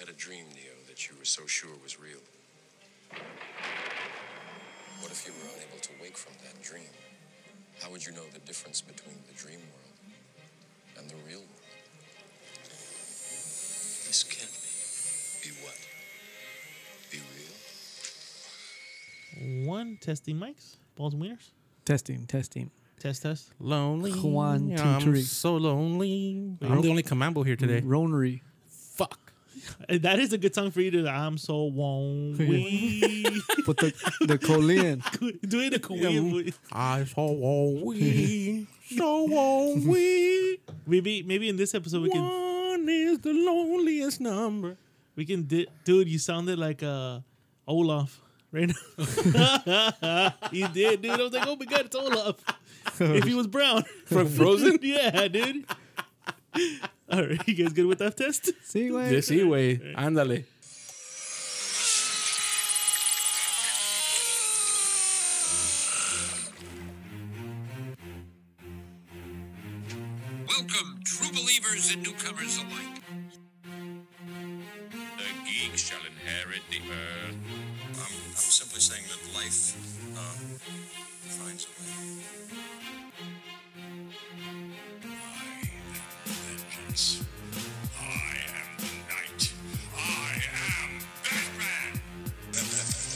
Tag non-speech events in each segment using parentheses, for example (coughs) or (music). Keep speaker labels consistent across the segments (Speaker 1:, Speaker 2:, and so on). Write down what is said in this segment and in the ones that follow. Speaker 1: had a dream, Neo, that you were so sure was real? What if you were unable to wake from that dream? How would you know the difference between the dream world and the real world?
Speaker 2: This can't be.
Speaker 1: Be what? Be real?
Speaker 3: One testing mics, balls and wieners.
Speaker 4: Testing, testing.
Speaker 3: Test test.
Speaker 5: Lonely.
Speaker 4: Juan, two,
Speaker 5: I'm
Speaker 4: three.
Speaker 5: so lonely. I'm the only Kamambo here today.
Speaker 4: Ronery.
Speaker 5: Fuck.
Speaker 3: Uh, That is a good song for you to. I'm so (laughs) lonely.
Speaker 4: But the, the Colean.
Speaker 3: Doing the Korean.
Speaker 5: (laughs) I so lonely. so lonely.
Speaker 3: Maybe maybe in this episode we can
Speaker 5: One is the loneliest number.
Speaker 3: we can di- dude. You sounded like uh Olaf right now. (laughs) you did, dude. I was like, oh my god, it's Olaf. if he was brown from Frozen. (laughs) yeah, dude. All right, you guys good with that test?
Speaker 4: See, güey.
Speaker 5: Yes, sí, güey. Ándale.
Speaker 6: Welcome, true believers and newcomers alike. The geek shall inherit the earth.
Speaker 1: I'm, I'm simply saying that life uh, finds a way.
Speaker 6: Vengeance. I am the knight. I am Batman.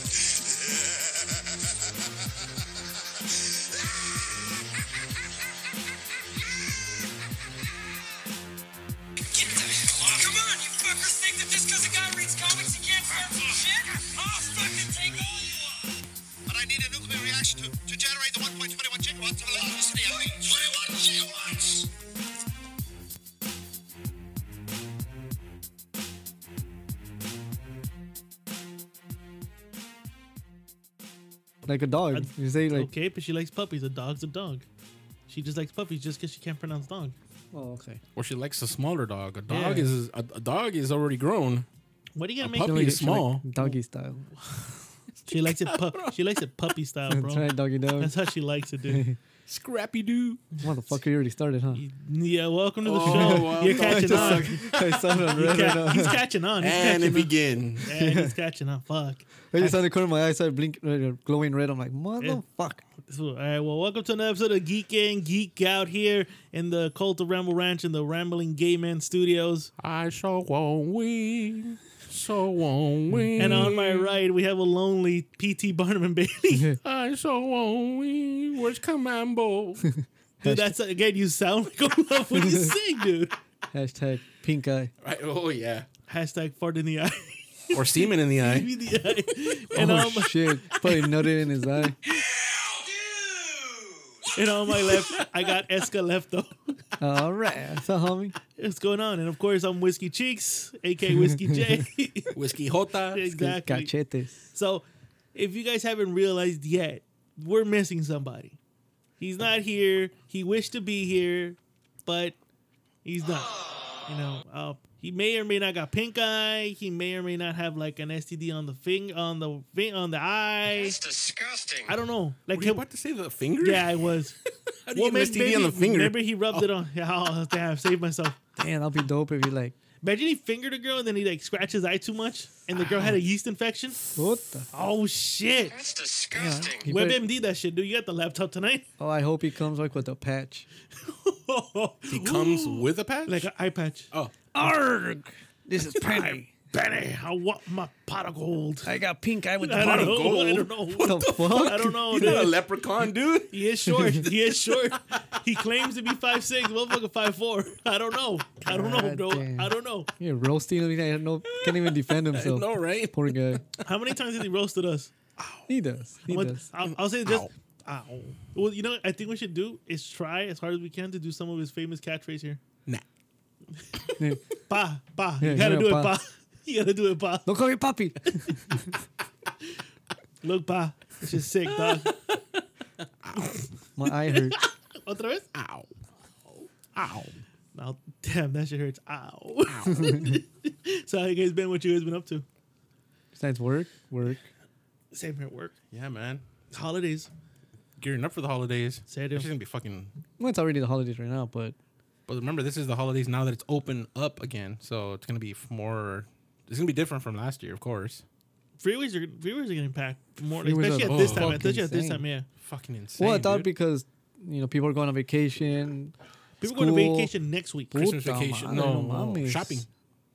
Speaker 6: Get the hell off. Oh, Come on, you fuckers think that just because a guy reads comics, he can't start some shit? I'll fucking take all you are. But I need a nuclear reaction to, to generate the 1.21 gigawatts of electricity. 1.21 gigawatts!
Speaker 4: Like a dog. You say, like,
Speaker 3: okay, but she likes puppies. A dog's a dog. She just likes puppies just because she can't pronounce dog.
Speaker 4: oh, okay.
Speaker 5: (laughs) Or she likes a smaller dog. A dog
Speaker 3: Yeah.
Speaker 5: is a, a dog is already grown.
Speaker 3: What do you
Speaker 5: A
Speaker 3: gotta make?
Speaker 5: puppy
Speaker 4: Like-
Speaker 5: is small.
Speaker 4: like doggy style.
Speaker 3: She likes
Speaker 5: (laughs)
Speaker 3: it. Pu- she likes it puppy style,
Speaker 4: That's
Speaker 3: bro.
Speaker 4: right, doggy dog.
Speaker 3: That's how she likes it, dude.
Speaker 5: Scrappy doo.
Speaker 4: (laughs) Motherfucker, you already started, (laughs) huh?
Speaker 3: Yeah, welcome to the
Speaker 5: Oh,
Speaker 3: show. (laughs)
Speaker 5: well,
Speaker 3: You're
Speaker 5: no,
Speaker 4: I
Speaker 3: catching
Speaker 4: just
Speaker 3: on.
Speaker 4: suck- I sounded
Speaker 5: (laughs)
Speaker 4: on red right
Speaker 3: Ca-
Speaker 4: now.
Speaker 3: he's catching on. He's
Speaker 5: And
Speaker 3: catching
Speaker 5: it
Speaker 3: on.
Speaker 5: begin.
Speaker 3: And he's catching on. Fuck.
Speaker 4: I just on the corner of my eye, started blinking, glowing red. I'm like, motherfucker.
Speaker 3: So, all right. Well, welcome to another episode of Geek In, Geek Out here in the Cult of Ramble Ranch in the Rambling Gay Man Studios.
Speaker 5: I so lonely. So lonely.
Speaker 3: Mm. And on my
Speaker 5: Mm.
Speaker 3: right, we have a lonely PT Barnum
Speaker 4: (laughs)
Speaker 3: and Bailey.
Speaker 5: I so lonely. Where's Kamambo?
Speaker 3: Dude, that's again. You sound like a love
Speaker 4: (laughs)
Speaker 3: when you sing, dude.
Speaker 4: Hashtag pink eye.
Speaker 5: (laughs) right. Oh yeah.
Speaker 3: Hashtag fart in the eye. (laughs)
Speaker 5: Or semen in the eye.
Speaker 3: in the eye. And
Speaker 4: oh,
Speaker 3: on my,
Speaker 4: shit. Probably nutted in his
Speaker 5: (laughs)
Speaker 4: eye.
Speaker 3: and on my left, I got Esca Lefto.
Speaker 4: All right. What's up, homie?
Speaker 3: What's going on? And of course, I'm Whiskey Cheeks, aka Whiskey
Speaker 5: (laughs)
Speaker 3: J.
Speaker 5: (laughs) Whiskey Jota.
Speaker 3: (laughs) exactly.
Speaker 4: Cachetes.
Speaker 3: So, if you guys haven't realized yet, we're missing somebody. He's not here. He wished to be here, but he's not. You know, uh, he may or may not got pink eye. He may or may not have like an STD on the fing on the fin- on the eye.
Speaker 6: It's disgusting.
Speaker 3: I don't know. Like,
Speaker 5: Were you about to say the finger?
Speaker 3: yeah, I was.
Speaker 5: How do (laughs) you get an
Speaker 3: may-
Speaker 5: STD on the finger?
Speaker 3: Maybe he rubbed it on. (laughs) Oh, damn! Saved myself.
Speaker 4: Damn, that'll be dope if you like,
Speaker 3: Imagine he fingered a girl and then he like scratched his eye too much, and the girl
Speaker 4: Ah.
Speaker 3: had a yeast infection.
Speaker 4: what the?
Speaker 3: Oh shit!
Speaker 6: That's disgusting.
Speaker 4: You better-
Speaker 3: WebMD that shit, dude. You got the laptop tonight? (laughs)
Speaker 4: Oh, I hope he comes like with a patch.
Speaker 5: He comes with a patch.
Speaker 3: like an eye patch.
Speaker 5: oh,
Speaker 4: Arg! This (laughs) is Penny.
Speaker 3: Benny, I want my pot of gold.
Speaker 4: I got pink eye with
Speaker 3: I don't know. (laughs)
Speaker 5: gold?
Speaker 3: I don't know.
Speaker 4: (laughs) What the fuck?
Speaker 3: I don't know.
Speaker 5: he's not a
Speaker 3: Oh, Dude.
Speaker 5: leprechaun, dude.
Speaker 3: He is
Speaker 4: (laughs)
Speaker 3: short. He is short. he claims to be five six. Motherfucker five four. I don't know. I don't know,
Speaker 4: God
Speaker 3: bro.
Speaker 4: damn.
Speaker 3: I don't know.
Speaker 4: You're roasting him. (laughs) I no, can't even defend himself.
Speaker 5: No, right?
Speaker 4: Poor guy.
Speaker 3: How many times has he roasted us?
Speaker 4: He does. He
Speaker 3: What-
Speaker 4: does.
Speaker 3: I'll, I'll say this. Ow. Well, you know, what I think we should do is try as hard as we can to do some of his famous catchphrase here.
Speaker 5: Nah.
Speaker 4: Yeah.
Speaker 3: Pa, pa.
Speaker 4: Yeah,
Speaker 3: you gotta
Speaker 4: yeah,
Speaker 3: do it,
Speaker 4: pa.
Speaker 3: pa. (laughs) You gotta do it, pa.
Speaker 4: Don't call me puppy. (laughs)
Speaker 3: Look, pa. It's just sick,
Speaker 4: (laughs)
Speaker 3: dog.
Speaker 4: My eye hurt.
Speaker 3: Otra vez?
Speaker 5: Ow. Ow.
Speaker 3: Now, damn, that shit hurts. Ow. (laughs) so, how you guys been? What you guys been up to?
Speaker 4: Besides work, work.
Speaker 3: Same here at work.
Speaker 5: Yeah, man.
Speaker 3: Holidays.
Speaker 5: Gearing up for the holidays.
Speaker 3: Serio.
Speaker 5: It's gonna be fucking.
Speaker 4: Well, it's already the holidays right now, but
Speaker 5: But remember, this is the holidays now that it's open up again, so it's gonna be f- more. It's gonna be different from last year, of course.
Speaker 3: Freeways are freeways are getting packed more,
Speaker 4: Freeways
Speaker 3: especially
Speaker 4: are
Speaker 3: at this time.
Speaker 4: fucking
Speaker 3: Especially at this
Speaker 4: insane.
Speaker 3: time, yeah.
Speaker 5: Fucking insane.
Speaker 4: Well, I thought
Speaker 5: dude.
Speaker 4: because you know people are going on vacation.
Speaker 3: People
Speaker 4: school.
Speaker 3: going to vacation next week.
Speaker 4: Puta
Speaker 5: Christmas vacation.
Speaker 4: madre,
Speaker 5: No,
Speaker 4: no
Speaker 5: no,
Speaker 4: mames.
Speaker 5: shopping.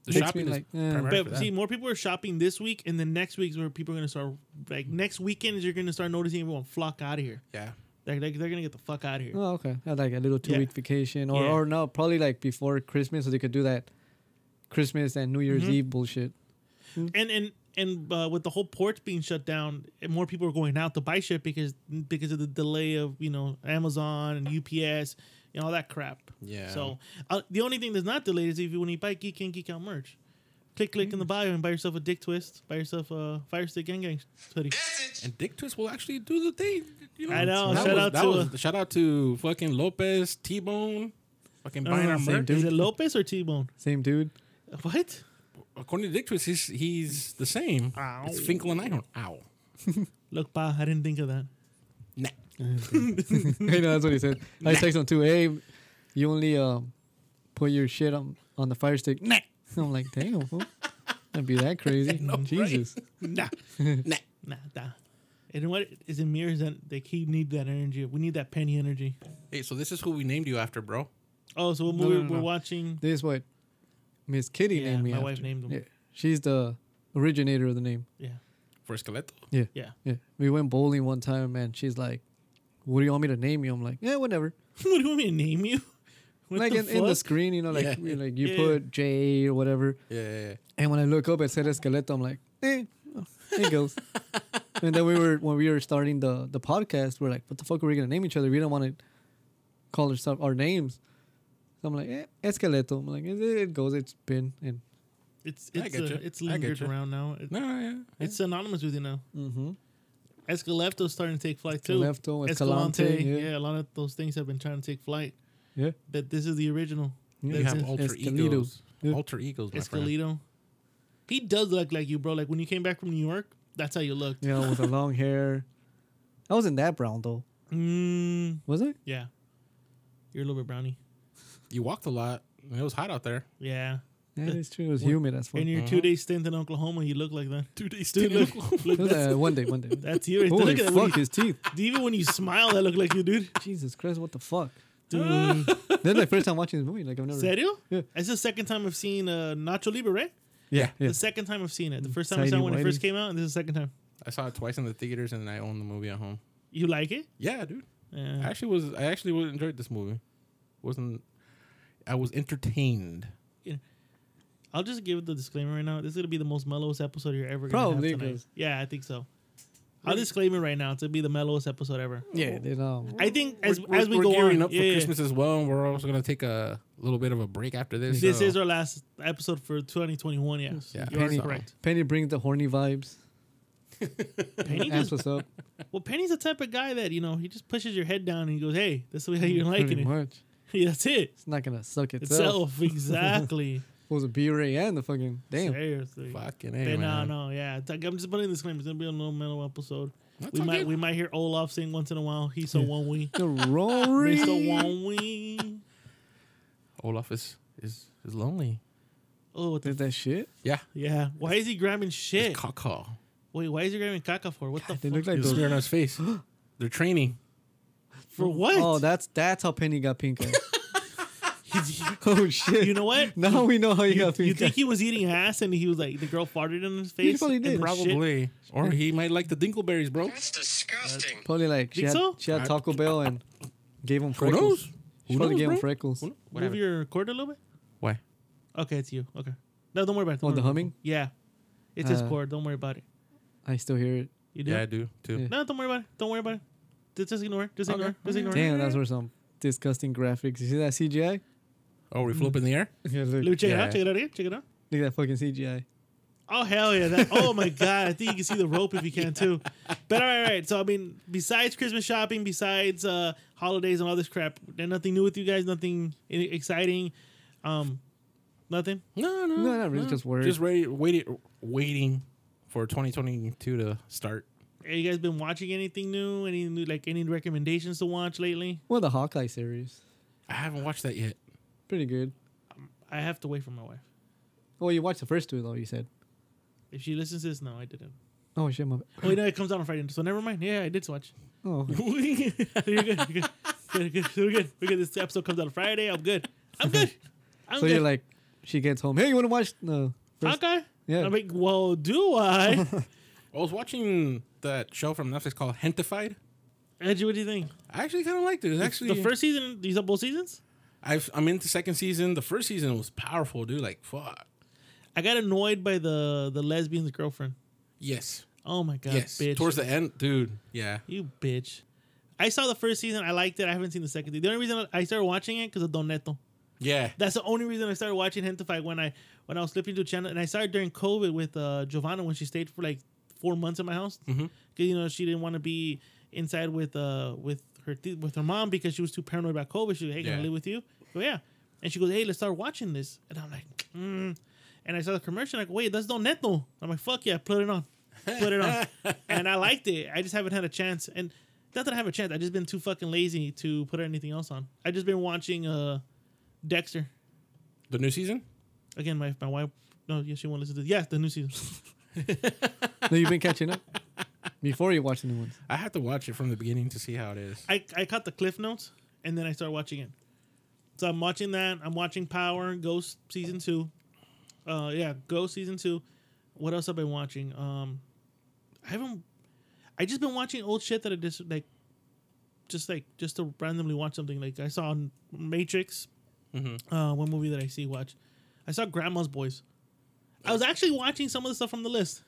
Speaker 5: The
Speaker 4: Makes me
Speaker 5: shopping is
Speaker 4: like, eh.
Speaker 5: primary for
Speaker 3: But
Speaker 5: that.
Speaker 3: see, more people are shopping this week, and then next week's where people are going to start. Like next weekend, is you're going to start noticing everyone flock out of here.
Speaker 5: yeah.
Speaker 3: Like they're, they're going to get the fuck out of here.
Speaker 4: Oh, okay. Had like a little two week
Speaker 3: Yeah.
Speaker 4: vacation, or
Speaker 3: Yeah.
Speaker 4: or no, probably like before Christmas, so they could do that Christmas and New Year's Eve bullshit.
Speaker 3: and and and uh, with the whole ports being shut down, and more people are going out to buy shit because because of the delay of you know Amazon and UPS and all that crap.
Speaker 5: Yeah.
Speaker 3: So uh, the only thing that's not delayed is if you when you buy Geek and Geek Out merch, click click in the bio and buy yourself a Dick Twist, buy yourself a Fire Stick Gang Gang hoodie.
Speaker 6: Message.
Speaker 5: And Dick Twist will actually do the thing. You know,
Speaker 3: I know,
Speaker 5: That
Speaker 3: shout
Speaker 5: was-
Speaker 3: out
Speaker 5: that
Speaker 3: to,
Speaker 5: was-
Speaker 3: uh,
Speaker 5: shout out to fucking Lopez, T Bone, fucking
Speaker 3: No, no,
Speaker 5: buying
Speaker 3: no,
Speaker 5: our
Speaker 3: Oh, same
Speaker 5: merch.
Speaker 3: Is it Lopez or T Bone?
Speaker 4: Same dude.
Speaker 3: What?
Speaker 5: According to Dick Twist, he's he's the same.
Speaker 3: Ow.
Speaker 5: It's Finkel and Einhorn. Ow.
Speaker 3: Look, pa, I didn't think of that.
Speaker 5: Nah.
Speaker 4: (laughs) you know, that's what he said. I text him too. Hey, you only um, put your shit on on the fire stick. Nah. (laughs) I'm like, damn, fool. that'd be that
Speaker 3: (laughs)
Speaker 4: crazy. Jesus.
Speaker 5: Nah. nah.
Speaker 3: Nah, nah. And what is it mirrors that they keep need that energy. We need that penny energy.
Speaker 5: Hey, so this is who we named you after, bro.
Speaker 3: Oh, so what
Speaker 4: No,
Speaker 3: movie
Speaker 4: no, no,
Speaker 3: we're
Speaker 4: no.
Speaker 3: watching?
Speaker 4: This is what Miss Kitty
Speaker 3: Yeah,
Speaker 4: named me.
Speaker 3: my wife
Speaker 4: after.
Speaker 3: named him.
Speaker 4: Yeah, she's the originator of the name.
Speaker 3: Yeah,
Speaker 5: For Esqueleto.
Speaker 4: Yeah,
Speaker 3: yeah. (laughs)
Speaker 4: yeah. We went bowling one time, and she's like, "What do you want me to name you?" I'm like, "Yeah, whatever."
Speaker 3: what do you want me to name you? (laughs) What
Speaker 4: like
Speaker 3: the
Speaker 4: in, in the
Speaker 3: fuck?
Speaker 4: screen, you know, like
Speaker 5: Yeah.
Speaker 4: we- like you
Speaker 3: Yeah.
Speaker 4: put J or whatever.
Speaker 5: Yeah, yeah, yeah.
Speaker 4: And when I look up, it said Esqueleto. I'm like, eh, oh, it goes. and then we were when we were starting the the podcast, we're like, what the fuck are we gonna name each other? We don't want to call ourselves our names. So I'm like, eh, Esqueleto. I'm like, it, it goes. It's been and
Speaker 3: It's
Speaker 5: I
Speaker 3: it's
Speaker 5: getcha.
Speaker 3: uh, it's
Speaker 5: I
Speaker 3: lingered
Speaker 5: getcha.
Speaker 3: around now. It-
Speaker 5: No, yeah.
Speaker 3: It's synonymous with you now. Mm-hmm. Escalepto's starting to take flight too.
Speaker 4: Escalepto, Escalante,
Speaker 3: yeah.
Speaker 4: yeah.
Speaker 3: a lot of those things have been trying to take flight,
Speaker 4: yeah,
Speaker 3: but this is the original.
Speaker 5: You
Speaker 3: That's
Speaker 5: have
Speaker 3: it.
Speaker 5: alter
Speaker 4: Esqueleto.
Speaker 5: egos.
Speaker 4: Yeah.
Speaker 5: Alter egos, my friend.
Speaker 3: Escalito. He does look like you, bro. Like when you came back from New York, that's how you looked.
Speaker 4: you know, with the long hair. I wasn't that brown though,
Speaker 3: Mm,
Speaker 4: was I?
Speaker 3: yeah. You're a little bit brownie.
Speaker 5: You walked a lot. It was hot out there.
Speaker 3: Yeah.
Speaker 4: That is true. It was humid as fuck.
Speaker 3: In
Speaker 4: It
Speaker 3: your two day stint in Oklahoma, you look like that.
Speaker 5: Two days.
Speaker 3: Dude, look,
Speaker 4: (laughs)
Speaker 3: look
Speaker 4: was,
Speaker 3: that's,
Speaker 4: uh, one day, one day.
Speaker 3: that's you. right there.
Speaker 4: (laughs) Holy
Speaker 3: Look at that. When
Speaker 4: fuck, his teeth.
Speaker 3: you- even when you smile, that look like you, (laughs) dude.
Speaker 4: Jesus Christ, what the fuck?
Speaker 3: Dude.
Speaker 4: That's my first time watching this movie. Like I've never.
Speaker 3: Uh, Serio?
Speaker 4: Yeah.
Speaker 3: That's the second time I've seen uh, Nacho Libre, right?
Speaker 4: Yeah, yeah.
Speaker 3: The second time I've seen it. The first time I
Speaker 4: Tidy
Speaker 3: saw it when it first
Speaker 4: whitey.
Speaker 3: came out, and this is the second time.
Speaker 5: I saw it twice in the theaters, and I own the movie at home.
Speaker 3: You like it?
Speaker 5: Yeah, dude. I
Speaker 3: Yeah.
Speaker 5: actually was. I actually was, enjoyed this movie. wasn't I was entertained.
Speaker 3: I'll just give the disclaimer right now. This is gonna be the most mellowest episode you're ever gonna
Speaker 4: Probably,
Speaker 3: have tonight.
Speaker 4: 'cause-
Speaker 3: Yeah, I think so. I'll disclaim it right now. It's gonna be the mellowest episode ever.
Speaker 4: Yeah, they um, know.
Speaker 3: I think as
Speaker 5: we're,
Speaker 3: as we
Speaker 5: we're
Speaker 3: go
Speaker 5: gearing
Speaker 3: on,
Speaker 5: up for
Speaker 3: yeah, yeah.
Speaker 5: Christmas as well, and we're also gonna take a little bit of a break after this.
Speaker 3: This
Speaker 5: so-
Speaker 3: is our last episode for 2021. Yes,
Speaker 5: Yeah.
Speaker 3: you are
Speaker 4: (laughs)
Speaker 5: Penny-
Speaker 3: correct.
Speaker 4: Penny brings the horny vibes.
Speaker 3: Penny
Speaker 4: Ass
Speaker 3: just,
Speaker 4: was up.
Speaker 3: well, Penny's the type of guy that you know he just pushes your head down and (laughs) he goes, "Hey, this is how you're
Speaker 4: (laughs) Pretty
Speaker 3: liking it."
Speaker 4: much. (laughs)
Speaker 3: Yeah, that's it.
Speaker 4: It's not gonna suck itself.
Speaker 3: Itself, (laughs) exactly.
Speaker 4: It was a B-Ray and the fucking (laughs) damn.
Speaker 3: Seriously.
Speaker 5: fucking
Speaker 3: They-
Speaker 5: hey,
Speaker 3: no,
Speaker 5: man.
Speaker 3: no, yeah. It's like- I'm just putting this claim. It's gonna be a little mental episode.
Speaker 5: That's
Speaker 3: we
Speaker 5: all
Speaker 3: might
Speaker 5: good.
Speaker 3: we might hear Olaf sing once in a while. He's so one
Speaker 4: (laughs)
Speaker 3: we.
Speaker 4: The
Speaker 3: He's so
Speaker 4: Rory.
Speaker 3: one we.
Speaker 5: Olaf is is is lonely.
Speaker 3: Oh, what the
Speaker 4: Did that shit?
Speaker 5: Yeah,
Speaker 3: yeah. Why is he grabbing shit?
Speaker 5: caw caw.
Speaker 3: Wait, why is he grabbing caca for? What the
Speaker 4: They
Speaker 3: fuck?
Speaker 4: look like
Speaker 5: He's
Speaker 4: those.
Speaker 5: smearing on his face. They're training.
Speaker 3: for what?
Speaker 4: Oh, that's that's how Penny got pink
Speaker 3: (laughs)
Speaker 4: eye.
Speaker 3: He's- he-
Speaker 4: (laughs) oh shit.
Speaker 3: you know
Speaker 4: (laughs)
Speaker 3: what?
Speaker 4: Now we know how he
Speaker 3: You,
Speaker 4: got pink
Speaker 3: you think
Speaker 4: eye.
Speaker 3: he was eating ass and he was like the girl farted in his face?
Speaker 4: probably
Speaker 3: and
Speaker 4: did.
Speaker 3: the shit-
Speaker 5: Probably, or he might like the Dingleberries, bro.
Speaker 6: That's disgusting.
Speaker 4: Probably like she
Speaker 3: Think
Speaker 4: had
Speaker 3: so?
Speaker 4: she had Taco Bell and gave him
Speaker 5: Who
Speaker 4: freckles.
Speaker 5: knows?
Speaker 4: She
Speaker 5: Who
Speaker 4: probably
Speaker 5: knows,
Speaker 4: gave him
Speaker 5: bro?
Speaker 4: freckles.
Speaker 5: Who kn- what
Speaker 3: Move
Speaker 5: happened?
Speaker 3: your cord a little bit.
Speaker 5: Why?
Speaker 3: Okay, it's you. Okay. No, don't worry about it.
Speaker 4: Oh,
Speaker 3: Don't worry about
Speaker 4: the
Speaker 3: it.
Speaker 4: humming?
Speaker 3: Yeah, it's his
Speaker 4: Uh,
Speaker 3: cord. Don't worry about it.
Speaker 4: I still hear it.
Speaker 3: You do.
Speaker 5: Yeah, I do too.
Speaker 4: Yeah.
Speaker 3: No, don't worry about it. Don't worry about it. Just, just ignore. it. Just ignore. it. Just ignore. it.
Speaker 4: Damn, that's where some disgusting graphics. You see that CGI?
Speaker 5: Oh, we flew up in the air.
Speaker 4: Yeah,
Speaker 3: Look,
Speaker 4: look,
Speaker 3: check it
Speaker 5: Yeah.
Speaker 3: out. Check it out again. Check it out.
Speaker 4: look at that fucking CGI.
Speaker 3: Oh hell yeah! That, oh my god! I think you can see the rope if you can too. But all right, all right. So I mean, besides Christmas shopping, besides uh holidays and all this crap, there's nothing new with you guys. Nothing i- exciting. Um, nothing.
Speaker 5: No, no,
Speaker 4: No, not really, just worried.
Speaker 5: Just ready, waiting, waiting for 2022 to start.
Speaker 3: Have you guys been watching anything new? Any new like any recommendations to watch lately?
Speaker 4: Well, the Hawkeye series,
Speaker 5: I haven't watched that yet.
Speaker 4: pretty good.
Speaker 3: I have to wait for my wife.
Speaker 4: Well, you watched the first two though. You said
Speaker 3: If she listens to this, no, I didn't.
Speaker 4: Oh shit, my bad.
Speaker 3: (laughs) Oh, no, it comes out on Friday, so never mind. Yeah, I did watch.
Speaker 4: Oh, okay.
Speaker 3: you're good. (laughs) You're good. Good, good. We're good. We're good. This episode comes out on Friday. I'm good. I'm good. I'm
Speaker 4: so
Speaker 3: good.
Speaker 4: you're like, she gets home. Hey, you want to watch? No. First-
Speaker 3: okay.
Speaker 4: Yeah.
Speaker 3: I'm like, well, do I?
Speaker 4: (laughs)
Speaker 5: I was watching that show from Netflix called Hentified.
Speaker 3: Edgy, what do you think?
Speaker 5: I actually kind of liked it. It's actually
Speaker 3: the first season. These are both seasons.
Speaker 5: I've, I'm into second season. The first season was powerful, dude. Like fuck.
Speaker 3: I got annoyed by the the lesbian's girlfriend.
Speaker 5: Yes.
Speaker 3: Oh my god,
Speaker 5: yes.
Speaker 3: bitch!
Speaker 5: Towards the end, dude. Yeah.
Speaker 3: you bitch. I saw the first season. I liked it. I haven't seen the second. The only reason I started watching it because of Don Neto.
Speaker 5: Yeah.
Speaker 3: That's the only reason I started watching Hentify when I when I was flipping through channel, and I started during COVID with uh, Giovanna when she stayed for like four months at my house because you know she didn't want to be inside with uh with her th- with her mom because she was too paranoid about COVID. She was hey, can I
Speaker 5: Yeah.
Speaker 3: live with you? But yeah, and she goes, hey, let's start watching this, and I'm like, mm. and I saw the commercial, like, wait, that's Don Neto. I'm like, fuck yeah, put it on, put it on, and I liked it. I just haven't had a chance, and not that I have a chance, I just been too fucking lazy to put anything else on. I just been watching uh Dexter.
Speaker 5: The new season?
Speaker 3: Again, my, my wife. No, yes, she won't listen to this. Yes, the new season.
Speaker 4: no, you've been catching up before you watch the new ones.
Speaker 5: I had to watch it from the beginning to see how it is.
Speaker 3: I, I caught the cliff notes and then I started watching it. So I'm watching that. I'm watching Power, Ghost season two. Uh, yeah, Ghost season two. What else have I been watching? Um, I haven't. I just been watching old shit that I just like, just like just to randomly watch something. Like I saw Matrix. Uh, one movie that I see watch. I saw Grandma's Boys. I was actually watching some of the stuff from the list.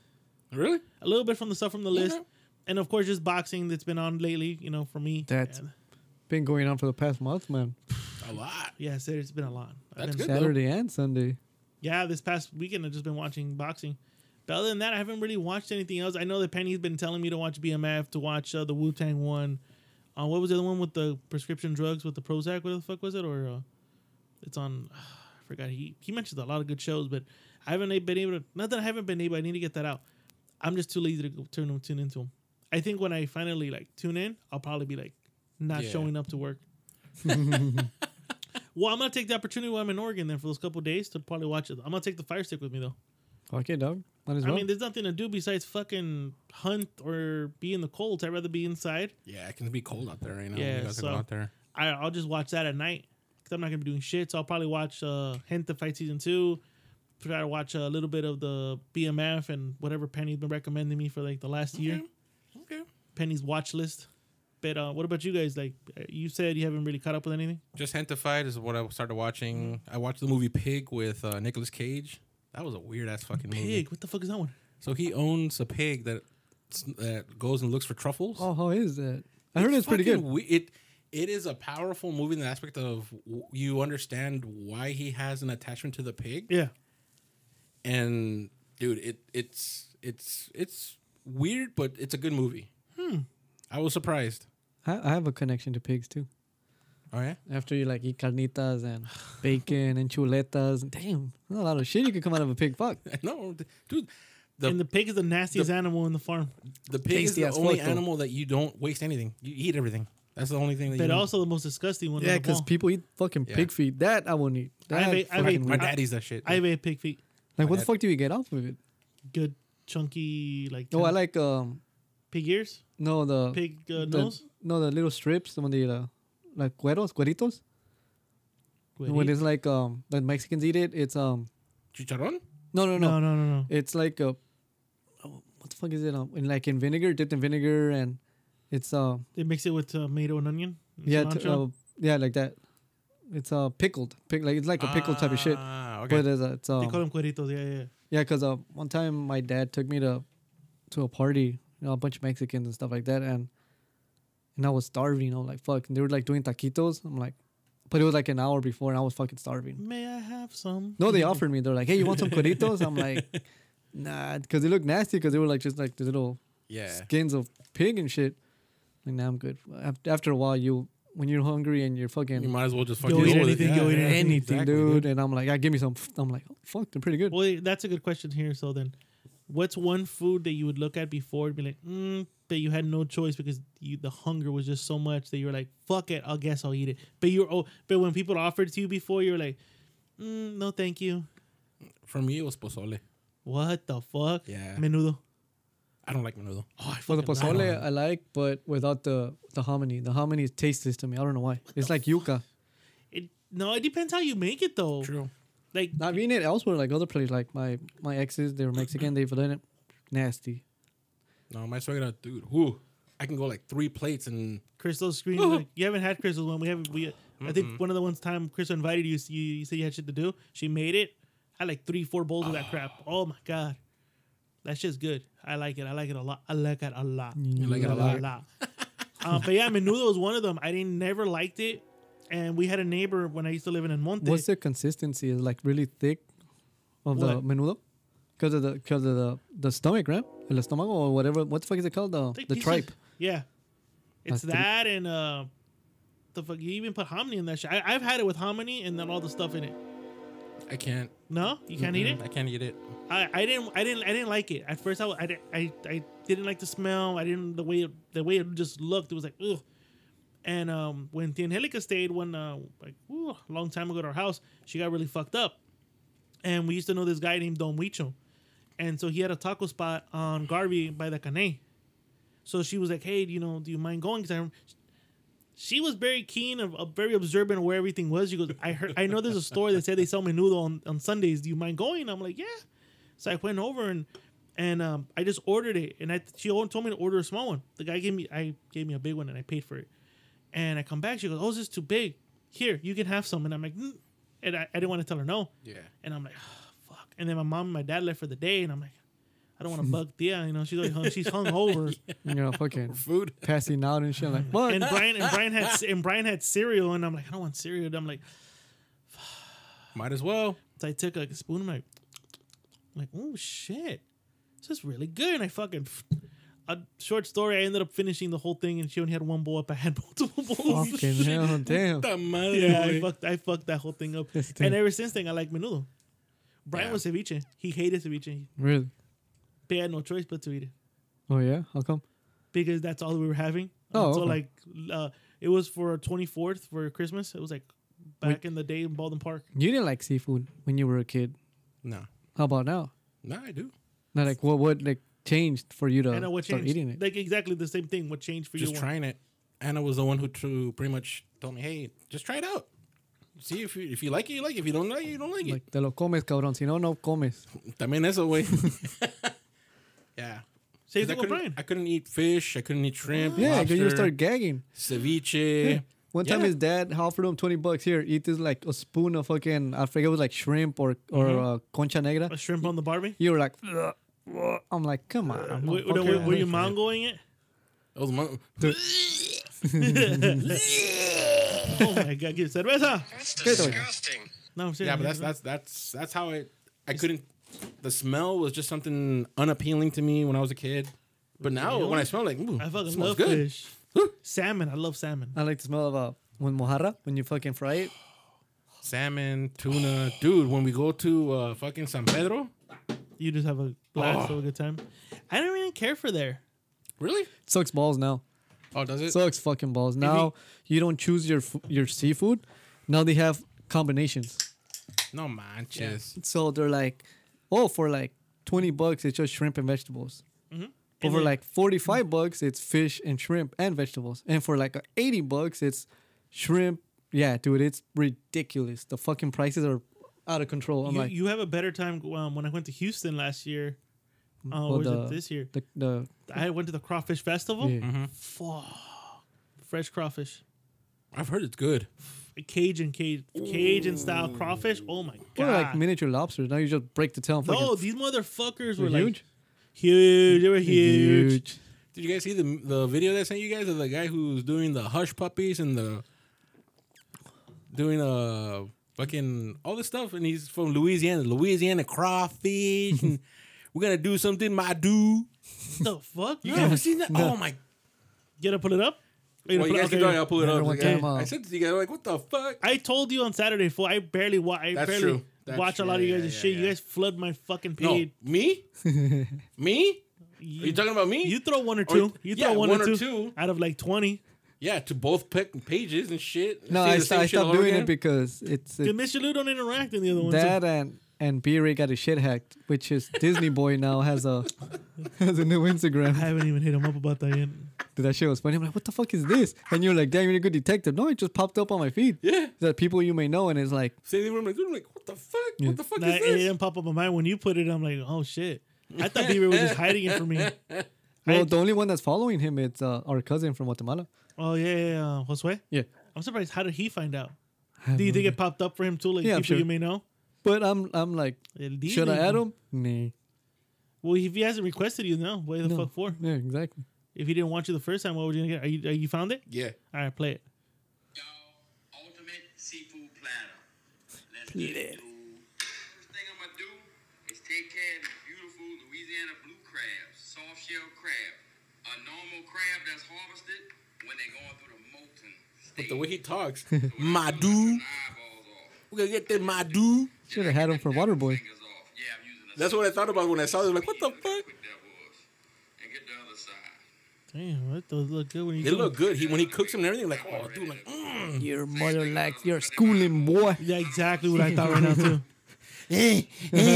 Speaker 5: Really?
Speaker 3: a little bit from the stuff from the list,
Speaker 5: Okay.
Speaker 3: and of course just boxing that's been on lately. You know, for me,
Speaker 4: That's-
Speaker 3: And-
Speaker 4: Been going on for the past month, man.
Speaker 5: A lot.
Speaker 3: yes, there's been a lot. I've
Speaker 5: That's
Speaker 3: been-
Speaker 5: good.
Speaker 4: Saturday and Sunday.
Speaker 3: Yeah, this past weekend I've just been watching boxing. But other than that, I haven't really watched anything else. I know that Penny's been telling me to watch BMF, to watch uh, the Wu Tang one. Uh, what was the other one with the prescription drugs with the Prozac? What the fuck was it? Or uh, it's on. (sighs) I forgot. He he mentioned a lot of good shows, but I haven't been able to. Not that I haven't been able. I need to get that out. I'm just too lazy to go turn them tune into them. I think when I finally like tune in, I'll probably be like not
Speaker 5: Yeah.
Speaker 3: showing up to work. (laughs) well, I'm gonna take the opportunity while I'm in Oregon then for those couple days to probably watch it. I'm gonna take the fire stick with me though.
Speaker 4: Okay, dog. Might as well.
Speaker 3: I mean, there's nothing to do besides fucking hunt or be in the cold. I'd rather be inside.
Speaker 5: Yeah, it can be cold out there right now.
Speaker 3: Yeah,
Speaker 5: you guys
Speaker 3: so-
Speaker 5: are going out there.
Speaker 3: I, I'll just watch that at night because I'm not gonna be doing shit. So I'll probably watch uh, Hint the Fight season two. Try to watch a little bit of the BMF and whatever Penny's been recommending me for like the last year.
Speaker 5: Okay.
Speaker 3: Penny's watch list. But uh, what about you guys? Like uh, you said, you haven't really caught up with anything.
Speaker 4: Mm-hmm.
Speaker 5: Just Hentified is what I started watching. I watched the movie Pig with uh, Nicolas Cage. That was a weird ass fucking movie.
Speaker 3: Pig, what the fuck is that one?
Speaker 5: So he owns a pig that that goes and looks for truffles.
Speaker 4: oh, how is that? I heard it's pretty
Speaker 5: fucking
Speaker 4: good.
Speaker 5: we- it it is a powerful movie in the aspect of w- you understand why he has an attachment to the pig.
Speaker 3: Yeah,
Speaker 5: and dude, it it's it's it's weird, but it's a good movie. Hmm. I was surprised.
Speaker 4: I, I have a connection to pigs too.
Speaker 5: Oh yeah,
Speaker 4: After you like eat carnitas and bacon and chuletas, and damn, there's a lot of shit you could come out of a pig. Fuck.
Speaker 5: (laughs) no, th- dude. The
Speaker 3: and the pig is the nastiest animal in the farm,
Speaker 5: the pig is
Speaker 4: tasty
Speaker 5: the
Speaker 4: as
Speaker 5: only
Speaker 4: fuck, though.
Speaker 5: animal that you don't waste anything. You eat everything. That's the only thing that you.
Speaker 3: but
Speaker 5: don't-
Speaker 3: also the most disgusting one.
Speaker 4: Yeah,
Speaker 3: of them
Speaker 4: because
Speaker 3: all.
Speaker 4: people eat fucking
Speaker 5: Yeah.
Speaker 4: pig feet. That I won't eat.
Speaker 3: I've
Speaker 4: That
Speaker 3: ate- I've
Speaker 4: fucking
Speaker 3: ate-
Speaker 5: my
Speaker 4: weird.
Speaker 5: dad eats that shit.
Speaker 3: I've ate pig feet,
Speaker 4: like, what the
Speaker 5: dad-
Speaker 4: fuck do you get off of it?
Speaker 3: good chunky like.
Speaker 4: No, I
Speaker 3: kind of
Speaker 4: like um,
Speaker 3: pig ears,
Speaker 4: no the
Speaker 3: pig uh,
Speaker 4: the-
Speaker 3: nose.
Speaker 4: No, the little strips, the one they uh, like cueros, cueritos. When it's like um, the Mexicans eat it. It's um,
Speaker 5: chicharron.
Speaker 4: no, no,
Speaker 3: No,
Speaker 4: no,
Speaker 3: no, no, no.
Speaker 4: It's like a, oh, what the fuck is it? Um, in like in vinegar, dipped in vinegar, and it's um,
Speaker 3: They mix it with tomato and onion. and
Speaker 4: yeah, t- uh,
Speaker 3: cilantro.
Speaker 4: yeah, like that. It's uh pickled, pick like it's like a pickled type of shit.
Speaker 5: Ah, okay.
Speaker 4: But it's, uh, it's um,
Speaker 3: they call them cueritos. Yeah, yeah.
Speaker 4: Yeah, because uh, one time my dad took me to to a party, you know, a bunch of Mexicans and stuff like that, and and I was starving. I was like, fuck. And they were like doing taquitos. I'm like, but it was like an hour before, and I was fucking starving.
Speaker 3: May I have some?
Speaker 4: No, they offered me. They're like, hey, you want some coritos? I'm like, nah, because they look nasty. Because they were like just like the little
Speaker 5: yeah.
Speaker 4: skins of pig and shit. Like, nah, I'm good. Af- After a while, you when you're hungry and you're fucking
Speaker 5: You might as well just fucking
Speaker 3: You'll eat
Speaker 5: roll with it.
Speaker 3: anything,
Speaker 5: Yeah,
Speaker 3: you'll eat
Speaker 5: yeah,
Speaker 4: anything,
Speaker 5: exactly,
Speaker 4: dude. And I'm like, I give me some. I'm like, oh, fuck, they're pretty good.
Speaker 3: Well, that's a good question here. So then, what's one food that you would look at before and be like, mm, that you had no choice because you the hunger was just so much that you were like, fuck it, I'll guess I'll eat it. But you're oh, but when people offered it to you before, you were like, mm, no, thank you.
Speaker 5: For me, it was pozole.
Speaker 3: What the fuck?
Speaker 5: Yeah.
Speaker 3: Menudo.
Speaker 5: I don't like menudo.
Speaker 3: Oh, I
Speaker 4: Well, the
Speaker 3: fucking love
Speaker 4: pozole
Speaker 3: it.
Speaker 4: I like, but without the the hominy. The hominy is tasteless to me. I don't know why. it's like yuca.
Speaker 3: It- no, it depends how you make it though.
Speaker 5: True.
Speaker 3: Like
Speaker 4: I've eaten it elsewhere, like other places. Like my my exes, they were Mexican. They've done it nasty.
Speaker 5: No, my suegra, dude. Who? I can go like three plates and
Speaker 3: Crystal screen. Like, you haven't had Crystal's one. We haven't. We. I think one of the ones time Crystal invited you, you, you said you had shit to do. She made it. I had like three, four bowls of that
Speaker 5: Ah.
Speaker 3: crap. Oh my god, that shit's good. I like it. I like it a lot. I like it a lot.
Speaker 5: you like it a lot. (laughs)
Speaker 3: um, but yeah, menudo was one of them. I didn't never liked it, and we had a neighbor when I used to live in El Monte.
Speaker 4: What's the consistency? Is it, like really thick of the
Speaker 3: What?
Speaker 4: menudo because of the because of the the stomach, right? El estómago or whatever. What the fuck is it called? The
Speaker 3: Thick
Speaker 4: the
Speaker 3: pieces. (laughs)
Speaker 4: tripe.
Speaker 3: Yeah, it's
Speaker 4: That's the-
Speaker 3: that and uh, the fuck. You even put hominy in that shit. I, I've had it with hominy and then all the stuff in it.
Speaker 5: I can't.
Speaker 3: No, you can't eat it.
Speaker 5: Mm-mm, I can't eat it.
Speaker 3: I, I didn't I didn't I didn't like it at first. I, I, di- I, I didn't like the smell. I didn't the way it, the way it just looked. It was like ugh. And um, when Tia Angelica stayed one uh, like ooh, a long time ago at our house, she got really fucked up. And we used to know this guy named Don Huicho. and so he had a taco spot on Garvey by the Cane. So she was like, "Hey, you know, do you mind going?" 'Cause I rem- she was very keen, of, of very observant of where everything was. She goes, "I heard, I know there's a store that said they sell menudo on, on Sundays. Do you mind going?" I'm like, "Yeah." So I went over and and um, I just ordered it, and I she o- told me to order a small one. The guy gave me I gave me a big one, and I paid for it. And I come back, she goes, "Oh, this is too big. Here, you can have some." And I'm like, mm. and I, I didn't want to tell her no.
Speaker 5: Yeah.
Speaker 3: And I'm like, "Ah, fuck. And then my mom and my dad left for the day, and I'm like, I don't want to bug Tia, you know, she's like, hung, she's hungover. over.
Speaker 4: You know, fucking
Speaker 5: Food.
Speaker 4: passing out and shit. Like what?
Speaker 3: And Brian and Brian had and Brian had cereal, and I'm like, I don't want cereal. And I'm like,
Speaker 5: Might
Speaker 3: (laughs)
Speaker 5: as well.
Speaker 3: So I took like a spoon. I'm like, I'm like, oh shit, this is really good. And I fucking. A short story. I ended up finishing the whole thing, and she only had one bowl up. I had (laughs) multiple bowls.
Speaker 4: fucking hell, damn.
Speaker 5: Puta
Speaker 3: (laughs)
Speaker 5: madre,
Speaker 3: yeah, I
Speaker 5: güey.
Speaker 3: fucked. I fucked that whole thing up.
Speaker 4: Yes, damn.
Speaker 3: and ever since then, I like menudo. Brian
Speaker 5: Yeah.
Speaker 3: was ceviche. He hated ceviche.
Speaker 4: Really?
Speaker 3: They had no choice but to eat it
Speaker 4: Oh yeah. How come?
Speaker 3: because that's all we were having.
Speaker 4: Oh,
Speaker 3: so
Speaker 4: okay.
Speaker 3: like, uh, it was for twenty fourth for Christmas. It was like back in the day in Baldwin Park.
Speaker 4: You didn't like seafood when you were a kid.
Speaker 5: No.
Speaker 4: How about now?
Speaker 5: No, I do.
Speaker 4: Now, like what what like changed for you to
Speaker 3: I know what
Speaker 4: Uh, start
Speaker 3: changed.
Speaker 4: eating it?
Speaker 3: Like exactly the same thing. What changed for
Speaker 5: Just
Speaker 3: you?
Speaker 5: trying it. Anna was the one who to pretty much told me, hey, just try it out. See if you, if you like it, you like it. If you don't like it, you don't like it.
Speaker 4: Like te lo comes, cabrón. Si no, no comes.
Speaker 5: También eso, güey. yeah.
Speaker 3: Same
Speaker 5: 'Cause I
Speaker 3: thing with
Speaker 5: couldn't-
Speaker 3: Brian.
Speaker 5: I couldn't eat fish. I couldn't eat shrimp.
Speaker 4: Ah, Yeah, 'cause you
Speaker 5: lobster,
Speaker 4: start gagging.
Speaker 5: ceviche.
Speaker 4: One time
Speaker 5: Yeah.
Speaker 4: his dad offered him 20 bucks. Here, eat this like a spoon of fucking, I forget it was like shrimp or, or
Speaker 5: Mm-hmm.
Speaker 4: uh, concha negra.
Speaker 3: a shrimp on the Barbie?
Speaker 4: You were like, "Ugh, ugh." I'm like, come on.
Speaker 3: Were, were-
Speaker 4: motherfucker."
Speaker 3: were-
Speaker 5: (laughs)
Speaker 3: were you mangoing it?
Speaker 5: That was my,
Speaker 3: Oh my god, get cerveza.
Speaker 6: That's disgusting.
Speaker 3: No, I'm serious.
Speaker 5: yeah, but that's that's that's that's how I I couldn't. The smell was just something unappealing to me when I was a kid. But now when I smell like, ooh,
Speaker 3: I fucking love
Speaker 5: smells good.
Speaker 3: fish. salmon, I love salmon.
Speaker 4: I like the smell of uh, when mojarra, when you fucking fry it.
Speaker 5: Salmon, tuna, dude. When we go to uh, fucking San Pedro,
Speaker 3: You just have a
Speaker 4: Oh.
Speaker 3: blast of a good time. I don't really care for there.
Speaker 5: really?
Speaker 4: Sucks balls now.
Speaker 5: Oh, does it?
Speaker 4: Sucks fucking balls. Now you don't choose your fu- your seafood. Now they have combinations.
Speaker 5: no manches.
Speaker 4: So they're like, oh, for like 20 bucks, it's just shrimp and vegetables. But
Speaker 3: Mm-hmm. And
Speaker 4: for
Speaker 3: then-
Speaker 4: like 45 bucks, it's fish and shrimp and vegetables. And for like 80 bucks, it's shrimp. Yeah, dude, it's ridiculous. The fucking prices are out of control. I'm
Speaker 3: You,
Speaker 4: like,
Speaker 3: you have a better time um, when I went to Houston last year. Uh,
Speaker 4: Mm-hmm. well,
Speaker 3: or was
Speaker 4: the-
Speaker 3: it this year?
Speaker 4: the, the,
Speaker 3: I went to the crawfish festival.
Speaker 4: yeah.
Speaker 5: Mm-hmm.
Speaker 3: Fuck. Fresh crawfish.
Speaker 5: I've heard it's good.
Speaker 3: Cajun, Cajun, Cajun style crawfish. Oh my
Speaker 4: What
Speaker 3: god.
Speaker 4: are like miniature lobsters. Now you just break the tail. and
Speaker 3: no,
Speaker 4: fucking-
Speaker 3: these motherfuckers
Speaker 4: they're
Speaker 3: were like huge. They were huge.
Speaker 5: Did you guys see the the video that I sent you guys of the guy who's doing the hush puppies and the doing uh fucking all this stuff and he's from Louisiana, Louisiana crawfish (laughs) and we're gonna do something, my dude.
Speaker 3: the fuck?
Speaker 5: You
Speaker 3: No.
Speaker 5: guys ever seen that? Oh my!
Speaker 3: You gotta pull it up? Or you
Speaker 5: Well,
Speaker 3: gonna
Speaker 5: you guys
Speaker 3: pull
Speaker 5: can
Speaker 3: it-
Speaker 5: go.
Speaker 3: okay.
Speaker 5: I'll pull it
Speaker 4: Remember
Speaker 5: up.
Speaker 4: one
Speaker 5: Okay.
Speaker 4: time, uh,
Speaker 5: I said to you guys, like, what the fuck?
Speaker 3: I told you on Saturday, fool. I barely watch. I
Speaker 5: That's
Speaker 3: barely
Speaker 5: true. That's
Speaker 3: watch a
Speaker 5: true.
Speaker 3: lot of
Speaker 5: Yeah,
Speaker 3: you guys'
Speaker 5: yeah,
Speaker 3: shit. You
Speaker 5: yeah.
Speaker 3: guys flood my fucking
Speaker 5: no,
Speaker 3: page.
Speaker 4: (laughs)
Speaker 5: me, me. Are you talking about me?
Speaker 3: You throw one or
Speaker 5: Or-
Speaker 3: two. you throw
Speaker 5: yeah,
Speaker 3: one,
Speaker 5: one
Speaker 3: or, two
Speaker 5: or two.
Speaker 3: out of like twenty.
Speaker 5: yeah, to both pick pages and shit.
Speaker 4: No,
Speaker 5: Say
Speaker 4: I,
Speaker 5: the
Speaker 4: st-
Speaker 5: same
Speaker 4: I
Speaker 5: shit all
Speaker 4: stopped doing
Speaker 5: again.
Speaker 4: it because it's,
Speaker 3: Dude,
Speaker 4: it's
Speaker 3: Miss Shalu don't interact in the other one.
Speaker 4: that
Speaker 3: Too.
Speaker 4: and and B Ray got his shit hacked, which is Disney Boy now has a (laughs) has a new
Speaker 3: I
Speaker 4: Instagram.
Speaker 3: haven't even hit him up about that yet.
Speaker 4: Dude, that shit was funny. I'm like, what the fuck is this? And you're like, damn, you're a good detective. No, it just popped up on my feed.
Speaker 5: Yeah.
Speaker 4: That people you may know, and it's like,
Speaker 5: Same thing with my dude. I'm like, what the fuck? What the fuck
Speaker 3: Nah,
Speaker 5: is
Speaker 3: it
Speaker 5: this?
Speaker 3: didn't pop up on mine when you put it. I'm like, oh shit. I thought Bieber was just hiding it from me.
Speaker 4: (laughs) well,
Speaker 3: I-
Speaker 4: "Oh, the only one that's following him is uh, our cousin from Guatemala.
Speaker 3: Oh yeah, yeah, yeah. uh, Josue.
Speaker 4: Yeah.
Speaker 3: I'm surprised. How did he find out?
Speaker 4: have
Speaker 3: Do you
Speaker 4: no
Speaker 3: think it popped up for him too? Like
Speaker 4: Yeah, I'm
Speaker 3: people
Speaker 4: sure.
Speaker 3: you may know.
Speaker 4: But I'm I'm like,
Speaker 3: El
Speaker 4: should I
Speaker 3: Disney.
Speaker 4: add him? Nah.
Speaker 3: Well, if he hasn't requested you, no. Why the
Speaker 4: No.
Speaker 3: fuck for?
Speaker 4: Yeah, exactly.
Speaker 3: If he didn't want you the first time, what were you gonna get? Are you, are you found it?
Speaker 5: Yeah.
Speaker 3: All right, play it.
Speaker 6: Y'all, ultimate seafood platter. Let's get it. dude. First thing I'm gonna do is take care of the beautiful Louisiana blue crab, soft shell crab, a normal crab that's harvested when they're going through the molten
Speaker 5: But
Speaker 6: stage.
Speaker 5: the way he (laughs) talks, my dude,
Speaker 6: Eyeballs off.
Speaker 5: we gonna get that my dude.
Speaker 4: Should have had him for
Speaker 6: (laughs)
Speaker 4: Waterboy.
Speaker 6: Fingers off. Yeah, I'm using a
Speaker 5: That's what I thought about when I saw it. Like, what the
Speaker 6: Look how
Speaker 5: fuck?
Speaker 6: quick that was. And get the other side.
Speaker 3: Damn, that does look good when you
Speaker 5: They
Speaker 3: do
Speaker 5: look
Speaker 3: it.
Speaker 5: good. He when he cooks them and everything, like, oh, dude, like, mm,
Speaker 4: Your mother likes your schooling boy.
Speaker 3: Yeah, exactly what I thought right now
Speaker 5: (laughs)
Speaker 3: too.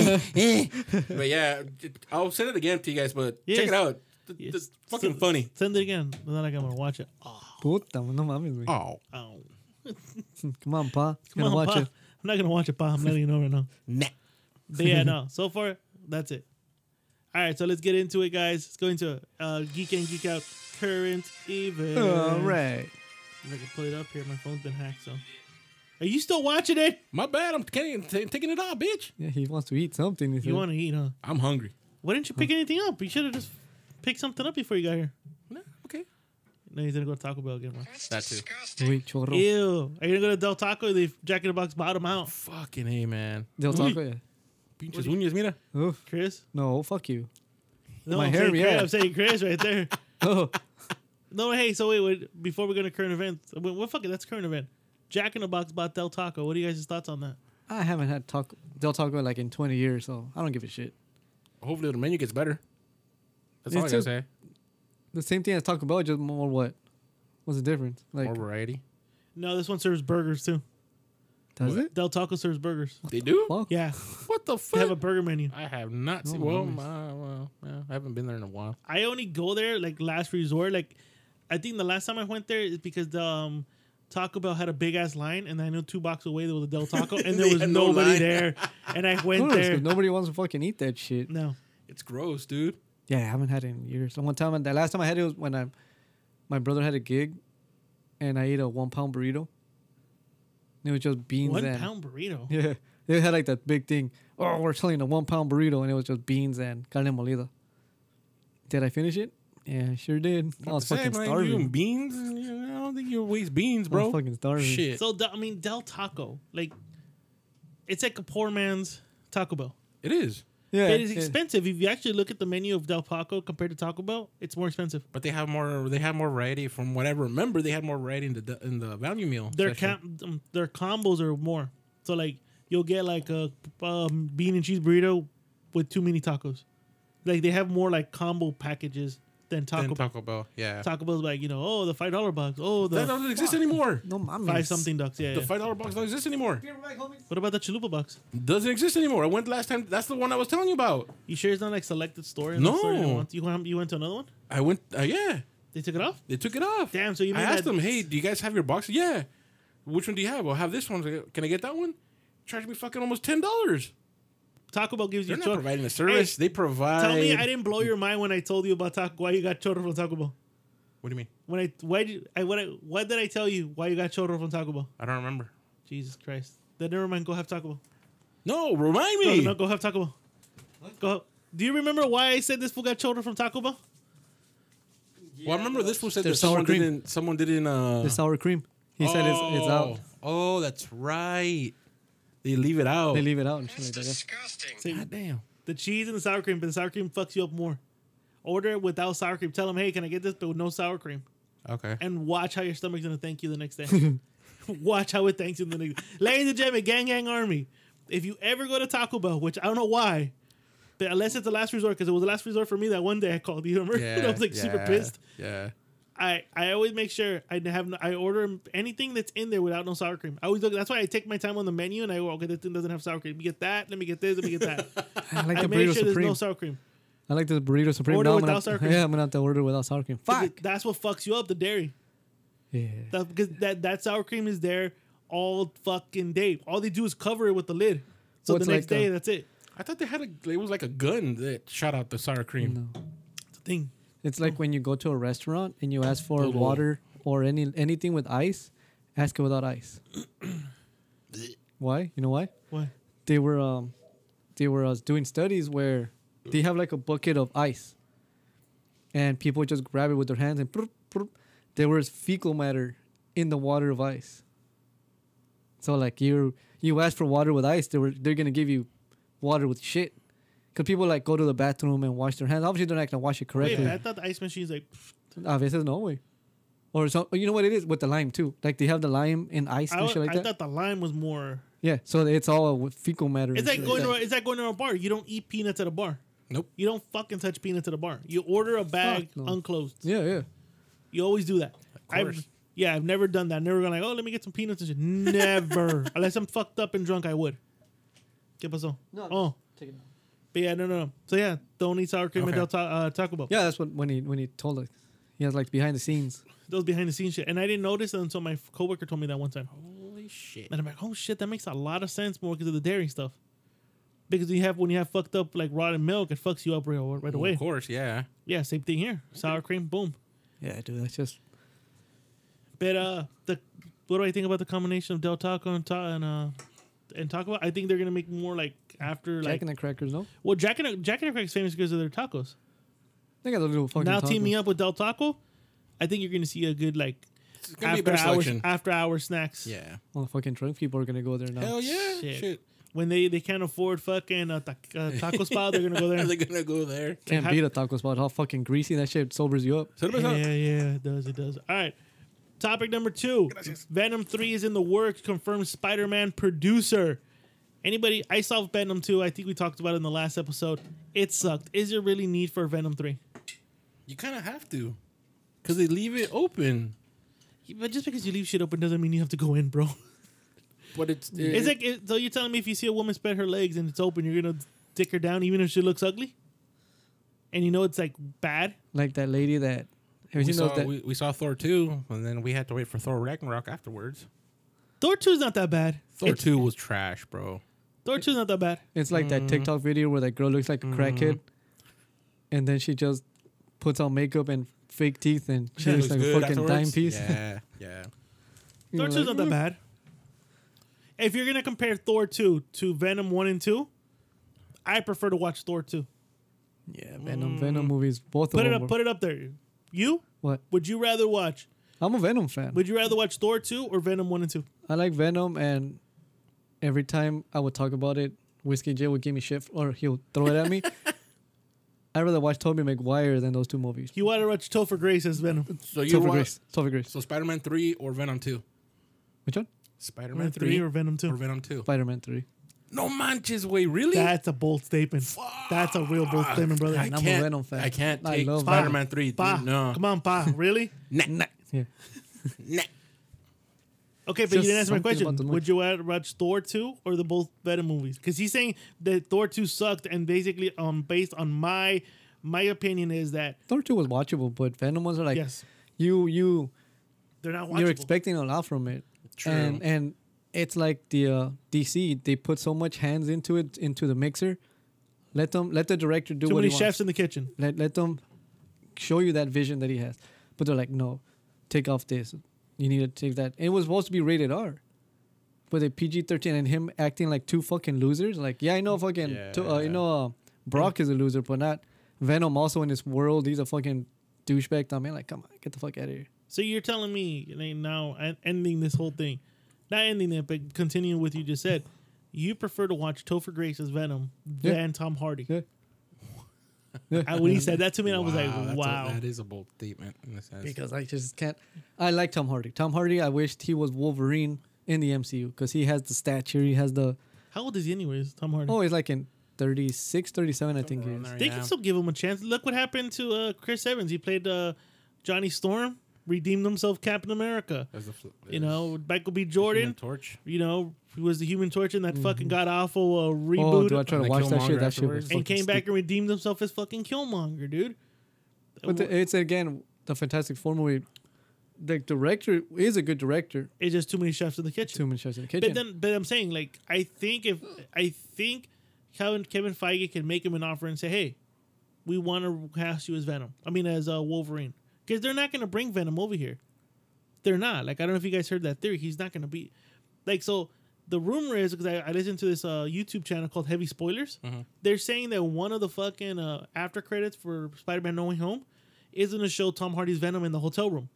Speaker 5: but yeah, it- I'll send it again to you guys. But check
Speaker 3: Yes.
Speaker 5: it out. Th-
Speaker 3: Yes.
Speaker 5: It's fucking
Speaker 3: So-
Speaker 5: funny.
Speaker 3: Send it again. Then I'm gonna watch it. Oh,
Speaker 4: Puta, no mames, güey.
Speaker 5: Oh,
Speaker 3: ow.
Speaker 4: Come on, pa.
Speaker 3: come
Speaker 4: Gonna
Speaker 3: on,
Speaker 4: watch
Speaker 3: pa.
Speaker 4: it.
Speaker 3: I'm not gonna watch it, pa. I'm letting you know right now.
Speaker 5: nah.
Speaker 4: (laughs)
Speaker 3: But yeah, no. So far, that's it. All right, so let's get into it, guys. Let's go into it. Uh, geek and geek out current event.
Speaker 4: All right.
Speaker 3: If I can pull it up here, my phone's been hacked. So, are you still watching it?
Speaker 5: My bad. I'm taking ta- taking it all, bitch.
Speaker 4: Yeah, he wants to eat something. He
Speaker 3: You want to eat, huh?
Speaker 5: I'm hungry.
Speaker 3: Why didn't you pick anything up? You should have just picked something up before you got here.
Speaker 5: Nah, okay.
Speaker 3: No, he's gonna go to Taco Bell again. Man.
Speaker 5: That too.
Speaker 4: to eat chorro.
Speaker 3: Ew. Are you gonna go to Del Taco? They Jack in the Box bottom out.
Speaker 5: Fucking hey, man.
Speaker 4: Del Taco, yeah.
Speaker 5: Pinches uñas, mira.
Speaker 4: Oof.
Speaker 3: Chris.
Speaker 4: No, fuck you.
Speaker 3: No,
Speaker 4: My
Speaker 3: I'm
Speaker 4: hair,
Speaker 3: saying Chris,
Speaker 4: yeah.
Speaker 3: I'm saying Chris right there.
Speaker 4: Oh,
Speaker 3: No, hey, so wait, wait before we go to current events, wait, well, fuck it, that's current event. Jack in the Box bought Del Taco. What are you guys' thoughts on that?
Speaker 4: I haven't had taco Del Taco like in 20 years, so I don't give a shit.
Speaker 5: Hopefully the menu gets better. That's
Speaker 4: Me
Speaker 5: all I gotta
Speaker 4: too.
Speaker 5: say.
Speaker 4: The same thing as Taco Bell, just more what? What's the difference? Like,
Speaker 5: More variety.
Speaker 3: No, this one serves burgers too.
Speaker 4: does
Speaker 5: what?
Speaker 4: it?
Speaker 3: Del Taco serves burgers.
Speaker 5: They do?
Speaker 4: Fuck.
Speaker 3: Yeah,
Speaker 5: What the
Speaker 3: they have a
Speaker 5: fuck?
Speaker 3: burger menu.
Speaker 5: I have not seen.
Speaker 4: No,
Speaker 5: Well,
Speaker 4: nice.
Speaker 5: my, well, yeah, I haven't been there in a while.
Speaker 3: I only go there like last resort. Like, I think the last time I went there is because the um, Taco Bell had a big ass line, and I knew two blocks away there was a Del Taco, and there
Speaker 5: They
Speaker 3: was
Speaker 5: had no
Speaker 3: nobody
Speaker 5: line.
Speaker 3: there. And I
Speaker 4: Of
Speaker 3: went
Speaker 4: course, 'cause
Speaker 3: there.
Speaker 4: nobody wants to fucking eat that shit.
Speaker 3: No,
Speaker 5: It's gross, dude.
Speaker 4: Yeah, I haven't had it in years. And one time, the last time I had it was when I, my brother had a gig, and I ate a one pound burrito. And it was just beans
Speaker 3: one
Speaker 4: and
Speaker 3: pound burrito.
Speaker 4: (laughs) yeah, they had like that big thing. Oh, we're selling a one pound burrito, and it was just beans and carne molida. Did I finish it? Yeah, I sure did. I was
Speaker 5: Say,
Speaker 4: fucking
Speaker 5: man, You and
Speaker 4: starving.
Speaker 5: beans? I don't think you waste beans,
Speaker 4: I
Speaker 5: bro.
Speaker 4: was fucking starving.
Speaker 5: Shit.
Speaker 3: So Del- I mean, Del Taco, like, it's like a poor man's Taco Bell.
Speaker 5: it is.
Speaker 4: Yeah,
Speaker 3: It is
Speaker 4: yeah.
Speaker 3: expensive. If you actually look at the menu of Del Taco compared to Taco Bell, it's more expensive.
Speaker 5: But they have more. They have more variety. From what I remember, they had more variety in the in the value meal.
Speaker 3: Their
Speaker 5: section.
Speaker 3: com- um, their combos are more. So like you'll get like a um, bean and cheese burrito with two mini tacos. Like they have more like combo packages than Taco
Speaker 5: Then
Speaker 3: Bell.
Speaker 5: Taco Bell. Yeah,
Speaker 3: Taco Bell's like you know oh the five dollar box oh
Speaker 5: that
Speaker 3: the
Speaker 5: doesn't exist anymore.
Speaker 4: No mames.
Speaker 3: five something ducks yeah.
Speaker 5: The
Speaker 3: yeah.
Speaker 5: five dollar box doesn't exist anymore.
Speaker 3: What about the chalupa box?
Speaker 5: Doesn't exist anymore. I went last time. That's the one I was telling you about.
Speaker 3: You sure it's not like selected store? and
Speaker 5: No.
Speaker 3: the store you don't want? you went you went to another one.
Speaker 5: I went. Uh, yeah,
Speaker 3: They took it off.
Speaker 5: they took it off.
Speaker 3: Damn, so you
Speaker 5: I
Speaker 3: mean
Speaker 5: asked
Speaker 3: that-
Speaker 5: them, hey, do you guys have your box? Yeah. Which one do you have? I'll have this one. I was like, Can I get that one? Charge me fucking almost ten dollars.
Speaker 3: Taco Bell gives
Speaker 5: They're
Speaker 3: you
Speaker 5: not
Speaker 3: chor-
Speaker 5: providing a service. they provide.
Speaker 3: Tell me I didn't blow your mind when I told you about Taco why you got chorro from Taco Bell.
Speaker 5: What do you mean?
Speaker 3: When I why did I what I what did I tell you why you got chorro from Taco Bell?
Speaker 5: I don't remember.
Speaker 3: Jesus Christ. Then never mind. Go have Taco Bell.
Speaker 5: No, remind
Speaker 3: No,
Speaker 5: me.
Speaker 3: no, go have Taco Bell. Go. Have, do you remember why I said this fool got children from Taco Bell?
Speaker 5: well, I remember this one said
Speaker 4: There's
Speaker 5: that someone
Speaker 4: sour cream.
Speaker 5: didn't. Someone didn't. Uh,
Speaker 3: Uh-huh.
Speaker 4: The sour cream. He said it's it's out.
Speaker 5: Oh, that's right. They leave it out.
Speaker 4: They leave it out and shit
Speaker 6: That's
Speaker 4: like that. yeah.
Speaker 6: disgusting.
Speaker 3: Say,
Speaker 5: God damn.
Speaker 3: the cheese and the sour cream, but the sour cream fucks you up more. Order it without sour cream. Tell them, hey, can I get this, but with no sour cream?
Speaker 5: Okay. (laughs)
Speaker 3: And watch how your stomach's gonna thank you the next day. (laughs) watch how it thanks you the next. Ladies and gentlemen, gang gang army. If you ever go to Taco Bell, which I don't know why, (laughs) but unless it's the last resort, because it was the last resort for me that one day I called you. Remember? I was like super pissed.
Speaker 5: Yeah.
Speaker 3: I I always make sure I have no, I order anything that's in there without no sour cream. I always look. That's why I take my time on the menu and I go, okay, this thing doesn't have sour cream. Let me get that. Let me get this. Let me get
Speaker 4: (laughs)
Speaker 3: that.
Speaker 4: I like
Speaker 3: I
Speaker 4: the
Speaker 3: make
Speaker 4: burrito
Speaker 3: sure there's
Speaker 4: supreme.
Speaker 3: no sour cream.
Speaker 4: I like the burrito supreme.
Speaker 3: Order
Speaker 4: Now I'm
Speaker 3: without
Speaker 4: gonna-
Speaker 3: sour cream.
Speaker 4: (laughs) Yeah, I'm gonna have to order without sour cream.
Speaker 3: Because
Speaker 4: Fuck.
Speaker 3: it- That's what fucks you up. The dairy.
Speaker 4: Yeah.
Speaker 3: That, because that that sour cream is there all fucking day. All they do is cover it with the lid. So
Speaker 4: Well, it's
Speaker 3: the next
Speaker 4: like,
Speaker 3: day,
Speaker 4: uh,
Speaker 3: that's it.
Speaker 5: I thought they had a. It was like a gun that shot out the sour cream.
Speaker 4: No.
Speaker 3: It's the thing.
Speaker 4: It's like when you go to a restaurant and you ask for
Speaker 5: Totally.
Speaker 4: water or any anything with ice, ask it
Speaker 3: (clears throat)
Speaker 4: without ice. why? You know why?
Speaker 3: What?
Speaker 4: They were um, they were uh, doing studies where they have like a bucket of ice, and people just grab it with their hands and prrrt, prrrt. there was fecal matter in the water of ice. So like you you ask for water with ice, they were they're gonna give you water with shit. Cause people like go to the bathroom and wash their hands. Obviously, they're not gonna wash it
Speaker 3: Wait,
Speaker 4: correctly.
Speaker 3: I thought the ice machine's like.
Speaker 4: A veces no, way, Or so you know what it is with the lime too. Like they have the lime in ice
Speaker 3: I,
Speaker 4: and shit like
Speaker 3: I
Speaker 4: that.
Speaker 3: thought the lime was more.
Speaker 4: yeah, so it's all with fecal matter.
Speaker 3: It's
Speaker 4: and
Speaker 3: like
Speaker 4: shit
Speaker 3: going
Speaker 4: that.
Speaker 3: to a, it's like going to a bar. You don't eat peanuts at a bar.
Speaker 5: Nope.
Speaker 3: You don't fucking touch peanuts at a bar. You order a bag
Speaker 4: no.
Speaker 3: unclosed.
Speaker 4: Yeah, yeah.
Speaker 3: You always do that. I've
Speaker 5: course.
Speaker 3: yeah, I've never done that. I've never gone like, oh, let me get some peanuts and shit. Never, unless I'm fucked up and drunk, I would. ¿Qué pasó?
Speaker 4: No,
Speaker 3: oh, but yeah, no, no, no. So yeah, don't eat sour cream
Speaker 5: Okay.
Speaker 3: at Del Ta- uh, Taco Bell.
Speaker 4: Yeah, that's what when he when he told us. He has like behind the scenes.
Speaker 3: those behind the scenes shit, and I didn't notice until my coworker told me that one time.
Speaker 5: Holy shit!
Speaker 3: And I'm like, oh shit, that makes a lot of sense more because of the dairy stuff. Because you have when you have fucked up like rotten milk, it fucks you up right, right
Speaker 5: Well,
Speaker 3: away.
Speaker 5: of course, yeah.
Speaker 3: Yeah, same thing here. Sour cream, boom.
Speaker 4: Yeah, dude, that's just
Speaker 3: But uh, the what do I think about the combination of Del Taco and ta- and uh and Taco? Bell? I think they're gonna make more like after
Speaker 4: Jack
Speaker 3: like
Speaker 4: and the Crackers, no?
Speaker 3: well Jack and Jack and the Crack's famous because of their tacos.
Speaker 4: They got a little fucking
Speaker 3: now teaming
Speaker 4: tacos.
Speaker 3: up with Del Taco, I think you're gonna see a good like
Speaker 5: It's gonna be
Speaker 3: after
Speaker 5: a better
Speaker 3: hours
Speaker 5: selection.
Speaker 3: after hour snacks.
Speaker 5: yeah.
Speaker 4: All the fucking drunk people are gonna go there now.
Speaker 5: Hell yeah!
Speaker 3: Shit.
Speaker 5: Shit.
Speaker 3: When they, they can't afford fucking uh, ta- uh, taco spot, they're gonna
Speaker 5: (laughs)
Speaker 3: go there.
Speaker 5: Are they gonna go there?
Speaker 4: Can't
Speaker 3: Have-
Speaker 4: beat a taco spot. How fucking greasy that shit sobers you up.
Speaker 5: So what
Speaker 3: Yeah,
Speaker 5: about-
Speaker 3: yeah, it does. It does. All right. Topic number two Venom 3 is in the works, confirmed Spider Man producer. Anybody, I saw Venom 2. I think we talked about it in the last episode. It sucked. Is there really need for Venom 3?
Speaker 5: You kind of have to, because they leave it open.
Speaker 3: But just because you leave shit open doesn't mean you have to go in, bro.
Speaker 5: (laughs) But it's it,
Speaker 3: It's like, it, so you're telling me if you see a woman spread her legs and it's open, you're going to dick her down even if she looks ugly? And you know it's like bad?
Speaker 4: Like that lady that have you
Speaker 5: we
Speaker 4: seen those
Speaker 5: saw
Speaker 4: that
Speaker 5: we, we saw Thor two, and then we had to wait for Thor Ragnarok afterwards.
Speaker 3: Thor 2 is not that bad.
Speaker 5: Thor
Speaker 3: It's-
Speaker 5: two was trash, bro.
Speaker 3: Thor 2 is not that bad.
Speaker 4: It's like that TikTok video where that girl looks like a crackhead, and then she just puts on makeup and fake teeth, and she
Speaker 5: It
Speaker 4: looks like a
Speaker 5: good
Speaker 4: fucking
Speaker 5: afterwards.
Speaker 4: timepiece.
Speaker 5: Yeah, yeah.
Speaker 4: (laughs) You know,
Speaker 3: Thor 2 is not
Speaker 4: like,
Speaker 5: Mm-hmm.
Speaker 3: that bad. If you're going to compare Thor 2 to Venom 1 and 2, I prefer to watch Thor 2.
Speaker 4: Yeah, Venom, Venom movies, both
Speaker 3: Put
Speaker 4: of
Speaker 3: it
Speaker 4: them.
Speaker 3: up put it up there. You?
Speaker 4: what?
Speaker 3: Would you rather watch
Speaker 4: I'm a Venom fan.
Speaker 3: Would you rather watch Thor 2 or Venom 1 and 2?
Speaker 4: I like Venom, and every time I would talk about it, Whiskey J would give me shit, or he'll throw it at
Speaker 3: (laughs)
Speaker 4: me. I'd rather watch Tobey Maguire than those two movies.
Speaker 3: You want to watch Topher Grace as Venom.
Speaker 5: So you
Speaker 4: Topher
Speaker 5: want
Speaker 4: Grace. Topher Grace.
Speaker 5: so Spider Man three or Venom two?
Speaker 4: Which one?
Speaker 5: Spider
Speaker 3: Venom
Speaker 5: Man
Speaker 3: 3
Speaker 5: three
Speaker 3: or
Speaker 5: or
Speaker 3: Venom 2?
Speaker 5: Venom two?
Speaker 4: Spider-Man 3.
Speaker 5: No manches, way really? Ah,
Speaker 3: That's a bold statement. That's a real bold statement, brother.
Speaker 5: I
Speaker 4: I'm a
Speaker 5: can't.
Speaker 4: Venom fan.
Speaker 5: I can't
Speaker 4: I
Speaker 5: take
Speaker 4: love
Speaker 5: Spider Man three.
Speaker 3: Pa,
Speaker 5: No,
Speaker 3: Come on, pa. Really?
Speaker 5: nah, nah,
Speaker 4: Yeah.
Speaker 5: nah.
Speaker 3: Okay, but
Speaker 4: Just
Speaker 3: you didn't answer my
Speaker 4: something about the
Speaker 3: question.
Speaker 4: movie.
Speaker 3: Would you rather watch Thor 2 or the both Venom movies? Because he's saying that Thor 2 sucked and basically um based on my my opinion is that
Speaker 4: Thor 2 was watchable, but Venom ones are like,
Speaker 3: Yes.
Speaker 4: you, you,
Speaker 3: they're not watchable.
Speaker 4: you're expecting a lot from it. And and it's like the uh, DC they put so much hands into it into the mixer. Let them let the director do
Speaker 3: Too
Speaker 4: what
Speaker 3: many
Speaker 4: he
Speaker 3: chefs
Speaker 4: wants.
Speaker 3: in the kitchen.
Speaker 4: Let let them show you that vision that he has. But they're like, no, take off this. You need to take that. And it was supposed to be rated R. But they PG thirteen and him acting like two fucking losers. Like yeah, I know fucking to- uh,
Speaker 5: Yeah.
Speaker 4: you know uh, Brock is a loser, but not Venom. Also in this world, he's a fucking douchebag. I mean, like come on, get the fuck out of here.
Speaker 3: So you're telling me like, now en- ending this whole thing, not ending it, but continuing with you just said, you prefer to watch Topher Grace as Venom
Speaker 4: Yeah.
Speaker 3: than Tom Hardy.
Speaker 4: Yeah. Yeah.
Speaker 3: I, when he said that to me, I was
Speaker 5: that's
Speaker 3: like,
Speaker 5: a-
Speaker 3: wow.
Speaker 5: that is a bold statement in a sense.
Speaker 4: because I just can't. I like Tom Hardy. Tom Hardy, I wished he was Wolverine in the MCU because he has the stature. He has the.
Speaker 3: How old is he, anyways, Tom Hardy?
Speaker 4: Oh, he's like in 36, 37, I think he
Speaker 5: Around
Speaker 4: is.
Speaker 5: there,
Speaker 3: They
Speaker 5: yeah.
Speaker 3: can still give him a chance. Look what happened to uh, Chris Evans. He played uh, Johnny Storm redeemed himself Captain America.
Speaker 5: As the fl-
Speaker 3: You know, Michael B.
Speaker 5: Human
Speaker 3: Jordan,
Speaker 5: Torch.
Speaker 3: you know, he was the Human Torch in that fucking god awful uh,
Speaker 4: Mm-hmm. Oh,
Speaker 3: reboot
Speaker 4: do I try to
Speaker 5: And the
Speaker 4: watch that
Speaker 5: Killmonger
Speaker 4: shit? That shit was
Speaker 5: afterwards.
Speaker 3: and
Speaker 4: fucking
Speaker 3: came
Speaker 4: stupid.
Speaker 3: back and redeemed himself as fucking Killmonger, dude.
Speaker 4: But the, it's again the Fantastic Four movie. The director is a good director.
Speaker 3: It's just too many chefs in the kitchen.
Speaker 4: Two shots in the kitchen.
Speaker 3: But then, but I'm saying, like, I think if I think Kevin Kevin Feige can make him an offer and say, "Hey, we want to cast you as Venom. I mean, as uh, Wolverine, because they're not going to bring Venom over here. They're not. Like, I don't know if you guys heard that theory. He's not going to be like. So the rumor is because I, I listened to this uh, YouTube channel called Heavy Spoilers.
Speaker 5: Mm-hmm.
Speaker 3: They're saying that one of the fucking uh, after credits for Spider-Man No Way Home is going to show Tom Hardy's Venom in the hotel room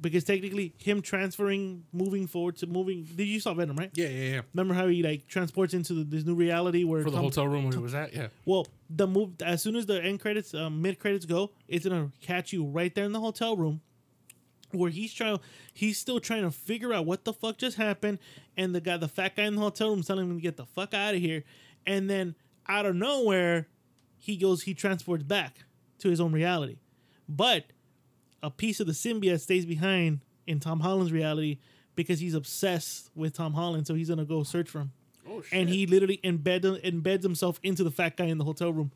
Speaker 3: because technically him transferring, moving forward to moving. Did you saw Venom right?
Speaker 5: Yeah, yeah, yeah.
Speaker 3: Remember how he like transports into the, this new reality where
Speaker 5: For the
Speaker 3: Tom-
Speaker 5: hotel room where it was that, yeah.
Speaker 3: Well, the move as soon as the end credits, um, mid credits go, it's gonna catch you right there in the hotel room, where he's trying. He's still trying to figure out what the fuck just happened, and the guy, the fat guy in the hotel room, is telling him to get the fuck out of here, and then out of nowhere, he goes. He transports back to his own reality, but a piece of the symbiote stays behind in Tom Holland's reality because he's obsessed with Tom Holland, so he's gonna go search for him
Speaker 5: Oh shit.
Speaker 3: and he literally embed, embeds himself into the fat guy in the hotel room,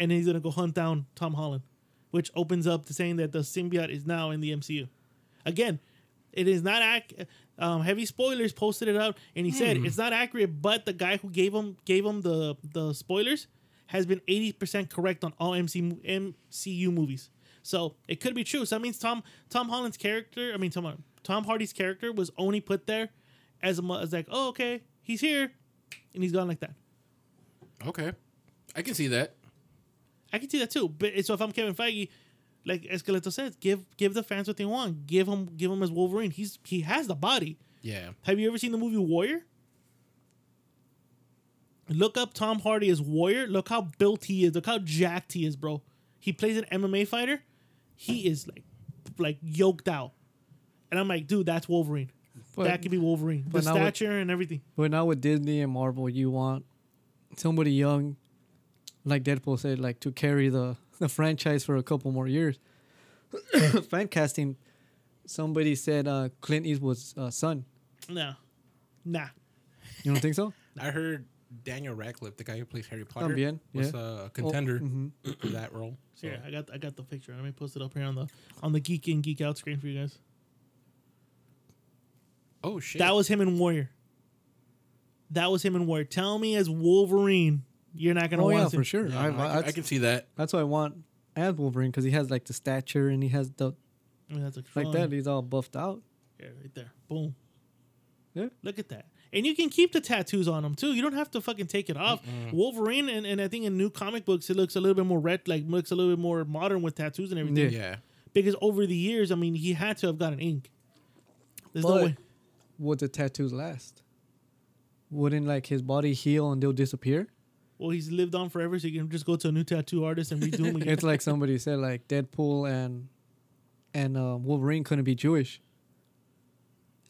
Speaker 3: and he's gonna go hunt down Tom Holland, which opens up to saying that the symbiote is now in the MCU. Again, it is not ac- um, heavy spoilers posted it out, and he
Speaker 5: Hmm.
Speaker 3: said it's not accurate, but the guy who gave him gave him the the spoilers has been eighty percent correct on all MC, mo- MCU movies. So it could be true. So that means Tom Tom Holland's character, I mean Tom Tom Hardy's character was only put there as a mu- as like, oh okay, he's here and he's gone like that.
Speaker 5: okay. I can see that.
Speaker 3: I can see that too. But so if I'm Kevin Feige, like Esqueleto says, give give the fans what they want. Give him give him as Wolverine. He's he has the body.
Speaker 5: Yeah.
Speaker 3: Have you ever seen the movie Warrior? Look up Tom Hardy as Warrior. Look how built he is. Look how jacked he is, bro. He plays an MMA fighter. He is like like yoked out. And I'm like, dude, that's Wolverine.
Speaker 4: But-
Speaker 3: that could be Wolverine. The
Speaker 4: but now with-
Speaker 3: stature and everything.
Speaker 4: But now with Disney and Marvel, you want somebody young, like Deadpool said, like to carry the, the franchise for a couple more years. (coughs) Fan casting, somebody said uh, Clint Eastwood's uh, son.
Speaker 3: Nah. Nah.
Speaker 4: You don't think so?
Speaker 5: I heard Daniel Radcliffe, the guy who plays Harry Potter,
Speaker 4: También,
Speaker 5: was
Speaker 4: yeah. Oh, mm-hmm.
Speaker 5: uh, a contender (clears throat) for that role. So
Speaker 3: Here, I got I got the picture. Let me post it up here on the on the Geek In Geek Out screen for you guys.
Speaker 5: Oh shit.
Speaker 3: That was him in Warrior. That was him in Warrior. Tell me as Wolverine, you're not gonna
Speaker 4: Oh
Speaker 3: want
Speaker 4: yeah,
Speaker 3: to
Speaker 4: for sure. (coughs) I,
Speaker 5: I,
Speaker 4: I-
Speaker 5: can, I
Speaker 4: that's,
Speaker 5: can see that.
Speaker 4: that's why I want as Wolverine because he has like the stature and he has the
Speaker 3: I mean, that's a drawing.
Speaker 4: like that. He's all buffed out.
Speaker 3: Yeah, right there. Boom.
Speaker 4: Yeah.
Speaker 3: Look at that. And you can keep the tattoos on him too. You don't have to fucking take it off. Wolverine and, and I think in new comic books it looks a little bit more red, like looks a little bit more modern with tattoos and everything.
Speaker 4: Yeah.
Speaker 5: Yeah.
Speaker 3: Because over the years, I mean, he had to have gotten ink. There's
Speaker 4: But
Speaker 3: no way.
Speaker 4: would the tattoos last? Wouldn't like his body heal and they'll disappear?
Speaker 3: Well, he's lived on forever, so you can just go to a new tattoo artist and redo him
Speaker 4: (laughs)
Speaker 3: again.
Speaker 4: it's
Speaker 3: (laughs)
Speaker 4: like somebody said like Deadpool and and uh, Wolverine couldn't be Jewish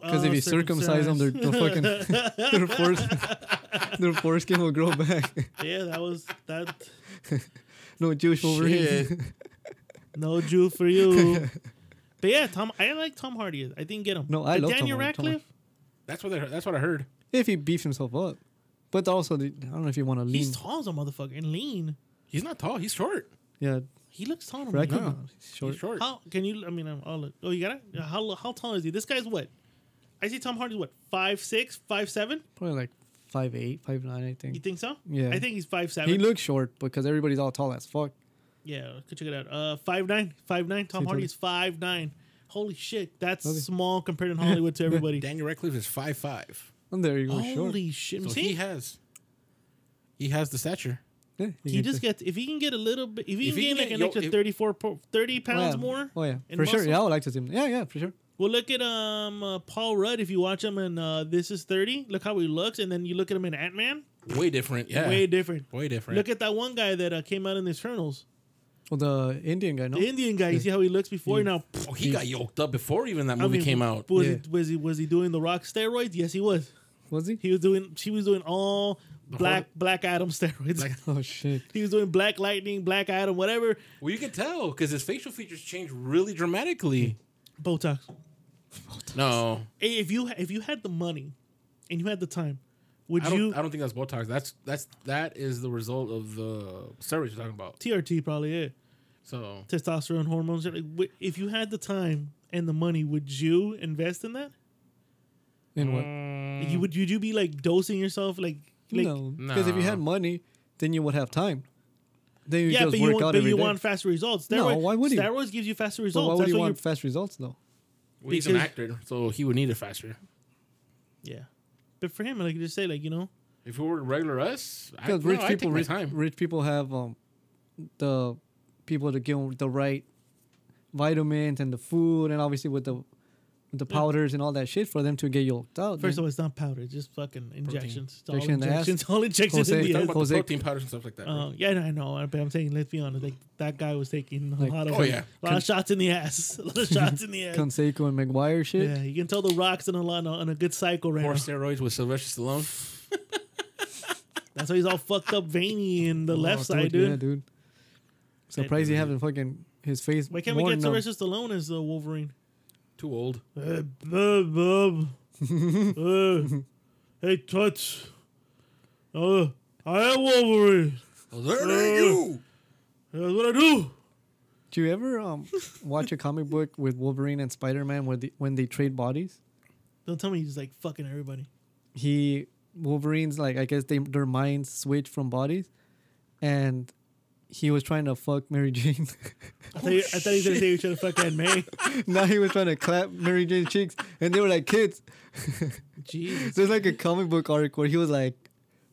Speaker 4: because if
Speaker 3: Oh,
Speaker 4: you circumcise them, their, their fucking (laughs) their, forest, their foreskin will grow back.
Speaker 3: (laughs)
Speaker 4: (laughs)
Speaker 3: yeah, that was that.
Speaker 4: no Jewish Wolverine.
Speaker 5: Shit.
Speaker 3: No Jew for you.
Speaker 4: (laughs)
Speaker 3: but yeah, Tom. I like Tom Hardy. I didn't get him.
Speaker 4: No, I
Speaker 3: But
Speaker 4: love Tom
Speaker 3: Daniel
Speaker 4: Hardy. Tom Hardy.
Speaker 3: Radcliffe.
Speaker 5: That's what I, that's what I heard.
Speaker 4: (laughs) if he beefs himself up, but also the, I don't know if you want to lean.
Speaker 3: He's tall as a motherfucker and lean.
Speaker 5: He's not tall. He's short.
Speaker 4: yeah,
Speaker 3: He looks tall. to me.
Speaker 4: Raccoon.
Speaker 5: No.
Speaker 4: He's short.
Speaker 5: He's short.
Speaker 3: How can you? I mean, I'm, I'll look. Oh, you got it. Yeah, How how tall is he? This guy's what? I see Tom Hardy's what five six, five seven.
Speaker 4: Probably like five eight, five nine. I think.
Speaker 3: You think so?
Speaker 4: Yeah.
Speaker 3: I think he's five seven.
Speaker 4: he looks short because everybody's all tall as fuck.
Speaker 3: Yeah, could check it out. Uh, five nine, five nine. Tom
Speaker 4: See,
Speaker 3: Hardy
Speaker 4: Tony.
Speaker 3: is five nine. Holy shit, that's
Speaker 4: Okay.
Speaker 3: small
Speaker 4: (laughs)
Speaker 3: compared in Hollywood to everybody.
Speaker 5: Daniel Radcliffe is five five.
Speaker 4: And there you go, short.
Speaker 3: Holy shit!
Speaker 5: So
Speaker 3: See,
Speaker 5: he has he has the stature.
Speaker 4: Yeah,
Speaker 3: he
Speaker 4: can
Speaker 3: just
Speaker 4: say-
Speaker 3: gets if he can get a little bit if he
Speaker 5: If
Speaker 3: can
Speaker 5: he
Speaker 3: gain
Speaker 5: can
Speaker 3: like
Speaker 5: get
Speaker 3: an
Speaker 5: yo-
Speaker 3: extra
Speaker 5: if-
Speaker 3: 34 po- 30
Speaker 4: Oh,
Speaker 3: pounds
Speaker 4: yeah.
Speaker 3: more
Speaker 4: Oh yeah,
Speaker 3: in
Speaker 4: for sure.
Speaker 3: muscle-
Speaker 4: Yeah, I would like to see him. Yeah, yeah, for sure.
Speaker 3: well look at um uh, paul rudd if you watch him in uh, this is 30 look how he looks and then you look at him in ant-man
Speaker 5: Way different. Yeah.
Speaker 3: way different
Speaker 5: Way different.
Speaker 3: look at that one guy that uh, came out in the eternals
Speaker 4: Well, the Indian guy, no.
Speaker 3: the indian guy you see how he looks before now
Speaker 5: oh, he got yoked up before even that
Speaker 3: I
Speaker 5: movie
Speaker 3: mean,
Speaker 5: came out.
Speaker 3: was,
Speaker 4: Yeah.
Speaker 3: he, was he was he doing the rock steroids yes he was (laughs)
Speaker 4: was he?
Speaker 3: he was doing she was doing all Black Black Adam (laughs) steroids.
Speaker 4: Oh shit.
Speaker 3: he was doing Black Lightning, Black Adam, whatever.
Speaker 5: Well, you could tell because his facial features changed really dramatically.
Speaker 3: Botox.
Speaker 5: No,
Speaker 3: Hey, If you if you had the money and you had the time, would
Speaker 5: I don't.
Speaker 3: you
Speaker 5: I don't think that's Botox. That's that's that is the result of the steroids you're talking about.
Speaker 3: TRT probably it
Speaker 5: So
Speaker 3: testosterone hormones. like, wi- If you had the time and the money, would you invest in that?
Speaker 4: In what?
Speaker 3: Like, You would would you be like dosing yourself like like
Speaker 4: Mm. no. Because if you had
Speaker 5: Nah.
Speaker 4: money, then you would have time. Then you
Speaker 3: yeah,
Speaker 4: just
Speaker 3: but
Speaker 4: work
Speaker 3: you
Speaker 4: out
Speaker 3: want but
Speaker 4: every
Speaker 3: you
Speaker 4: day.
Speaker 3: want faster results.
Speaker 4: No,
Speaker 3: Steroid-
Speaker 4: why would you?
Speaker 3: Steroids gives you faster
Speaker 4: so
Speaker 3: results.
Speaker 4: why would
Speaker 3: That's
Speaker 4: you
Speaker 3: why
Speaker 4: want fast results though?
Speaker 5: well, he's an
Speaker 3: because-
Speaker 5: actor, so he would need it faster.
Speaker 3: you're- Yeah, but for him, like you just say, like you know,
Speaker 5: If it were regular us, I,
Speaker 4: Because
Speaker 5: no,
Speaker 4: rich
Speaker 5: I'd
Speaker 4: people,
Speaker 5: take my
Speaker 4: rich,
Speaker 5: time.
Speaker 4: rich people have um, the people to give them the right vitamins and the food, and obviously with the with the powders and all that shit for them to get yoked out.
Speaker 3: first of
Speaker 4: man.
Speaker 3: all, it's not powder; it's just fucking injections. It's all
Speaker 4: Injection in the ass.
Speaker 3: injections. (laughs) All injections in
Speaker 4: Jose,
Speaker 3: the
Speaker 5: Talk
Speaker 3: ass.
Speaker 5: about
Speaker 4: Jose-
Speaker 5: the protein powders and stuff like that. bro.
Speaker 3: Uh, yeah, I know, but I'm saying, let's be honest, like that guy was taking a
Speaker 4: Like-
Speaker 3: lot of,
Speaker 5: Oh, yeah.
Speaker 3: a lot of shots in the ass, (laughs) a lot of shots in the ass.
Speaker 4: Conseco and McGuire shit.
Speaker 3: Yeah, you can tell the rocks in a lot on a good cycle right
Speaker 5: More
Speaker 3: now.
Speaker 5: steroids with Sylvester Stallone.
Speaker 3: That's why he's all fucked up, veiny in the
Speaker 4: Oh,
Speaker 3: left side,
Speaker 4: Yeah,
Speaker 3: dude.
Speaker 4: dude. Surprised he haven't fucking his face.
Speaker 3: Why can't we
Speaker 4: more
Speaker 3: get
Speaker 4: numb.
Speaker 3: Sylvester Stallone as the Wolverine? Uh,
Speaker 5: Too old.
Speaker 3: Hey, Bob.
Speaker 4: (laughs)
Speaker 3: Bob. hey, Uh, hey, touch. Uh, I am Wolverine.
Speaker 5: you.
Speaker 3: That's what I do.
Speaker 4: Do you ever
Speaker 3: (laughs)
Speaker 4: um watch a comic book with Wolverine and Spider Man where the, when they trade bodies?
Speaker 3: Don't tell me he's just like fucking everybody.
Speaker 4: He Wolverine's like I guess they their minds switch from bodies, and he was trying to fuck Mary (laughs) Jane.
Speaker 3: I thought, he, I thought he was gonna say we should have fucked Aunt May.
Speaker 4: now he was trying to clap Mary Jane's cheeks, and they were like kids. (laughs)
Speaker 3: Jesus.
Speaker 4: There's like a comic book arc where he was like,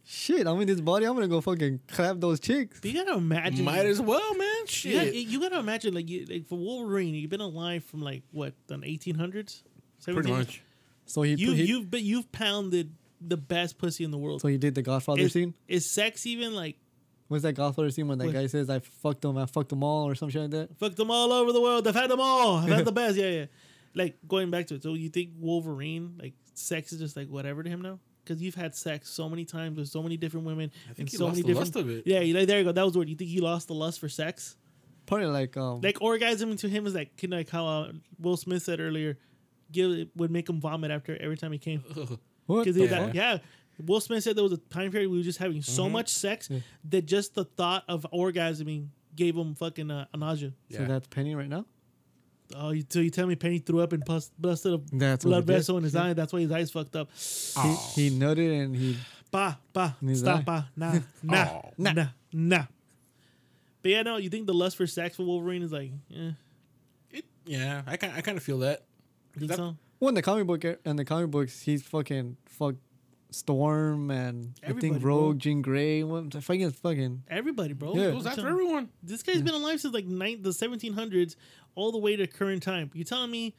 Speaker 4: "Shit, I'm in this body. I'm gonna go fucking clap those cheeks."
Speaker 3: But (laughs) you gotta imagine.
Speaker 5: Might as well, man.
Speaker 3: you, gotta,
Speaker 5: Shit.
Speaker 3: you gotta imagine like you like for Wolverine, you've been alive from like what the 1800s, 1700s?
Speaker 5: Pretty much.
Speaker 4: So he,
Speaker 3: You
Speaker 4: he
Speaker 3: you've been, you've pounded the best pussy in the world.
Speaker 4: so he did the Godfather
Speaker 3: is,
Speaker 4: scene.
Speaker 3: is sex even like
Speaker 4: What's that Godfather scene when that
Speaker 3: What?
Speaker 4: guy says, "I fucked them, I fucked them all," or something like that?
Speaker 3: Fuck them all over the world. I've had them all. I've had
Speaker 5: (laughs)
Speaker 3: the best. Yeah, yeah. Like going back to it. So you think Wolverine, like sex is just like whatever to him now? Because you've had sex so many times with so many different women and
Speaker 5: he
Speaker 3: so
Speaker 5: lost
Speaker 3: many
Speaker 5: the
Speaker 3: different.
Speaker 5: lust of it.
Speaker 3: Yeah, you- like, there you go. That was the word. You think he lost the lust for sex?
Speaker 4: Probably like um
Speaker 3: Like orgasm to him is like kind of like how uh, Will Smith said earlier, give it would make him vomit after every time he
Speaker 4: (laughs)
Speaker 3: came.
Speaker 4: what
Speaker 3: Because
Speaker 4: the
Speaker 3: yeah.
Speaker 4: fuck?
Speaker 3: That, yeah. Will Smith said there was a time period we were just having
Speaker 4: Mm-hmm.
Speaker 3: so much sex that just the thought of orgasming gave him fucking uh, nausea.
Speaker 4: So that's Penny right now.
Speaker 3: Oh, you, so you tell me Penny threw up and pus- busted a
Speaker 4: That's what
Speaker 3: blood
Speaker 4: he did.
Speaker 3: vessel in his eye. That's why his eyes fucked up.
Speaker 4: He, he nutted and he
Speaker 3: Pa, pa,
Speaker 4: In his eye.
Speaker 3: stop, pa,
Speaker 4: (laughs)
Speaker 3: nah, nah,
Speaker 5: Aw.
Speaker 3: nah, nah. But yeah, no, you think the lust for sex for Wolverine is like, eh,
Speaker 5: It, yeah, I kind I kind of feel that.
Speaker 3: think
Speaker 5: That-
Speaker 3: so?
Speaker 4: well in the comic book and the comic books he's fucking fucked Storm and I
Speaker 3: Everybody,
Speaker 4: think
Speaker 3: bro.
Speaker 4: Rogue, Jean Grey, what the fucking fucking
Speaker 3: Everybody, bro.
Speaker 4: Yeah.
Speaker 5: It
Speaker 3: I'm
Speaker 5: was after
Speaker 3: telling-
Speaker 5: everyone.
Speaker 3: This guy's been alive since like nine, the 1700s, all the way to current time. You telling me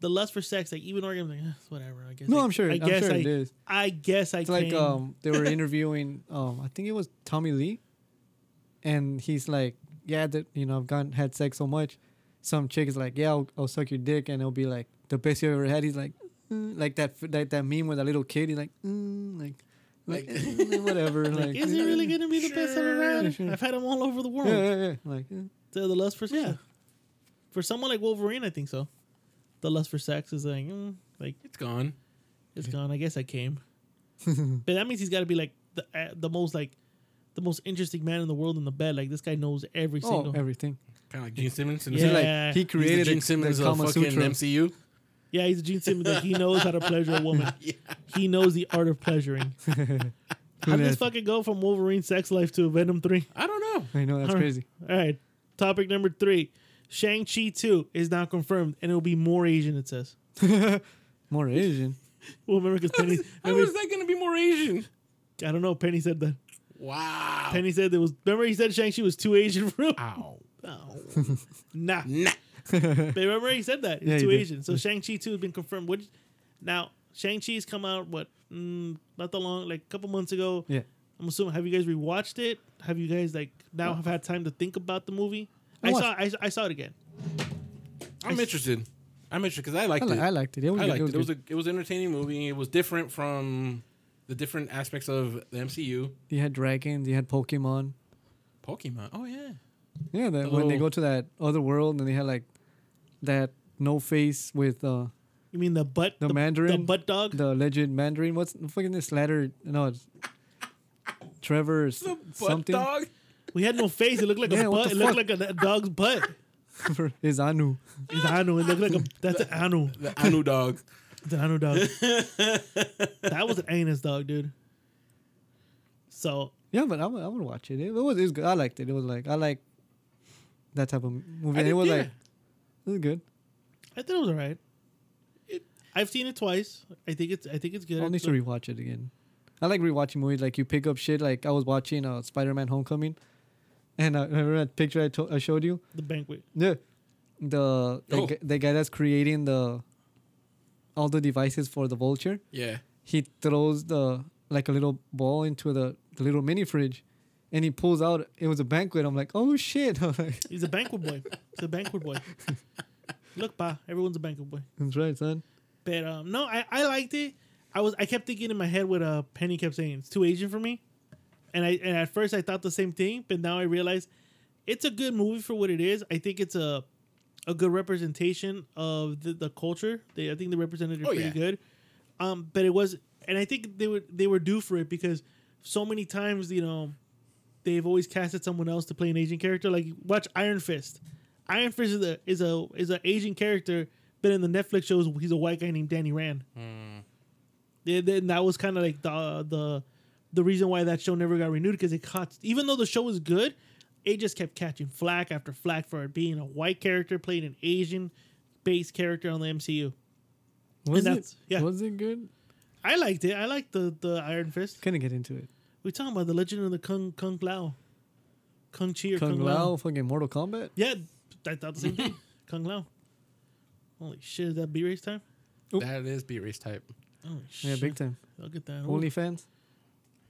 Speaker 3: the lust for sex, like even orgasm, like, eh, whatever. I guess.
Speaker 4: No,
Speaker 3: I,
Speaker 4: I'm sure-
Speaker 3: I
Speaker 4: I'm
Speaker 3: guess
Speaker 4: sure
Speaker 3: I,
Speaker 4: it is.
Speaker 3: I guess I
Speaker 4: It's like
Speaker 3: can.
Speaker 4: um they were interviewing um I think it was Tommy Lee, and he's like, yeah, that you know I've gone had sex so much, some chick is like, yeah, I'll, I'll suck your dick and it'll be like the best you ever had. He's like, mm, like that f- that that meme with that little kid. He's like, mm, like, (laughs) like,
Speaker 3: (laughs)
Speaker 4: mm, whatever. like,
Speaker 3: is it really gonna be the best I've ever
Speaker 4: (laughs)
Speaker 3: had?
Speaker 4: Sure.
Speaker 3: I've had them all over the world.
Speaker 4: Yeah, yeah, yeah. Like, eh.
Speaker 3: The, the lust for sex. For someone like Wolverine, I think so. The lust for sex is like, mm, like
Speaker 5: It's gone.
Speaker 3: it's gone. I guess I
Speaker 4: (laughs)
Speaker 3: came. but that means he's got to be like the uh, the most like the most interesting man in the world in the bed. Like this guy knows every
Speaker 4: oh,
Speaker 3: single.
Speaker 4: everything.
Speaker 5: Kind of like Gene Simmons. And
Speaker 3: Yeah.
Speaker 4: He,
Speaker 5: like
Speaker 4: like he
Speaker 5: created
Speaker 4: created
Speaker 5: Gene
Speaker 4: the, the
Speaker 5: Simmons of
Speaker 4: Kama
Speaker 5: fucking
Speaker 4: Sutra.
Speaker 5: MCU.
Speaker 3: yeah, he's a Gene Simmons. Like he knows how to pleasure
Speaker 4: (laughs)
Speaker 3: a woman. He knows the art of pleasuring. How did this
Speaker 4: that?
Speaker 3: fucking go from Wolverine sex life to Venom three?
Speaker 5: I don't know.
Speaker 4: I know that's
Speaker 3: All right.
Speaker 4: crazy.
Speaker 3: All right. Topic number three. Shang Chi two is now confirmed, and it'll be more Asian. It says.
Speaker 4: More Asian.
Speaker 3: Well, remember
Speaker 4: (laughs)
Speaker 3: because Penny.
Speaker 5: How
Speaker 3: remember-
Speaker 5: is that going to be more Asian?
Speaker 3: I don't know. Penny said that.
Speaker 5: Wow.
Speaker 3: Penny said there was. Remember, he said Shang Chi was too Asian for him.
Speaker 4: Ah.
Speaker 5: Wow.
Speaker 3: (laughs) Nah, nah. but remember, he said that. It's
Speaker 4: Yeah, he
Speaker 3: too
Speaker 4: did.
Speaker 3: Asian. So Shang Chi two has been confirmed. What? Now Shang Chi's come out. What? Mm, not that long. Like a couple months ago.
Speaker 4: Yeah.
Speaker 3: I'm assuming. Have you guys rewatched it? Have you guys like now have had time to think about the movie?
Speaker 4: I
Speaker 3: I
Speaker 4: watched-
Speaker 3: saw. I, I saw it again.
Speaker 5: I'm interested. I'm interested because I
Speaker 4: I,
Speaker 5: liked
Speaker 4: li-
Speaker 5: it.
Speaker 4: I liked it. It was,
Speaker 5: I
Speaker 4: good.
Speaker 5: liked it.
Speaker 4: it was
Speaker 5: It was
Speaker 4: good.
Speaker 5: a it was an entertaining movie. It was different from the different aspects of the MCU.
Speaker 4: You had dragons. You had Pokemon.
Speaker 5: Pokemon. Oh yeah.
Speaker 4: Yeah, that when they
Speaker 5: Oh.
Speaker 4: go to that other world and they had like that no face with uh
Speaker 3: You mean the butt?
Speaker 4: The Mandarin?
Speaker 3: The butt dog?
Speaker 4: the legend Mandarin. What's the fucking this letter? No, it's Trevor s- something. (laughs)
Speaker 5: Butt dog.
Speaker 3: we had no face. It looked like
Speaker 4: Yeah,
Speaker 3: a
Speaker 4: what
Speaker 3: butt.
Speaker 4: the
Speaker 3: It looked like a, that dog's butt.
Speaker 4: is Anu.
Speaker 3: It's Anu. It looked like a. That's an Anu.
Speaker 5: The
Speaker 4: (laughs)
Speaker 5: Anu dog.
Speaker 3: It's an Anu dog. that was an anus dog, dude. So
Speaker 4: Yeah, but I would, I would watch it. It was, it was good. I liked it. It was like I like that type of movie. And
Speaker 5: I
Speaker 4: it
Speaker 5: did-
Speaker 4: was
Speaker 5: yeah.
Speaker 4: like it was good.
Speaker 3: I thought it was alright. It- I've seen it twice. I think it's. I think it's good.
Speaker 4: I'll need to rewatch it again. I like rewatching movies. Like you pick up shit. Like I was watching uh, Spider-Man: Homecoming, and I remember that picture I, to- I showed you.
Speaker 3: the banquet.
Speaker 4: Yeah, the the,
Speaker 5: Oh.
Speaker 4: gu- the guy that's creating the all the devices for the Vulture.
Speaker 5: Yeah.
Speaker 4: he throws the like a little ball into the, the little mini fridge and he pulls out it was a banquet i'm like oh shit (laughs) I'm like,
Speaker 3: He's a banquet boy. He's a banquet
Speaker 4: (laughs)
Speaker 3: boy. Look, pa, everyone's a banquet boy.
Speaker 4: that's right son
Speaker 3: But um, no, I, I liked it. I was I kept thinking in my head what uh Penny kept saying. It's too Asian for me, and I and at first I thought the same thing, but now I realize it's a good movie for what it is. I think it's a a good representation of the, the culture. They I think they represented it
Speaker 5: Oh,
Speaker 3: pretty
Speaker 5: yeah.
Speaker 3: good. Um, but it was, and I think they were they were due for it because so many times you know they've always casted someone else to play an Asian character. Like watch Iron Fist. Iron Fist is a is a is an Asian character, but in the Netflix shows he's a white guy named Danny Rand. And then that was kind of like the the the reason why that show never got renewed because it caught even though the show was good, it just kept catching flack after flack for it being a white character playing an Asian based character on the MCU.
Speaker 4: was it
Speaker 3: that's- yeah.
Speaker 4: was it good
Speaker 3: I liked it. I liked the the Iron Fist.
Speaker 4: couldn't get into it
Speaker 3: We're talking about the Legend of the Kung Kung Lao, Kung Chi or
Speaker 4: kung,
Speaker 3: Kung,
Speaker 4: lao,
Speaker 3: Lao.
Speaker 4: fucking mortal kombat
Speaker 3: Yeah, I thought the same thing. (laughs) Kung Lao. Holy shit! Is that B race time?
Speaker 5: That is B race type.
Speaker 3: Oh
Speaker 4: yeah
Speaker 3: shit!
Speaker 4: big time
Speaker 3: I'll get that.
Speaker 4: only fans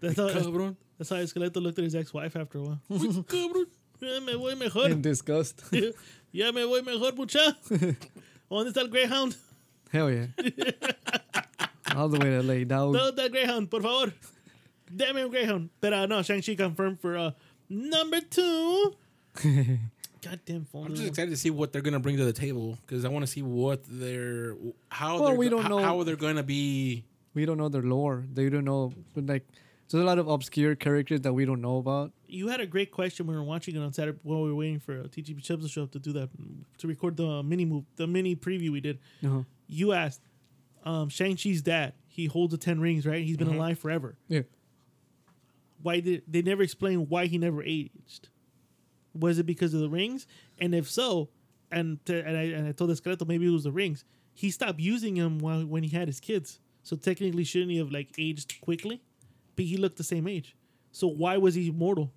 Speaker 3: that's how
Speaker 5: Cabrón.
Speaker 3: that's how Esqueleto looked at his ex-wife after a while.
Speaker 5: Cabrón.
Speaker 3: Yeah, me voy mejor. (laughs)
Speaker 4: in disgust (laughs)
Speaker 3: ya me voy mejor, mucha. ¿Dónde está el Greyhound?
Speaker 4: hell yeah all the way to la dog
Speaker 3: ¿Dónde está el Greyhound, por favor? Dame un Greyhound. But uh, no, Shang-Chi confirmed for uh, number two. Goddamn phone.
Speaker 5: I'm just excited to see what they're gonna bring to the table because I want to see what they're how
Speaker 4: Well,
Speaker 5: they're,
Speaker 4: we don't
Speaker 5: how,
Speaker 4: know.
Speaker 5: how they're gonna be.
Speaker 4: we don't know their lore they don't know but like there's a lot of obscure characters that we don't know about
Speaker 3: You had a great question when we were watching it on Saturday while we were waiting for uh, TGP Chubbs to show up to do that, to record the mini move, the mini preview we did.
Speaker 4: uh-huh.
Speaker 3: You asked, um, Shang-Chi's dad, he holds the 10 rings, right? He's been alive forever.
Speaker 4: yeah
Speaker 3: why did they never explain why he never aged? Was it because of the rings? And if so, and to, and I and I told Esqueleto maybe it was the rings. He stopped using them while, when he had his kids. So technically, shouldn't he have like aged quickly? But he looked the same age. So why was he mortal?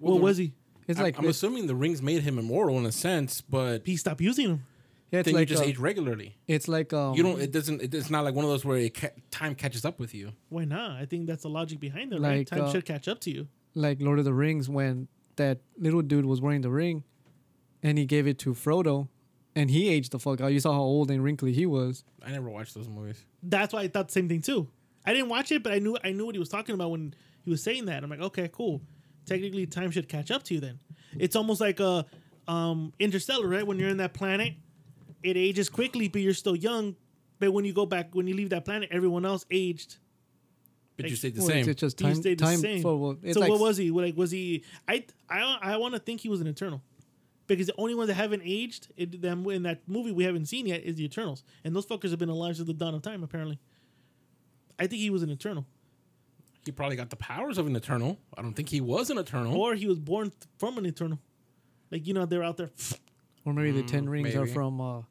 Speaker 5: Well,
Speaker 3: What
Speaker 5: the-
Speaker 3: was he?
Speaker 4: it's
Speaker 5: I-
Speaker 4: like
Speaker 5: I'm assuming the rings made him immortal in a sense, but
Speaker 3: He stopped using them.
Speaker 4: yeah, it's
Speaker 5: then
Speaker 4: like
Speaker 5: you just
Speaker 4: uh,
Speaker 5: age regularly.
Speaker 4: it's like um
Speaker 5: You don't. e- It doesn't. It, it's not like one of those where it ca- time catches up with you.
Speaker 3: Why not? I think that's the logic behind it.
Speaker 4: Like,
Speaker 3: right? Time
Speaker 4: uh,
Speaker 3: should catch up to you.
Speaker 4: like Lord of the Rings when that little dude was wearing the ring and he gave it to Frodo and he aged the fuck out. You saw how old and wrinkly he was.
Speaker 5: I never watched those movies.
Speaker 3: that's why I thought the same thing too. I didn't watch it, but I knew I knew what he was talking about when he was saying that. I'm like, okay, cool. Technically, time should catch up to you. Then it's almost like a um, Interstellar, right? When you're in that planet, it ages quickly, but you're still young. But when you go back, when you leave that planet, everyone else aged.
Speaker 5: But you
Speaker 3: Like,
Speaker 5: stayed the
Speaker 4: Well,
Speaker 5: same.
Speaker 4: It's just
Speaker 3: He
Speaker 4: time,
Speaker 3: stayed the
Speaker 4: time
Speaker 3: same.
Speaker 4: for well, it's
Speaker 3: so
Speaker 4: like
Speaker 3: what was he? Like was he? I I I want to think he was an Eternal, because the only ones that haven't aged it, them in that movie we haven't seen yet is the Eternals, and those fuckers have been alive since the dawn of time. Apparently, I think he was an Eternal.
Speaker 5: he probably got the powers of an eternal. I don't think he was an
Speaker 4: Hmm?
Speaker 5: eternal.
Speaker 3: or he was born th- from an eternal. Like you know, they're out there.
Speaker 4: or maybe the Ten Rings are
Speaker 5: Mm, maybe.
Speaker 4: from uh,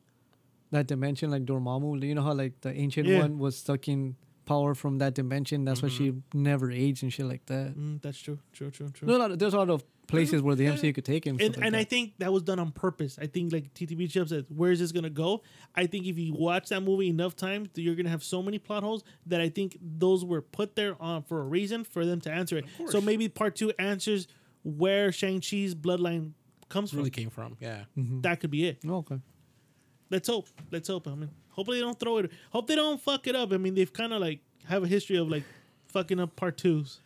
Speaker 4: that dimension, like Dormammu. You know how like the ancient
Speaker 3: Yeah.
Speaker 4: one was stuck in power from that dimension. That's why she
Speaker 5: Mm-hmm.
Speaker 4: never aged and shit like that.
Speaker 3: Mm, that's true, true, true, true.
Speaker 4: There's a lot of, there's a lot of places where the MCU could take him.
Speaker 3: and and I
Speaker 4: I
Speaker 3: think that was done on purpose. I think like TTB Chip said, where is this gonna go? I think if you watch that movie enough times, th- you're gonna have so many plot holes that I think those were put there on for a reason for them to answer it.
Speaker 5: course.
Speaker 3: So maybe part two answers where Shang Chi's bloodline comes
Speaker 5: really
Speaker 3: from.
Speaker 5: came from. Yeah.
Speaker 3: That could be it.
Speaker 4: oh, okay.
Speaker 3: let's hope. Let's hope. I mean, hopefully they don't throw it. Hope they don't fuck it up. I mean, they've kind of like have a history of like fucking up part twos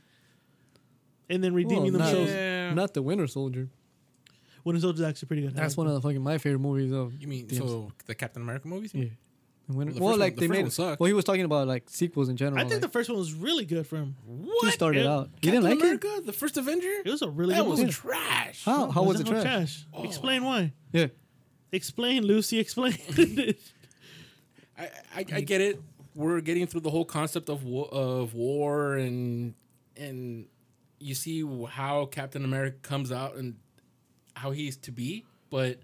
Speaker 3: and then redeeming
Speaker 4: Well, not-
Speaker 3: themselves.
Speaker 5: Yeah.
Speaker 4: Not the Winter Soldier.
Speaker 3: Winter Soldier's actually pretty good. I
Speaker 4: That's
Speaker 3: like
Speaker 4: one of the fucking my favorite movies of.
Speaker 5: You mean
Speaker 4: DMC.
Speaker 5: so the Captain America movies?
Speaker 4: Yeah. The Winter.
Speaker 5: the
Speaker 4: Well,
Speaker 5: first
Speaker 4: like
Speaker 5: one- the
Speaker 4: they
Speaker 5: first
Speaker 4: made.
Speaker 5: one sucked.
Speaker 4: Well, he was talking about like sequels in
Speaker 3: that.
Speaker 4: general.
Speaker 3: I think the
Speaker 4: like,
Speaker 3: first one was really good for him.
Speaker 5: What?
Speaker 4: he started
Speaker 5: It-
Speaker 4: out. You
Speaker 5: Captain
Speaker 4: didn't like
Speaker 5: America,
Speaker 4: it?
Speaker 5: the first Avenger.
Speaker 3: It was a really
Speaker 5: that
Speaker 3: good
Speaker 5: was
Speaker 3: movie.
Speaker 5: trash.
Speaker 4: How? How was it
Speaker 3: that
Speaker 4: trash?
Speaker 3: Explain why.
Speaker 4: Yeah.
Speaker 3: Explain, Lucy. Explain. (laughs) yeah,
Speaker 5: I, I I get it. We're getting through the whole concept of wa- of war and and you see how Captain America comes out and how he's to be, but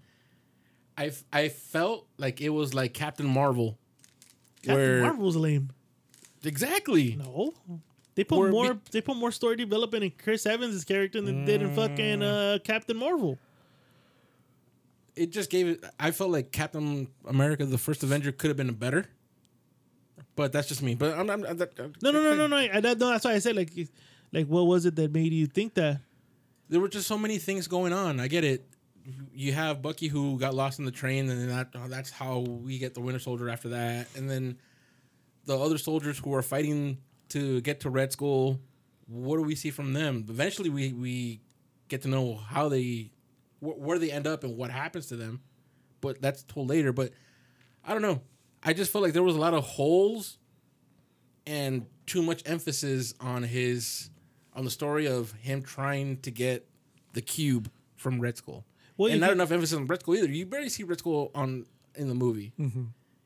Speaker 5: I f- I felt like it was like Captain Marvel. where
Speaker 3: Marvel's lame.
Speaker 5: exactly
Speaker 3: No, they put
Speaker 5: Or be-
Speaker 3: more. they put more story development in Chris Evans' character than they did in fucking uh, Captain Marvel.
Speaker 5: it just gave it I felt like Captain America the first Avenger could have been better. But that's just me. But I'm, I'm, I'm,
Speaker 3: No, no, no, no, no. I, that, no that's why I said like, it- like what was it that made you think that?
Speaker 5: there were just so many things going on. I get it. You have Bucky who got lost in the train, and then that, oh, that's how we get the Winter Soldier after that. And then the other soldiers who are fighting to get to Red Skull, what do we see from them? Eventually, we, we get to know how they, wh- where they end up and what happens to them. But that's told later. But I don't know. I just felt like there was a lot of holes and too much emphasis on his on the story of him trying to get the cube from Red Skull.
Speaker 3: Well, you
Speaker 5: and not
Speaker 3: could-
Speaker 5: enough emphasis on Red Skull either. You barely see Red Skull on in the movie,
Speaker 3: Mm-hmm.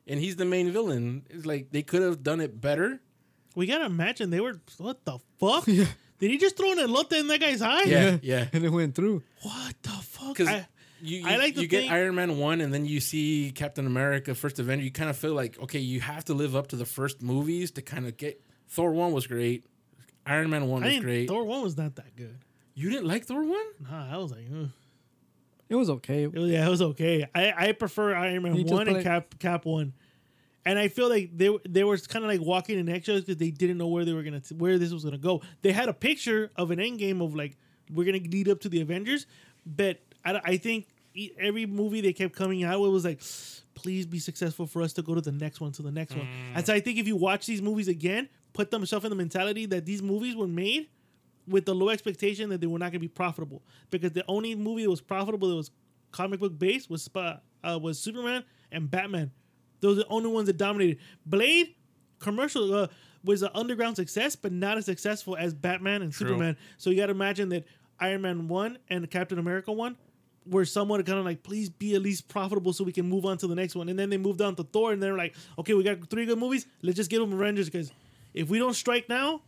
Speaker 5: and he's the main villain. It's like they could have done it better.
Speaker 3: We gotta imagine they were what the
Speaker 4: (laughs)
Speaker 3: fuck? Did he just throw an elote in that guy's eye?
Speaker 5: yeah.
Speaker 4: And it went through.
Speaker 3: What the fuck?
Speaker 5: Because
Speaker 3: I-
Speaker 5: you, you,
Speaker 3: I like to
Speaker 5: you get
Speaker 3: think-
Speaker 5: Iron Man one, and then you see Captain America First Avenger. You kind of feel like okay, you have to live up to the first movies to kind of get. Thor one was great. Iron Man one
Speaker 3: I
Speaker 5: was
Speaker 3: didn't.
Speaker 5: great.
Speaker 3: Thor one was not that good.
Speaker 5: you didn't like Thor one?
Speaker 3: Nah, I was like, Ugh.
Speaker 4: It was okay.
Speaker 3: It was- yeah, it was okay. I, I prefer Iron Man
Speaker 4: You just
Speaker 3: one and
Speaker 4: play-
Speaker 3: Cap Cap one, and I feel like they were- they were kind of like walking in eggshells because they didn't know where they were gonna t- where this was gonna go. They had a picture of an end game of like we're gonna lead up to the Avengers, but I, don't- I think e- every movie they kept coming out with was like. Please be successful for us to go to the next one, to the next one. And so I think if you watch these movies again, put themselves in the mentality that these movies were made with the low expectation that they were not going to be profitable because the only movie that was profitable that was comic book based was Sp- uh, was Superman and Batman. Those are the only ones that dominated. Blade commercial uh, was an underground success, but not as successful as Batman and Superman. So you got to imagine that Iron Man one and Captain America one were somewhat kind of like, please be at least profitable so we can move on to the next one. And then they moved on to Thor, and they're like, okay, we got three good movies. Let's just get them Avengers because if we don't strike now,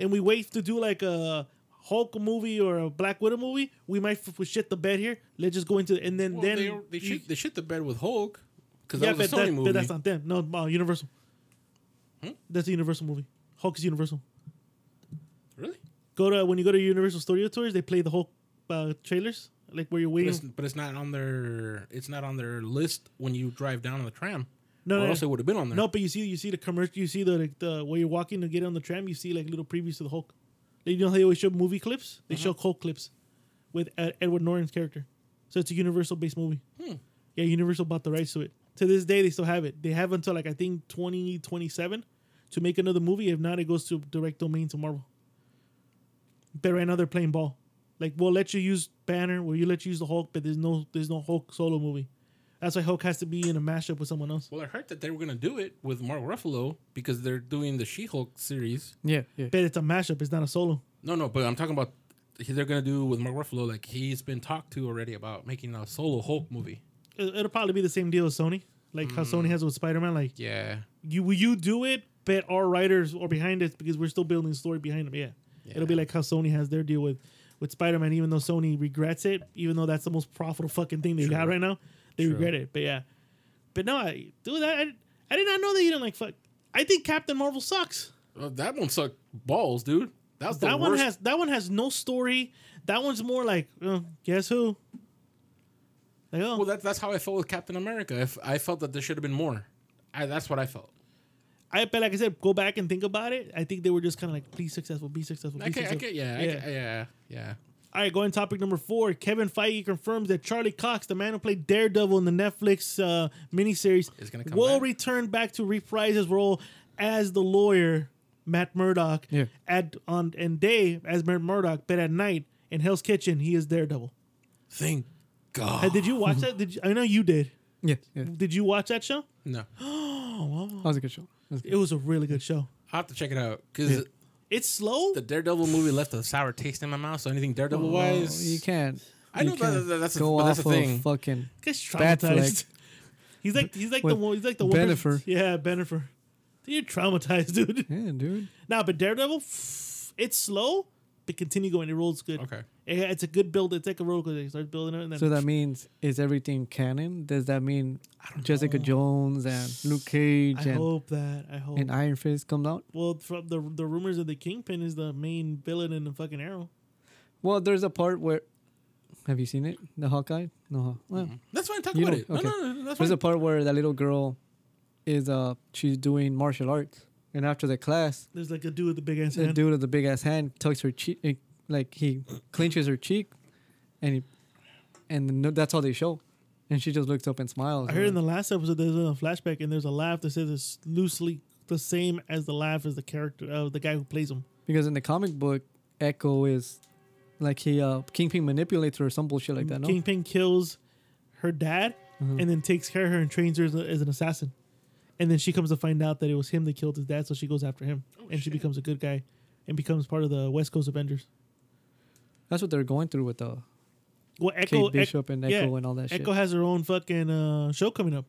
Speaker 3: and we wait to do like a Hulk movie or a Black Widow movie, we might f- f- shit the bed here. Let's just go into and then
Speaker 5: Well,
Speaker 3: then
Speaker 5: they, they,
Speaker 3: you-
Speaker 5: shit, they shit the bed with Hulk because
Speaker 3: yeah,
Speaker 5: that was
Speaker 3: but,
Speaker 5: a Sony
Speaker 3: that,
Speaker 5: movie.
Speaker 3: but that's not them. No, uh, Universal.
Speaker 5: Hmm?
Speaker 3: That's a Universal movie. Hulk is Universal.
Speaker 5: really,
Speaker 3: Go to when you go to Universal Studio Tours, they play the Hulk uh, trailers, like where you're
Speaker 5: but it's,
Speaker 3: waiting.
Speaker 5: but it's not on their it's not on their list when you drive down on the tram.
Speaker 3: No,
Speaker 5: or
Speaker 3: no,
Speaker 5: else
Speaker 3: no.
Speaker 5: it would have been on there.
Speaker 3: Uh, No, but you see, you see the commercial. You see the like the where you're walking to get on the tram. You see like little previews to the Hulk. Like, you know how they always show movie clips.
Speaker 5: Mm-hmm.
Speaker 3: They show Hulk clips with uh, Edward Norton's character. So it's a Universal based movie.
Speaker 5: Hmm.
Speaker 3: Yeah, Universal bought the rights to it. To this day, they still have it. They have until like I think 2027 to make another movie. If not, it goes to direct domain to Marvel. But right now they're playing ball. Like we'll let you use Banner, we'll you let you use the Hulk, but there's no there's no Hulk solo movie. That's why Hulk has to be in a mashup with someone else.
Speaker 5: Well, I heard that they were gonna do it with Mark Ruffalo because they're doing the She-Hulk series.
Speaker 4: Yeah. Yeah.
Speaker 3: But it's a mashup. It's not a solo.
Speaker 5: No, no, but I'm talking about they're gonna do with Mark Ruffalo. Like he's been talked to already about making a solo Hulk movie.
Speaker 3: It- It'll probably be the same deal as Sony, like how
Speaker 5: Mm.
Speaker 3: Sony has with Spider Man. Like
Speaker 5: Yeah,
Speaker 3: you, will you do it? But our writers are behind it because we're still building the story behind them. Yeah. it'll be like how Sony has their deal with with Spider Man. Even though Sony regrets it, even though that's the most profitable fucking thing they got right now, they regret it. But yeah, but no, I dude, I, I I did not know that you didn't like fuck. I think Captain Marvel sucks.
Speaker 5: Well, that one sucked balls, dude. That's the
Speaker 3: that
Speaker 5: worst.
Speaker 3: one has that one has no story. That one's more like uh, guess who. Like, oh,
Speaker 5: well, that, that's how I felt with Captain America. If I felt that there should have been more, I, that's what I felt.
Speaker 3: I but like I said, go back and think about it. I think they were just kind of like, please successful, be successful. Be
Speaker 5: I can, I
Speaker 3: successful.
Speaker 5: can, yeah, I can, yeah, yeah.
Speaker 3: All right, going to topic number four. Kevin Feige confirms that Charlie Cox, the man who played Daredevil in the Netflix uh, miniseries,
Speaker 5: Is gonna come
Speaker 3: will
Speaker 5: back.
Speaker 3: return back to reprise his role as the lawyer Matt Murdock
Speaker 4: Yeah.
Speaker 3: at on and day as Matt Murdock, but at night in Hell's Kitchen he is Daredevil.
Speaker 5: Thank God.
Speaker 3: Hey, did you watch that? Did you, I know you did?
Speaker 4: Yeah, yeah.
Speaker 3: Did you watch that show?
Speaker 5: no, I
Speaker 4: That was a good show. That was good.
Speaker 3: It was a really good show.
Speaker 5: have to check it out because
Speaker 3: It's slow.
Speaker 5: the Daredevil movie left a sour taste in my mouth. So anything Daredevil
Speaker 4: Oh,
Speaker 5: wise,
Speaker 4: you can't.
Speaker 5: I
Speaker 4: you
Speaker 5: know, but
Speaker 4: can't
Speaker 5: that- that's a-
Speaker 4: go
Speaker 5: but that's
Speaker 4: off
Speaker 5: a
Speaker 4: of
Speaker 5: thing.
Speaker 4: Fucking
Speaker 3: Guy's
Speaker 4: Bad
Speaker 3: traumatized. He's like he's like the
Speaker 4: With
Speaker 3: one. He's like the one. person-
Speaker 4: Bennifer.
Speaker 3: Yeah, Benifer. You're traumatized, (laughs) dude.
Speaker 4: (laughs) yeah, dude.
Speaker 3: Nah, but Daredevil, f- it's slow, but continue going. It rolls good.
Speaker 5: Okay.
Speaker 3: It- it's a good build. It's like a roller coaster. It starts building it, and then
Speaker 4: So that means is everything canon? Does that mean Jessica Jones and Luke Cage
Speaker 3: I
Speaker 4: and,
Speaker 3: hope that I hope.
Speaker 4: and Iron Fist comes out?
Speaker 3: well, from the the rumors of the Kingpin is the main villain in the fucking Arrow.
Speaker 4: Well, there's a part where have you seen it? The Hawkeye? No. huh? Well,
Speaker 3: Mm-hmm.
Speaker 5: that's fine. Talk
Speaker 4: You
Speaker 5: about
Speaker 4: know,
Speaker 5: it. No,
Speaker 4: okay.
Speaker 5: no, no, that's
Speaker 4: There's a
Speaker 5: fine.
Speaker 4: part where that little girl is uh she's doing martial arts, and after the class,
Speaker 3: There's like a dude with a big ass
Speaker 4: the
Speaker 3: hand.
Speaker 4: dude with the big ass hand tucks her cheek, eh, like he clenches her cheek, and he, and no, that's all they show, and she just looks up and smiles.
Speaker 3: I heard in
Speaker 4: and
Speaker 3: the last episode there's a flashback and there's a laugh that says it's loosely the same as the laugh as the character of the guy who plays him.
Speaker 4: because in the comic book, Echo is, like he uh Kingpin manipulates her or some bullshit like that. No, Mm-hmm.
Speaker 3: Kingpin kills her dad and then takes care of her and trains her as, a, as an assassin. And then she comes to find out that it was him that killed his dad, so she goes after him and she becomes a good guy and becomes part of the West Coast Avengers.
Speaker 4: that's what they're going through with the
Speaker 3: Well, Echo, Ec-
Speaker 4: Bishop and Echo and all that shit.
Speaker 3: Echo has her own fucking uh, show coming up.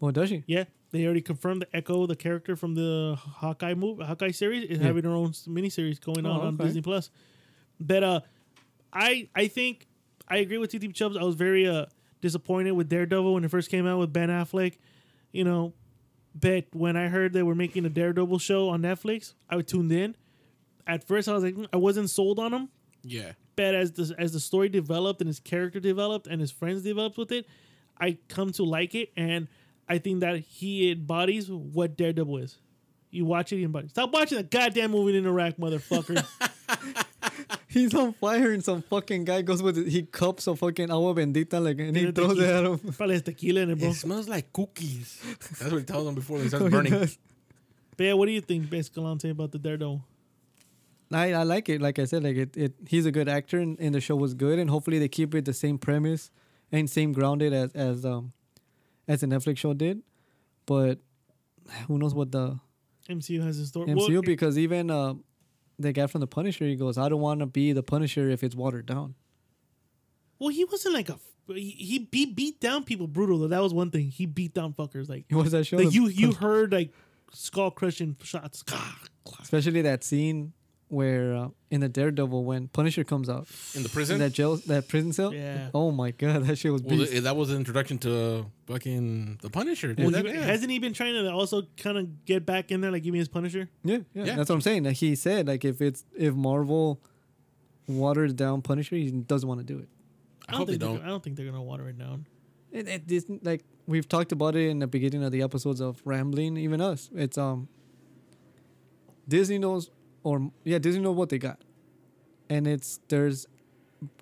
Speaker 4: well, does she?
Speaker 3: Yeah, they already confirmed that Echo, the character from the Hawkeye movie, Hawkeye series, is
Speaker 4: Yeah.
Speaker 3: having her own s- miniseries going on
Speaker 4: Oh,
Speaker 3: on
Speaker 4: okay.
Speaker 3: Disney Plus. But uh, I I think I agree with TT Chubbs. I was very uh disappointed with Daredevil when it first came out with Ben Affleck, you know. But when I heard they were making a Daredevil show on Netflix, I tuned in. At first, I was like, "Mm," I wasn't sold on him
Speaker 5: Yeah,
Speaker 3: but as the as the story developed and his character developed and his friends developed with it, I come to like it, and I think that he embodies what Daredevil is. You watch it, he embodies. Stop watching the goddamn movie in Iraq, motherfucker.
Speaker 4: He's on fire and some fucking guy goes with it. He cups a fucking agua bendita like and he
Speaker 3: Tequila.
Speaker 4: throws it at him. (laughs)
Speaker 3: Probably has tequila in it, bro.
Speaker 5: it smells like cookies. That's what he tells them before it
Speaker 4: He
Speaker 5: starts burning.
Speaker 4: does.
Speaker 3: But yeah, what do you think, Escalante, about the Daredevil?
Speaker 4: I, I like it. Like I said, like it, it he's a good actor and, and the show was good and hopefully they keep it the same premise and same grounded as as um as the Netflix show did. But who knows what the
Speaker 3: MCU has his story.
Speaker 4: MCU
Speaker 3: Well,
Speaker 4: because even uh, the guy from the Punisher he goes, I don't want to be the Punisher if it's watered down. (laughs)
Speaker 3: well, he wasn't like a he, he beat down people brutal though. That was one thing. He beat down fuckers like
Speaker 4: What was that show?
Speaker 3: like
Speaker 4: The
Speaker 3: you you heard like skull crushing shots.
Speaker 4: (laughs) especially that scene where uh, in the Daredevil when Punisher comes out
Speaker 5: in the
Speaker 4: in
Speaker 5: prison.
Speaker 4: that jail, that prison cell.
Speaker 3: Yeah.
Speaker 4: Oh my god, that shit was
Speaker 5: well,
Speaker 4: beast.
Speaker 5: th- that was the introduction to uh, fucking the Punisher. dude.
Speaker 3: Well,
Speaker 5: That-
Speaker 3: he-
Speaker 5: yeah.
Speaker 3: hasn't he been trying to also kind of get back in there, like give me his Punisher?
Speaker 4: yeah, yeah,
Speaker 5: Yeah.
Speaker 4: That's what I'm saying. Like he said, like if it's if Marvel waters down Punisher, he doesn't want to do it.
Speaker 5: I hope they
Speaker 3: think they're
Speaker 5: don't.
Speaker 3: gonna- I don't think they're gonna water it down.
Speaker 4: It, it isn't like we've talked about it in the beginning of the episodes of Rambling. Even us, it's um. Disney knows, or yeah, Disney knows what they got, and it's there's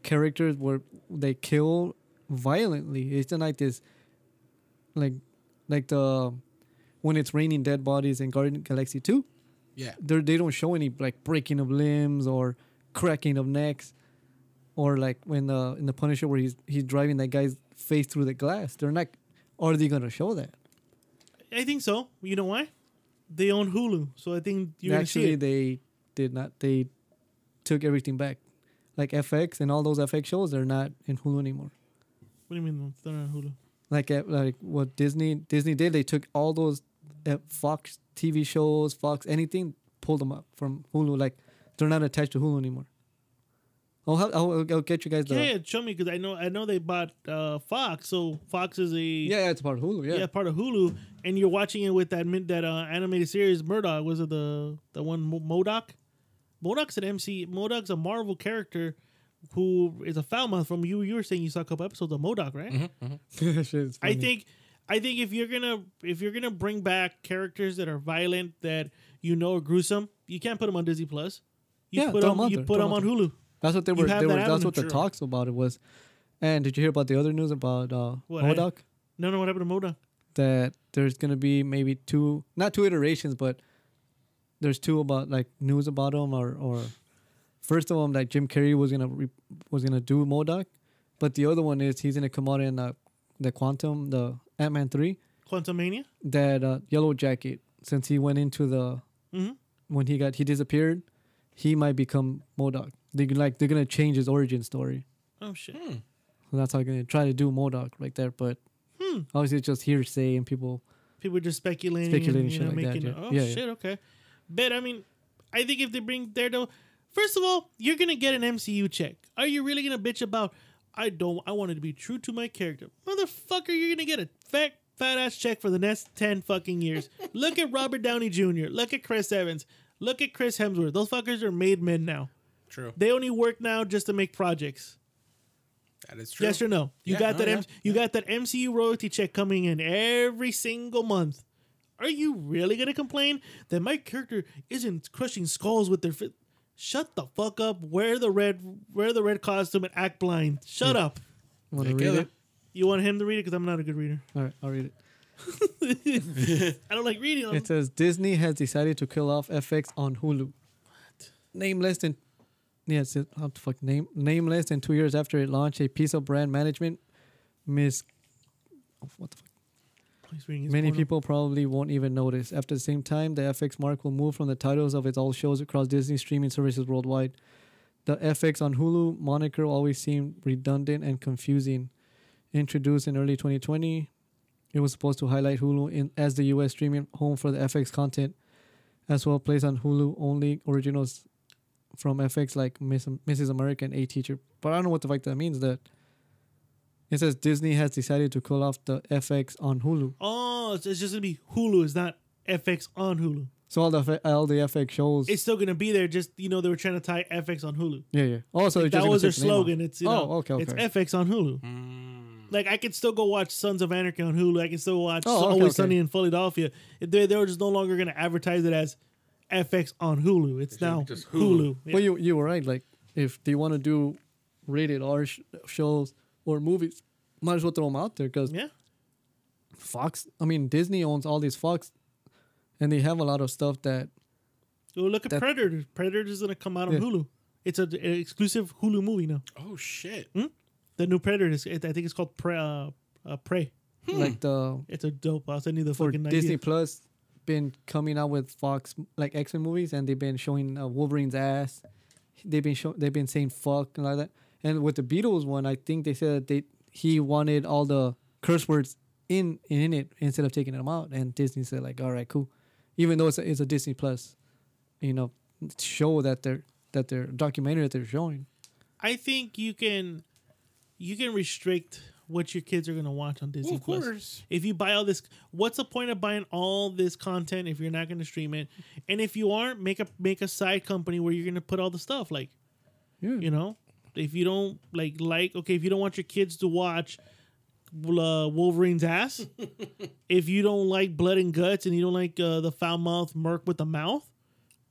Speaker 4: characters where they kill violently. It's not like this, like, like the when it's raining dead bodies in Guardian Galaxy Two
Speaker 5: Yeah,
Speaker 4: they they don't show any like breaking of limbs or cracking of necks or like when the in the Punisher where he's he's driving that guy's face through the glass. They're not are they gonna show that?
Speaker 3: I think so. You know why? They own Hulu, so I think you're
Speaker 4: Actually
Speaker 3: gonna see it.
Speaker 4: they did not they took everything back. Like FX and all those FX shows they're not in Hulu anymore.
Speaker 3: What do you mean they're on Hulu?
Speaker 4: Like uh, like what Disney Disney did, they took all those uh, Fox TV shows, Fox anything, pulled them up from Hulu. Like they're not attached to Hulu anymore. I'll, have- I'll, I'll get you guys the
Speaker 3: yeah, yeah, show me because I know I know they bought uh, Fox, so Fox is a
Speaker 4: Yeah, yeah, it's part of Hulu. Yeah. (laughs)
Speaker 3: yeah, part of Hulu, and you're watching it with that min- that uh, animated series Murdoch. Was it the the one Mo- Modoc? Modoc's an MC. Modoc's a Marvel character who is a foul mouth. From you, you were saying you saw a couple episodes of Modoc,
Speaker 5: Mm-hmm.
Speaker 3: right?
Speaker 4: Shit, it's
Speaker 3: I
Speaker 4: funny.
Speaker 3: think I think if you're gonna if you're gonna bring back characters that are violent that you know are gruesome, you can't put them on Disney Plus. You
Speaker 4: Yeah,
Speaker 3: put
Speaker 4: throw
Speaker 3: them,
Speaker 4: 'em out
Speaker 3: you
Speaker 4: there,
Speaker 3: put
Speaker 4: throw
Speaker 3: 'em on
Speaker 4: 'em out
Speaker 3: Hulu.
Speaker 4: that's what they were.
Speaker 3: have
Speaker 4: They
Speaker 3: that
Speaker 4: were that's
Speaker 3: avenue,
Speaker 4: what the
Speaker 3: sure.
Speaker 4: talks about it was. And did you hear about the other news about uh,
Speaker 3: What, I-
Speaker 4: Modoc?
Speaker 3: No, no, what happened to Modoc?
Speaker 4: That there's gonna be maybe two, not two iterations, but there's two about like news about him or or first of all like Jim Carrey was gonna re- was gonna do Modoc, but the other one is he's gonna come out in uh, the Quantum the Ant Man three
Speaker 3: Quantum Mania.
Speaker 4: that uh, Yellow Jacket since he went into the
Speaker 3: Mhm.
Speaker 4: when he got he disappeared, he might become Modoc. They like they're gonna change his origin story.
Speaker 3: Oh shit.
Speaker 4: So that's how they're gonna try to do Modoc like that, but obviously it's just hearsay and people.
Speaker 3: people just speculating,
Speaker 4: Speculating
Speaker 3: and, you
Speaker 4: shit
Speaker 3: know,
Speaker 4: like that,
Speaker 3: making
Speaker 4: yeah.
Speaker 3: oh
Speaker 4: Yeah, yeah.
Speaker 3: shit, okay. But I mean, I think if they bring Daredevil, first of all, you're gonna get an MCU check. Are you really gonna bitch about? I don't. I wanted to be true to my character, motherfucker. You're gonna get a fat fat ass check for the next ten fucking
Speaker 4: (laughs)
Speaker 3: years. Look at Robert Downey Jr. Look at Chris Evans. Look at Chris Hemsworth. Those fuckers are made men now.
Speaker 5: True.
Speaker 3: They only work now just to make projects.
Speaker 5: That is true.
Speaker 3: Yes or no? You
Speaker 5: Yeah,
Speaker 3: got
Speaker 5: no,
Speaker 3: that
Speaker 5: yeah,
Speaker 3: M- you got that MCU royalty check coming in every single month. Are you really gonna complain that my character isn't crushing skulls with their fi- Shut the fuck up. Wear the red wear the red costume and act blind. Shut up.
Speaker 4: Want to
Speaker 5: Take
Speaker 4: read
Speaker 5: care.
Speaker 4: it?
Speaker 3: You want him to read it because I'm not a good reader.
Speaker 4: All right, I'll read it.
Speaker 3: I don't like reading.
Speaker 4: It says Disney has decided to kill off FX on Hulu. Name less than yeah, it says, how the fuck name name less than two years after it launched, a piece of brand management miss. oh, What the fuck?
Speaker 3: He's reading his
Speaker 4: Many
Speaker 3: porno.
Speaker 4: people probably won't even notice. After the same time, the FX mark will move from the titles of its all shows across Disney streaming services worldwide. The FX on Hulu moniker always seemed redundant and confusing. Introduced in early 2020, it was supposed to highlight Hulu in, as the U.S. streaming home for the FX content, as well placed on Hulu only originals from FX like Miss, Mrs. America and A Teacher. But I don't know what the fuck that means. That it says Disney has decided to call off the FX on Hulu.
Speaker 3: Oh, it's, it's just gonna be Hulu. It's not FX on Hulu.
Speaker 4: So all the F- all the FX shows.
Speaker 3: It's still gonna be there. Just you know, they were trying to tie FX on Hulu.
Speaker 4: yeah, yeah. Also,
Speaker 3: Like,
Speaker 4: it's
Speaker 3: that
Speaker 4: just
Speaker 3: was
Speaker 4: gonna
Speaker 3: their
Speaker 4: take the name
Speaker 3: slogan.
Speaker 4: off.
Speaker 3: It's you
Speaker 4: oh,
Speaker 3: know,
Speaker 4: okay, okay.
Speaker 3: It's FX on Hulu.
Speaker 5: Hmm.
Speaker 3: Like I could still go watch Sons of Anarchy on Hulu. I can still watch
Speaker 4: Oh, okay,
Speaker 3: Always
Speaker 4: okay.
Speaker 3: Sunny in Philadelphia. They they were just no longer going to advertise it as FX on Hulu. It's now
Speaker 5: just
Speaker 3: Hulu.
Speaker 5: Hulu.
Speaker 3: Yeah.
Speaker 4: Well, you you were right. Like, if they want to do rated R sh- shows or movies, might as well throw them out there because
Speaker 3: yeah.
Speaker 4: Fox. I mean, Disney owns all these Fox, and they have a lot of stuff that.
Speaker 3: Go look at
Speaker 4: That-
Speaker 3: Predator. Predator is going to come out on
Speaker 4: Yeah.
Speaker 3: Hulu. It's a- an exclusive Hulu movie now.
Speaker 5: Oh shit.
Speaker 3: The new Predator is. It, I think it's called Pre, uh, uh, Prey.
Speaker 4: Like the
Speaker 3: It's a dope. I'll send you the
Speaker 4: for
Speaker 3: fucking
Speaker 4: Disney
Speaker 3: idea.
Speaker 4: Plus been coming out with Fox like X Men movies, and they've been showing uh, Wolverine's ass. They've been show- they've been saying fuck and like that. And with the Beatles one, I think they said that they he wanted all the curse words in in it instead of taking them out. And Disney said like, all right, cool, even though it's a, it's a Disney Plus, you know, show that they're that they're documentary that they're showing.
Speaker 3: I think you can, you can restrict what your kids are going to watch on Disney
Speaker 5: Well, of
Speaker 3: Plus.
Speaker 5: course.
Speaker 3: If you buy all this, what's the point of buying all this content if you're not going to stream it? And if you aren't, make a make a side company where you're going to put all the stuff. Like,
Speaker 4: Yeah.
Speaker 3: you know, if you don't like like okay, if you don't want your kids to watch uh, Wolverine's
Speaker 5: (laughs)
Speaker 3: ass, if you don't like blood and guts, and you don't like uh, the foul mouth merc with the mouth,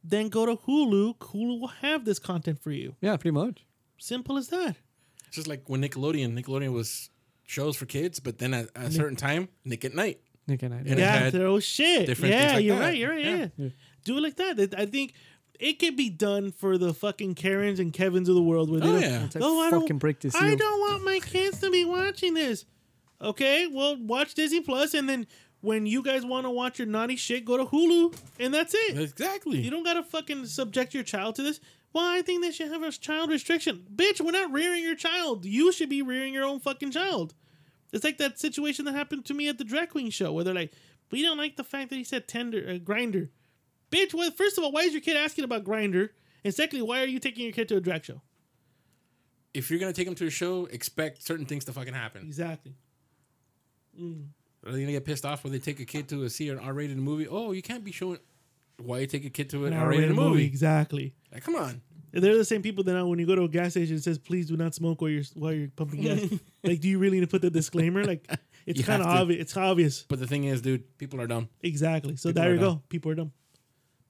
Speaker 3: then go to Hulu. Hulu will have this content for you.
Speaker 4: Yeah, pretty much.
Speaker 3: Simple as that.
Speaker 5: It's just like when Nickelodeon. Nickelodeon was shows for kids, but then at a certain time, Nick at Night.
Speaker 4: Nick and I.
Speaker 5: And it
Speaker 3: yeah,
Speaker 5: had
Speaker 3: throw shit.
Speaker 5: different
Speaker 3: yeah,
Speaker 5: things like
Speaker 3: you're
Speaker 5: that.
Speaker 3: right. You're right. Yeah.
Speaker 5: Yeah.
Speaker 3: do it like that. It- I think it could be done for the fucking Karens and Kevins of the world. Where they
Speaker 5: Oh,
Speaker 3: don't,
Speaker 5: yeah.
Speaker 4: It's like,
Speaker 3: "Oh, I don't-
Speaker 4: fucking break this
Speaker 3: I
Speaker 4: seal."
Speaker 3: don't want my kids to be watching this. Okay, well, watch Disney Plus, and then when you guys want to watch your naughty shit, go to Hulu, and that's it.
Speaker 5: Exactly.
Speaker 3: You don't gotta fucking subject your child to this. Well, I think they should have a child restriction. Bitch, we're not rearing your child. You should be rearing your own fucking child. It's like that situation that happened to me at the drag queen show where they're like, we don't like the fact that he said tender uh, grinder. Bitch, well, first of all, why is your kid asking about grinder? And secondly, why are you taking your kid to a drag show?
Speaker 5: if you're gonna take them to a show, expect certain things to fucking happen.
Speaker 3: Exactly.
Speaker 5: Are they gonna get pissed off when they take a kid to a see an R-rated movie? Oh, you can't be showing. Why you take a kid to an, R-rated, movie?
Speaker 3: Exactly.
Speaker 5: Like, come on.
Speaker 3: They're the same people that now when you go to a gas station it says please do not smoke while you're while you're pumping
Speaker 5: (laughs)
Speaker 3: gas. like, do you really need to put the disclaimer? Like, it's
Speaker 5: You
Speaker 3: kind of
Speaker 5: have to.
Speaker 3: obvious. It's obvious.
Speaker 5: But the thing is, dude, people are dumb.
Speaker 3: Exactly. So
Speaker 5: People
Speaker 3: there
Speaker 5: are
Speaker 3: you
Speaker 5: dumb.
Speaker 3: go. People are dumb.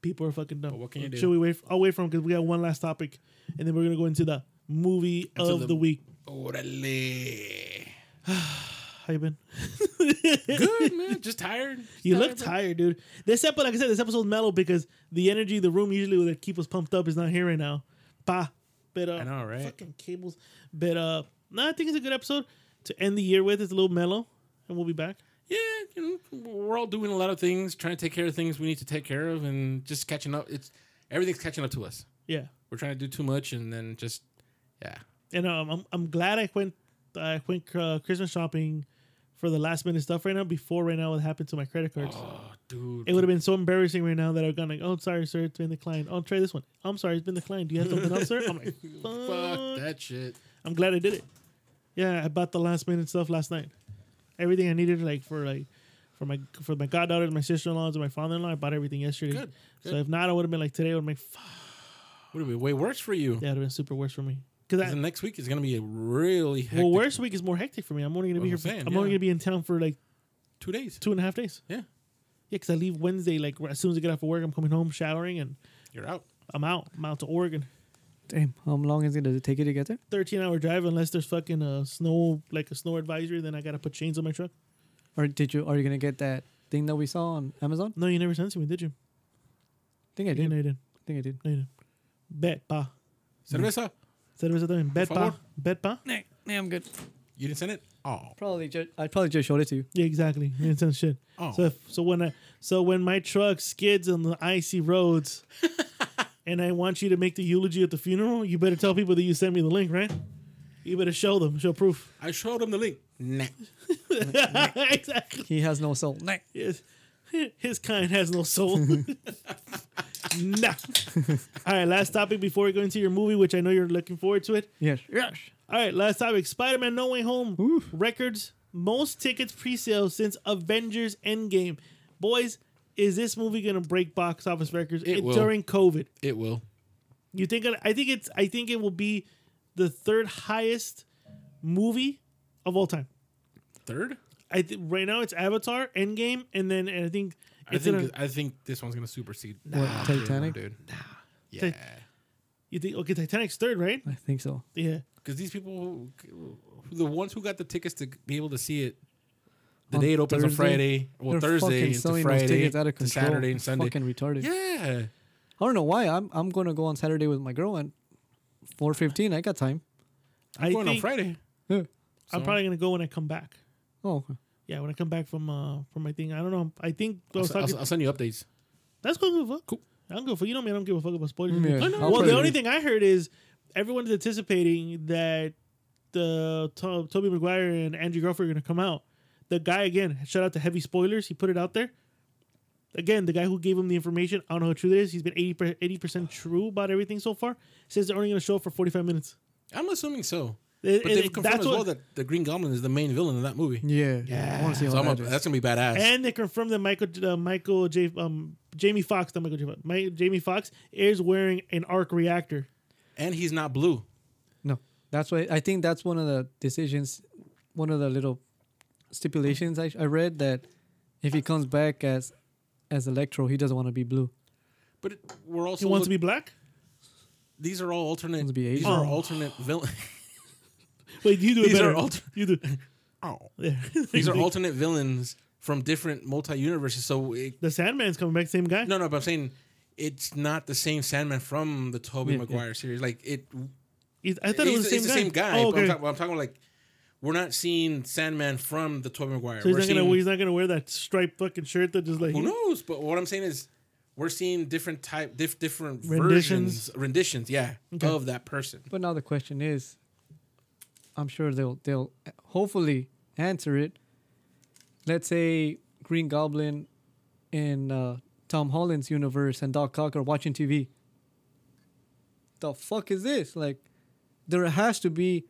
Speaker 3: People are fucking dumb.
Speaker 5: But what can you do?
Speaker 3: Should we wait? I'll wait for them because we got one last topic, and then we're gonna go into the movie
Speaker 5: Into
Speaker 3: of the,
Speaker 5: the-
Speaker 3: week.
Speaker 5: Orale.
Speaker 3: How you been?
Speaker 5: Good man, just tired.
Speaker 3: (laughs)
Speaker 5: Just
Speaker 3: You look
Speaker 5: bro.
Speaker 3: tired, dude. This episode, like I said, this episode's metal because the energy, the room usually that keep us pumped up is not here right now. Pa, but uh,
Speaker 5: I know, right?
Speaker 3: Fucking cables. But uh, no, I think it's a good episode to end the year with. It's a little mellow, and we'll be back.
Speaker 5: Yeah, you know, we're all doing a lot of things, trying to take care of things we need to take care of, and just catching up. It's everything's catching up to us.
Speaker 3: Yeah,
Speaker 5: We're trying to do too much, and then just yeah,
Speaker 3: and um, I'm I'm glad I went I went uh, Christmas shopping for the last minute stuff right now before right now what happened to my credit cards.
Speaker 5: oh dude,
Speaker 3: It would have been so embarrassing right now that I've gone like, oh, sorry, sir, it's been declined. Oh, try this one. I'm sorry, it's been declined. Do you have something else, sir? I'm like, (laughs)
Speaker 5: fuck that shit.
Speaker 3: I'm glad I did it. Yeah, I bought the last minute stuff last night. Everything I needed, like for like for my for my goddaughter, my sister in law, and my father in law, I bought everything yesterday.
Speaker 5: Good,
Speaker 3: So
Speaker 5: good.
Speaker 3: if not, I would have been like today. Would have been fuck.
Speaker 5: Would have been way worse for you.
Speaker 3: That would have been super worse for me. Because
Speaker 5: The next week is gonna be a really hectic
Speaker 3: well, worst week is more hectic for me. I'm only gonna be here.
Speaker 5: That's
Speaker 3: For,
Speaker 5: what I'm
Speaker 3: I'm
Speaker 5: saying,
Speaker 3: only
Speaker 5: yeah.
Speaker 3: gonna be in town for like
Speaker 5: two days.
Speaker 3: two and a half days.
Speaker 5: Yeah,
Speaker 3: Yeah, because I leave Wednesday. Like as soon as I get off of work, I'm coming home, showering, and
Speaker 5: you're out.
Speaker 3: I'm out. I'm out to Oregon.
Speaker 4: Damn, how long is it gonna take you to get there?
Speaker 3: 13 hour drive unless there's fucking a snow like a snow advisory. Then I gotta put chains on my truck.
Speaker 4: Or did you? Are you gonna get that thing that we saw on Amazon?
Speaker 3: No, you never sent it to me, did you?
Speaker 4: I think I
Speaker 3: Yeah,
Speaker 4: did.
Speaker 3: no, you didn't.
Speaker 4: I think I did.
Speaker 3: No, you didn't. Bet pa.
Speaker 5: Cerveza.
Speaker 3: Cerveza también. Bet
Speaker 5: Por favor.
Speaker 3: pa. Bet pa.
Speaker 4: Yeah, I'm good.
Speaker 5: You didn't send it. Oh,
Speaker 4: Probably just, I probably just showed it to you.
Speaker 3: Yeah, exactly. You didn't send shit.
Speaker 5: Oh.
Speaker 3: So if, so when I so when my truck skids on the icy
Speaker 5: (laughs)
Speaker 3: roads, and I want you to make the eulogy at the funeral, you better tell people that you sent me the link, right? You better show them, show proof. (laughs)
Speaker 5: I showed him the link. Nah.
Speaker 3: exactly.
Speaker 4: He has no soul.
Speaker 3: His, his kind has no soul. (laughs) nah. All right, last topic before we go into your movie, which I know you're looking forward to it.
Speaker 4: Yes. Yes.
Speaker 3: All right, last topic Spider Man No Way Home records most tickets pre sale since Avengers Endgame. Boys, is this movie going to break box office records
Speaker 5: It
Speaker 3: in-
Speaker 5: will.
Speaker 3: during COVID?
Speaker 5: It will.
Speaker 3: You think it- I think it's I think it will be the third highest movie of all time.
Speaker 5: Third.
Speaker 3: I th- right now it's Avatar, Endgame, and then and I think
Speaker 5: I
Speaker 3: it's
Speaker 5: think.
Speaker 3: gonna-
Speaker 5: I think this one's gonna supersede.
Speaker 4: What, Titanic?
Speaker 5: dude. Nah. Yeah.
Speaker 3: You think okay, Titanic's third, right?
Speaker 4: I think so.
Speaker 3: Yeah.
Speaker 5: Because these people, who- the ones who got the tickets to be able to see it, the
Speaker 4: On
Speaker 5: day it opens on
Speaker 4: Thursday?
Speaker 5: Friday, well
Speaker 4: They're
Speaker 5: Thursday
Speaker 4: fucking
Speaker 5: into
Speaker 4: selling those
Speaker 5: Friday,
Speaker 4: tickets out of
Speaker 5: to
Speaker 4: control.
Speaker 5: Saturday and
Speaker 4: It's
Speaker 5: Sunday.
Speaker 4: Fucking retarded.
Speaker 5: Yeah,
Speaker 4: I don't know why. I'm I'm gonna go on Saturday with my girl and four fifteen. I got time.
Speaker 3: i
Speaker 5: going on
Speaker 3: think
Speaker 5: Friday.
Speaker 4: Yeah.
Speaker 3: I'm probably gonna go when I come back.
Speaker 4: Oh, okay.
Speaker 3: Yeah, when I come back from uh from my thing. I don't know. I think I
Speaker 5: I'll,
Speaker 3: was
Speaker 5: s- I'll,
Speaker 3: talking,
Speaker 5: s- I'll send you updates.
Speaker 3: that's cool. give a fuck.
Speaker 5: Cool.
Speaker 3: I don't give a fuck. You know me, I don't give a fuck about spoilers. Oh,
Speaker 4: Yeah. I know. I'll
Speaker 3: Well
Speaker 4: probably
Speaker 3: the only
Speaker 4: do.
Speaker 3: thing I heard is everyone's anticipating that the to- Toby Maguire and Andrew Garfield are gonna come out. The guy again, shout out to heavy spoilers, he put it out there. Again, the guy who gave him the information, I don't know how true that is. He's been 80 percent true about everything so far. Says they're only gonna show up for 45 minutes.
Speaker 5: I'm assuming so.
Speaker 3: It-
Speaker 5: but
Speaker 3: it-
Speaker 5: they've
Speaker 3: it-
Speaker 5: confirmed
Speaker 3: that's
Speaker 5: as well
Speaker 3: what-
Speaker 5: that the Green Goblin is the main villain in that movie.
Speaker 4: Yeah. Yeah. I want to see how
Speaker 5: So I'm
Speaker 4: that
Speaker 5: a,
Speaker 4: is.
Speaker 5: that's gonna be badass.
Speaker 3: And they confirmed that Michael uh, Michael J um Jamie Fox, not Michael J Fox, my, Jamie Fox is wearing an arc reactor.
Speaker 5: and he's not blue.
Speaker 4: No, that's why I think that's one of the decisions, one of the little stipulations I, I read that if he comes back as as Electro, he doesn't want to be blue.
Speaker 5: But it, we're
Speaker 3: He
Speaker 5: also
Speaker 3: wants to
Speaker 5: look-
Speaker 3: be black.
Speaker 5: These are all alternate.
Speaker 4: Wants to be
Speaker 5: these
Speaker 4: Asian.
Speaker 5: are
Speaker 3: Oh.
Speaker 5: alternate villain.
Speaker 3: Wait, you do it
Speaker 5: These
Speaker 3: better.
Speaker 5: are alter-
Speaker 3: you do.
Speaker 5: (laughs) oh.
Speaker 3: Yeah.
Speaker 5: These are alternate villains from different multi universes. So it,
Speaker 3: (laughs) the Sandman's coming back, same guy.
Speaker 5: No, no, but I'm saying it's not the same Sandman from the Toby
Speaker 4: Yeah,
Speaker 5: Maguire series. Like it,
Speaker 3: He's- I thought it was
Speaker 5: it's,
Speaker 3: the same
Speaker 5: it's
Speaker 3: guy.
Speaker 5: the same guy.
Speaker 3: Oh,
Speaker 5: but I'm,
Speaker 3: okay.
Speaker 5: talk- well, I'm talking like we're not seeing Sandman from the Toby Maguire.
Speaker 3: so he's
Speaker 5: we're
Speaker 3: not gonna
Speaker 5: seeing-
Speaker 3: he's not gonna wear that striped fucking shirt that just like
Speaker 5: who knows? But what I'm saying is we're seeing different type, diff, different
Speaker 3: Renditions?
Speaker 5: versions, renditions, yeah, of that person.
Speaker 4: But now the question is, I'm sure they'll they'll hopefully answer it. Let's say Green Goblin in uh, Tom Holland's universe and Doc Ock are watching TV. The fuck is this? Like, there has to be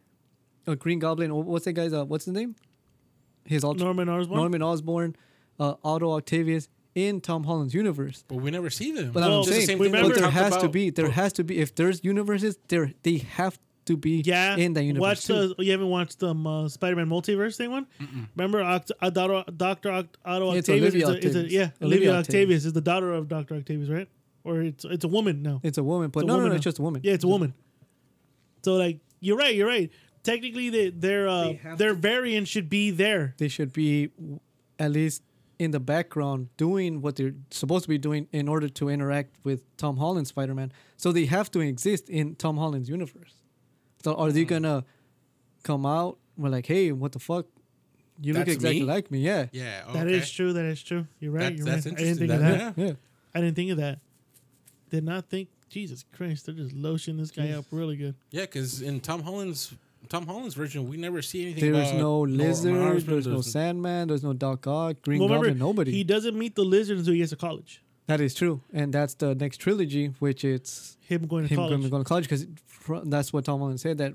Speaker 4: a Green Goblin. wh- What's that guy's? Uh, what's his name? His alter-
Speaker 3: Norman Osborn.
Speaker 4: Norman Osborn, uh, Otto Octavius in Tom Holland's universe.
Speaker 5: But we never see them.
Speaker 4: But
Speaker 3: Well,
Speaker 4: I'm
Speaker 3: Just the
Speaker 4: saying,
Speaker 3: same thing that
Speaker 4: but
Speaker 3: we
Speaker 4: there
Speaker 5: talked
Speaker 4: has to
Speaker 5: about-
Speaker 4: be, there has to be. If there's universes, there they have to be
Speaker 3: Yeah,
Speaker 4: in that universe.
Speaker 3: watch
Speaker 4: too.
Speaker 3: the you haven't watched the um, uh, Spider-Man multiverse thing one. Remember, Oct- uh, Doctor Doctor Oct- Otto
Speaker 4: It's
Speaker 3: Octavius.
Speaker 4: Olivia
Speaker 3: is a- is a-
Speaker 4: Octavius.
Speaker 3: yeah,
Speaker 4: Olivia
Speaker 3: Olivia
Speaker 4: Octavius.
Speaker 3: Octavius is the daughter of Doctor Octavius, right? Or it's it's a woman now.
Speaker 4: It's a woman, but
Speaker 3: It's a
Speaker 4: no, no,
Speaker 3: woman
Speaker 4: no,
Speaker 3: now.
Speaker 4: it's just a woman.
Speaker 3: Yeah, it's a woman. So like, you're right. You're right. technically they, their uh,
Speaker 2: They have
Speaker 3: their variant should be there.
Speaker 4: They should be w- at least in the background doing what they're supposed to be doing in order to interact with Tom Holland's Spider Man. So they have to exist in Tom Holland's universe. So are they gonna come out? We're like, hey, what the fuck? You look
Speaker 5: That's
Speaker 4: exactly
Speaker 5: me?
Speaker 4: like me. Yeah.
Speaker 5: Yeah, okay.
Speaker 3: That is true. That is true. You're right.
Speaker 5: That's,
Speaker 3: you're
Speaker 5: that's
Speaker 3: right. I didn't
Speaker 5: interesting.
Speaker 3: think of
Speaker 5: That-
Speaker 3: that.
Speaker 5: yeah.
Speaker 4: Yeah.
Speaker 3: I didn't think of that. Did not think. Jesus Christ! They're just lotioning this guy up really good.
Speaker 5: Yeah, because in Tom Holland's Tom Holland's version, we never see anything.
Speaker 4: There is
Speaker 5: about
Speaker 4: no
Speaker 5: Nor-
Speaker 4: lizard.
Speaker 5: Norman
Speaker 4: There's no
Speaker 5: Osborn,
Speaker 4: Sandman. There's no Doc Ock. Green
Speaker 3: Well,
Speaker 4: Goblin. Nobody.
Speaker 3: He doesn't meet the lizard until he gets to college.
Speaker 4: that is true, and that's the next trilogy, which it's
Speaker 3: Him going to
Speaker 4: him
Speaker 3: college.
Speaker 4: going, going to college because that's what Tom Holland said that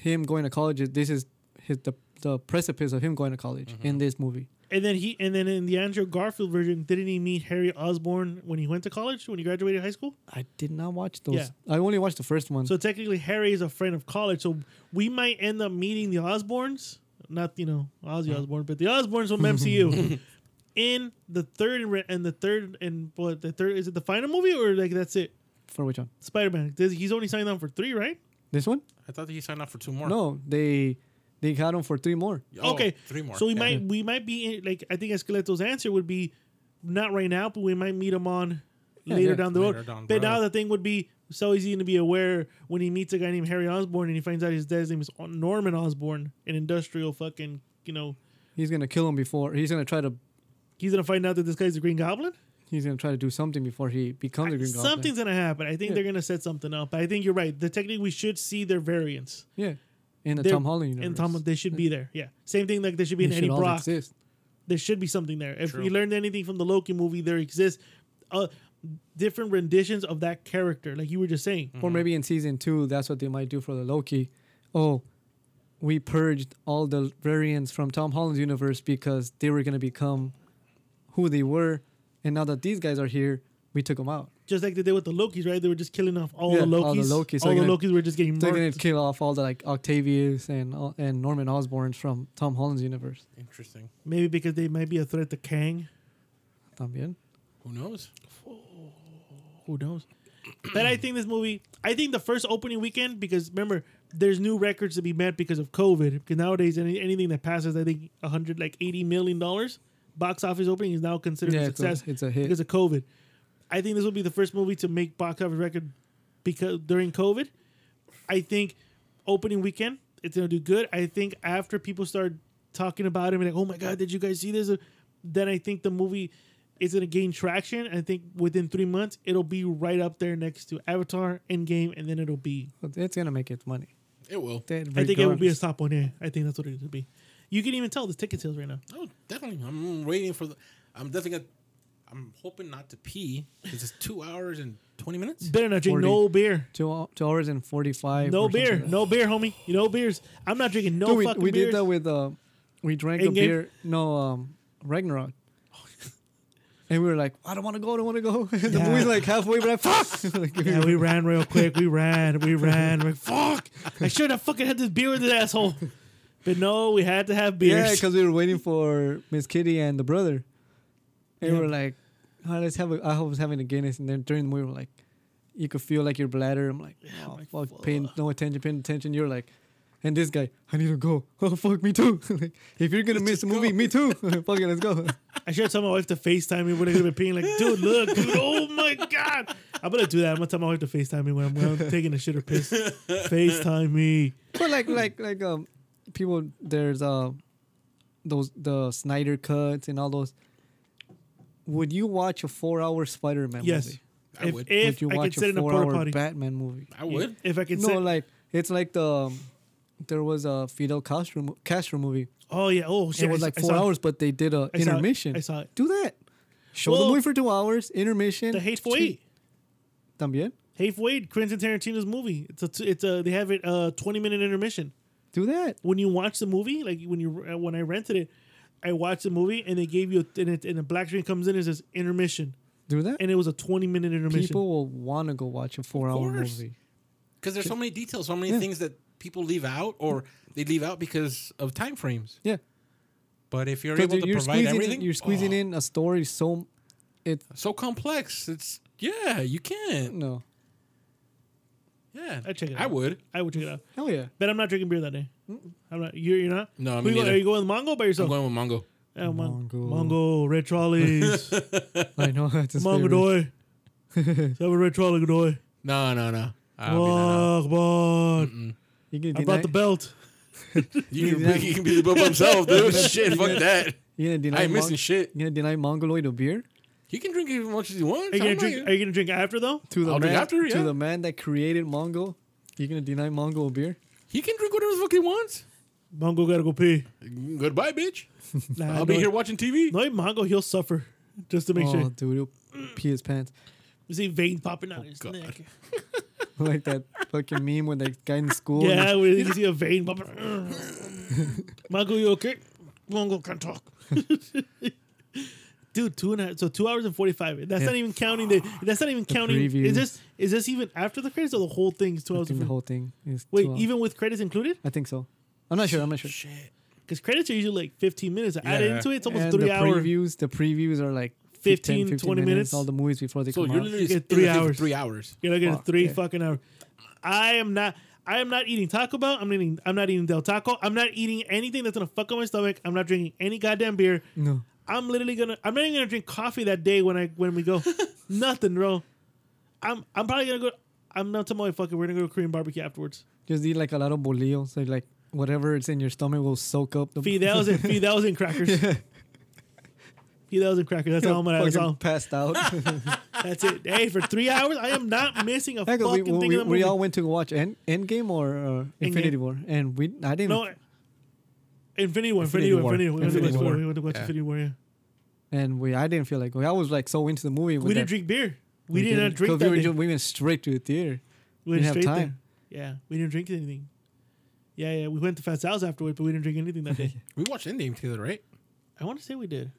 Speaker 4: him going to college. is- This is his the the precipice of him going to college
Speaker 3: Mm-hmm.
Speaker 4: in this movie.
Speaker 3: and then he and then in the Andrew Garfield version, didn't he meet Harry Osborn when he went to college when he graduated high school?
Speaker 4: I did not watch those.
Speaker 3: Yeah.
Speaker 4: I only watched the first one.
Speaker 3: So technically, Harry is a friend of college. So we might end up meeting the Osborns, not you know Ozzy Osborne, but the Osborns from (laughs) MCU in the third and re- and the third and what the third is it the final movie or like that's it
Speaker 4: for which one?
Speaker 3: Spider Man. He's only signed on for three, right?
Speaker 4: This one?
Speaker 5: I thought he signed up for two more.
Speaker 4: No, they they got him for three more.
Speaker 5: Oh,
Speaker 3: okay,
Speaker 5: three more.
Speaker 3: So we
Speaker 5: Yeah.
Speaker 3: might we might be in, like I think Esqueleto's answer would be not right now, but we might meet him on later
Speaker 4: yeah.
Speaker 3: down the
Speaker 5: Later
Speaker 3: road.
Speaker 5: down the
Speaker 3: but now
Speaker 5: road.
Speaker 3: the thing would be so he's going to be aware when he meets a guy named Harry Osborn and he finds out his dad's name is Norman Osborn, an industrial fucking you know
Speaker 4: He's gonna kill him before he's gonna try to
Speaker 3: he's going to find out that this guy's the Green Goblin.
Speaker 4: he's gonna try to do something before he becomes a green goblin.
Speaker 3: Something's going to happen. I think
Speaker 4: Yeah.
Speaker 3: they're going to set something up. But I think you're right. The technique we should see their variants.
Speaker 4: Yeah. In the
Speaker 3: They're-
Speaker 4: Tom Holland universe.
Speaker 3: and Tom, they should be there. Yeah, same thing. Like they should be
Speaker 4: They
Speaker 3: in Eddie
Speaker 4: should all
Speaker 3: Brock.
Speaker 4: exist.
Speaker 3: there should be something there. If
Speaker 5: True.
Speaker 3: we learned anything from the Loki movie, there exists uh, different renditions of that character, like you were just saying.
Speaker 4: Or maybe in season two, that's what they might do for the Loki. Oh, we purged all the variants from Tom Holland's universe because they were going to become who they were. And now that these guys are here, we took them out.
Speaker 3: Just like they did with the Lokis, right? They were just killing off all
Speaker 4: Yeah,
Speaker 3: the Lokis.
Speaker 4: all the Lokis.
Speaker 3: All
Speaker 4: They're
Speaker 3: the
Speaker 4: gonna-
Speaker 3: Lokis were just getting
Speaker 4: They're going
Speaker 3: murdered.
Speaker 4: to kill off all the like Octavius and all- and Norman Osborn from Tom Holland's universe.
Speaker 5: Interesting.
Speaker 3: Maybe because they might be a threat to Kang.
Speaker 4: También.
Speaker 5: Who knows?
Speaker 3: Who knows? But I think this movie, I think the first opening weekend, because remember, there's new records to be met because of COVID. Because nowadays, any, anything that passes, I think, 100, like $80 million box office opening is now considered
Speaker 4: Yeah,
Speaker 3: a
Speaker 4: it's a-
Speaker 3: success
Speaker 4: it's a hit.
Speaker 3: because of COVID. I think this will be the first movie to make box office record because during COVID. I think opening weekend, it's going to do good. I think after people start talking about him and like, oh my God, did you guys see this? Then I think the movie is going to gain traction. I think within three months, it'll be right up there next to Avatar, Endgame, and then it'll be.
Speaker 4: But It's going to make its money.
Speaker 5: It will.
Speaker 3: I think it will be a stop on air. I think that's what it will be. You can even tell the ticket sales right now.
Speaker 5: Oh, definitely. I'm waiting for the. I'm definitely gonna. I'm hoping not to pee. 'cause It's two hours and twenty minutes.
Speaker 3: Better not drink
Speaker 4: 40.
Speaker 3: no beer.
Speaker 4: Two, two hours and 45.
Speaker 3: No
Speaker 4: or something
Speaker 3: beer.
Speaker 4: like that.
Speaker 3: No beer, homie. You know beers. I'm not drinking no
Speaker 4: Dude, we,
Speaker 3: fucking
Speaker 4: we
Speaker 3: beers.
Speaker 4: did that with uh, we drank a
Speaker 3: Endgame?
Speaker 4: beer. No, um,
Speaker 3: (laughs)
Speaker 4: Ragnarok. And we were like, I don't want to go, I don't want to go. (laughs) the
Speaker 3: Yeah.
Speaker 4: movie's like halfway, but I fuck. (laughs) Like,
Speaker 3: Yeah, we ran real quick. We ran. We ran. We're like, fuck! I should have fucking had this beer with this asshole. But no, we had to have
Speaker 4: yeah,
Speaker 3: beers.
Speaker 4: because we were waiting for Miss Kitty and the brother, and we
Speaker 3: Yeah.
Speaker 4: were like, oh, let's have. A, I was having a Guinness, and then during the movie, we were like, you could feel like your bladder. I'm like, oh,
Speaker 3: I'm like,
Speaker 4: fuck, paying no attention, paying attention. You're like, and this guy, I need to go. (laughs) Oh fuck, me too. like, if you're gonna miss the movie, me
Speaker 3: (laughs)
Speaker 4: too. (laughs) fuck it, let's go.
Speaker 3: I should have told my wife to FaceTime me when I could have been peeing. Like, dude, look, dude, oh my God. I'm going to do that. I'm going to tell my wife to FaceTime me when I'm, when I'm taking a shit or piss. FaceTime me.
Speaker 4: but like like like um people there's uh those the Snyder cuts and all those. Would you watch a four hour Spider Man
Speaker 3: Yes.
Speaker 4: movie?
Speaker 5: I
Speaker 3: if
Speaker 5: would.
Speaker 3: if
Speaker 4: Would you
Speaker 3: I could
Speaker 4: watch
Speaker 3: sit
Speaker 4: a
Speaker 3: in a
Speaker 4: four
Speaker 3: porta
Speaker 4: hour
Speaker 3: potty.
Speaker 4: Batman movie?
Speaker 5: I would.
Speaker 3: If I could
Speaker 4: No,
Speaker 3: sit.
Speaker 4: like it's like the um, there was a Fidel Castro mo- Castro movie.
Speaker 3: oh, yeah. Oh, shit.
Speaker 4: it was
Speaker 3: I-
Speaker 4: like
Speaker 3: I
Speaker 4: four
Speaker 3: saw it.
Speaker 4: hours, but they did a
Speaker 3: I saw it.
Speaker 4: intermission.
Speaker 3: I saw it.
Speaker 4: Do that. Show the
Speaker 3: Well,
Speaker 4: movie for two hours, intermission.
Speaker 3: The Hateful Eight.
Speaker 4: También.
Speaker 3: Hateful Eight, Quentin Tarantino's movie. It's a, t- it's a, they have it uh, 20 minute intermission.
Speaker 4: Do that.
Speaker 3: when you watch the movie, like when you uh, when I rented it, I watched the movie and they gave you a, and, it, and a black screen comes in and says intermission,
Speaker 4: Do that.
Speaker 3: and it was a twenty minute intermission.
Speaker 4: People will want to go watch a four hour
Speaker 5: course.
Speaker 4: movie.
Speaker 5: Because there's so many details, so many things that people leave out, or they leave out because of time frames.
Speaker 4: Yeah.
Speaker 5: But if you're
Speaker 4: Because
Speaker 5: able to
Speaker 4: you're, you're
Speaker 5: provide
Speaker 4: squeezing
Speaker 5: everything,
Speaker 4: in, you're squeezing
Speaker 5: oh,
Speaker 4: in a story so it
Speaker 5: So complex. It's yeah, you can't.
Speaker 4: no
Speaker 5: Yeah,
Speaker 3: I'd check it
Speaker 5: I
Speaker 3: out.
Speaker 5: would.
Speaker 3: I would check it out.
Speaker 4: Hell yeah.
Speaker 3: But I'm not drinking beer that day. I'm not. You're, you're not.
Speaker 5: No,
Speaker 3: Who
Speaker 5: me
Speaker 3: you go-
Speaker 5: neither.
Speaker 3: Are you going with Mongo by
Speaker 5: I'm
Speaker 3: yourself?
Speaker 5: going with Mongo.
Speaker 3: yeah, Mon-
Speaker 4: Mongo.
Speaker 3: Mongo, Red
Speaker 4: (laughs)
Speaker 3: Trolleys,
Speaker 4: I know that's his
Speaker 3: Mongo
Speaker 4: favorite. (laughs)
Speaker 3: Doy. Let's have a Red Trolley Godoy.
Speaker 5: No, no, no. I'll be not-
Speaker 3: Oh, come on.
Speaker 4: You can
Speaker 3: I brought
Speaker 4: deny,
Speaker 3: the belt.
Speaker 5: You can, be, you can be the Pope himself, (laughs) dude. shit, fuck that.
Speaker 4: you gonna deny
Speaker 5: I ain't missing
Speaker 4: Mon-
Speaker 5: shit.
Speaker 4: You gonna deny Mongoloid a beer
Speaker 5: He can drink as much as he wants.
Speaker 3: Are you,
Speaker 5: I'm
Speaker 3: gonna
Speaker 5: not
Speaker 3: drink,
Speaker 5: gonna-
Speaker 3: are you gonna drink after though?
Speaker 4: to the
Speaker 5: I'll drink
Speaker 4: man
Speaker 5: after, yeah.
Speaker 4: to the man that created Mongo? You gonna deny Mongo a beer?
Speaker 5: He can drink whatever the fuck he wants.
Speaker 3: Mongo gotta go pee.
Speaker 5: Goodbye, bitch.
Speaker 3: Nah,
Speaker 5: I'll be
Speaker 3: no-
Speaker 5: here watching TV.
Speaker 3: No, Mongo, he'll suffer just to make
Speaker 4: oh,
Speaker 3: sure.
Speaker 4: dude, he'll pee his pants (laughs)
Speaker 3: You see vein popping out of his
Speaker 5: Oh, God.
Speaker 3: neck.
Speaker 4: like that fucking meme when that guy in school.
Speaker 3: Yeah,
Speaker 4: (laughs)
Speaker 3: we you can see a vein popping. Mongo, you okay? Mongo can talk. (laughs) Dude, two and a half. So two hours and forty five. That's
Speaker 4: Yeah.
Speaker 3: not even counting the. That's not even counting.
Speaker 4: previews.
Speaker 3: Is this is this even after the credits or the whole thing's two
Speaker 4: I
Speaker 3: hours?
Speaker 4: think
Speaker 3: And
Speaker 4: the
Speaker 3: 40
Speaker 4: whole thing is
Speaker 3: Wait,
Speaker 4: two hours.
Speaker 3: even with credits included?
Speaker 4: I think so. I'm not sure. I'm not sure.
Speaker 5: Shit.
Speaker 3: Because credits are usually like fifteen minutes. Add
Speaker 5: Yeah.
Speaker 3: into it, it's almost
Speaker 4: and
Speaker 3: three
Speaker 4: the
Speaker 3: hours.
Speaker 4: previews, the previews are like
Speaker 3: 15,
Speaker 4: 10,
Speaker 3: 20 minutes.
Speaker 4: All the movies before they
Speaker 5: So
Speaker 4: come
Speaker 5: you're
Speaker 4: out.
Speaker 5: literally
Speaker 3: You get
Speaker 5: in the
Speaker 3: three
Speaker 5: thing for
Speaker 3: hours.
Speaker 5: Three hours.
Speaker 3: You're not getting
Speaker 4: Fuck,
Speaker 3: three
Speaker 4: yeah.
Speaker 3: fucking hours. I am not. I am not eating Taco Bell. I'm eating. I'm not eating Del Taco. I'm not eating anything that's gonna fuck up my stomach. I'm not drinking any goddamn beer.
Speaker 4: no,
Speaker 3: I'm literally gonna. I'm not even gonna drink coffee that day when I when we
Speaker 4: (laughs)
Speaker 3: go. Nothing, bro. I'm. I'm probably gonna go. I'm not tomorrow. Fuck it. We're gonna go to Korean barbecue afterwards.
Speaker 4: just eat like a lot of bolillos. So like whatever it's in your stomach will soak up the
Speaker 3: Fidels and fidels and crackers. Fidels and crackers. That's all I'm gonna. That's
Speaker 4: (laughs) Fucking
Speaker 3: all. (laughs)
Speaker 4: passed out. (laughs)
Speaker 3: That's it. Hey, for three hours, I am not missing a
Speaker 4: Yeah, 'cause
Speaker 3: fucking
Speaker 4: we,
Speaker 3: thing.
Speaker 4: we,
Speaker 3: in the
Speaker 4: we
Speaker 3: movie.
Speaker 4: all went to watch End Endgame or uh, Infinity War, and we I didn't.
Speaker 3: no. Infinity War. Infinity War. Infinity War. Infinity War. We went to watch
Speaker 5: Yeah.
Speaker 3: Infinity War. Yeah.
Speaker 4: and we I didn't feel like I was like so into the movie. with
Speaker 3: We didn't
Speaker 4: that-
Speaker 3: drink beer. We, did not
Speaker 4: didn't, 'cause
Speaker 3: drink
Speaker 4: We,
Speaker 3: that
Speaker 4: were
Speaker 3: day.
Speaker 4: ju- we went straight to the theater.
Speaker 3: we went
Speaker 4: didn't have
Speaker 3: straight there.
Speaker 4: time.
Speaker 3: Yeah, we didn't drink anything. Yeah, yeah. We went to Fat Sal's afterwards, but we didn't drink anything that day.
Speaker 5: We watched Endgame together, right?
Speaker 3: I want to say we did.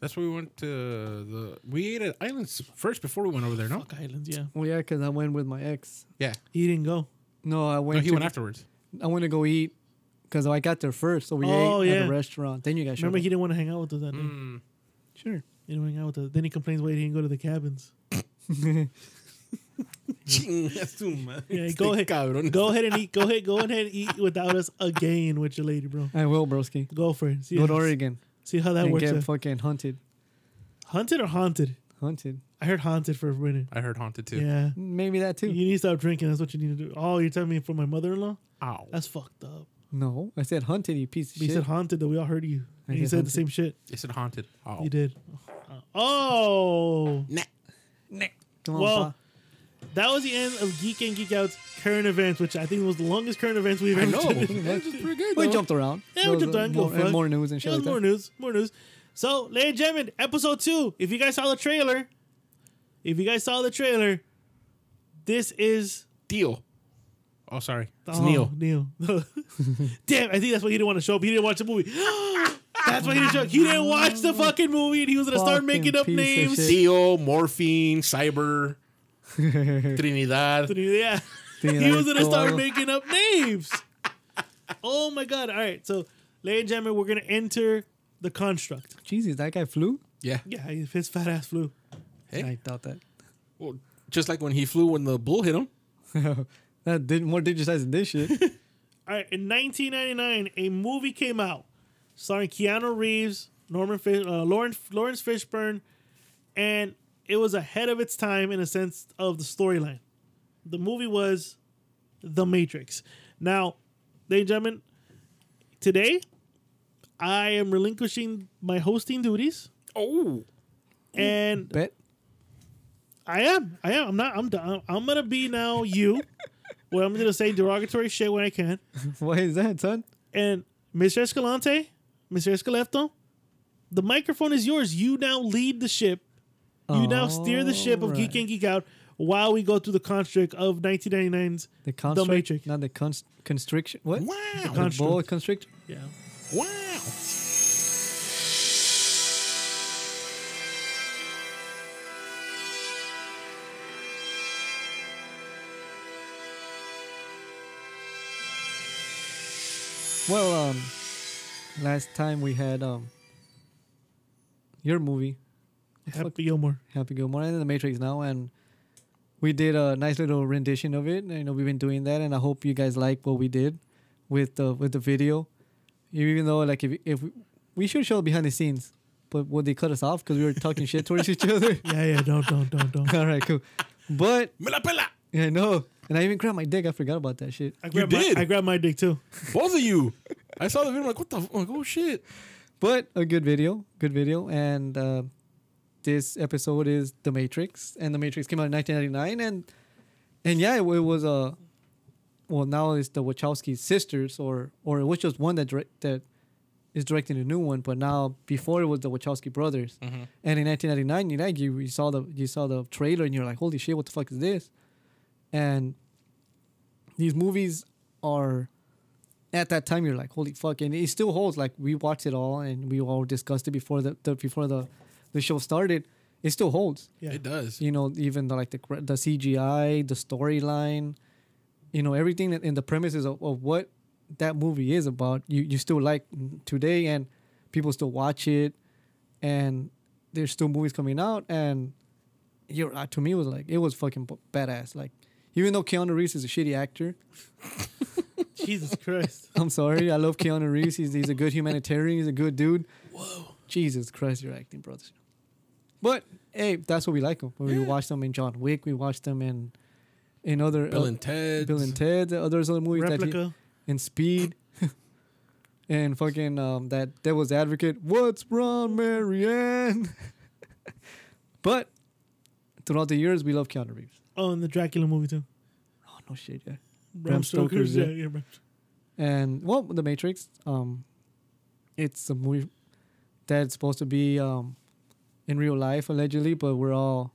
Speaker 5: That's where we went to the. We ate at Islands first before we went over there. No,
Speaker 3: Fuck Islands, yeah.
Speaker 4: Well, yeah, because I went with my ex.
Speaker 5: yeah.
Speaker 3: He didn't go.
Speaker 4: No, I went.
Speaker 5: No, he
Speaker 4: to,
Speaker 5: went (laughs) afterwards.
Speaker 4: I went to go eat because I got there first, so we
Speaker 3: Oh,
Speaker 4: ate at
Speaker 3: yeah.
Speaker 4: a restaurant. Then you guys showed
Speaker 3: Remember,
Speaker 4: up.
Speaker 3: he didn't want to hang out with us that day.
Speaker 4: Sure.
Speaker 3: He didn't hang out with us. Then he complains why he didn't go to the (laughs) cabins.
Speaker 5: That's too much.
Speaker 3: Yeah, go ahead. Go ahead and eat. Go ahead. Go ahead and eat without us again with your lady, bro.
Speaker 4: I will, broski.
Speaker 3: Go for it. See,
Speaker 4: Go to Oregon
Speaker 3: see how that
Speaker 4: and
Speaker 3: works.
Speaker 4: get
Speaker 3: Out.
Speaker 4: fucking hunted.
Speaker 3: Haunted or haunted?
Speaker 4: Hunted.
Speaker 3: I heard haunted for a minute.
Speaker 5: I heard haunted too.
Speaker 3: Yeah.
Speaker 4: Maybe that too.
Speaker 3: You need to stop drinking. That's what you need to do. Oh, you're telling me for my mother-in-law?
Speaker 5: Ow.
Speaker 3: That's fucked up.
Speaker 4: No, I said hunted. You piece of
Speaker 3: You
Speaker 4: shit.
Speaker 3: said haunted though. We all heard you.
Speaker 4: I
Speaker 3: And you
Speaker 4: did
Speaker 3: said the
Speaker 4: haunted.
Speaker 3: same shit.
Speaker 5: It said haunted. Ow.
Speaker 3: You did. Oh,
Speaker 5: Nah.
Speaker 4: Come on,
Speaker 3: well,
Speaker 4: pa.
Speaker 3: that was the end of Geek and Geek Out's current events, which I think was the longest current events we've
Speaker 4: (laughs)
Speaker 5: I
Speaker 3: ever
Speaker 5: know.
Speaker 3: done.
Speaker 5: That's pretty good.
Speaker 4: we
Speaker 5: though.
Speaker 4: jumped around.
Speaker 3: (laughs) Yeah,
Speaker 4: There
Speaker 3: we
Speaker 4: was,
Speaker 3: jumped
Speaker 4: uh,
Speaker 3: around. Go
Speaker 4: More,
Speaker 3: fuck.
Speaker 4: and more news and
Speaker 3: Yeah,
Speaker 4: shit like
Speaker 3: more
Speaker 4: that.
Speaker 3: news. More news. So, ladies and gentlemen, episode two. If you guys saw the trailer, if you guys saw the trailer, this is
Speaker 5: Deal. Oh, sorry. It's
Speaker 3: oh,
Speaker 5: (laughs) Neil.
Speaker 3: Neil. (laughs) Damn, I think that's why he didn't want to show up. He didn't watch the movie. (gasps) that's why he didn't show up. He didn't watch the fucking movie, and he was gonna start
Speaker 4: Fucking
Speaker 3: making up
Speaker 4: piece of
Speaker 3: names.
Speaker 4: shit.
Speaker 5: Deal. Morphine. Cyber.
Speaker 4: (laughs)
Speaker 5: Trinidad.
Speaker 3: (laughs) Yeah.
Speaker 4: Trinidad
Speaker 3: he was
Speaker 4: and
Speaker 3: gonna start
Speaker 4: Tobago.
Speaker 3: making up names. oh my god. All right. So ladies and gentlemen, we're gonna enter the construct.
Speaker 4: Jesus, that guy flew.
Speaker 5: Yeah.
Speaker 3: Yeah, his fat ass flew.
Speaker 5: Hey.
Speaker 4: I doubt that.
Speaker 5: Well, just like when he flew when the bull hit him.
Speaker 4: that (laughs) did more digitized than
Speaker 3: (laughs)
Speaker 4: this shit.
Speaker 3: All right, in 1999, a movie came out starring Keanu Reeves, Norman Fish, uh, Lawrence, Lawrence Fishburne, and it was ahead of its time in a sense of the storyline. The movie was The Matrix. Now, ladies and gentlemen, today I am relinquishing my hosting duties,
Speaker 5: Oh.
Speaker 3: and
Speaker 4: Bet.
Speaker 3: I am, I am, I'm not, I'm done. I'm gonna be now you. Well, I'm gonna say derogatory shit when I can.
Speaker 4: Why is that, son?
Speaker 3: And Mr. Escalante, Mr. Escaleto, the microphone is yours. You now lead the ship. You now steer the ship of Geek
Speaker 4: Alright.
Speaker 3: and Geek Out while we go through the construct of 1999's
Speaker 4: The constrict,
Speaker 3: Matrix.
Speaker 4: not the const- constriction. What?
Speaker 5: Wow.
Speaker 4: The
Speaker 3: Construct.
Speaker 4: boa constrict.
Speaker 3: Yeah.
Speaker 5: Wow.
Speaker 4: Well, um, last time we had um, your movie,
Speaker 3: Happy Gilmore.
Speaker 4: Happy Gilmore, and the Matrix now, and we did a nice little rendition of it. You know, we've been doing that, and I hope you guys like what we did with the with the video. Even though, like, if if we, we should show behind the scenes, but well, they cut us off because we were talking shit towards each other.
Speaker 3: Yeah, yeah, don't, don't, don't, don't.
Speaker 4: (laughs) All right, cool. But
Speaker 5: Me la pela.
Speaker 4: I know, and I even grabbed my dick. I forgot about that shit.
Speaker 3: I grabbed
Speaker 5: did.
Speaker 3: My, I grabbed my dick too.
Speaker 5: Both of you. I saw the video. Like what the? Fuck? Oh shit.
Speaker 4: But a good video, good video, and uh, this episode is The Matrix, and The Matrix came out in 1999, and and yeah, it, wa- it was uh, well now it's the Wachowski sisters, or or it was just one that direct, that is directing a new one, but now before it was the Wachowski brothers, and in 1999, you like you, you saw the you saw the trailer and you're like, holy shit, what the fuck is this? And these movies are at that time you're like holy fuck and it still holds like we watched it all and we all discussed it before the, the before the the show started it still holds
Speaker 3: Yeah.
Speaker 5: It does.
Speaker 4: you know even the, like the gra- the CGI the storyline you know everything that in the premises of, of what that movie is about you you still like today and people still watch it and there's still movies coming out and you're uh, to me it was like it was fucking b- badass like even though Keanu Reeves is a shitty actor
Speaker 3: Jesus
Speaker 4: (laughs)
Speaker 3: Christ.
Speaker 4: I'm sorry. I love Keanu Reeves. He's, he's a good humanitarian. He's a good dude. Whoa. Jesus Christ, you're acting, brothers. But hey, that's what we like him. We watched him in John Wick. We watched him in in other
Speaker 5: Bill
Speaker 4: uh,
Speaker 5: and Ted.
Speaker 4: Bill and Ted. the Others other movies that
Speaker 3: Replica.
Speaker 4: he, in Speed. (laughs) And fucking um, that Devil's Advocate. What's wrong, Marianne? (laughs) but throughout the years, we love Keanu Reeves.
Speaker 3: Oh, and the Dracula movie too.
Speaker 4: Oh no shit, yeah.
Speaker 3: Bram
Speaker 4: Stoker's,
Speaker 3: Stoker's.
Speaker 4: yeah.
Speaker 3: Yeah, yeah, Bram-
Speaker 4: and well the matrix um it's a movie that's supposed to be um in real life allegedly but we're all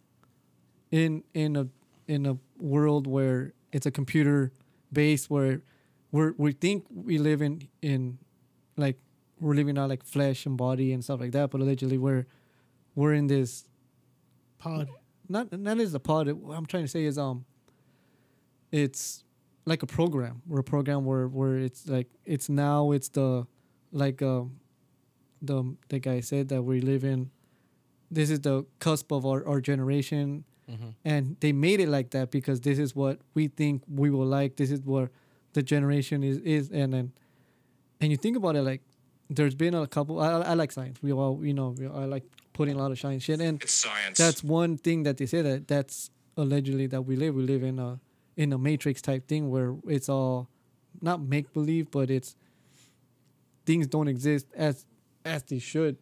Speaker 4: in in a in a world where it's a computer base where we're we think we live in in like we're living out like flesh and body and stuff like that but allegedly we're we're in this
Speaker 3: Pod.
Speaker 4: not not as a pod. What I'm trying to say is um, it's like a program. We're a program where where it's like it's now it's the like um, the the guy said that we live in. This is the cusp of our our generation, and they made it like that because this is what we think we will like. This is what the generation is is and then and you think about it like there's been a couple I, I I like science we all you know we, I like putting a lot of science shit and
Speaker 6: It's science.
Speaker 4: that's one thing that they say that that's allegedly that we live we live in a in a matrix type thing where it's all not make believe but it's things don't exist as as they should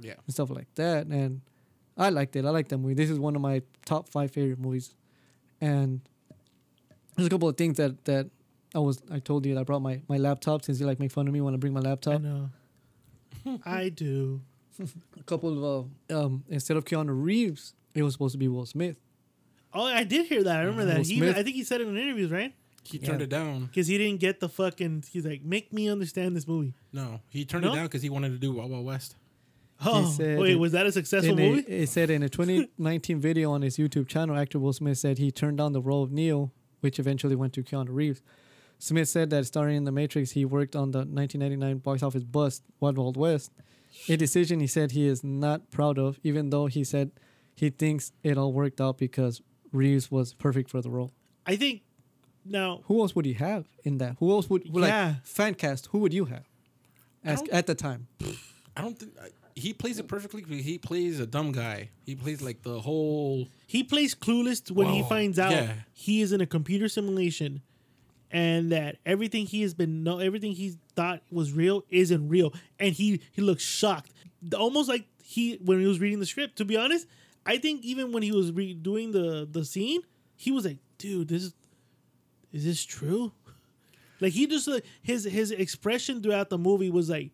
Speaker 5: Yeah.
Speaker 4: and stuff like that and i liked it i liked that movie this is one of my top five favorite movies and there's a couple of things that that i was i told you that i brought my my laptop since you like make fun of me when i bring my
Speaker 3: I
Speaker 4: laptop (laughs)
Speaker 3: know. I do.
Speaker 4: a couple of uh, um instead of keanu reeves it was supposed to be will smith
Speaker 3: Oh, I did hear that. I remember that.
Speaker 4: Will
Speaker 3: He, even-
Speaker 4: Smith.
Speaker 3: I think he said it in interviews, right?
Speaker 5: He
Speaker 4: Yeah.
Speaker 5: turned it down.
Speaker 3: Because he didn't get the fucking. He's like, make me understand this movie.
Speaker 5: No, he turned
Speaker 3: No?
Speaker 5: it down because he wanted to do Wild Wild West.
Speaker 3: Oh,
Speaker 4: said
Speaker 3: wait,
Speaker 4: it-
Speaker 3: was that a successful
Speaker 4: in a-
Speaker 3: movie?
Speaker 4: it said in a 2019 video on his YouTube channel, actor Will Smith said he turned down the role of Neo, which eventually went to Keanu Reeves. Smith said that starring in The Matrix, he worked on the 1999 box office bust Wild Wild West, a decision he said he is not proud of, even though he said he thinks it all worked out because Reeves was perfect for the role.
Speaker 3: I think. Now,
Speaker 4: Who else would he have in that? Who else would like
Speaker 3: Yeah.
Speaker 4: fan cast? Who would you have? As,
Speaker 5: don't-
Speaker 4: at the time,
Speaker 5: I don't think I, he plays it perfectly. but He plays a dumb guy. He plays like the whole.
Speaker 3: He plays clueless when he
Speaker 5: Whoa.
Speaker 3: finds out
Speaker 5: Yeah.
Speaker 3: he is in a computer simulation, and that everything he has been no everything he thought was real isn't real, and he he looks shocked, almost like he when he was reading the script. To be honest, I think even when he was redoing the the scene, he was like, "Dude, this is is this true?" Like he just like, his his expression throughout the movie was like,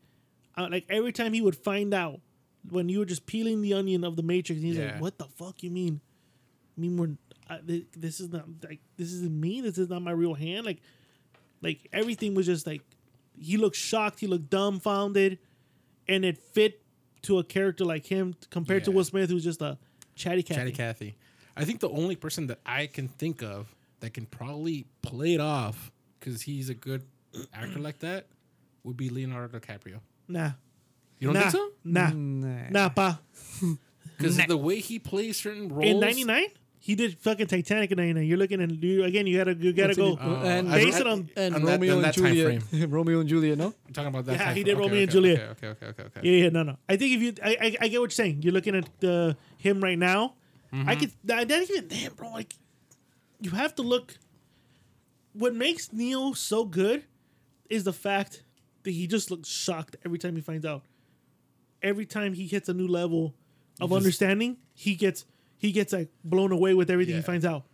Speaker 3: uh, like every time he would find out when you were just peeling the onion of the Matrix, he's
Speaker 5: Yeah.
Speaker 3: like, "What the fuck you mean? I mean we're I, thi- this is not like this isn't me. This is not my real hand. Like, like everything was just like he looked shocked, he looked dumbfounded, and it fit to a character like him compared to
Speaker 5: Yeah.
Speaker 3: Will Smith, who's just a chatty cat.
Speaker 5: Chatty Cathy. I think the only person that I can think of that can probably play it off because he's a good actor like that would be Leonardo DiCaprio.
Speaker 3: Nah,
Speaker 5: You don't
Speaker 3: nah,
Speaker 5: think so?
Speaker 3: nah,
Speaker 4: Nah.
Speaker 5: Mm,
Speaker 3: nah, pa.
Speaker 5: Because the way he plays certain roles
Speaker 3: In '99, He did fucking Titanic in '99. You're looking and you, again, you gotta you gotta
Speaker 4: What's he
Speaker 3: go.
Speaker 4: do? Uh, and
Speaker 5: I-
Speaker 3: Base
Speaker 5: I-
Speaker 3: it on-
Speaker 4: and
Speaker 5: on that-
Speaker 4: Romeo
Speaker 5: on
Speaker 4: and
Speaker 5: that time
Speaker 4: Juliet. (laughs) Romeo and Juliet, no?
Speaker 5: I'm talking about that.
Speaker 3: Yeah,
Speaker 5: time
Speaker 3: he
Speaker 5: frame.
Speaker 3: did
Speaker 5: Okay,
Speaker 3: Romeo
Speaker 5: okay,
Speaker 3: and Juliet.
Speaker 5: Okay, okay, okay, okay.
Speaker 3: Yeah, yeah, no, no. I think if you, I, I, I get what you're saying. You're looking at the him right now. I could, I not even damn, bro. Like, you have to look. What makes Neo so good is the fact that he just looks shocked every time he finds out. Every time he hits a new level of understanding, he gets he gets like blown away with everything he
Speaker 5: Yeah.
Speaker 3: finds out.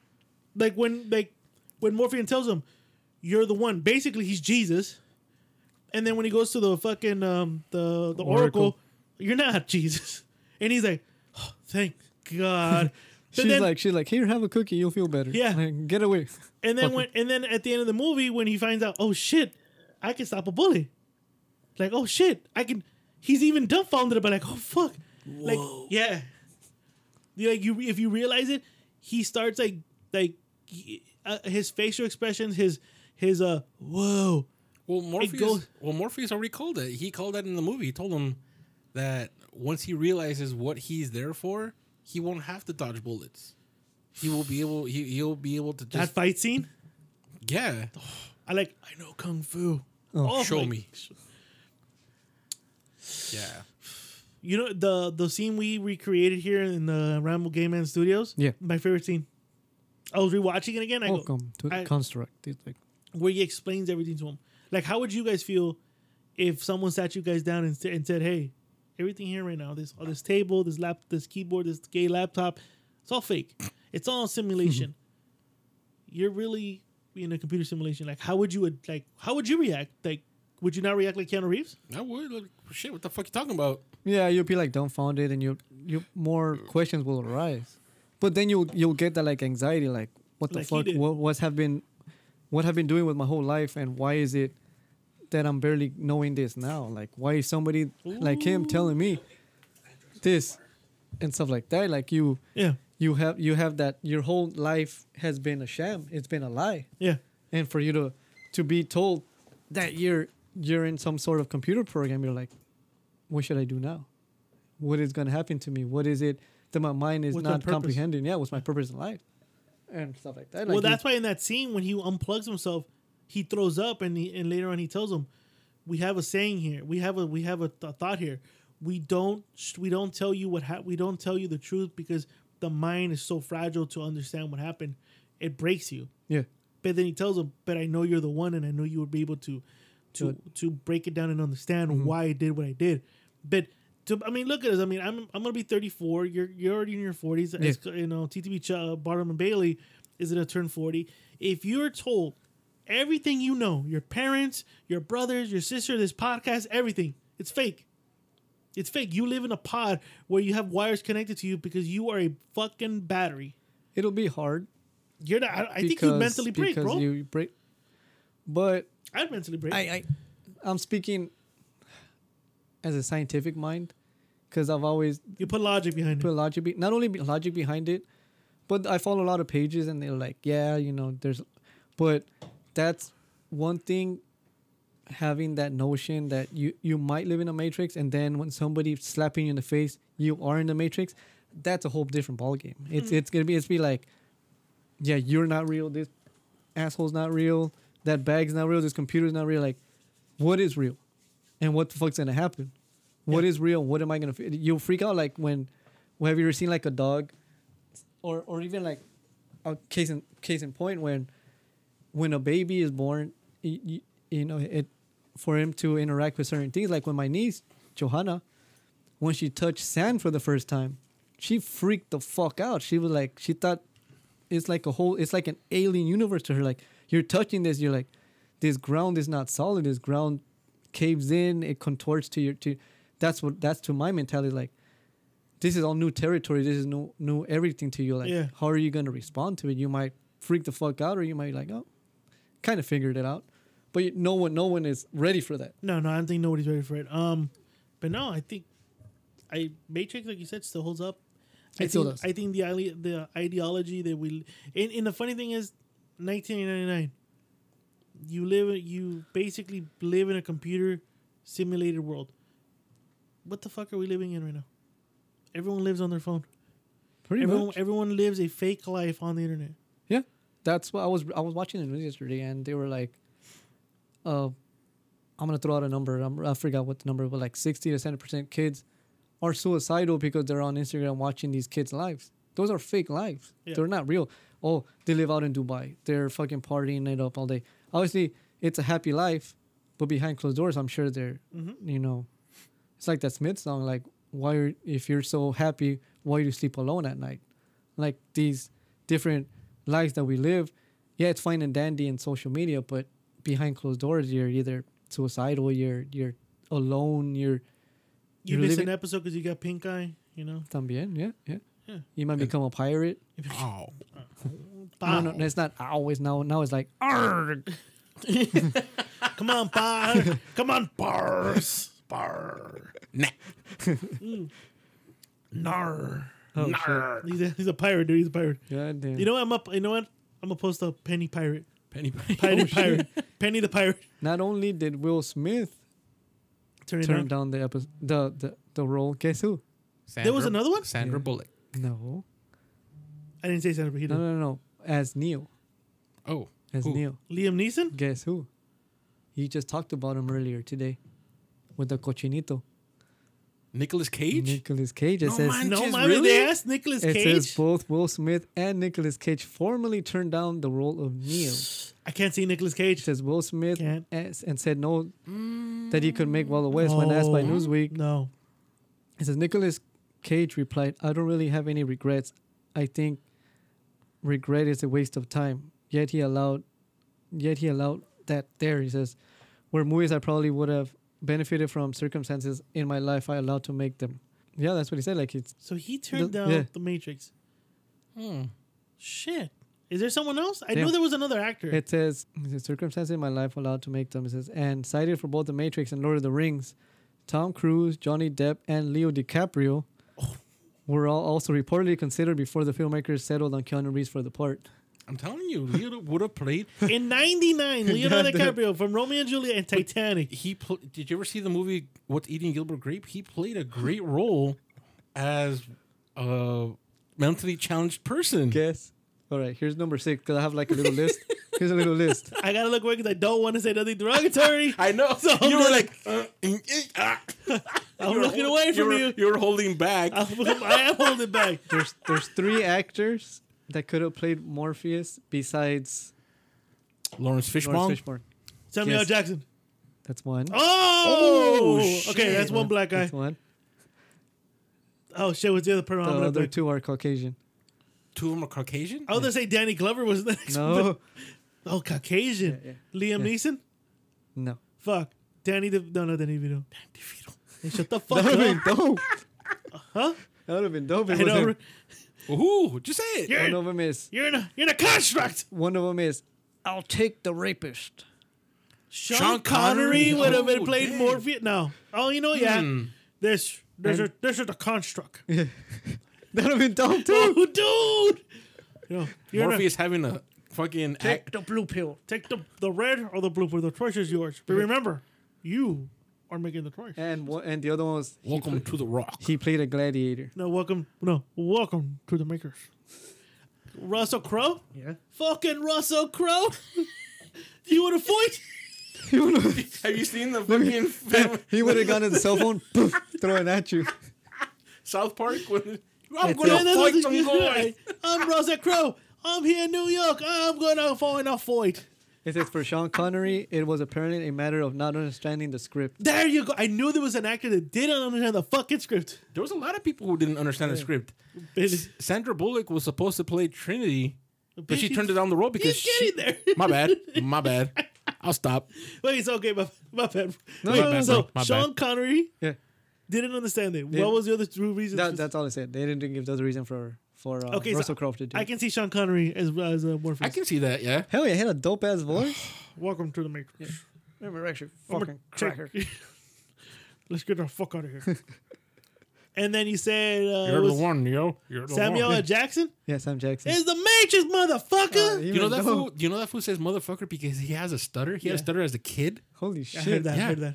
Speaker 3: Like when like when Morpheus tells him, "You're the one." Basically, he's Jesus. And then when he goes to the fucking um the the oracle,
Speaker 4: Oracle.
Speaker 3: you're not (laughs) Jesus. And he's like, oh, "Thank
Speaker 4: (laughs)
Speaker 3: God." But
Speaker 4: She's
Speaker 3: then-
Speaker 4: like, she's like, here, have a cookie, you'll feel better.
Speaker 3: Yeah.
Speaker 4: Like, get
Speaker 3: (laughs)
Speaker 4: away.
Speaker 3: and then when and then at the end of the movie when he finds out, oh shit, I can stop a bully. Like, oh shit, I can he's even dumbfounded about like, oh fuck. Like yeah. You- Like you if you realize it, he starts like like he- uh, his facial expressions, his his uh whoa.
Speaker 5: Well, Morpheus.
Speaker 3: goes-
Speaker 5: well, Morpheus already called it. He called that in the movie. He told him that once he realizes what he's there for, he won't have to dodge bullets. He will be able. He, he'll be able to
Speaker 3: That
Speaker 5: just.
Speaker 3: fight scene.
Speaker 5: yeah.
Speaker 3: I like I know kung fu.
Speaker 4: Oh.
Speaker 5: Show
Speaker 3: my-
Speaker 5: me. Yeah.
Speaker 3: You know the the scene we recreated here in the Ramble Game Man Studios.
Speaker 4: Yeah.
Speaker 3: my favorite scene. I was rewatching it again. I go,
Speaker 4: Welcome to the
Speaker 3: I-
Speaker 4: construct. It's like,
Speaker 3: where he explains everything to him. Like, how would you guys feel if someone sat you guys down and, sa- and said, "Hey, everything here right now, this all this table, this lap, this keyboard, this gay laptop, it's all fake. It's all simulation. You're really in a computer simulation. Like, how would you ad- like? How would you react? Like, would you not react like Keanu Reeves?
Speaker 5: I would. Like, shit. What the fuck you talking about?
Speaker 4: yeah, you'll be like dumbfounded and you you more questions will arise. But then you'll you'll get that like anxiety, like what the
Speaker 3: Like he
Speaker 4: fuck?
Speaker 3: did.
Speaker 4: What what's have been what have been doing with my whole life and why is it that I'm barely knowing this now? Like why is somebody like him telling me this and stuff like that? Like you
Speaker 3: Yeah,
Speaker 4: you have you have that your whole life has been a sham. It's been a lie.
Speaker 3: yeah,
Speaker 4: and for you to to be told that you're you're in some sort of computer program you're like what should i do now what is going to happen to me what is it that my mind is
Speaker 3: What's my
Speaker 4: not
Speaker 3: purpose?
Speaker 4: comprehending yeah what's my purpose in life and stuff like that
Speaker 3: well,
Speaker 4: Like,
Speaker 3: that's why in that scene when he unplugs himself, he throws up, and he, and later on he tells him, "We have a saying here. We have a we have a, th- thought here. We don't sh- we don't tell you what ha- we don't tell you the truth because the mind is so fragile to understand what happened. It breaks you.
Speaker 4: you- yeah
Speaker 3: But then he tells him, "But I know you're the one, and I know you would be able to, to to break it down and understand
Speaker 4: Mm-hmm.
Speaker 3: why I did what I did." But to, I mean, look at us. I mean, I'm I'm gonna be 34. You're you're already in your 40s. It's, you know, TTB Ch- uh, Barnum and Bailey is gonna turn 40. If you're told everything you know, your parents, your brothers, your sister, this podcast, everything, it's fake. It's fake. You live in a pod where you have wires connected to you because you are a fucking battery.
Speaker 4: it'll be hard
Speaker 3: You're not. I, I think you mentally break,
Speaker 4: because
Speaker 3: bro.
Speaker 4: you break but
Speaker 3: I'd mentally break.
Speaker 4: I, I i'm speaking as a scientific mind because i've always
Speaker 3: You put logic behind
Speaker 4: put
Speaker 3: it.
Speaker 4: logic be- not only be- logic behind it but i follow a lot of pages and they're like yeah you know there's but that's one thing having that notion that you you might live in a matrix and then when somebody slapping you in the face you are in the matrix that's a whole different ballgame it's it's gonna be it's be like yeah you're not real this asshole's not real that bag's not real this computer's not real like what is real and what the fuck's gonna happen What is real what am i gonna f- you'll freak out like when well, have you ever seen like a dog or or even like a case in case in point when when a baby is born you, you, you know it for him to interact with certain things like when my niece johanna when she touched sand for the first time she freaked the fuck out she was like she thought it's like a whole it's like an alien universe to her like you're touching this you're like this ground is not solid this ground caves in it contorts to your to that's what that's to my mentality like this is all new territory this is new new everything to you like
Speaker 3: Yeah.
Speaker 4: how are you going to respond to it you might freak the fuck out or you might like oh kind of figured it out but you, no one no one is ready for that
Speaker 3: No, no, I don't think nobody's ready for it. Um, but no, I think I Matrix, like you said, still holds up. I
Speaker 4: It still
Speaker 3: think,
Speaker 4: does.
Speaker 3: I think the ide- the ideology that we and, and the funny thing is, 1999. You live you basically live in a computer simulated world. What the fuck are we living in right now? Everyone lives on their phone.
Speaker 4: Pretty
Speaker 3: Everyone,
Speaker 4: much.
Speaker 3: everyone lives a fake life on the internet.
Speaker 4: Yeah, that's what I was. I was watching the news yesterday, and they were like, "Uh, I'm gonna throw out a number. I'm, I forgot what the number, but like 60 to 70 percent kids are suicidal because they're on Instagram watching these kids' lives. Those are fake lives.
Speaker 3: Yeah.
Speaker 4: They're not real. Oh, they live out in Dubai. They're fucking partying it up all day. Obviously, it's a happy life, but behind closed doors, I'm sure they're, you know, it's like that Smith song. Like, why are, if you're so happy, why do you sleep alone at night? Like these different lives that we live. Yeah, it's fine and dandy in social media, but behind closed doors, you're either suicidal, you're you're alone, you're
Speaker 3: You
Speaker 4: You're
Speaker 3: miss
Speaker 4: living-
Speaker 3: an episode because you got pink eye. You know,
Speaker 4: también, yeah, yeah.
Speaker 3: Yeah.
Speaker 4: You might become a pirate.
Speaker 5: Oh,
Speaker 3: Pa.
Speaker 4: No, no, it's not always now. Now it's like ah. "Arrgh."
Speaker 3: (laughs) come on, pa. come on,
Speaker 5: bars, bar, nah, nar, nar.
Speaker 3: He's a, he's a pirate, dude. He's a pirate.
Speaker 4: God damn.
Speaker 3: You know what? I'm up. You know what? I'm gonna post a penny pirate. (laughs)
Speaker 5: Penny,
Speaker 3: Penny pirate. Penny the pirate.
Speaker 4: not only did Will Smith
Speaker 3: Turn it
Speaker 4: turn
Speaker 3: down.
Speaker 4: down the episode, the, the the role, guess who?
Speaker 5: Sandra-
Speaker 3: was another one?
Speaker 5: Sandra Bullock.
Speaker 4: No,
Speaker 3: I didn't say Sandra Bullock.
Speaker 4: no, no, no. As Neil,
Speaker 5: Oh,
Speaker 4: as
Speaker 5: who?
Speaker 4: Neil.
Speaker 3: Liam Neeson.
Speaker 4: Guess who? You just talked about him earlier today, with the cochinito.
Speaker 5: Nicolas Cage.
Speaker 4: Nicholas Cage. It
Speaker 5: No
Speaker 4: says
Speaker 5: man-
Speaker 3: No,
Speaker 5: Jeez,
Speaker 3: my
Speaker 5: really?
Speaker 3: they asked Nicolas
Speaker 4: It says
Speaker 3: Cage.
Speaker 4: both Will Smith and Nicolas Cage formally turned down the role of Neo. It
Speaker 3: I can't see Nicolas Cage.
Speaker 4: says Will Smith
Speaker 3: Can't.
Speaker 4: as, and said no that he could make Wild West when asked by
Speaker 3: No.
Speaker 4: Newsweek.
Speaker 3: No.
Speaker 4: It says Nicolas Cage replied, "I don't really have any regrets. I think regret is a waste of time." Yet he allowed, yet he allowed that there. He says, "Where movies I probably would have benefited from circumstances in my life, I allowed to make them." Yeah, that's what he said. Like it's
Speaker 3: So he turned
Speaker 4: The-
Speaker 3: down
Speaker 4: yeah.
Speaker 3: the Matrix. Hmm. Shit. Is there someone else? I
Speaker 4: Yeah.
Speaker 3: knew there was another actor.
Speaker 4: It says the circumstances in my life allowed to make them. It says and cited for both The Matrix and Lord of the Rings, Tom Cruise, Johnny Depp, and Leo DiCaprio
Speaker 3: Oh.
Speaker 4: were all also reportedly considered before the filmmakers settled on Keanu Reeves for the part.
Speaker 5: I'm telling you, Leo would have played.
Speaker 3: In
Speaker 4: (laughs)
Speaker 3: '99, Leonardo DiCaprio from Romeo and Juliet and Titanic.
Speaker 5: He pl- did you ever see the movie What's Eating Gilbert Grape? He played a great role as a mentally challenged person.
Speaker 4: Guess. All right, here's number six because I have like a little
Speaker 3: (laughs)
Speaker 4: list. Here's a little list.
Speaker 3: I gotta look away because I don't want to say nothing derogatory.
Speaker 5: I know.
Speaker 3: So I'm
Speaker 5: you were
Speaker 3: gonna-
Speaker 5: like, uh, eh, eh, ah.
Speaker 3: I'm
Speaker 5: You were
Speaker 3: looking
Speaker 5: hol-
Speaker 3: away from
Speaker 5: were-
Speaker 3: you.
Speaker 4: (laughs)
Speaker 5: You were holding back.
Speaker 3: I'm- I am holding back.
Speaker 4: There's there's three actors that could have played Morpheus besides
Speaker 5: Lawrence Fishburne.
Speaker 4: Lawrence Fishburne.
Speaker 3: Samuel
Speaker 4: Yes.
Speaker 3: Jackson.
Speaker 4: That's one.
Speaker 3: Oh, okay,
Speaker 5: shit.
Speaker 3: that's one black guy.
Speaker 4: That's one.
Speaker 3: Oh shit, what's the other person?
Speaker 4: The
Speaker 3: I'm gonna
Speaker 4: other
Speaker 3: pick?
Speaker 4: two are Caucasian.
Speaker 5: Two of them are Caucasian.
Speaker 4: Oh.
Speaker 3: I was gonna say Danny Glover was the next. one.
Speaker 4: No,
Speaker 3: Oh, Caucasian.
Speaker 4: Yeah,
Speaker 3: Liam Neeson. (laughs)
Speaker 4: no.
Speaker 3: Fuck. Danny. De- no, no, Danny DeVito.
Speaker 4: (laughs)
Speaker 5: DeVito.
Speaker 3: Hey, shut the
Speaker 4: That
Speaker 3: fuck
Speaker 4: would
Speaker 3: up.
Speaker 4: have been (laughs) dope.
Speaker 3: Huh?
Speaker 4: That would have been dope.
Speaker 3: I
Speaker 4: It
Speaker 3: know.
Speaker 4: was
Speaker 5: Ooh, just say it.
Speaker 3: You're,
Speaker 4: one of them is
Speaker 3: you're in a you're in a construct.
Speaker 4: one of them is I'll take the rapist.
Speaker 3: Sean,
Speaker 5: Sean
Speaker 3: Connery
Speaker 5: Connery.
Speaker 3: would have been
Speaker 5: Oh,
Speaker 3: played
Speaker 5: dang.
Speaker 3: Morpheus. No. Oh, you know, yeah.
Speaker 4: Hmm.
Speaker 3: This there's a this is the
Speaker 4: (laughs)
Speaker 3: construct.
Speaker 4: That would have been dope too.
Speaker 3: oh, dude. You know, you're in a-
Speaker 5: Morpheus having a fucking
Speaker 3: Take
Speaker 5: act.
Speaker 3: the blue pill. Take the the red or the blue pill. The choice is yours. But remember, you are making the choice.
Speaker 4: and one, and the other one was
Speaker 5: Welcome to the Rock.
Speaker 4: he played a gladiator. (laughs)
Speaker 3: No, welcome. No, welcome to the makers. Russell Crowe.
Speaker 4: Yeah.
Speaker 3: Fucking Russell Crowe. (laughs) you want to fight?
Speaker 5: (laughs) Have you seen (laughs) the fucking film,
Speaker 4: He would have gotten his cell phone, (laughs) poof, throwing at you.
Speaker 5: South Park? (laughs) When, I'm
Speaker 4: It's
Speaker 5: gonna
Speaker 4: a-
Speaker 3: That's what
Speaker 5: fight
Speaker 3: you
Speaker 5: some guy.
Speaker 3: do. I'm Russell Crowe. I'm here in New York. I'm gonna find a fight.
Speaker 4: It says for Sean Connery, it was apparently a matter of not understanding the script.
Speaker 3: There you go. I knew there was an actor that didn't understand the fucking script.
Speaker 5: (laughs) There was a lot of people who didn't understand the script.
Speaker 3: Bitch,
Speaker 5: Sandra Bullock was supposed to play Trinity, but (laughs) she
Speaker 3: Bitch,
Speaker 5: turned it down the role because
Speaker 3: He's
Speaker 5: she.
Speaker 3: getting there. (laughs)
Speaker 5: My bad. (laughs) My bad. I'll stop.
Speaker 3: Wait, it's okay. My, my bad.
Speaker 4: No,
Speaker 3: Wait,
Speaker 4: my bad,
Speaker 3: so
Speaker 5: bro. My
Speaker 3: Sean Connery
Speaker 4: Yeah,
Speaker 3: didn't understand it.
Speaker 4: Yeah.
Speaker 3: What was the other true reason?
Speaker 4: that, that's all it said. They didn't give the reason for for uh,
Speaker 3: Okay, so
Speaker 4: Russell Crowe to do.
Speaker 3: I
Speaker 4: it.
Speaker 3: can see Sean Connery as as uh, Morpheus.
Speaker 5: I can see that, yeah.
Speaker 4: Hell yeah, he had a dope ass voice.
Speaker 3: Welcome to the Matrix.
Speaker 4: Remember, actually,
Speaker 3: I'm a
Speaker 4: fucking
Speaker 3: chick.
Speaker 4: cracker.
Speaker 3: (laughs) Let's get the fuck out of here. and then you said uh,
Speaker 5: You're the
Speaker 3: was
Speaker 5: one, yo. You're the
Speaker 3: Samuel L.
Speaker 5: one.
Speaker 3: Jackson
Speaker 4: Yeah, Sam Jackson.
Speaker 3: is the Matrix,
Speaker 4: Oh,
Speaker 3: motherfucker.
Speaker 5: You know that fool? You know that fool says motherfucker because he has a stutter. He had a
Speaker 3: Yeah.
Speaker 5: stutter as a kid.
Speaker 4: Holy
Speaker 3: I heard
Speaker 4: shit!
Speaker 3: that. I
Speaker 5: yeah.
Speaker 3: heard that.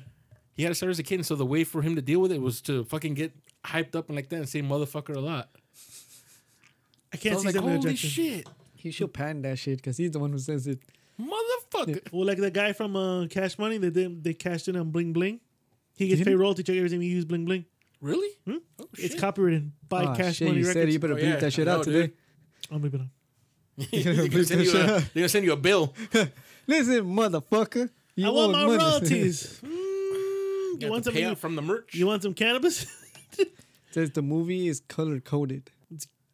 Speaker 5: He had a stutter as a kid, and so the way for him to deal with it was to fucking get hyped up and like that and say motherfucker a lot.
Speaker 3: I
Speaker 5: I
Speaker 3: can't
Speaker 5: was
Speaker 3: see
Speaker 5: like,
Speaker 3: something
Speaker 5: holy
Speaker 3: objection.
Speaker 5: shit,
Speaker 4: He should pan that shit because he's the one who says it.
Speaker 5: motherfucker!
Speaker 3: Well, like the guy from uh, Cash Money that they, they cashed in on Bling Bling. He gets
Speaker 4: Did
Speaker 3: paid
Speaker 4: he?
Speaker 3: royalty check every time you use Bling Bling.
Speaker 5: Really? Oh,
Speaker 3: Hmm? It's
Speaker 5: shit. (laughs)
Speaker 3: copyrighted by
Speaker 4: Ah,
Speaker 3: Cash
Speaker 4: shit,
Speaker 3: Money
Speaker 4: you said
Speaker 3: Records.
Speaker 4: you better
Speaker 5: Oh,
Speaker 4: bleep
Speaker 5: yeah.
Speaker 4: that shit
Speaker 5: I
Speaker 4: out
Speaker 5: know,
Speaker 4: today.
Speaker 5: dude.
Speaker 3: I'm leaving it on.
Speaker 5: They're gonna send you a- they're gonna send you
Speaker 3: (laughs)
Speaker 5: a bill.
Speaker 4: Listen, motherfucker. You
Speaker 3: I want
Speaker 4: owe
Speaker 3: my
Speaker 4: money.
Speaker 3: royalties. Mm, you
Speaker 5: You
Speaker 3: want
Speaker 5: want to
Speaker 3: some?
Speaker 5: pay
Speaker 3: You,
Speaker 5: out from the
Speaker 3: (laughs)
Speaker 5: merch.
Speaker 3: you want some cannabis?
Speaker 4: (laughs)
Speaker 3: (laughs)
Speaker 4: says the movie is color coded.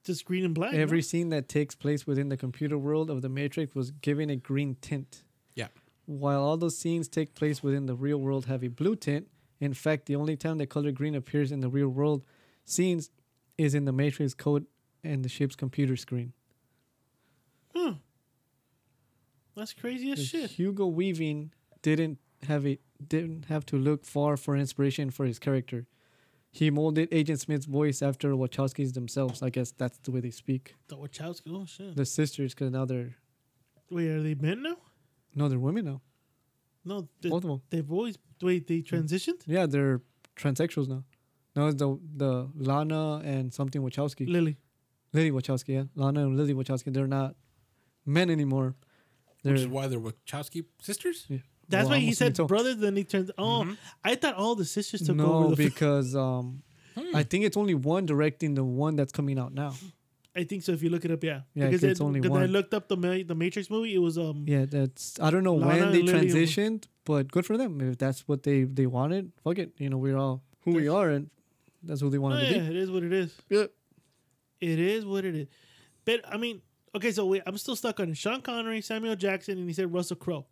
Speaker 3: Just green and black.
Speaker 4: Every scene that takes place within the computer world of the Matrix was given a green tint.
Speaker 5: yeah.
Speaker 4: While all those scenes take place within the real world have a blue tint, in fact, the only time the color green appears in the real world scenes is in the Matrix code and the ship's computer screen.
Speaker 3: no? that's crazy as shit.
Speaker 4: Hugo Weaving didn't have a didn't have to look far for inspiration for his character. He molded Agent Smith's voice after Wachowskis themselves. I guess that's the way they speak.
Speaker 3: The Wachowski. Oh shit.
Speaker 4: The sisters, because now they're
Speaker 3: Wait, are they men now?
Speaker 4: no, they're women now.
Speaker 3: No, they,
Speaker 4: Both of them.
Speaker 3: they've always wait. They transitioned.
Speaker 4: Yeah, they're transsexuals now. No, it's the the Lana and something Wachowski,
Speaker 3: Lily.
Speaker 4: Lily Wachowski. Yeah, Lana and Lily Wachowski. They're not men anymore. They're
Speaker 5: Which is why they're Wachowski sisters.
Speaker 4: yeah.
Speaker 3: That's
Speaker 4: Well,
Speaker 3: why he
Speaker 4: almost
Speaker 3: said
Speaker 4: me too.
Speaker 3: brothers. Then he turned. Oh, I thought all the sisters took
Speaker 4: No,
Speaker 3: over. The (laughs) Hmm.
Speaker 4: because um, I think it's only one directing the one that's coming out now.
Speaker 3: I think so. If you look it up, yeah.
Speaker 4: Yeah,
Speaker 3: because
Speaker 4: it's
Speaker 3: it-
Speaker 4: only
Speaker 3: because I
Speaker 4: one.
Speaker 3: looked up the Ma- the Matrix movie. It was um.
Speaker 4: Yeah, that's I don't know
Speaker 3: Lana
Speaker 4: when they
Speaker 3: and Lily were-
Speaker 4: transitioned, but good for them. If that's what they they wanted, fuck it. You know, we're all who we are, and that's who they
Speaker 3: Oh,
Speaker 4: wanted
Speaker 3: yeah,
Speaker 4: to
Speaker 3: it is what it is.
Speaker 4: be. Yeah.
Speaker 3: It is what it is. But I mean, okay, so wait, I'm still stuck on Sean Connery, Samuel Jackson, and he said Russell Crowe.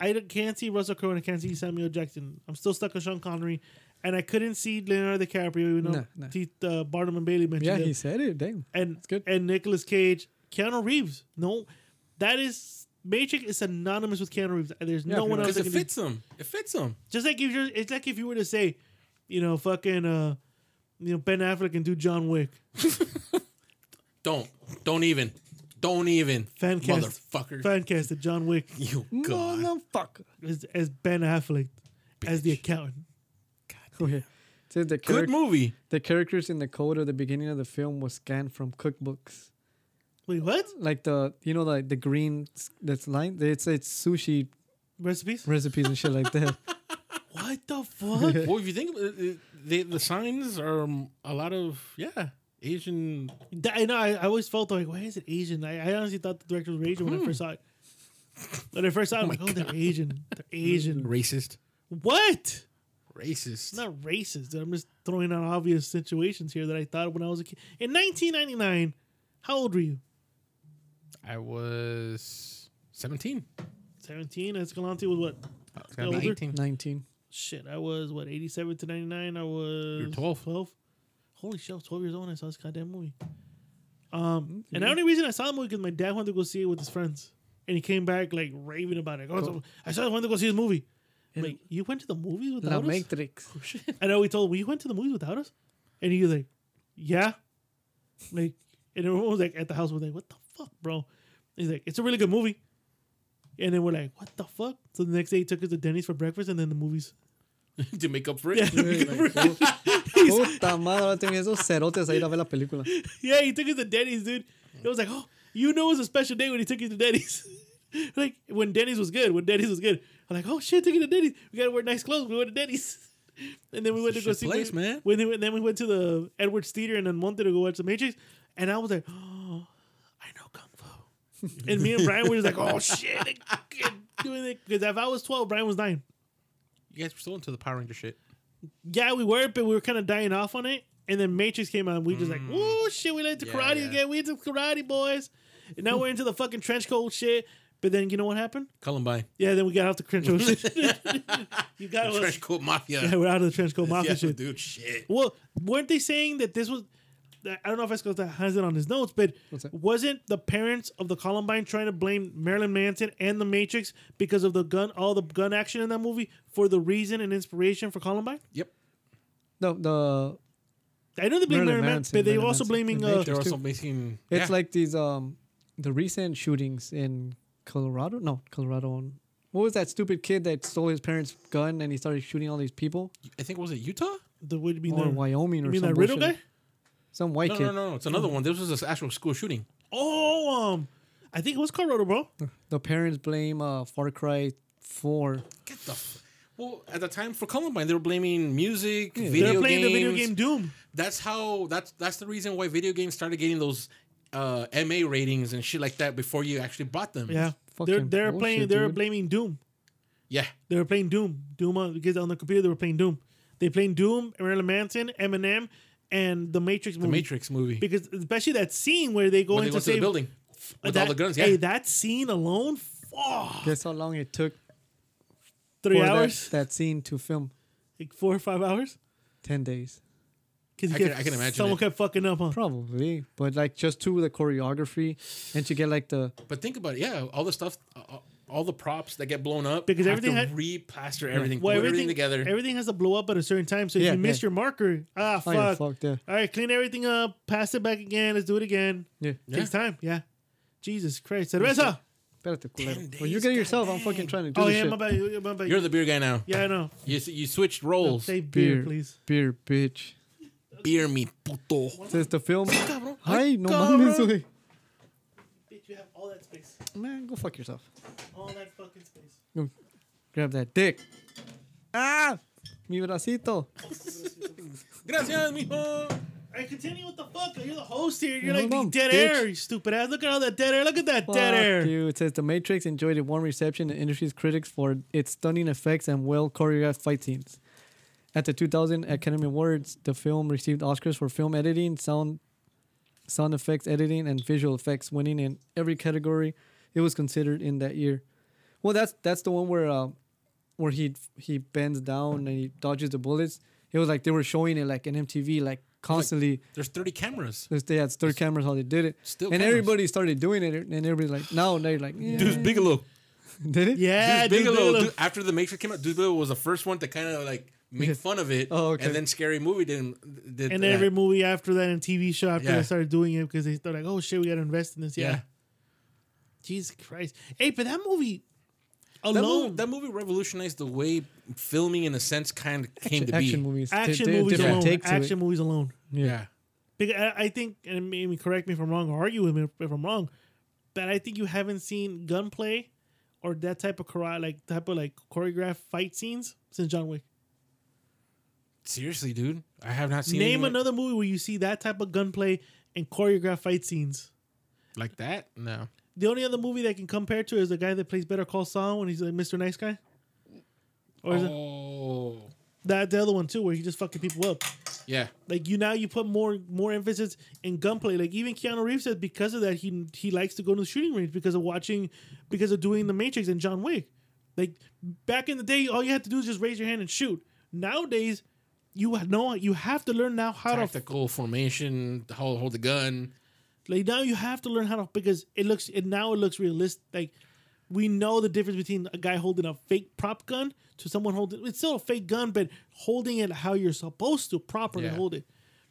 Speaker 3: I don't- can't see Russell Crowe and I can't see Samuel Jackson. I'm still stuck on Sean Connery, and I couldn't see Leonardo DiCaprio. You know,
Speaker 4: No, no.
Speaker 3: T- uh, Barnum and Bailey mentioned
Speaker 4: Yeah,
Speaker 3: him.
Speaker 4: he said it. Damn.
Speaker 3: and
Speaker 4: It's good.
Speaker 3: and Nicolas Cage, Keanu Reeves. No, that is Matrix is synonymous with Keanu Reeves. There's
Speaker 4: Yeah,
Speaker 3: no
Speaker 4: if
Speaker 3: one
Speaker 4: you
Speaker 3: else
Speaker 5: Because
Speaker 3: that
Speaker 5: it
Speaker 3: can do-
Speaker 5: fits them. It fits them.
Speaker 3: Just like if you're, it's like if you were to say, you know, fucking, uh, you know, Ben Affleck and do John Wick.
Speaker 5: Don't. Don't even. Don't even.
Speaker 3: Fan cast.
Speaker 5: Motherfucker.
Speaker 3: Fan casted John Wick
Speaker 5: you god.
Speaker 4: Motherfucker.
Speaker 3: as, as Ben Affleck as the accountant.
Speaker 4: (laughs) Okay. Says the
Speaker 5: Good
Speaker 3: (laughs)
Speaker 4: character
Speaker 5: movie.
Speaker 4: the characters in the code of the beginning of the film was scanned from cookbooks.
Speaker 3: Wait, what
Speaker 4: Like the you know like the green s- that's line. It's it's sushi
Speaker 3: recipes?
Speaker 4: recipes and shit like that.
Speaker 3: What the fuck?
Speaker 5: well, if you think about it, the, the signs are um, a lot of yeah Asian.
Speaker 3: That- I know. I, I always felt like, why is it Asian? I, I honestly thought the director was Asian when I first saw it. When I first saw it, I'm like, oh, they're Asian. They're
Speaker 5: (laughs)
Speaker 3: Asian.
Speaker 5: Racist.
Speaker 3: what?
Speaker 5: Racist.
Speaker 3: It's not racist. dude. I'm just throwing out obvious situations here that I thought when I was a kid. In 1999, how old were you?
Speaker 5: I was seventeen.
Speaker 3: 17. Escalante was what?
Speaker 5: I was gonna be
Speaker 3: Older?
Speaker 5: eighteen.
Speaker 4: (laughs) Nineteen.
Speaker 3: Shit, I was what 87 to 99. I was
Speaker 5: 12.
Speaker 3: 12. Holy shit, I was 12 years old when I saw this goddamn movie. Um, and the only reason I saw the movie because my dad wanted to go see it with his friends, and he came back like raving about it. Like, oh, so- I saw I wanted to go see this movie. I'm like, you went to the movies
Speaker 4: La
Speaker 3: without us?
Speaker 4: Matrix. (laughs)
Speaker 3: I know we told him, well, you went to the movies without us? And he was like, yeah. Like, and everyone was like at the house, was like, what the fuck, bro? He's like, it's a really good movie. And then we're like, what the fuck? So the next day he took us to Denny's for breakfast and then the movies.
Speaker 5: (laughs) to make up for it.
Speaker 3: Yeah,
Speaker 4: (laughs)
Speaker 5: (laughs)
Speaker 4: Puta madre, ahora tenía esos cerotes a ir a ver la película.
Speaker 3: yeah, he took us to Denny's, dude. It was like, oh, you know, it was a special day when he took you to Denny's. (laughs) like when Denny's was good, when Denny's was good. I'm like, oh shit, took you to Denny's. We gotta wear nice clothes. We went to Denny's, (laughs) and then we went
Speaker 5: a
Speaker 3: to go
Speaker 5: shit
Speaker 3: see
Speaker 5: place,
Speaker 3: we,
Speaker 5: man.
Speaker 3: When they, then we went to the Edwards Theater and then Monte to go watch the Matrix, and I was like, (gasps) oh, I know kung fu. and me and Brian were just like, oh shit, they fucking doing it because if I was twelve, Brian was nine.
Speaker 5: You guys were still into the Power Ranger shit.
Speaker 3: Yeah, we were, but we were kind of dying off on it. And then Matrix came out, and we just like, oh shit, we into
Speaker 5: Mm. Yeah,
Speaker 3: karate
Speaker 5: yeah.
Speaker 3: again. We into karate, boys. And
Speaker 5: (laughs)
Speaker 3: now we're into the fucking trench coat shit. But then you know what happened?
Speaker 5: Columbine.
Speaker 3: Yeah, then we got off the
Speaker 5: (laughs)
Speaker 3: trench coat shit. you got us.
Speaker 5: Fresh coat mafia. (laughs)
Speaker 3: Yeah, we're out of the (laughs) trench coat mafia
Speaker 5: Yeah,
Speaker 3: shit.
Speaker 5: dude. Shit.
Speaker 3: Well, weren't they saying that this was? I don't know if Escalante has it on his notes, but
Speaker 4: What's that?
Speaker 3: wasn't the parents of the Columbine trying to blame Marilyn Manson and the Matrix because of the gun, all the gun action in that movie, for the reason and inspiration for Columbine?
Speaker 5: Yep.
Speaker 4: No, the
Speaker 3: I know they blame Marilyn
Speaker 4: Marilyn
Speaker 3: Manson,
Speaker 4: Manson,
Speaker 3: but they're
Speaker 4: Marilyn
Speaker 3: also
Speaker 4: Manson.
Speaker 3: blaming.
Speaker 4: The
Speaker 3: Uh,
Speaker 5: They're
Speaker 4: Matrix
Speaker 5: also
Speaker 4: too.
Speaker 5: making.
Speaker 4: it's
Speaker 5: yeah.
Speaker 4: like these um the recent shootings in Colorado. No, Colorado. and- What was that stupid kid that stole his parents' gun and he started shooting all these people?
Speaker 5: I think was it Utah?
Speaker 3: the would be
Speaker 4: Or
Speaker 3: the
Speaker 4: Wyoming
Speaker 3: You
Speaker 4: or
Speaker 3: mean that
Speaker 4: something.
Speaker 3: Riddle guy?
Speaker 4: Some white
Speaker 5: No,
Speaker 4: kid.
Speaker 5: no, no, no. It's another one. This was an actual school shooting.
Speaker 3: Oh, um, I think it was Colorado, bro.
Speaker 4: The parents blame uh, Far Cry 4.
Speaker 5: Get the. F- well, at the time for Columbine, they were blaming music, video
Speaker 3: They're playing
Speaker 5: games.
Speaker 3: the video game Doom.
Speaker 5: That's how. That's that's the reason why video games started getting those uh, MA ratings and shit like that before you actually bought them.
Speaker 3: Yeah,
Speaker 4: Fucking
Speaker 3: they're they're
Speaker 4: bullshit,
Speaker 3: playing they're
Speaker 4: dude.
Speaker 3: blaming Doom.
Speaker 5: Yeah.
Speaker 3: They were playing Doom. Doom on, because on the computer they were playing Doom. They playing Doom, Marilyn Manson, Eminem, and the Matrix
Speaker 5: The
Speaker 3: movie.
Speaker 5: Matrix movie.
Speaker 3: Because especially that scene where they go
Speaker 5: when they
Speaker 3: into
Speaker 5: went to the
Speaker 3: save-
Speaker 5: building with
Speaker 3: that,
Speaker 5: all the guns. Yeah.
Speaker 3: Hey, that scene alone, fuck,
Speaker 4: Guess how long it took
Speaker 3: three
Speaker 4: for that-
Speaker 3: hours,
Speaker 4: That, scene to film.
Speaker 3: like four or five hours.
Speaker 4: 10 days.
Speaker 3: Because
Speaker 5: I can- I can imagine
Speaker 3: someone
Speaker 5: it.
Speaker 3: kept fucking up. Huh?
Speaker 4: Probably. But like just to the choreography and to get like the.
Speaker 5: But think about it. Yeah, all the stuff, uh, all the props that get blown up
Speaker 3: Because
Speaker 5: have
Speaker 3: everything
Speaker 5: to
Speaker 3: had-
Speaker 5: replaster everything,
Speaker 3: Well,
Speaker 5: put
Speaker 3: everything
Speaker 5: everything, together.
Speaker 3: Everything has to blow up at a certain time. So if
Speaker 4: Yeah,
Speaker 3: you miss
Speaker 4: yeah.
Speaker 3: your marker, ah,
Speaker 4: Oh,
Speaker 3: fuck.
Speaker 4: yeah, fucked, yeah.
Speaker 3: All right, clean everything up. Pass it back again. Let's do it again.
Speaker 4: Yeah.
Speaker 3: Takes time. Yeah. Jesus Christ, cerveza.
Speaker 4: Espérate, culero. Well,
Speaker 5: days,
Speaker 4: you get it yourself. I'm fucking
Speaker 5: goddamn.
Speaker 4: trying to do
Speaker 3: Oh
Speaker 4: this
Speaker 3: yeah,
Speaker 4: shit.
Speaker 3: my bad. yeah, My bad.
Speaker 5: You're the beer guy now.
Speaker 3: yeah, I know.
Speaker 5: You s- you switched roles.
Speaker 3: Say beer,
Speaker 4: Beer,
Speaker 3: please.
Speaker 4: Beer, bitch.
Speaker 5: Beer me puto.
Speaker 4: Says the film. Ay, no
Speaker 5: cabrón.
Speaker 4: mames, güey.
Speaker 3: Bitch, you have all that space.
Speaker 4: Man, go fuck yourself.
Speaker 3: All that fucking space.
Speaker 4: Go grab that dick. Ah! Mi bracito.
Speaker 5: Gracias, mijo.
Speaker 3: All right, continue with the fuck. You're the host here. You're
Speaker 4: Hold
Speaker 3: like the
Speaker 4: on,
Speaker 3: dead
Speaker 4: bitch.
Speaker 3: air, you stupid ass. Look at all that dead air. Look at that dead
Speaker 4: Fuck
Speaker 3: air.
Speaker 4: you. It says The Matrix enjoyed a warm reception in industry's critics for its stunning effects and well choreographed fight scenes. At the 2000 Academy Awards, the film received Oscars for film editing, sound, sound effects editing, and visual effects, winning in every category it was considered in that year. Well, that's that's the one where uh, where he he bends down and he dodges the bullets. It was like they were showing it like in MTV, like constantly.
Speaker 5: There's 30 cameras.
Speaker 4: There's- they had third cameras how they did it.
Speaker 5: Still
Speaker 4: and
Speaker 5: cameras.
Speaker 4: everybody started doing it, and everybody's like, now they're like, yeah,
Speaker 5: Deuce Bigelow.
Speaker 4: (laughs) did it?
Speaker 3: Yeah,
Speaker 5: Deuce
Speaker 3: dude,
Speaker 5: Bigelow.
Speaker 3: Bigelow.
Speaker 5: Dude, after the Matrix came out, Deuce Bigelow was the first one to kind of like make fun of it.
Speaker 4: Oh, okay.
Speaker 5: And then Scary Movie didn't. Did
Speaker 3: And
Speaker 5: that.
Speaker 3: every movie after that and TV show after
Speaker 5: Yeah.
Speaker 3: that started doing it because they thought like, oh shit, we gotta invest in this. Yeah.
Speaker 5: Yeah.
Speaker 3: Jesus Christ. Hey, but that movie
Speaker 5: That,
Speaker 3: alone.
Speaker 5: movie, that movie revolutionized the way filming, in a sense, kind of came to
Speaker 4: action
Speaker 5: be.
Speaker 4: movies. They-
Speaker 3: action
Speaker 4: they-
Speaker 3: movies
Speaker 4: different
Speaker 3: alone.
Speaker 4: take to it.
Speaker 3: action movies alone.
Speaker 5: Yeah.
Speaker 3: Because I, I think, and I mean, correct me if I'm wrong, or argue with me if I'm wrong, but I think you haven't seen gunplay or that type of karate, like type of like choreographed fight scenes since John Wick.
Speaker 5: Seriously, dude. I have not seen
Speaker 3: Name
Speaker 5: anything
Speaker 3: another movie where you see that type of gunplay and choreographed fight scenes.
Speaker 5: like that. No.
Speaker 3: The only other movie that can compare to is the guy that plays Better Call Saul when he's like Mr. Nice Guy. Or is it
Speaker 5: Oh.
Speaker 3: that the other one too, where he just fucking people up?
Speaker 5: Yeah.
Speaker 3: Like you now, you put more more emphasis in gunplay. Like even Keanu Reeves said, because of that, he he likes to go to the shooting range because of watching, because of doing The Matrix and John Wick. Like back in the day, all you had to do is just raise your hand and shoot. Nowadays, you know you have to learn now how to
Speaker 5: Tactical formation, hold, hold the gun.
Speaker 3: Like now you have to learn how to because it looks it now it looks realistic. Like we know the difference between a guy holding a fake prop gun to someone holding it's still a fake gun, but holding it how you're supposed to properly
Speaker 5: Yeah.
Speaker 3: hold it.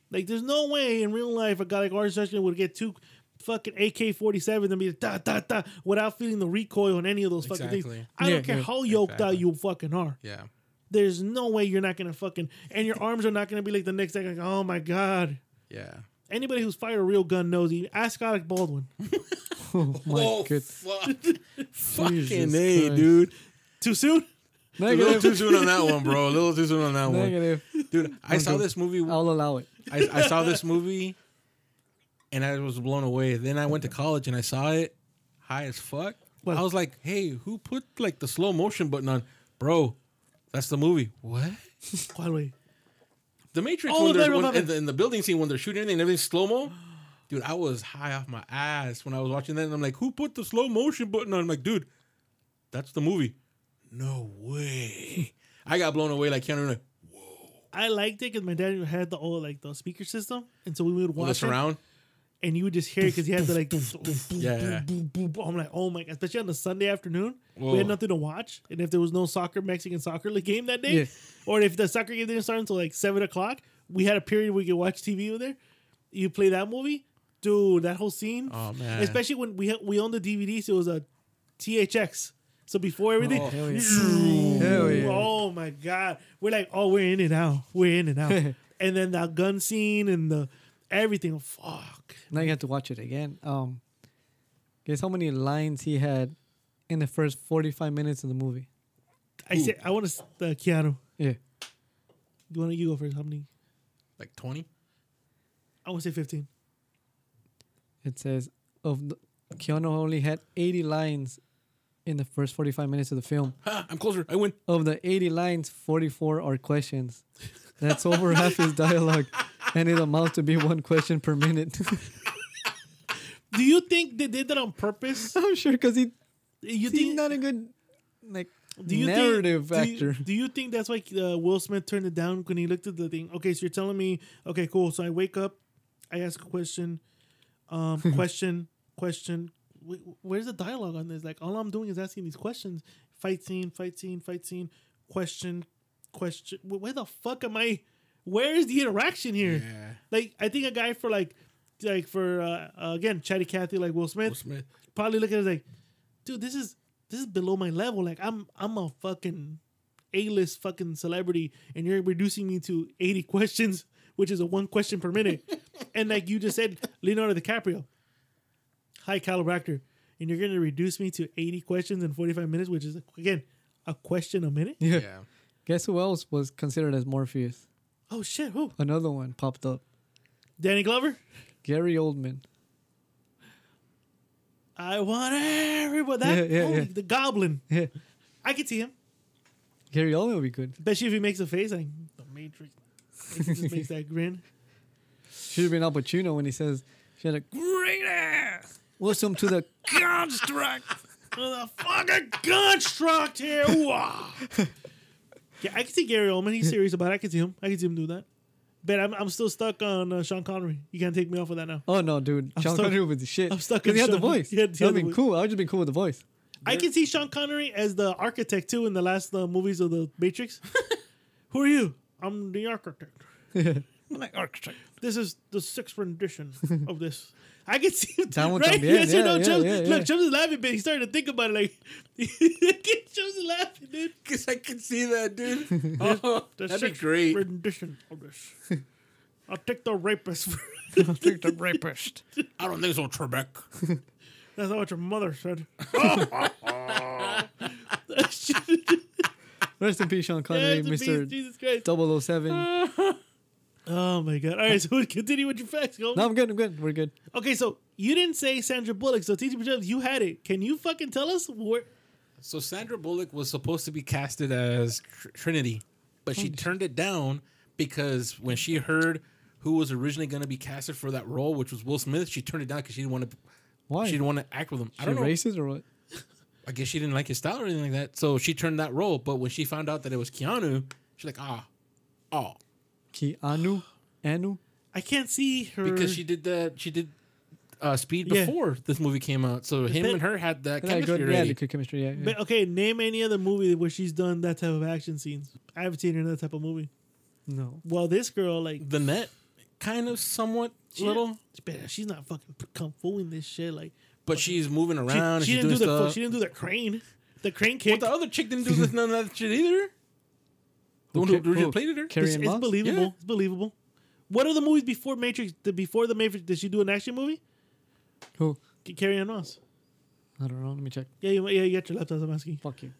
Speaker 3: Like there's no way in real life a guy like Arnold Schwarzenegger would get two fucking AK forty seven and be da da da without feeling the recoil on any of those fucking
Speaker 5: Exactly.
Speaker 3: things. I
Speaker 4: Yeah,
Speaker 3: don't care
Speaker 4: yeah.
Speaker 3: how yoked out
Speaker 5: Exactly.
Speaker 3: you fucking are.
Speaker 5: Yeah.
Speaker 3: There's no way you're not gonna fucking and your arms are not gonna be like the next day like oh my god.
Speaker 5: Yeah.
Speaker 3: Anybody who's fired a real gun knows. Even ask Alec Baldwin.
Speaker 4: Oh my
Speaker 5: (laughs) oh,
Speaker 4: god.
Speaker 5: fuck. Fucking
Speaker 4: Jesus
Speaker 5: A,
Speaker 4: Christ.
Speaker 5: dude.
Speaker 3: Too (laughs) soon?
Speaker 5: A little (laughs)
Speaker 4: Negative.
Speaker 5: too soon on that one, bro. A little too soon on that one.
Speaker 4: Negative.
Speaker 5: Dude, I saw this movie. I,
Speaker 4: I'll allow it.
Speaker 5: I saw this movie and I was blown away. Then I went to college and I saw it high as fuck.
Speaker 3: What?
Speaker 5: I was like, hey, who put like the slow motion button on? Bro, that's the movie. What?
Speaker 3: By the way,
Speaker 5: The Matrix
Speaker 3: Oh,
Speaker 5: when they're
Speaker 3: right, right,
Speaker 5: when,
Speaker 3: right,
Speaker 5: in, the, in the building scene when they're shooting everything and everything's slow (gasps) mo. Dude, I was high off my ass when I was watching that, and I'm like, "Who put the slow motion button on?" I'm like, "Dude, that's the movie." No way! I got blown away like Keanu. Like,
Speaker 3: I liked it because my dad had the old like the speaker system, and so we would
Speaker 5: well, the
Speaker 3: watch it,
Speaker 5: surround.
Speaker 3: and you would just hear it because he had the like, yeah.
Speaker 5: (laughs)
Speaker 3: (laughs)
Speaker 5: Yeah.
Speaker 3: I'm like, oh my god! Especially on the Sunday afternoon, we had
Speaker 5: Whoa.
Speaker 3: nothing to watch, and if there was no soccer Mexican soccer league game that day,
Speaker 4: Yeah.
Speaker 3: or if the soccer game didn't start until like seven o'clock, we had a period we could watch TV over there. You play that movie, dude. That whole scene,
Speaker 5: Oh, man.
Speaker 3: Especially when we had, we owned the DVD, so it was a THX. So before everything,
Speaker 5: Oh,
Speaker 4: Hell yeah. Hell yeah.
Speaker 3: Oh my god. We're like, oh, we're in it now. We're in it now. and then that gun scene and the everything. Fuck.
Speaker 4: Now you have to watch it again. Um, guess how many lines he had in the first 45 minutes of the movie?
Speaker 3: I said I want to uh, Keanu.
Speaker 4: Yeah.
Speaker 3: You want to you go first? How many?
Speaker 5: Like 20?
Speaker 3: I want to say fifteen.
Speaker 4: It says of the, Keanu only had 80 lines in the first 45 minutes of the film.
Speaker 5: Ha, I'm closer. I win.
Speaker 4: Of the 80 lines, 44 are questions. That's over half his dialogue. And it amounts to be one question per minute. (laughs)
Speaker 3: Do you think they did that on purpose?
Speaker 4: I'm sure because he,
Speaker 3: You
Speaker 4: he's
Speaker 3: think
Speaker 4: not a good like
Speaker 3: do you
Speaker 4: narrative
Speaker 3: think, do you-
Speaker 4: actor.
Speaker 3: Do you, think that's why uh, Will Smith turned it down when he looked at the thing? Okay, so you're telling me, okay, cool. So I wake up, I ask a question,
Speaker 4: (laughs)
Speaker 3: um, question, question. Wh- Where's the dialogue on this? Like, all I'm doing is asking these questions. Fight scene, fight scene, fight scene, question, question. Wh- Where the fuck am I? Where is the interaction here?
Speaker 5: Yeah.
Speaker 3: Like, I think a guy for like, like for uh, uh, again, chatty Cathy, like Will Smith,
Speaker 5: Will Smith.
Speaker 3: probably look at it like, dude, this is this is below my level. Like I'm I'm a fucking A list fucking celebrity and you're reducing me to 80 (laughs) questions, which is a one question per
Speaker 4: (laughs)
Speaker 3: minute. and like you just said, Leonardo DiCaprio, high caliber actor. And you're gonna reduce me to 80 questions in 45 minutes, which is again a question a minute.
Speaker 4: Yeah.
Speaker 5: Yeah. (laughs)
Speaker 4: Guess who else was considered as Morpheus?
Speaker 3: Oh shit, who?
Speaker 4: Another one popped up.
Speaker 3: Danny Glover?
Speaker 4: Gary Oldman. (laughs)
Speaker 3: I want everyone. That
Speaker 4: Yeah, yeah,
Speaker 3: holy-
Speaker 4: yeah.
Speaker 3: the goblin.
Speaker 4: Yeah.
Speaker 3: I could see him.
Speaker 4: Gary Oldman would be good.
Speaker 3: Bet you if he makes a face, like the Matrix. He just makes that grin.
Speaker 4: Should have been Al Pacino when he says, she had a great ass. Welcome to the construct.
Speaker 3: Motherfucker, construct here. Wah. yeah, I can see Gary Oldman. He's serious about it. I can see him. I can see him do that. But I'm, I'm still stuck on uh, Sean Connery. You can't take me off of that now.
Speaker 4: Oh no, dude. John
Speaker 3: stuck-
Speaker 4: Connery was the shit.
Speaker 3: I'm stuck
Speaker 4: 'Cause
Speaker 3: in
Speaker 4: he had the
Speaker 3: Sean-
Speaker 4: voice.
Speaker 3: he had- he
Speaker 4: That
Speaker 3: had the
Speaker 4: would have been
Speaker 3: voice.
Speaker 4: cool. I would just been cool with the voice.
Speaker 3: I can see Sean Connery as the architect too in the last uh, movies of the Matrix.
Speaker 4: (laughs)
Speaker 3: Who are you? I'm the architect. This is the sixth rendition of this. I can see him
Speaker 4: Down with
Speaker 3: right?
Speaker 4: them, yeah,
Speaker 3: yes or
Speaker 4: yeah,
Speaker 3: no,
Speaker 4: yeah,
Speaker 3: Chubbs?
Speaker 4: yeah, yeah.
Speaker 3: Look, Chubbs is laughing, but he started to think about it. Like, (laughs) Chubbs is laughing, dude.
Speaker 5: Because I can see that, dude. Oh,
Speaker 3: The
Speaker 5: that'd be
Speaker 3: sixth
Speaker 5: great.
Speaker 3: rendition of this. I'll take the rapist.
Speaker 5: (laughs)
Speaker 3: (laughs)
Speaker 4: the rapist.
Speaker 5: (laughs) I don't think so, Trebek.
Speaker 3: That's not what your mother
Speaker 5: (laughs)
Speaker 3: said.
Speaker 4: Rest in peace, Sean Connery,
Speaker 3: That's a beast,
Speaker 4: Mr.
Speaker 3: Jesus Christ.
Speaker 4: 007. no,
Speaker 3: Oh my god. All right, so continue with your facts, go.
Speaker 4: I'm good. I'm good. We're good.
Speaker 3: Okay, so you didn't say Sandra Bullock, so TJ Jones, you had it. Can you fucking tell us where?
Speaker 5: So Sandra Bullock was supposed to be casted as Tr- Trinity, but she turned it down because when she heard who was originally going to be casted for that role, which was Will Smith, she turned it down because she didn't want to.
Speaker 4: Why?
Speaker 5: She didn't want to act with him. I
Speaker 4: She
Speaker 5: don't know.
Speaker 4: racist or what?
Speaker 5: I guess she didn't like his style or anything like that. So she turned that role. But when she found out that it was Keanu, she's like, ah, oh,
Speaker 4: Keanu? Anu?
Speaker 3: I can't see her.
Speaker 5: because she did that. She did uh, Speed
Speaker 3: Yeah.
Speaker 5: before this movie came out. So him
Speaker 3: that-
Speaker 5: and her had that
Speaker 4: Yeah,
Speaker 5: chemistry
Speaker 4: good. Yeah,
Speaker 5: already.
Speaker 4: the good chemistry. Yeah, yeah.
Speaker 3: But, okay, name any other movie where she's done that type of action scenes. I haven't seen her in that type of movie.
Speaker 4: no.
Speaker 3: Well, this girl, like,
Speaker 5: the net, kind of somewhat little,
Speaker 3: but she's not fucking kung fu in this shit. Like,
Speaker 5: but she's moving
Speaker 3: she,
Speaker 5: around.
Speaker 3: she
Speaker 5: she's
Speaker 3: didn't do
Speaker 5: doing
Speaker 3: the
Speaker 5: stuff.
Speaker 3: she didn't do the crane, the crane kick.
Speaker 5: But the other chick didn't do this none of that shit either. The one
Speaker 4: Who
Speaker 5: who
Speaker 4: ca- who?
Speaker 5: originally played her.
Speaker 4: Carrie
Speaker 3: It's,
Speaker 4: Ann
Speaker 3: it's
Speaker 4: Moss?
Speaker 3: believable.
Speaker 5: Yeah.
Speaker 3: It's believable. What are the movies before Matrix? The, before the Matrix, did she do an action movie?
Speaker 4: Who?
Speaker 3: C- Carrie Ann Moss.
Speaker 4: I don't know. Let me check.
Speaker 3: Yeah, you, yeah, you got your laptop. I'm asking.
Speaker 4: Fuck you.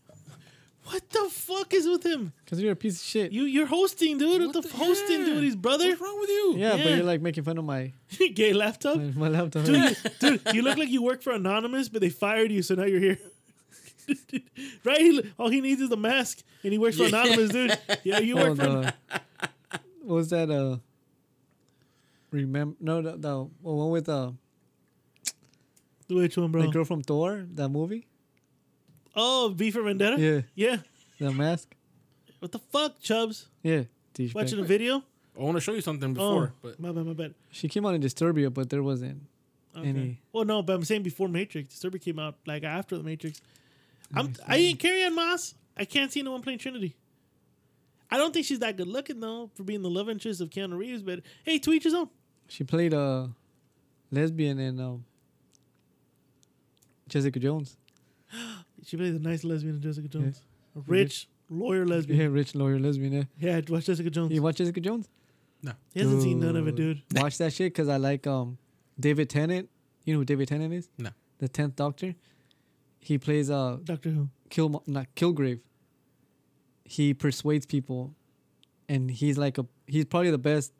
Speaker 3: What the fuck is with him?
Speaker 4: Because you're a piece of shit.
Speaker 3: You, you're hosting, dude. What, the, f hosting
Speaker 5: yeah.
Speaker 3: duties, brother?
Speaker 5: What's wrong with you?
Speaker 4: yeah, but
Speaker 3: yeah.
Speaker 4: you're like making fun of my
Speaker 3: (laughs) Gay laptop,
Speaker 5: (laughs)
Speaker 4: my, my laptop.
Speaker 3: dude. You, dude, you look like you work for Anonymous, but they fired you, so now you're here. (laughs) right? He- All he needs is a mask, and he works for Anonymous,
Speaker 5: (laughs)
Speaker 3: dude. Yeah,
Speaker 4: (laughs)
Speaker 3: you work
Speaker 5: Oh,
Speaker 4: Hold
Speaker 3: for.
Speaker 4: on. Oh, what was that? Uh, remember? No, the, the one with uh,
Speaker 3: Which one, bro?
Speaker 4: the girl from Thor, that movie,
Speaker 3: Oh, V for Vendetta.
Speaker 4: Yeah.
Speaker 3: yeah.
Speaker 4: the mask.
Speaker 3: What the fuck, Chubbs?
Speaker 4: Yeah, douchebag.
Speaker 3: Watching a video.
Speaker 5: I want to show you something
Speaker 3: Oh,
Speaker 5: before, but
Speaker 3: my bad, my bad.
Speaker 4: She came out in Disturbia, but there wasn't
Speaker 3: Okay.
Speaker 4: any.
Speaker 3: Well, no, but I'm saying before Matrix, Disturbia came out like after the Matrix. I'm I ain't Carrie Ann Moss. I can't see no one playing Trinity. I don't think she's that good looking though for being the love interest of Keanu Reeves. But hey, to each his own.
Speaker 4: She played a lesbian in um, Jessica Jones.
Speaker 3: She plays a nice lesbian in Jessica Jones, a rich lawyer lesbian.
Speaker 4: Yeah, rich lawyer lesbian. Yeah.
Speaker 3: Yeah, I'd watch Jessica Jones.
Speaker 4: You watch Jessica Jones?
Speaker 5: No.
Speaker 3: He hasn't seen none of it, dude.
Speaker 4: Watch that shit because I like um David Tennant. You know who David Tennant is?
Speaker 5: No.
Speaker 4: The Tenth Doctor. He plays uh
Speaker 3: Doctor Who.
Speaker 4: Kill not Kilgrave. He persuades people, and he's like a he's probably the best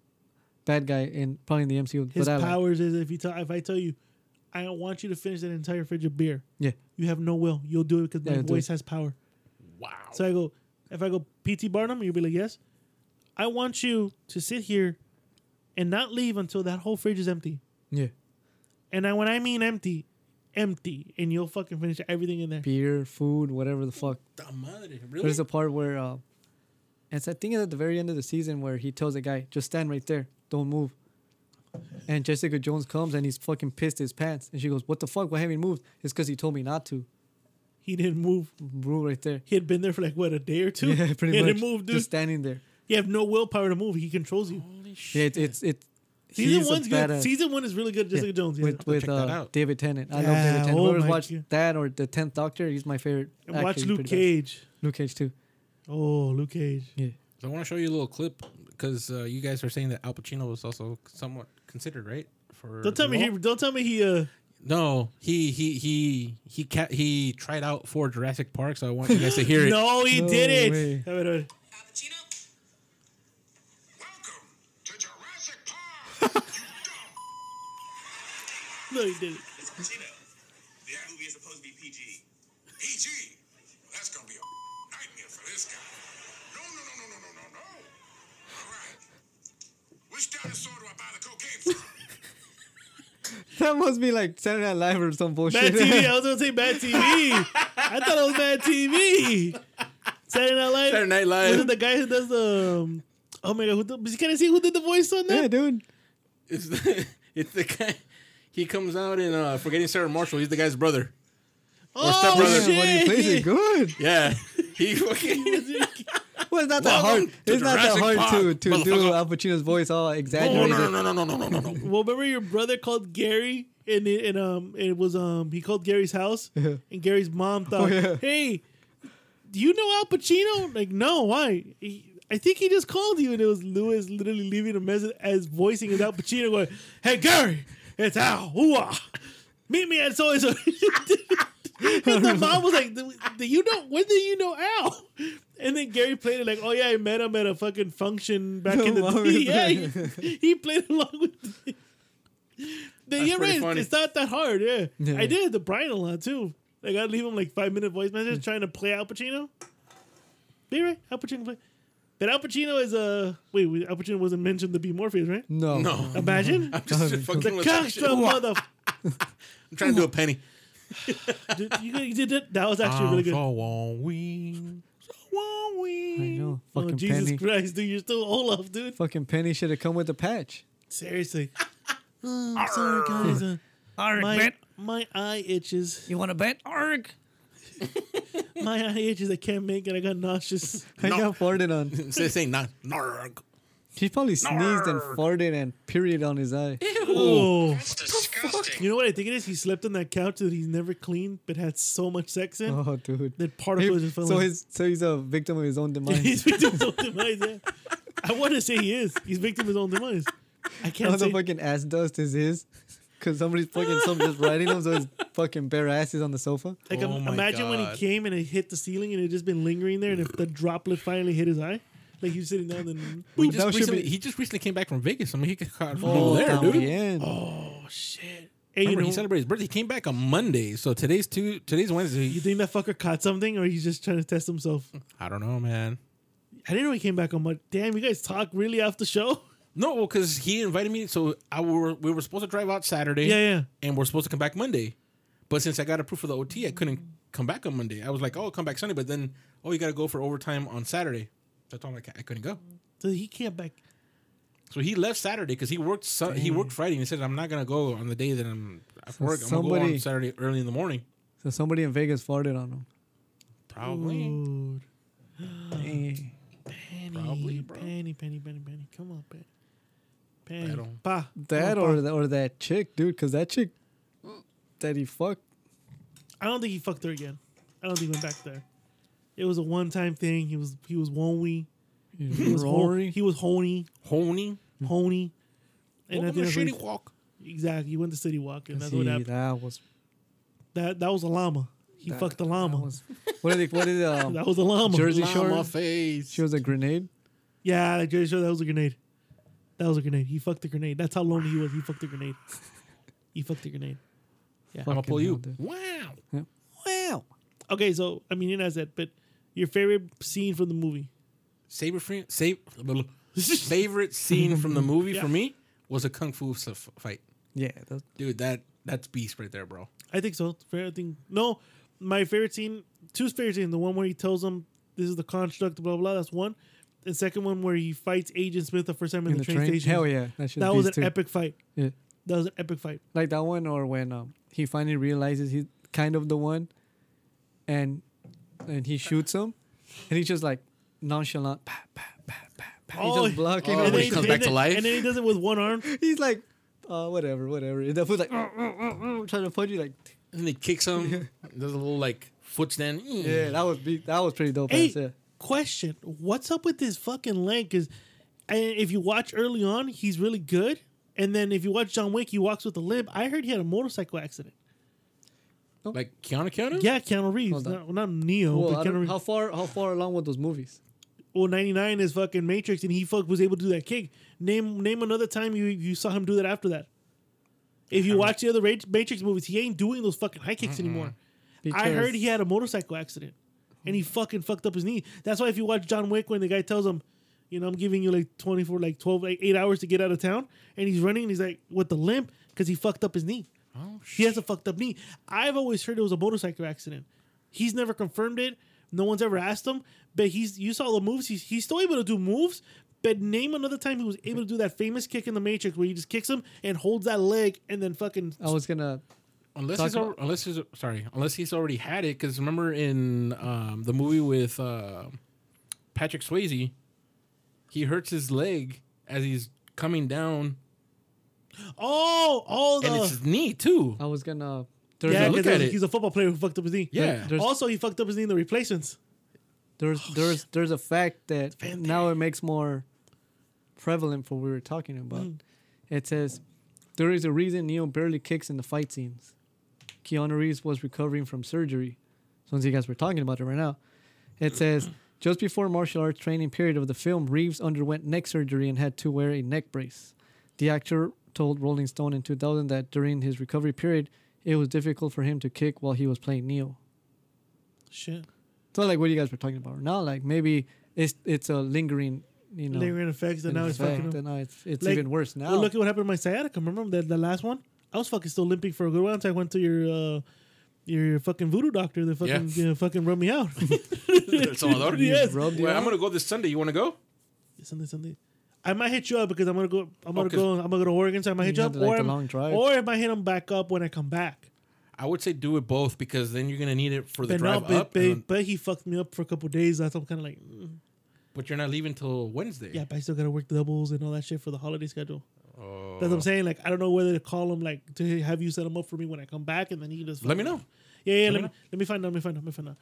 Speaker 4: bad guy in probably in the MCU.
Speaker 3: His
Speaker 4: but I like-
Speaker 3: powers is if you tell if I tell you, I want you to finish that entire fridge of beer.
Speaker 4: yeah,
Speaker 3: You have no will. You'll do it because my
Speaker 4: Yeah, do
Speaker 3: voice
Speaker 4: it.
Speaker 3: has power.
Speaker 5: Wow.
Speaker 3: So I go, if I go, PT Barnum, you'll be like, yes. I want you to sit here and not leave until that whole fridge is empty.
Speaker 4: yeah.
Speaker 3: And I, when I mean empty, empty, and you'll fucking finish everything in there.
Speaker 4: Beer, food, whatever the fuck.
Speaker 5: Ta madre, really?
Speaker 4: There's a part where uh, it's I think at the very end of the season where he tells the guy, just stand right there, don't move. And Jessica Jones comes and he's fucking pissed his pants. And she goes, What the fuck? Why haven't you moved? It's because he told me not to.
Speaker 3: He didn't move.
Speaker 4: Rule right there.
Speaker 3: He had been there for like what a day or two.
Speaker 4: (laughs) Yeah, pretty
Speaker 3: he
Speaker 4: much.
Speaker 3: didn't move, dude.
Speaker 4: Just standing there.
Speaker 3: you have no willpower to move. He controls you.
Speaker 5: Holy shit.
Speaker 4: Yeah, it's it's it's
Speaker 3: Season
Speaker 4: he's a
Speaker 3: one's good.
Speaker 4: badass.
Speaker 3: Season one is really good. Jessica
Speaker 4: Yeah,
Speaker 3: Jones. yeah.
Speaker 4: with with
Speaker 5: check that
Speaker 4: uh,
Speaker 5: out.
Speaker 4: David Tennant. I love
Speaker 3: Yeah,
Speaker 4: David Tennant.
Speaker 3: oh
Speaker 4: Whoever's
Speaker 3: my
Speaker 4: watched
Speaker 3: God.
Speaker 4: that or the Tenth Doctor, he's my favorite.
Speaker 3: and watch
Speaker 4: actor. He's
Speaker 3: Luke
Speaker 4: pretty badass.
Speaker 3: Cage.
Speaker 4: Luke Cage too.
Speaker 3: Oh, Luke Cage.
Speaker 4: Yeah,
Speaker 5: I want to show you a little clip because uh, you guys are saying that Al Pacino was also somewhat considered, right? For
Speaker 3: Don't tell
Speaker 5: the
Speaker 3: me he.
Speaker 5: role?
Speaker 3: Don't tell me he. Uh,
Speaker 5: No, he he he he ca- he tried out for Jurassic Park, so I want you guys to hear it.
Speaker 3: (laughs) no, he
Speaker 4: No
Speaker 3: did it.
Speaker 4: way.
Speaker 3: Wait, wait, wait.
Speaker 6: Welcome to Jurassic
Speaker 5: (laughs)
Speaker 6: Park. you dumb.
Speaker 3: No, he did it.
Speaker 6: Mr. Pacino, this movie is supposed to be PG. PG? That's gonna be a nightmare for this guy. No, no, no, no, no, no, no, no. All right. Which dinosaur do I buy the cocaine from?
Speaker 4: that must be like Saturday Night Live or some
Speaker 3: Bad
Speaker 4: bullshit.
Speaker 3: TV. I was gonna say bad TV. I thought it was bad TV. Saturday Night Live.
Speaker 5: Saturday Night Live.
Speaker 3: Was it the guy who does the? Um, oh my god, who the, can I see who did the voice on that?
Speaker 4: (laughs) yeah, dude.
Speaker 5: It's the, (laughs) it's the guy. He comes out in uh, Forgetting Sarah Marshall. He's the guy's brother.
Speaker 3: oh
Speaker 5: Step Brother.
Speaker 4: Yeah,
Speaker 3: (laughs)
Speaker 4: but he plays it
Speaker 3: shit!
Speaker 4: good.
Speaker 5: Yeah,
Speaker 3: (laughs)
Speaker 5: he fucking.
Speaker 4: Well, it's not that
Speaker 5: Welcome
Speaker 4: hard.
Speaker 5: to
Speaker 4: It's not that
Speaker 5: Jurassic
Speaker 4: hard to
Speaker 5: Park,
Speaker 4: to do
Speaker 5: motherfucker.
Speaker 4: Al Pacino's voice all
Speaker 5: No,
Speaker 4: exaggerated.
Speaker 5: no, no, no, no, no, no, no, no.
Speaker 3: Well, remember your brother called Gary, and it, and um, it was um, he called Gary's house,
Speaker 4: Yeah.
Speaker 3: and Gary's mom thought,
Speaker 4: Oh, yeah.
Speaker 3: "Hey, do you know Al Pacino?" Like, no, why? He, I think he just called you, and it was Lewis literally leaving a message as voicing as Al Pacino going, "Hey, Gary, it's Al. Hooah. Meet me at so and so." (laughs) And the mom was like, do, do "You know when do you know Al?" And then Gary played it like, "Oh yeah, I met him at a fucking function back
Speaker 4: The
Speaker 3: in the
Speaker 4: mom
Speaker 3: day."
Speaker 4: is
Speaker 3: (laughs) Yeah,
Speaker 4: like-
Speaker 3: he, he played along with. it. Then
Speaker 5: That's
Speaker 3: you're
Speaker 5: pretty
Speaker 3: right.
Speaker 5: funny.
Speaker 3: It's not that hard. Yeah.
Speaker 4: Yeah.
Speaker 3: I did it to Brian a lot too. Like I'd leave him like five minute voice messages trying to play Al Pacino. Be right, Al Pacino play. But Al Pacino is uh, wait, wait, Al Pacino wasn't mentioned to be Morpheus, right?
Speaker 4: no, no.
Speaker 3: Imagine
Speaker 5: (laughs) I'm just, just fucking
Speaker 3: the
Speaker 5: with that shit.
Speaker 3: cockstrong mother.
Speaker 5: I'm trying to do a penny.
Speaker 3: Dude, you, you did it. That was actually really good.
Speaker 5: Ah, So won't we? So won't we?
Speaker 4: I know.
Speaker 3: Oh,
Speaker 4: Fucking
Speaker 3: Jesus
Speaker 4: Penny.
Speaker 3: Christ, dude, you're still Olaf, dude.
Speaker 4: Fucking Penny should have come with the patch.
Speaker 3: Seriously.
Speaker 5: (laughs)
Speaker 3: Oh, I'm sorry, guys. Uh, my, my eye itches.
Speaker 4: You want to bet? Arg.
Speaker 3: My eye itches. I can't make it. I got nauseous.
Speaker 4: I
Speaker 5: No.
Speaker 4: got farted on.
Speaker 5: Instead of saying not narg.
Speaker 4: He probably sneezed and farted and period on his eye.
Speaker 3: Oh.
Speaker 6: That's disgusting.
Speaker 3: You know what I think it is? He slept on that couch that he's never cleaned, but had so much sex in
Speaker 4: Oh, dude.
Speaker 3: that
Speaker 4: He-
Speaker 3: particles just fell
Speaker 4: so
Speaker 3: in.
Speaker 4: his so he's a victim of his
Speaker 3: (laughs)
Speaker 4: own
Speaker 3: he's
Speaker 4: demise.
Speaker 3: victim of his own demise. Yeah. I want to say he is. He's victim of his own demise. I
Speaker 4: All
Speaker 3: can't
Speaker 4: the
Speaker 3: say.
Speaker 4: fucking ass dust is his. Cause somebody's fucking some just riding him, so his fucking bare ass is on the sofa.
Speaker 3: Like
Speaker 5: Oh
Speaker 3: im-
Speaker 5: my
Speaker 3: imagine when he
Speaker 5: God.
Speaker 3: came and it hit the ceiling and it just been lingering there, and if the droplet finally hit his eye, like he was sitting down and
Speaker 5: We
Speaker 4: Ooh,
Speaker 5: just
Speaker 4: that should
Speaker 5: recently,
Speaker 4: be-
Speaker 5: he just recently came back from Vegas. I mean, he got caught from over there, dude.
Speaker 4: también.
Speaker 3: oh shit. Hey, you
Speaker 5: Remember,
Speaker 3: know,
Speaker 5: he celebrated his birthday. He came back on Monday, so today's two, today's Wednesday.
Speaker 3: you think that fucker caught something, or he's just trying to test himself?
Speaker 5: I don't know, man.
Speaker 3: I didn't know he came back on. Monday. Damn, you guys talk really off the show.
Speaker 5: No, well, because he invited me, so I were we were supposed to drive out Saturday.
Speaker 3: Yeah, yeah.
Speaker 5: and we're supposed to come back Monday. But since I got approved for the OT, I couldn't come back on Monday. I was like, oh, come back Sunday, but then oh, you got to go for overtime on Saturday. So I told him I, ca- I couldn't go.
Speaker 3: So he came back.
Speaker 5: So he left Saturday because he worked. Su- he worked Friday, and he said, "I'm not gonna go on the day that I'm at work. I'm gonna go
Speaker 4: somebody-
Speaker 5: on Saturday early in the morning."
Speaker 4: So somebody in Vegas farted on him.
Speaker 5: Probably,
Speaker 4: Mm.
Speaker 3: Dude.
Speaker 4: Dang.
Speaker 3: Penny,
Speaker 5: Probably, bro.
Speaker 3: Penny, Penny, Penny, Penny. Come on, Penny. Penny.
Speaker 5: Battle.
Speaker 3: Pa.
Speaker 4: That
Speaker 3: Come on,
Speaker 4: or
Speaker 3: pa.
Speaker 4: that or that chick, dude, cause that chick that he fucked.
Speaker 3: I don't think he fucked her again. I don't think he went back there. It was a one time thing. He was he was wonwy. He was ho-
Speaker 4: Rory. Hmm.
Speaker 3: He was horny.
Speaker 5: Honey.
Speaker 3: pony. And I
Speaker 5: Welcome to
Speaker 3: think that's
Speaker 5: Shitty
Speaker 3: what-
Speaker 5: Walk.
Speaker 3: exactly. He went to City Walk, and that's
Speaker 4: See,
Speaker 3: what happened.
Speaker 4: that was.
Speaker 3: That that was a llama. He
Speaker 4: that-
Speaker 3: fucked a
Speaker 4: That
Speaker 3: llama. That (laughs) was,
Speaker 4: was. What did it?
Speaker 3: (laughs)
Speaker 4: What did um,
Speaker 3: a llama.
Speaker 4: Jersey
Speaker 5: Llama
Speaker 4: Shore?
Speaker 5: face.
Speaker 4: She was a grenade.
Speaker 3: Yeah, like Jersey Shore. That was a grenade. That was a grenade. He fucked a grenade. That's how lonely he was. He fucked a
Speaker 4: (laughs)
Speaker 3: grenade. he fucked a grenade.
Speaker 5: I'm gonna
Speaker 4: Fucking
Speaker 5: pull
Speaker 4: hell,
Speaker 5: you.
Speaker 4: dude.
Speaker 5: Wow.
Speaker 4: Wow.
Speaker 3: Okay, so I mean, you know, that's it. But your favorite scene from the movie?
Speaker 5: Saber friend. Save.
Speaker 4: (laughs)
Speaker 5: Favorite scene from the movie for
Speaker 3: Yeah.
Speaker 5: me was a kung fu s- fight.
Speaker 4: Yeah. That,
Speaker 5: Dude, that that's beast right there, bro.
Speaker 3: I think so. It's Fair, I think no. My favorite scene, two favorite scene. The one where he tells him this is the construct, blah blah. blah that's one. And second one where he fights Agent Smith the first time in,
Speaker 4: in the train.
Speaker 3: station.
Speaker 4: Hell yeah. That, shit's
Speaker 3: That was an
Speaker 4: beast too.
Speaker 3: epic fight.
Speaker 4: Yeah.
Speaker 3: That was an epic fight.
Speaker 4: like that one or when um, he finally realizes he's kind of the one and and he shoots him and he's just like nonchalant pa, pa, pa, pa, pa.
Speaker 3: Oh,
Speaker 4: he's just blocking
Speaker 5: oh,
Speaker 4: him.
Speaker 5: when he comes back to
Speaker 3: then-
Speaker 5: life?
Speaker 3: And then he does it with one arm.
Speaker 4: (laughs) he's like uh, whatever whatever and the fool's like "Uh, uh, uh, uh," trying to punch you like
Speaker 5: And he
Speaker 4: (laughs)
Speaker 5: kicks him. There's a little like foot stand.
Speaker 4: yeah that was be- that was pretty dope
Speaker 3: Hey,
Speaker 4: ass, yeah.
Speaker 3: question: What's up with this fucking leg? Because if you watch early on, he's really good. And then if you watch John Wick, he walks with a limp. I heard he had a motorcycle accident.
Speaker 5: Like Keanu Keanu?
Speaker 3: Yeah, Keanu Reeves.
Speaker 4: Hold on.
Speaker 3: Not, not Neo,
Speaker 4: well,
Speaker 3: but
Speaker 4: I
Speaker 3: Keanu
Speaker 4: don't-
Speaker 3: Reeves.
Speaker 4: how far how far along with those movies
Speaker 3: well, 99 is fucking Matrix, and he fuck was able to do that kick. Name name another time you, you saw him do that after that. If you watch the other Ra- Matrix movies, he ain't doing those fucking high kicks anymore. I heard he had a motorcycle accident, and he fucking fucked up his knee. That's why if you watch John Wick, when the guy tells him, you know, I'm giving you like 24, like 12, like 8 hours to get out of town, and he's running and he's like with the limp because he fucked up his knee.
Speaker 5: Oh,
Speaker 3: He has a fucked up knee. I've always heard it was a motorcycle accident. He's never confirmed it. No one's ever asked him. But he's you saw the moves. He's he's still able to do moves. But name another time he was able to do that famous kick in the Matrix where he just kicks him and holds that leg and then fucking
Speaker 4: i was gonna
Speaker 5: Unless
Speaker 4: Talk
Speaker 5: he's al- unless he's sorry, unless he's already had it. Because remember in um, the movie with uh, Patrick Swayze, he hurts his leg as he's coming down,
Speaker 3: oh all
Speaker 5: and it's
Speaker 3: the
Speaker 5: his knee too.
Speaker 4: i was gonna there's
Speaker 3: yeah
Speaker 5: look
Speaker 4: a,
Speaker 3: because
Speaker 5: at
Speaker 3: he's-
Speaker 5: it.
Speaker 3: he's a football player who fucked up his knee.
Speaker 5: Yeah.
Speaker 4: There's-
Speaker 3: also, he fucked up his knee in the replacements.
Speaker 4: there's there's there's a fact that now it makes more prevalent for what we were talking about. It says there is a reason Neo barely kicks in the fight scenes. Keanu Reeves was recovering from surgery. Since you guys were talking about it right now, it says just before martial arts training period of the film, Reeves underwent neck surgery and had to wear a neck brace. The actor told Rolling Stone in 2000 that during his recovery period, it was difficult for him to kick while he was playing Neo.
Speaker 3: Shit,
Speaker 4: So like what you guys were talking about now, like maybe it's it's a lingering, you know,
Speaker 3: lingering effects, and now he's
Speaker 4: effect,
Speaker 3: fucking. him.
Speaker 4: and now it's it's
Speaker 3: Like,
Speaker 4: even worse now.
Speaker 3: Well, look at what happened to my sciatica. Remember that the last one? I was fucking still limping for a good while until I went to your uh, your fucking voodoo doctor that fucking
Speaker 5: Yeah.
Speaker 3: you know, fucking rubbed me out. (laughs) (laughs)
Speaker 5: Salvador,
Speaker 3: Yes.
Speaker 4: rubbed you
Speaker 5: Well, I'm
Speaker 4: out?
Speaker 5: gonna go this Sunday. You want to go?
Speaker 3: Sunday, Sunday. I might hit you up because I'm gonna go. I'm gonna
Speaker 5: Oh, 'cause-
Speaker 3: go. I'm gonna go to Oregon, so I might hit
Speaker 4: You
Speaker 3: you
Speaker 4: had
Speaker 3: up,
Speaker 4: to, like,
Speaker 3: or
Speaker 4: the
Speaker 3: I'm-
Speaker 4: long drive.
Speaker 3: or I might hit him back up when I come back.
Speaker 5: I would say do it both because then you're gonna need it for the
Speaker 3: But no,
Speaker 5: drive
Speaker 3: but,
Speaker 5: up.
Speaker 3: but,
Speaker 5: and then-
Speaker 3: but he fucked me up for a couple days. That's why I'm kind of like, mm.
Speaker 5: but you're not leaving till Wednesday.
Speaker 3: yeah, but I still gotta work doubles and all that shit for the holiday schedule.
Speaker 5: Oh.
Speaker 3: That's what I'm saying. Like, I don't know whether to call him, like, to have you set him up for me when I come back, and then he just
Speaker 5: Let me
Speaker 3: fucking-
Speaker 5: know.
Speaker 3: Yeah, yeah. Let
Speaker 5: me
Speaker 3: me, let me find out. Let me find out. Let me find out.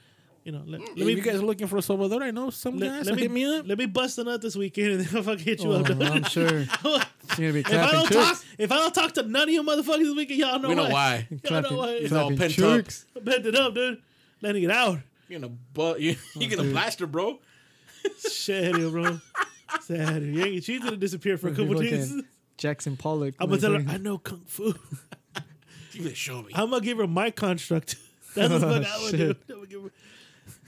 Speaker 3: You know, let, let
Speaker 5: If
Speaker 3: me
Speaker 5: you guys are looking for a Salvador, I know some
Speaker 3: let,
Speaker 5: guys.
Speaker 3: let
Speaker 5: so
Speaker 3: me
Speaker 5: hit me up.
Speaker 3: Let me bust a nut this weekend, and then I'll fucking hit you
Speaker 4: oh,
Speaker 3: up. (laughs)
Speaker 4: I'm sure you're gonna be
Speaker 3: if I
Speaker 4: clapping
Speaker 3: don't talk,
Speaker 4: chicks.
Speaker 3: if I don't talk to none of you motherfuckers this weekend, y'all know
Speaker 5: we know
Speaker 3: why.
Speaker 5: why.
Speaker 3: (laughs) Y'all know
Speaker 4: Clapping-
Speaker 3: why.
Speaker 5: He's all
Speaker 4: clapping
Speaker 5: pent up.
Speaker 4: chicks.
Speaker 3: (laughs) I bent it up, dude. Letting it out.
Speaker 5: You're gonna bu- (laughs) you
Speaker 3: Oh,
Speaker 5: you're gonna
Speaker 4: dude.
Speaker 5: blaster, bro.
Speaker 3: Shit, bro. Sad. You ain't- She's gonna disappear for a couple
Speaker 4: Fucking
Speaker 3: days.
Speaker 4: Jackson Pollock.
Speaker 3: I'm gonna tell her I know kung fu.
Speaker 5: You gonna show me?
Speaker 3: I'm gonna give her my construct. (laughs) That's what I would do.
Speaker 4: Shit.
Speaker 3: I'm gonna give her-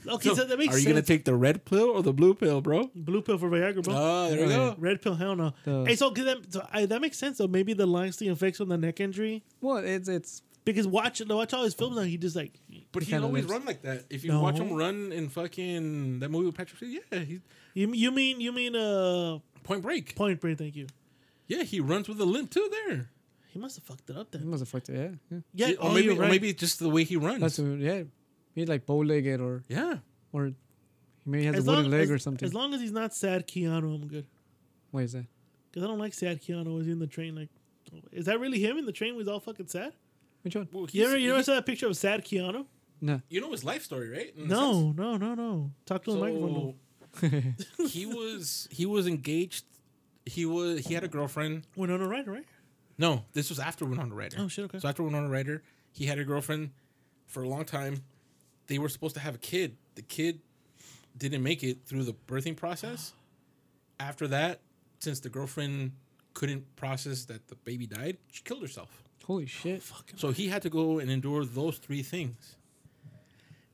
Speaker 3: Okay, so, that makes
Speaker 5: Are you
Speaker 3: sense.
Speaker 5: gonna take the red pill or the blue pill, bro?
Speaker 3: blue pill for Viagra, bro?
Speaker 5: Oh, there
Speaker 4: Oh,
Speaker 5: we
Speaker 4: yeah.
Speaker 5: go.
Speaker 3: Red pill, hell no.
Speaker 4: Duh.
Speaker 3: Hey, so, 'cause that, so I, that makes sense though. Maybe the lasting effects on the neck injury
Speaker 4: well, it's it's
Speaker 3: because watch watch all his films now. He just like
Speaker 5: But he
Speaker 4: kinda
Speaker 5: always
Speaker 4: lives-
Speaker 5: run like that. If you
Speaker 3: No.
Speaker 5: watch him run in fucking that movie with Patrick, Swayze, yeah, he's
Speaker 3: you, you mean you mean uh
Speaker 5: Point Break.
Speaker 3: Point Break? Thank you.
Speaker 5: Yeah, he runs with a limp too. There.
Speaker 3: He must have fucked it up
Speaker 4: he
Speaker 3: then.
Speaker 4: must have fucked it. Yeah, yeah.
Speaker 3: Yeah,
Speaker 5: or
Speaker 3: oh,
Speaker 5: maybe
Speaker 3: you're
Speaker 5: or
Speaker 3: right.
Speaker 5: maybe it's just the way he runs.
Speaker 4: that's what- yeah. He's like bow legged or
Speaker 5: yeah.
Speaker 4: or he maybe has
Speaker 3: As
Speaker 4: a wooden
Speaker 3: long-
Speaker 4: leg
Speaker 3: as-
Speaker 4: or something.
Speaker 3: As long as he's not sad Keanu, I'm good.
Speaker 4: What is that?
Speaker 3: Because I don't like sad Keanu. Was in the train like, is that really him in the train? Was all fucking sad.
Speaker 4: Which one?
Speaker 5: Well,
Speaker 3: You
Speaker 5: he's-
Speaker 3: ever you ever
Speaker 5: he's-
Speaker 3: saw that picture of sad Keanu?
Speaker 4: No.
Speaker 5: you know his life story, right? In a sense.
Speaker 3: No,
Speaker 5: (laughs)
Speaker 3: no, no, no. Talk to the microphone.
Speaker 5: So, he was he was engaged he was he had a girlfriend.
Speaker 3: Winona Ryder, right?
Speaker 5: No, this was after Winona Ryder.
Speaker 3: Oh, shit, okay.
Speaker 5: So after Winona Ryder, he had a girlfriend for a long time. They were supposed to have a kid. The kid didn't make it through the birthing process. After that, since the girlfriend couldn't process that the baby died, she killed herself.
Speaker 4: Holy shit.
Speaker 5: So he had to go and endure those three things.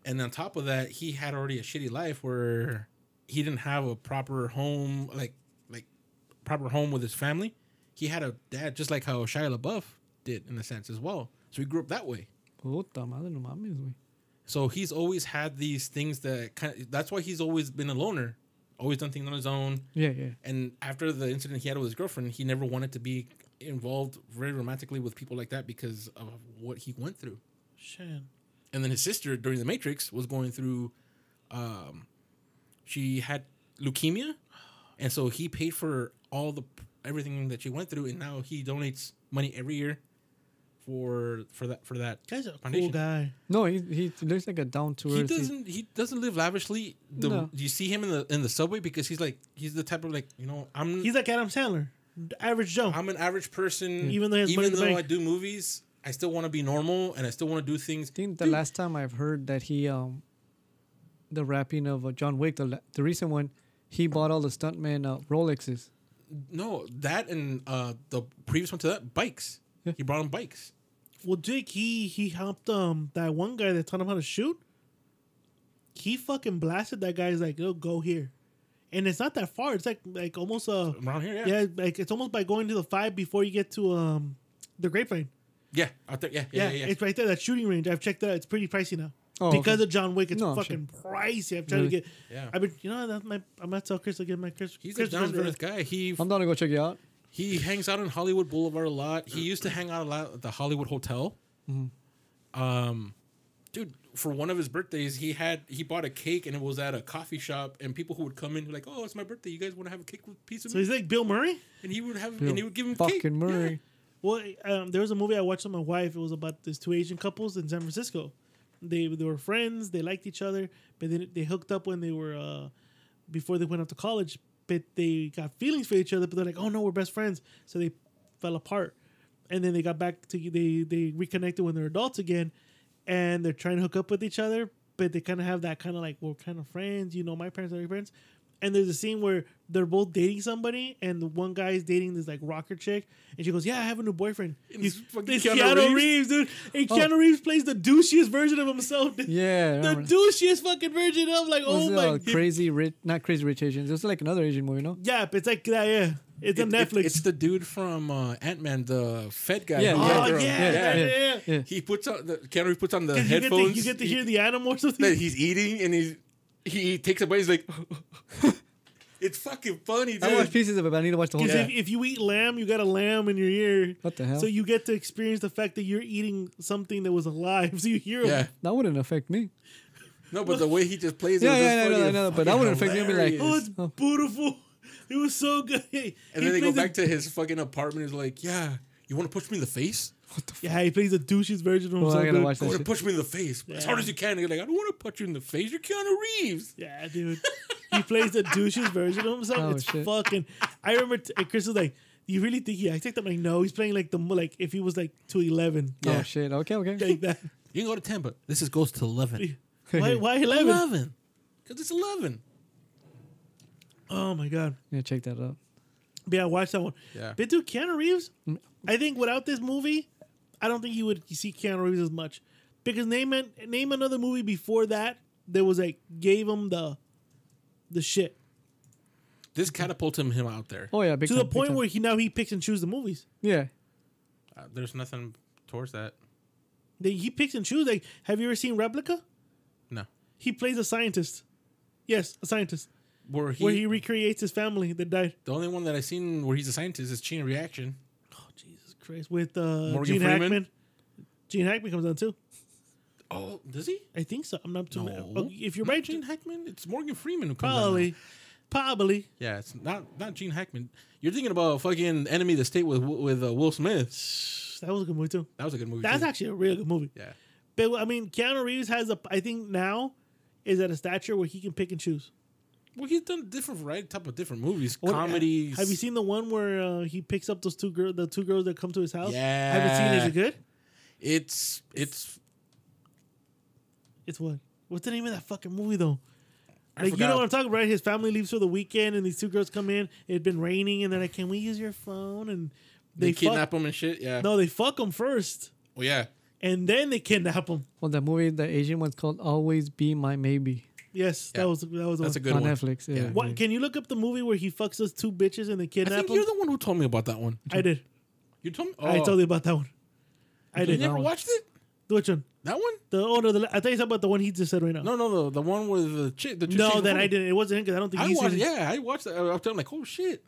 Speaker 5: And on top of that, he had already a shitty life where he didn't have a proper home, like like proper home with his family. He had a dad just like how Shia LaBeouf did in a sense as well. So he grew up that way.
Speaker 4: Puta madre, no mames, güey.
Speaker 5: So he's always had these things that kind of, that's why he's always been a loner, always done things on his own.
Speaker 4: Yeah, yeah.
Speaker 5: And after the incident he had with his girlfriend, he never wanted to be involved very romantically with people like that because of what he went through.
Speaker 3: Shit.
Speaker 5: And then his sister during the Matrix was going through, um, she had leukemia, and so he paid for all the everything that she went through, and now he donates money every year for for that for that.
Speaker 3: Guy's a cool
Speaker 5: Foundation.
Speaker 3: guy.
Speaker 4: No, he, he looks like a down to
Speaker 5: He
Speaker 4: earth.
Speaker 5: doesn't. He doesn't live lavishly. The,
Speaker 4: No.
Speaker 5: You see him in the in the subway because he's like he's the type of like you know I'm
Speaker 3: He's like Adam Sandler, average Joe.
Speaker 5: I'm an average person.
Speaker 3: Even though he has money in
Speaker 5: even
Speaker 3: the
Speaker 5: though
Speaker 3: bank.
Speaker 5: I do movies, I still want to be normal and I still want to do things.
Speaker 4: I think the last time I've heard that he, um, the wrapping of uh, John Wick, the, la- the recent one, he bought all the stuntman uh, Rolexes.
Speaker 5: No, that and uh, the previous one to that, bikes.
Speaker 4: Yeah.
Speaker 5: He brought him bikes.
Speaker 3: well, Jake, he he helped um that one guy that taught him how to shoot. He fucking blasted that guy. He's like, "Yo, go here," and it's not that far. It's like like almost uh
Speaker 5: Around here, yeah.
Speaker 3: yeah, like it's almost by going to the five before you get to um the grapevine.
Speaker 5: Yeah, out there. Yeah,
Speaker 3: Yeah,
Speaker 5: yeah, yeah. yeah.
Speaker 3: it's right there. That shooting range, I've checked that. It's pretty pricey now.
Speaker 4: Oh,
Speaker 3: because
Speaker 4: okay.
Speaker 3: of John Wick, it's
Speaker 4: No, I'm
Speaker 3: fucking pricey. I'm trying to
Speaker 4: Really?
Speaker 3: get.
Speaker 5: Yeah.
Speaker 3: I've been, you know, that's my. I'm gonna tell Chris to get my Chris.
Speaker 5: He's a
Speaker 3: Chris
Speaker 5: down to earth guy. He
Speaker 3: Um,
Speaker 4: I'm down to go check it out.
Speaker 5: he hangs out in Hollywood Boulevard a lot. He used to hang out a lot at the Hollywood Hotel.
Speaker 3: Mm-hmm.
Speaker 5: Um, dude, for one of his birthdays, he had he bought a cake and it was at a coffee shop. And people who would come in were like, "Oh, it's my birthday. You guys want to have a cake with pizza?"
Speaker 3: So he's like Bill Murray.
Speaker 5: and he would have
Speaker 4: Bill
Speaker 5: and he would give him
Speaker 4: fucking
Speaker 5: cake. Yeah.
Speaker 4: Murray.
Speaker 3: Well, um, there was a movie I watched with my wife. It was about these two Asian couples in San Francisco. They they were friends. They liked each other, but then they hooked up when they were uh, before they went off to college. But they got feelings for each other. But they're like, oh no, we're best friends. So they fell apart, and then they got back to they they reconnected when they're adults again, and they're trying to hook up with each other. But they kind of have that kind of like we're kind of friends. You know, my parents are your parents. And there's a scene where they're both dating somebody, and the one guy is dating this like rocker chick, and she goes, "Yeah, I have a new boyfriend."
Speaker 5: And
Speaker 3: He's
Speaker 5: it's fucking
Speaker 3: it's Keanu,
Speaker 5: Keanu
Speaker 3: Reeves. dude. And Keanu Reeves plays the douchiest version of himself. dude.
Speaker 4: Yeah, I
Speaker 3: the
Speaker 4: remember.
Speaker 3: douchiest fucking version of like,
Speaker 4: was
Speaker 3: oh
Speaker 4: it,
Speaker 3: my,
Speaker 4: uh, crazy rich, not crazy rich Asians. It was like another Asian movie, no?
Speaker 3: yeah, it's like that, yeah. It's on
Speaker 5: It- it-
Speaker 3: Netflix.
Speaker 5: it's the dude from uh, Ant Man, the Fed guy.
Speaker 4: Yeah,
Speaker 5: who- uh,
Speaker 3: oh yeah,
Speaker 4: girl.
Speaker 3: yeah,
Speaker 4: Yeah,
Speaker 3: yeah.
Speaker 4: yeah.
Speaker 3: yeah.
Speaker 4: Yeah.
Speaker 5: He puts on the Keanu Reeves puts on the
Speaker 3: You, get to,
Speaker 5: headphones.
Speaker 3: you get to hear
Speaker 5: he-
Speaker 3: the animal or
Speaker 5: that
Speaker 3: something.
Speaker 5: he's eating, and he's he takes a bite. He's like, (laughs) it's fucking funny, dude.
Speaker 4: I watched pieces of it, but I need to watch the whole
Speaker 3: 'Cause
Speaker 4: thing.
Speaker 3: if, if you eat lamb, you got a lamb in your ear.
Speaker 4: What the hell?
Speaker 3: So you get to experience the fact that you're eating something that was alive. (laughs) So you hear him.
Speaker 5: yeah,
Speaker 4: That wouldn't affect me.
Speaker 5: no, but the way he just plays,
Speaker 4: Yeah,
Speaker 5: it was
Speaker 4: yeah,
Speaker 5: just
Speaker 4: I know,
Speaker 5: fucking-
Speaker 4: I know, but that
Speaker 5: fucking
Speaker 4: wouldn't affect me. I'd be like,
Speaker 3: Oh, it's
Speaker 5: hilarious.
Speaker 4: Oh.
Speaker 3: beautiful. (laughs) It was so good. (laughs) And
Speaker 5: and then they go back to his fucking apartment. He's like, yeah, you want to punch me in the face?
Speaker 3: Yeah, he plays the douchiest version of
Speaker 4: Well,
Speaker 3: himself.
Speaker 4: I gotta
Speaker 3: dude.
Speaker 4: watch
Speaker 5: You
Speaker 4: that
Speaker 5: want to
Speaker 4: shit.
Speaker 5: punch me in the face as hard
Speaker 3: Yeah.
Speaker 5: as you can. And you're like, I don't want to punch you in the face. You're Keanu Reeves.
Speaker 3: (laughs) Yeah, dude. he plays the douchiest version of himself.
Speaker 4: Oh,
Speaker 3: it's
Speaker 4: shit.
Speaker 3: fucking. (laughs) I remember t- and Chris was like, "Do you really think he acts like that?" I'm like, no, he's playing like the mo- like if he was like to eleven,
Speaker 5: Yeah.
Speaker 4: Oh, shit. Okay, okay.
Speaker 3: like
Speaker 4: (laughs)
Speaker 3: that. (laughs)
Speaker 5: You can go to ten, but this is goes to eleven.
Speaker 3: Why? Why eleven?
Speaker 5: Eleven, because it's eleven.
Speaker 3: Oh my god.
Speaker 4: Yeah, check that out.
Speaker 3: But yeah, watch that one.
Speaker 5: Yeah.
Speaker 3: But dude, Keanu Reeves, I think without this movie, I don't think you would see Keanu Reeves as much. Because name an, name another movie before that that was like gave him the the shit
Speaker 5: This catapulted him out there.
Speaker 4: Oh, yeah. Big
Speaker 3: to
Speaker 4: time,
Speaker 3: the
Speaker 4: big
Speaker 3: point
Speaker 4: time.
Speaker 3: where he now he picks and chooses the movies.
Speaker 4: Yeah.
Speaker 5: Uh, there's nothing towards that.
Speaker 3: They, he picks and chooses. Like, have you ever seen Replica?
Speaker 5: No.
Speaker 3: He plays a scientist. Yes, a scientist.
Speaker 5: Where he,
Speaker 3: where he recreates his family that died.
Speaker 5: the only one that I've seen where he's a scientist is Chain Reaction.
Speaker 3: Oh Jesus Christ! With uh,
Speaker 5: Morgan
Speaker 3: Gene
Speaker 5: Freeman?
Speaker 3: Hackman. Gene Hackman comes on too.
Speaker 5: Oh, does he?
Speaker 3: I think so. I'm not too.
Speaker 5: No.
Speaker 3: Oh, if you're
Speaker 5: Not
Speaker 3: right, Gene,
Speaker 5: Gene Hackman, it's Morgan Freeman who comes on
Speaker 3: probably,
Speaker 5: now.
Speaker 3: probably.
Speaker 5: Yeah, it's not not Gene Hackman. You're thinking about fucking Enemy of the State with with uh, Will Smith.
Speaker 3: That was a good movie too.
Speaker 5: That was a good movie.
Speaker 3: That's
Speaker 5: too.
Speaker 3: actually a real good movie.
Speaker 5: yeah.
Speaker 3: But I mean, Keanu Reeves has a. I think now is at a stature where he can pick and choose.
Speaker 5: Well, he's done different variety type of different movies,
Speaker 3: What- uh,
Speaker 5: comedies.
Speaker 3: Have you seen the one where uh, he picks up those two girl, the two girls that come to his house?
Speaker 5: Yeah.
Speaker 3: haven't seen. it. Is it good?
Speaker 5: It's it's.
Speaker 3: It's what? What's the name of that fucking movie though?
Speaker 5: I
Speaker 3: like you
Speaker 5: forgot.
Speaker 3: know what I'm talking about? His family leaves for the weekend, and these two girls come in. It'd been raining, and they're like, "Can we use your phone?" And
Speaker 5: They,
Speaker 3: they,
Speaker 5: kidnap
Speaker 3: fuck,
Speaker 5: him and shit. Yeah.
Speaker 3: No, they fuck him first,
Speaker 5: Well, yeah.
Speaker 3: and then they kidnap him.
Speaker 4: Well, that movie, the Asian one's called "Always Be My Maybe"
Speaker 3: Yes,
Speaker 5: Yeah.
Speaker 3: that was that was the
Speaker 5: That's a
Speaker 3: one.
Speaker 5: good
Speaker 4: on
Speaker 5: one.
Speaker 4: Netflix. Yeah,
Speaker 5: Yeah.
Speaker 3: What, can you look up the movie where he fucks those two bitches and they
Speaker 5: I
Speaker 3: kidnap
Speaker 5: think
Speaker 3: him?
Speaker 5: you're the one who told me about that one.
Speaker 3: I did.
Speaker 5: You told me. Oh,
Speaker 3: I told you about that one. I
Speaker 5: You
Speaker 3: did.
Speaker 5: never watched it?
Speaker 3: Which one?
Speaker 5: That one?
Speaker 3: The oh no, the, I thought you talking about the one he just said right now.
Speaker 5: No, no, the the one with the chick. The two
Speaker 3: no,
Speaker 5: chicks
Speaker 3: that
Speaker 5: before.
Speaker 3: I didn't. It wasn't him because I don't think
Speaker 5: I
Speaker 3: he's
Speaker 5: watched.
Speaker 3: seen it.
Speaker 5: Yeah, I watched. That. I was telling like, oh shit,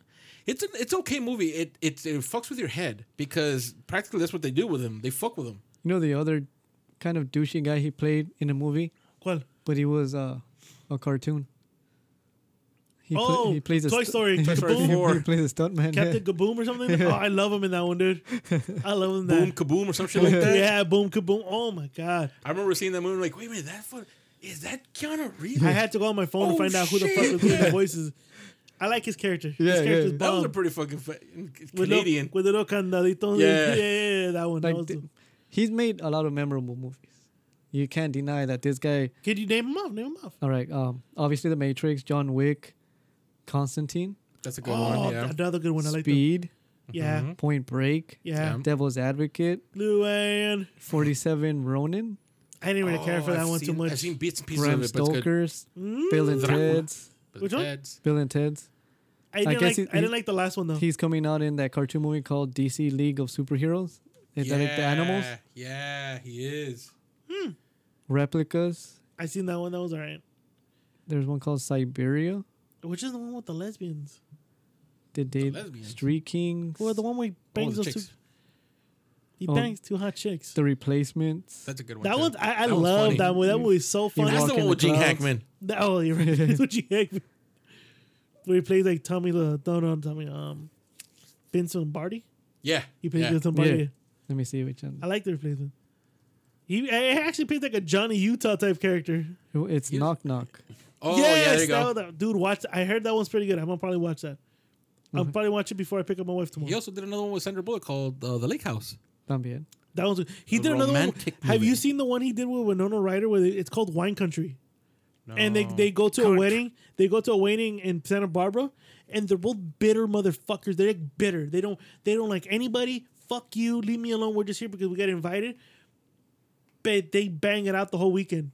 Speaker 5: it's an it's okay movie. It it it fucks with your head because practically that's what they do with him. They fuck with him.
Speaker 4: you know the other kind of douchey guy he played in a movie,
Speaker 3: Cuál?
Speaker 4: but he was uh, a cartoon. He pla-
Speaker 3: Oh, Toy Story,
Speaker 4: He,
Speaker 3: Toy
Speaker 5: Story
Speaker 4: (laughs) he,
Speaker 5: four.
Speaker 4: he plays a stuntman.
Speaker 3: (laughs)
Speaker 4: Yeah.
Speaker 3: Captain Kaboom or something? Oh, I love him in that one, dude. I love him in
Speaker 5: Boom
Speaker 3: that.
Speaker 5: kaboom or some shit like that.
Speaker 3: Uh, (laughs) yeah, boom kaboom. Oh my god.
Speaker 5: I remember seeing that movie like, wait a minute, that fuck, is that Keanu Reeves?
Speaker 3: I had to go on my phone
Speaker 5: Oh,
Speaker 3: to find out who the fuck
Speaker 5: shit.
Speaker 3: was doing the voices. I like his character.
Speaker 4: Yeah,
Speaker 3: his
Speaker 4: yeah.
Speaker 3: character's
Speaker 5: that was a
Speaker 3: bomb.
Speaker 5: pretty fucking fa-
Speaker 3: um, with little-
Speaker 5: Canadian.
Speaker 3: with a little candadito.
Speaker 5: Yeah.
Speaker 3: Yeah. yeah, yeah, that one. that
Speaker 4: Like
Speaker 3: was
Speaker 4: th-
Speaker 3: the-
Speaker 4: he's made a lot of memorable movies. You can't deny that this guy.
Speaker 3: Could you name him off? Name him off.
Speaker 4: All right, um, obviously The Matrix, John Wick, Constantine,
Speaker 5: That's a good one.
Speaker 3: Oh,
Speaker 5: Yeah.
Speaker 3: another good one. I like that.
Speaker 4: Speed, Mm-hmm.
Speaker 3: Yeah,
Speaker 4: Point Break,
Speaker 3: yeah.
Speaker 5: Yeah.
Speaker 4: Devil's Advocate,
Speaker 3: Luann.
Speaker 4: Forty Seven Ronin,
Speaker 3: I didn't really care for
Speaker 5: Oh,
Speaker 3: that
Speaker 5: I've
Speaker 3: one too
Speaker 5: seen-
Speaker 3: much.
Speaker 5: I've seen bits and pieces
Speaker 4: Bram
Speaker 5: of it, but it's good.
Speaker 4: Stoker's,
Speaker 3: Mm.
Speaker 4: Bill and
Speaker 5: Dracula.
Speaker 4: Ted's,
Speaker 5: But
Speaker 3: Which one?
Speaker 5: that's-
Speaker 4: Bill and Ted's.
Speaker 3: I didn't
Speaker 4: guess
Speaker 3: like.
Speaker 4: it-
Speaker 3: I
Speaker 4: it-
Speaker 3: didn't like the last one though.
Speaker 4: He's coming out in that cartoon movie called DC League of Superheroes. They
Speaker 5: Yeah,
Speaker 4: direct the animals,
Speaker 5: Yeah, he is.
Speaker 4: replicas.
Speaker 3: I seen that one. That was alright.
Speaker 4: There's one called Siberia.
Speaker 3: Which is the one with the lesbians?
Speaker 4: The date
Speaker 5: lesbians.
Speaker 4: Street Kings.
Speaker 3: Or the one where he
Speaker 5: Oh,
Speaker 3: bangs
Speaker 5: the
Speaker 3: those two?
Speaker 5: chicks.
Speaker 3: He
Speaker 4: Oh.
Speaker 3: bangs two hot chicks.
Speaker 4: The replacements.
Speaker 5: That's a good one.
Speaker 3: that
Speaker 5: too.
Speaker 3: one, I, I
Speaker 5: That one's
Speaker 3: love
Speaker 5: funny. Oh,
Speaker 3: that movie. That movie's so funny.
Speaker 5: That's
Speaker 4: Walk
Speaker 5: the
Speaker 4: in
Speaker 5: one
Speaker 4: the
Speaker 5: with Gene
Speaker 4: clouds.
Speaker 5: Hackman.
Speaker 3: That- oh, you're right. (laughs) That's what you heck. Where he plays like Tommy, the no, no, Tommy, um, Vincent Lombardi.
Speaker 5: Yeah.
Speaker 3: He plays
Speaker 5: yeah.
Speaker 3: Vincent Lombardi.
Speaker 4: Yeah. Let me see which one.
Speaker 3: I like the replacement. He, he actually plays like a Johnny Utah type character.
Speaker 4: It's
Speaker 5: Here's-
Speaker 4: Knock Knock.
Speaker 5: Oh, yeah, there you
Speaker 3: that
Speaker 5: go.
Speaker 3: was- dude, watch. I heard that one's pretty good. I'm gonna probably watch that. i
Speaker 5: Mm-hmm.
Speaker 3: will probably watch it before I pick up my wife tomorrow.
Speaker 5: He also did another one with Sandra Bullock called uh, The Lake House.
Speaker 4: También.
Speaker 3: That one's he
Speaker 5: A
Speaker 3: did another one.
Speaker 5: romantic
Speaker 3: Have you
Speaker 5: movie.
Speaker 3: seen the one he did with Winona Ryder? Where they- it's called Wine Country, and they
Speaker 5: No.
Speaker 3: they go to a wedding. They go to a wedding in Santa Barbara, and they're both bitter motherfuckers. They're like bitter. They don't they don't like anybody. Fuck you. Leave me alone. We're just here because we got invited. But they bang it out the whole weekend.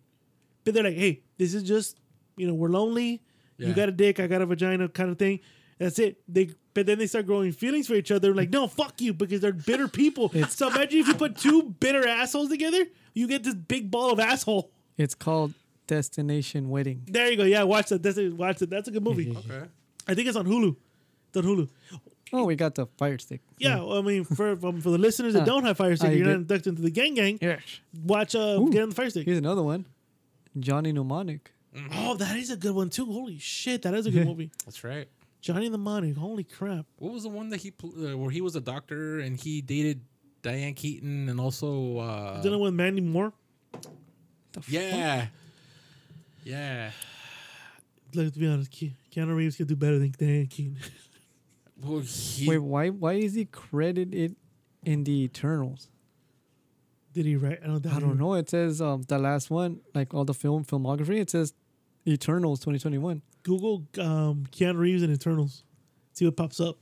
Speaker 3: But they're like, hey, this is just you know we're lonely.
Speaker 5: Yeah.
Speaker 3: You got a dick, I got a vagina, kind of thing. That's it. They but then they start growing feelings for each other. Like, no, fuck you, because they're bitter people. so imagine if you put two bitter assholes together, you get this big ball of asshole.
Speaker 4: It's called Destination Wedding.
Speaker 3: There you go. Yeah, watch that. That's a, watch it. That's a good movie.
Speaker 5: Okay.
Speaker 3: I think it's on Hulu. It's on Hulu.
Speaker 4: Oh, we got the fire stick.
Speaker 3: Yeah, I mean, for um, for the listeners that
Speaker 4: Huh.
Speaker 3: don't have Fire Stick,
Speaker 4: I
Speaker 3: you're not
Speaker 4: did.
Speaker 3: inducted into the gang gang.
Speaker 4: Yes.
Speaker 3: Watch uh,
Speaker 4: Ooh.
Speaker 3: Get on the Fire Stick.
Speaker 4: Here's another one. Johnny Mnemonic.
Speaker 3: Oh, that is a good one too. Holy shit, that is a good movie.
Speaker 5: That's right.
Speaker 3: Johnny the Monic. Holy crap.
Speaker 5: What was the one that he pl- uh, where he was a doctor and he dated Diane Keaton and also uh,
Speaker 3: Dealing with Mandy Moore.
Speaker 5: yeah, yeah.
Speaker 3: Let's be honest, Ke- Keanu Reeves can do better than Dan Keaton. (laughs)
Speaker 5: Well, he,
Speaker 4: Wait, why why is he credited in the Eternals?
Speaker 3: Did he write? I don't, doubt
Speaker 4: I
Speaker 3: he
Speaker 5: Hmm.
Speaker 4: don't know. It says um, the last one, like all the film filmography. It says Eternals 2021.
Speaker 3: Google um, Keanu Reeves and Eternals. See what pops up.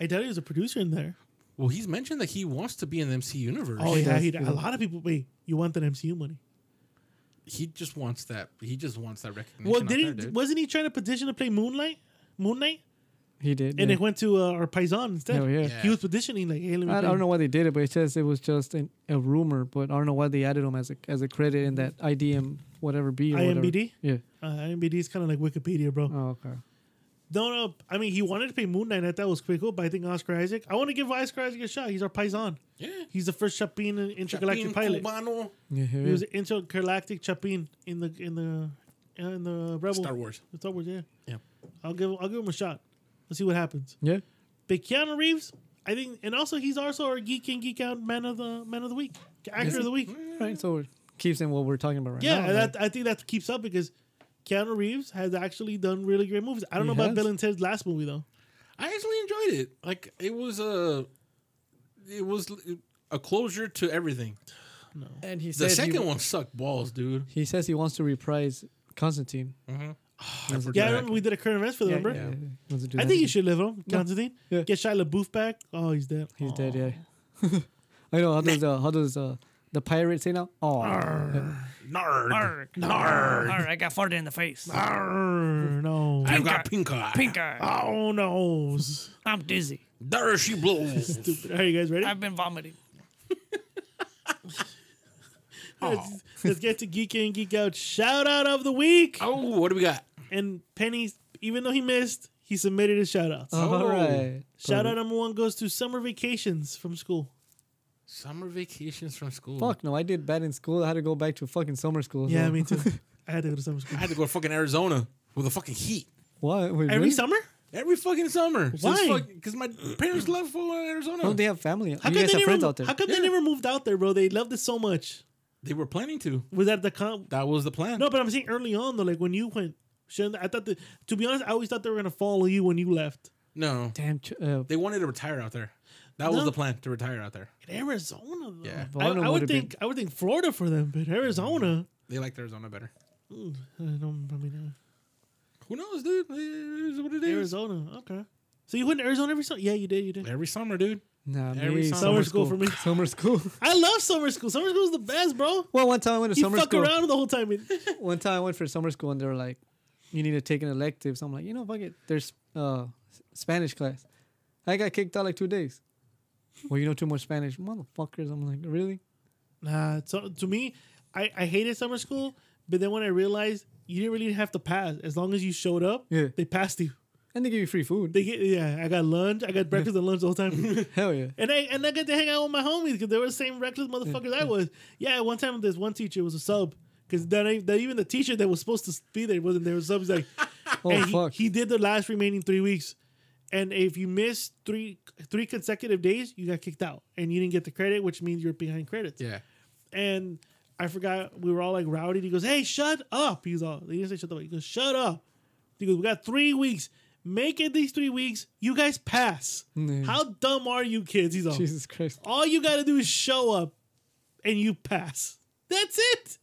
Speaker 3: I doubt he was a producer in there.
Speaker 5: well, he's mentioned that he wants to be in the MC universe.
Speaker 3: Oh yeah,
Speaker 4: does,
Speaker 3: he,
Speaker 4: yeah.
Speaker 3: a lot of people. Wait, you want that MCU money?
Speaker 5: He just wants that. He just wants that recognition.
Speaker 3: Well,
Speaker 5: out
Speaker 3: did
Speaker 5: there,
Speaker 3: he?
Speaker 5: dude.
Speaker 3: Wasn't he trying to petition to play Moonlight? Moonlight,
Speaker 4: He did.
Speaker 3: and
Speaker 4: yeah.
Speaker 3: it went to uh, our Paisan instead.
Speaker 4: Hell yeah.
Speaker 3: He was petitioning like, hey, let me
Speaker 4: I, I
Speaker 3: play.
Speaker 4: don't know why they did it, but it says it was just an, a rumor. But I don't know why they added him as a as a credit in that IDM whatever B or whatever.
Speaker 3: IMBD?
Speaker 4: Yeah.
Speaker 3: Uh, IMBD is kind of like Wikipedia, bro.
Speaker 4: Oh okay.
Speaker 3: No, no. I mean, he wanted to play Moon Knight. I thought it was pretty cool, but I think Oscar Isaac. I want to give Oscar Isaac a shot. He's our Paisan.
Speaker 5: yeah.
Speaker 3: He's the first Chapin in- intergalactic pilot.
Speaker 5: Chapin Cubano.
Speaker 4: Yeah. yeah,
Speaker 3: He was
Speaker 4: yeah.
Speaker 3: an intergalactic Chapin in the in the in the Rebel
Speaker 5: Star Wars.
Speaker 3: Star Wars, yeah.
Speaker 5: Yeah.
Speaker 3: I'll give I'll give him a shot. Let's see what happens.
Speaker 4: Yeah.
Speaker 3: But Keanu Reeves, I think, and also he's also our geek and geek out man of the man of the week, actor of the week.
Speaker 4: Mm. Right. So it keeps in what we're talking about right
Speaker 3: Yeah,
Speaker 4: now.
Speaker 3: and
Speaker 4: right?
Speaker 3: that, I think that keeps up because Keanu Reeves has actually done really great movies. I don't
Speaker 4: He
Speaker 3: know about
Speaker 4: has.
Speaker 3: Bill and Ted's last movie though.
Speaker 5: I actually enjoyed it. Like it was a, it was a closure to everything.
Speaker 4: And he said
Speaker 5: The second
Speaker 4: he,
Speaker 5: one sucked balls, dude.
Speaker 4: He says he wants to reprise Constantine.
Speaker 5: I
Speaker 3: Yeah, I
Speaker 5: forgot.
Speaker 3: remember we did a current event for them, remember?
Speaker 4: Yeah, yeah, yeah. He wants to do
Speaker 3: I
Speaker 4: that
Speaker 3: think you
Speaker 4: again.
Speaker 3: should live on Constantine.
Speaker 4: Yeah.
Speaker 3: Get Shia LaBeouf back. Oh, he's dead.
Speaker 4: He's
Speaker 3: Aw.
Speaker 4: dead. Yeah. (laughs) I know. How does uh, how does uh, the pirate say now? Oh,
Speaker 5: Nard.
Speaker 2: Arr, arr, arr, I got farted in the face.
Speaker 3: Arr, Oh,
Speaker 4: (laughs)
Speaker 3: no.
Speaker 5: I got pink eye.
Speaker 2: Pink eye.
Speaker 3: Oh no.
Speaker 2: I'm dizzy.
Speaker 5: There she blows. (laughs)
Speaker 3: Stupid. Are you guys ready?
Speaker 2: I've been vomiting.
Speaker 3: Let's, let's get to Geek In, Geek Out. Shout out of the week.
Speaker 5: oh, what do we got?
Speaker 3: And Penny, even though he missed, he submitted his shout outs.
Speaker 4: all right.
Speaker 3: Oh. shout out number one goes to summer vacations from school.
Speaker 5: Summer vacations from school.
Speaker 4: Fuck no! I did bad in school. I had to go back to fucking summer school.
Speaker 3: Yeah,
Speaker 4: so-
Speaker 3: me too. (laughs) I had to go to summer school.
Speaker 4: (laughs)
Speaker 5: I had to go to fucking Arizona with the fucking heat
Speaker 4: Why? Wait,
Speaker 3: Every
Speaker 4: really?
Speaker 3: summer?
Speaker 5: every fucking summer.
Speaker 3: Why?
Speaker 5: Because my parents left for Arizona.
Speaker 4: Don't they have family?
Speaker 3: How
Speaker 4: you
Speaker 3: come
Speaker 4: guys
Speaker 3: they
Speaker 4: have
Speaker 3: never,
Speaker 4: friends out there.
Speaker 3: How come they
Speaker 5: Yeah.
Speaker 3: never moved out there, bro? They loved it so much.
Speaker 5: they were planning to.
Speaker 3: Was that the con?
Speaker 5: That was the plan.
Speaker 3: No, but I'm saying early on though, like when you went, shouldn't I thought that to be honest, I always thought they were gonna follow you when you left.
Speaker 5: no.
Speaker 4: Damn, ch- uh,
Speaker 5: They wanted to retire out there. That was
Speaker 3: No.
Speaker 5: the plan to retire out there.
Speaker 3: In Arizona, though.
Speaker 5: Yeah.
Speaker 3: I,
Speaker 4: Varna
Speaker 3: I would
Speaker 4: would've been-
Speaker 3: think I would think Florida for them, but Arizona.
Speaker 5: They liked Arizona better.
Speaker 3: I
Speaker 4: Mm.
Speaker 3: don't. I mean,
Speaker 5: Who knows, dude? It is what it
Speaker 3: uh,
Speaker 5: is.
Speaker 3: Arizona. Okay. So you went to Arizona every summer? Yeah, you did. You did.
Speaker 5: Every summer, dude.
Speaker 4: nah,
Speaker 5: Every
Speaker 4: me,
Speaker 5: summer
Speaker 3: school for me.
Speaker 4: (laughs) Summer school.
Speaker 3: I love summer school. Summer school is the best, bro.
Speaker 4: Well, one time I went to
Speaker 3: You
Speaker 4: summer
Speaker 3: fuck
Speaker 4: school.
Speaker 3: around the whole time. (laughs) and-
Speaker 4: One time I went for summer school and they were like, "You need to take an elective." So I'm like, "You know, fuck it." There's uh, S- Spanish class. I got kicked out like two days. Well, you know too much Spanish, motherfuckers. I'm like, really?
Speaker 3: Nah, so to me, I, I hated summer school, but then when I realized you didn't really have to pass as long as you showed up,
Speaker 4: Yeah.
Speaker 3: they passed you.
Speaker 4: And they give you free food.
Speaker 3: They get yeah. I got lunch. I got breakfast and lunch the whole
Speaker 4: (laughs)
Speaker 3: time.
Speaker 4: Hell yeah.
Speaker 3: And I and I got to hang out with my homies because they were the same reckless motherfuckers I was. Yeah, one time this one teacher was a sub because that, ain't- that even the teacher that was supposed to be there wasn't there. Was sub. He's like,
Speaker 4: (laughs) Oh
Speaker 3: and he,
Speaker 4: fuck.
Speaker 3: he did the last remaining three weeks, and if you missed three three consecutive days, you got kicked out and you didn't get the credit, which means you're behind credits.
Speaker 5: Yeah.
Speaker 3: And I forgot we were all like rowdy. He goes, "Hey, shut up!" He's all he didn't say shut up. He goes, "Shut up!" He goes, "We got three weeks. Make it these three weeks. You guys pass.
Speaker 4: Yeah.
Speaker 3: How dumb are you, kids?" He's all,
Speaker 4: Jesus Christ.
Speaker 3: all you got to do is show up and you pass. That's it.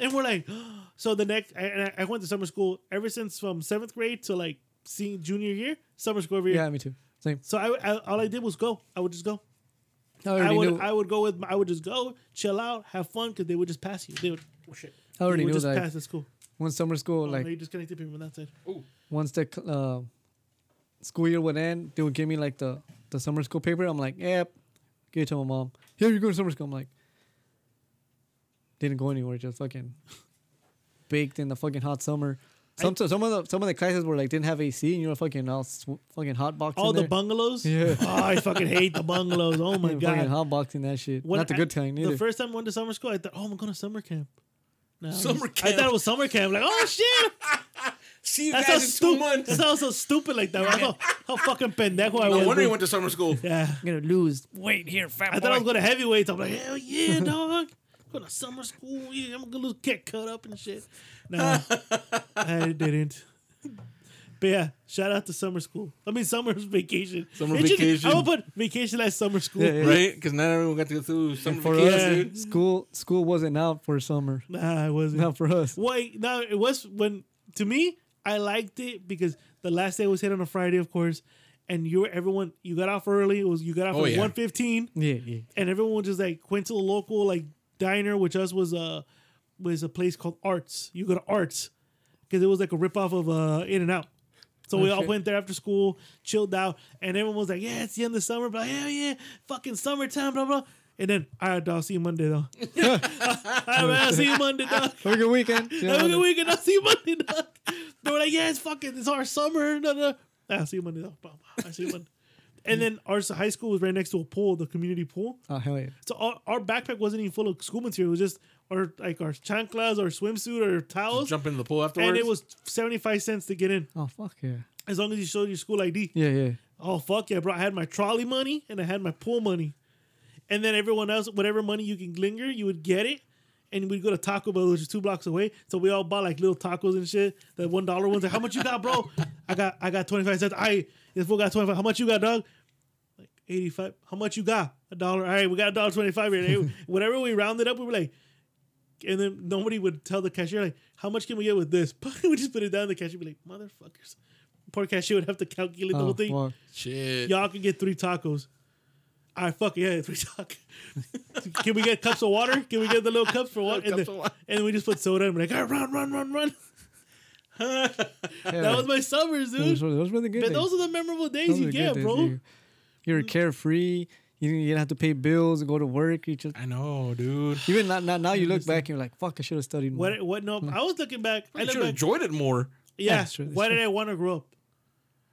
Speaker 3: And we're like, (gasps) so the next, I, and I- I went to summer school ever since from seventh grade to like senior, junior year, summer school every year.
Speaker 4: Yeah, me too. Same.
Speaker 3: So I, I, all I did was go. I would just go.
Speaker 4: I
Speaker 3: I
Speaker 4: already
Speaker 3: would,
Speaker 4: knew. I,
Speaker 3: I would go with, I would just go, chill out, have fun, because they would just pass you. They would,
Speaker 4: already
Speaker 3: they would
Speaker 4: knew
Speaker 3: just
Speaker 4: that.
Speaker 3: pass Oh, at school.
Speaker 4: One summer school,
Speaker 3: Like,
Speaker 4: like
Speaker 3: no, you just connected people on that side.
Speaker 4: once the cl- uh, school year would end, they would give me like the, the summer school paper. I'm like, yep, give it to my mom. Here you go to summer school. I'm like, didn't go anywhere, just fucking (laughs) baked in the fucking hot summer. Some some of the some of the classes were like didn't have AC and you were fucking all sw- fucking hot boxing.
Speaker 3: All the
Speaker 4: there.
Speaker 3: bungalows.
Speaker 4: Yeah.
Speaker 3: (laughs) Oh, I fucking hate the bungalows. Oh my
Speaker 4: (laughs) Fucking
Speaker 3: god.
Speaker 4: hot boxing that shit.
Speaker 3: When
Speaker 4: Not the
Speaker 3: I-
Speaker 4: good kind either.
Speaker 3: The first time I went to summer school, I thought, oh, I'm going to summer camp. No, I was-
Speaker 5: (laughs) Summer
Speaker 3: I
Speaker 5: camp.
Speaker 3: thought it was summer camp. Like,
Speaker 4: (laughs)
Speaker 3: oh shit!
Speaker 5: See you
Speaker 3: That's how
Speaker 5: guys in two
Speaker 3: stupid.
Speaker 5: months.
Speaker 3: That sounds so stupid like that. That's how, how
Speaker 4: (laughs)
Speaker 3: fucking pendejo I
Speaker 5: No
Speaker 3: was.
Speaker 5: wonder you
Speaker 3: bro.
Speaker 5: went to summer school.
Speaker 3: yeah,
Speaker 4: I'm gonna lose.
Speaker 2: Wait here, fat
Speaker 3: I
Speaker 2: boy.
Speaker 3: thought I was going to heavyweights. I'm like, hell
Speaker 5: (laughs)
Speaker 3: yeah, dog. Going to summer school. Yeah, I'm going to get cut up and shit.
Speaker 5: (laughs)
Speaker 3: No, I didn't. But yeah, shout out to summer school. I mean, summer vacation.
Speaker 5: Summer
Speaker 3: It should-
Speaker 5: vacation.
Speaker 3: I would put vacation as summer school.
Speaker 4: Yeah, yeah.
Speaker 5: Right? Because not everyone got to go through summer
Speaker 4: For
Speaker 5: vacation,
Speaker 4: us,
Speaker 3: Yeah.
Speaker 5: dude.
Speaker 4: school school wasn't out for summer.
Speaker 3: Nah, I wasn't.
Speaker 4: Not
Speaker 3: (laughs)
Speaker 4: for us.
Speaker 3: Wait, no, it was when to me I liked it because the last day was hit on a Friday, of course, and you were everyone you got off early. It was you got off
Speaker 5: Oh,
Speaker 3: at
Speaker 5: yeah.
Speaker 3: one fifteen,
Speaker 4: Yeah, yeah.
Speaker 3: and everyone was just like went to the local like diner, which us was a was a place called Arts. You go to Arts because it was like a ripoff of uh In and Out. So we all
Speaker 4: shit.
Speaker 3: went there after school, chilled out, and everyone was like, "Yeah, it's the end of summer, blah, yeah, yeah, fucking summertime, blah blah." And then, all right, dog, I'll see you Monday though. (laughs) all right, man, I'll see you Monday, dog.
Speaker 4: Have a good weekend.
Speaker 3: Have a good weekend. I'll see you Monday. dog. they were like, yeah, it's fucking, it's our summer. No, no. I'll see you Monday. dog. Blah, blah. I'll see you Monday. And then our s- high school was right next to a pool, the community pool.
Speaker 4: Oh hell yeah.
Speaker 3: So our, our backpack wasn't even full of school material. It was just our like our chanclas, our swimsuit, or towels.
Speaker 5: Jump into the pool afterwards.
Speaker 3: And it was seventy five cents to get in,
Speaker 4: Oh fuck yeah.
Speaker 3: as long as you showed your school ID.
Speaker 4: Yeah, yeah.
Speaker 3: Oh fuck yeah, bro! I had my trolley money and I had my pool money, and then everyone else, whatever money you can linger, you would get it, and we'd go to Taco Bell, which is two blocks away. So we all bought like little tacos and shit. The one dollar ones. Like, how much you got, bro? I got I got twenty five cents. I this fool got twenty five. How much you got, dog? Like eighty five. How much you got? A dollar. All right, we got a dollar twenty five here. They- (laughs) Whatever we rounded up, we were like, and then nobody would tell the cashier like, how much can we get with this? (laughs) we just put it down. The cashier would be like, motherfuckers. Poor cashier would have to calculate the
Speaker 4: Oh,
Speaker 3: whole thing.
Speaker 4: fuck.
Speaker 5: Shit.
Speaker 3: Y'all can get three tacos. All right, fuck it, yeah, three tacos. (laughs) can we get cups of water? Can we get the little cups for water? And,
Speaker 5: Cups
Speaker 3: then-
Speaker 5: of water.
Speaker 3: and we just put soda and we're like, all right, run, run, run, (laughs) run.
Speaker 4: Yeah,
Speaker 3: That was my summers,
Speaker 4: those
Speaker 3: dude.
Speaker 4: were, those were the good
Speaker 3: But
Speaker 4: days.
Speaker 3: those are the memorable days
Speaker 4: Those
Speaker 3: you
Speaker 4: were good
Speaker 3: get,
Speaker 4: days,
Speaker 3: bro. Mm.
Speaker 4: dude. You were carefree. You didn't, you didn't have to pay bills, go to work. You just
Speaker 5: I know, dude.
Speaker 4: even not, not now. You look back and you're like, "Fuck, I should have studied more."
Speaker 3: What? What? No, I was looking back. I
Speaker 5: I
Speaker 3: look
Speaker 5: should have
Speaker 3: back.
Speaker 5: enjoyed it more.
Speaker 3: Yeah.
Speaker 4: That's true, that's
Speaker 3: Why
Speaker 4: true.
Speaker 3: did I want to grow up?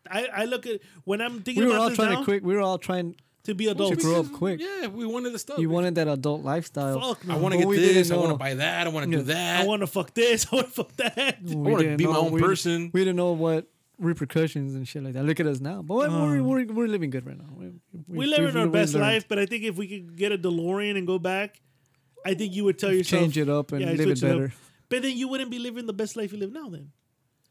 Speaker 3: I, I look at when I'm thinking
Speaker 4: we were
Speaker 3: about
Speaker 4: all
Speaker 3: this
Speaker 4: trying
Speaker 3: now,
Speaker 4: to quit. We were all trying.
Speaker 3: to be adults.
Speaker 4: grow up quick.
Speaker 5: Yeah, we wanted the stuff.
Speaker 4: You wanted that adult lifestyle.
Speaker 3: Fuck no.
Speaker 5: I want to
Speaker 4: Well,
Speaker 5: get
Speaker 4: we didn't
Speaker 5: this. I want to
Speaker 4: know.
Speaker 5: buy that. I want to
Speaker 4: Yeah.
Speaker 5: do that.
Speaker 3: I want to fuck this. (laughs) I want to fuck that.
Speaker 4: We
Speaker 5: wanna
Speaker 4: didn't
Speaker 5: be my
Speaker 4: know-
Speaker 5: own
Speaker 4: we didn't-
Speaker 5: person.
Speaker 4: We didn't know what repercussions and shit like that. Look at us now, but we're, we're, we're living good right now. We,
Speaker 3: Um. We live in our
Speaker 4: we
Speaker 3: best
Speaker 4: learned.
Speaker 3: life, but I think if we could get a DeLorean and go back, I think you would tell yourself
Speaker 4: Change it up and
Speaker 3: Yeah,
Speaker 4: live it
Speaker 3: switch up.
Speaker 4: better.
Speaker 3: But then you wouldn't be living the best life you live now. Then,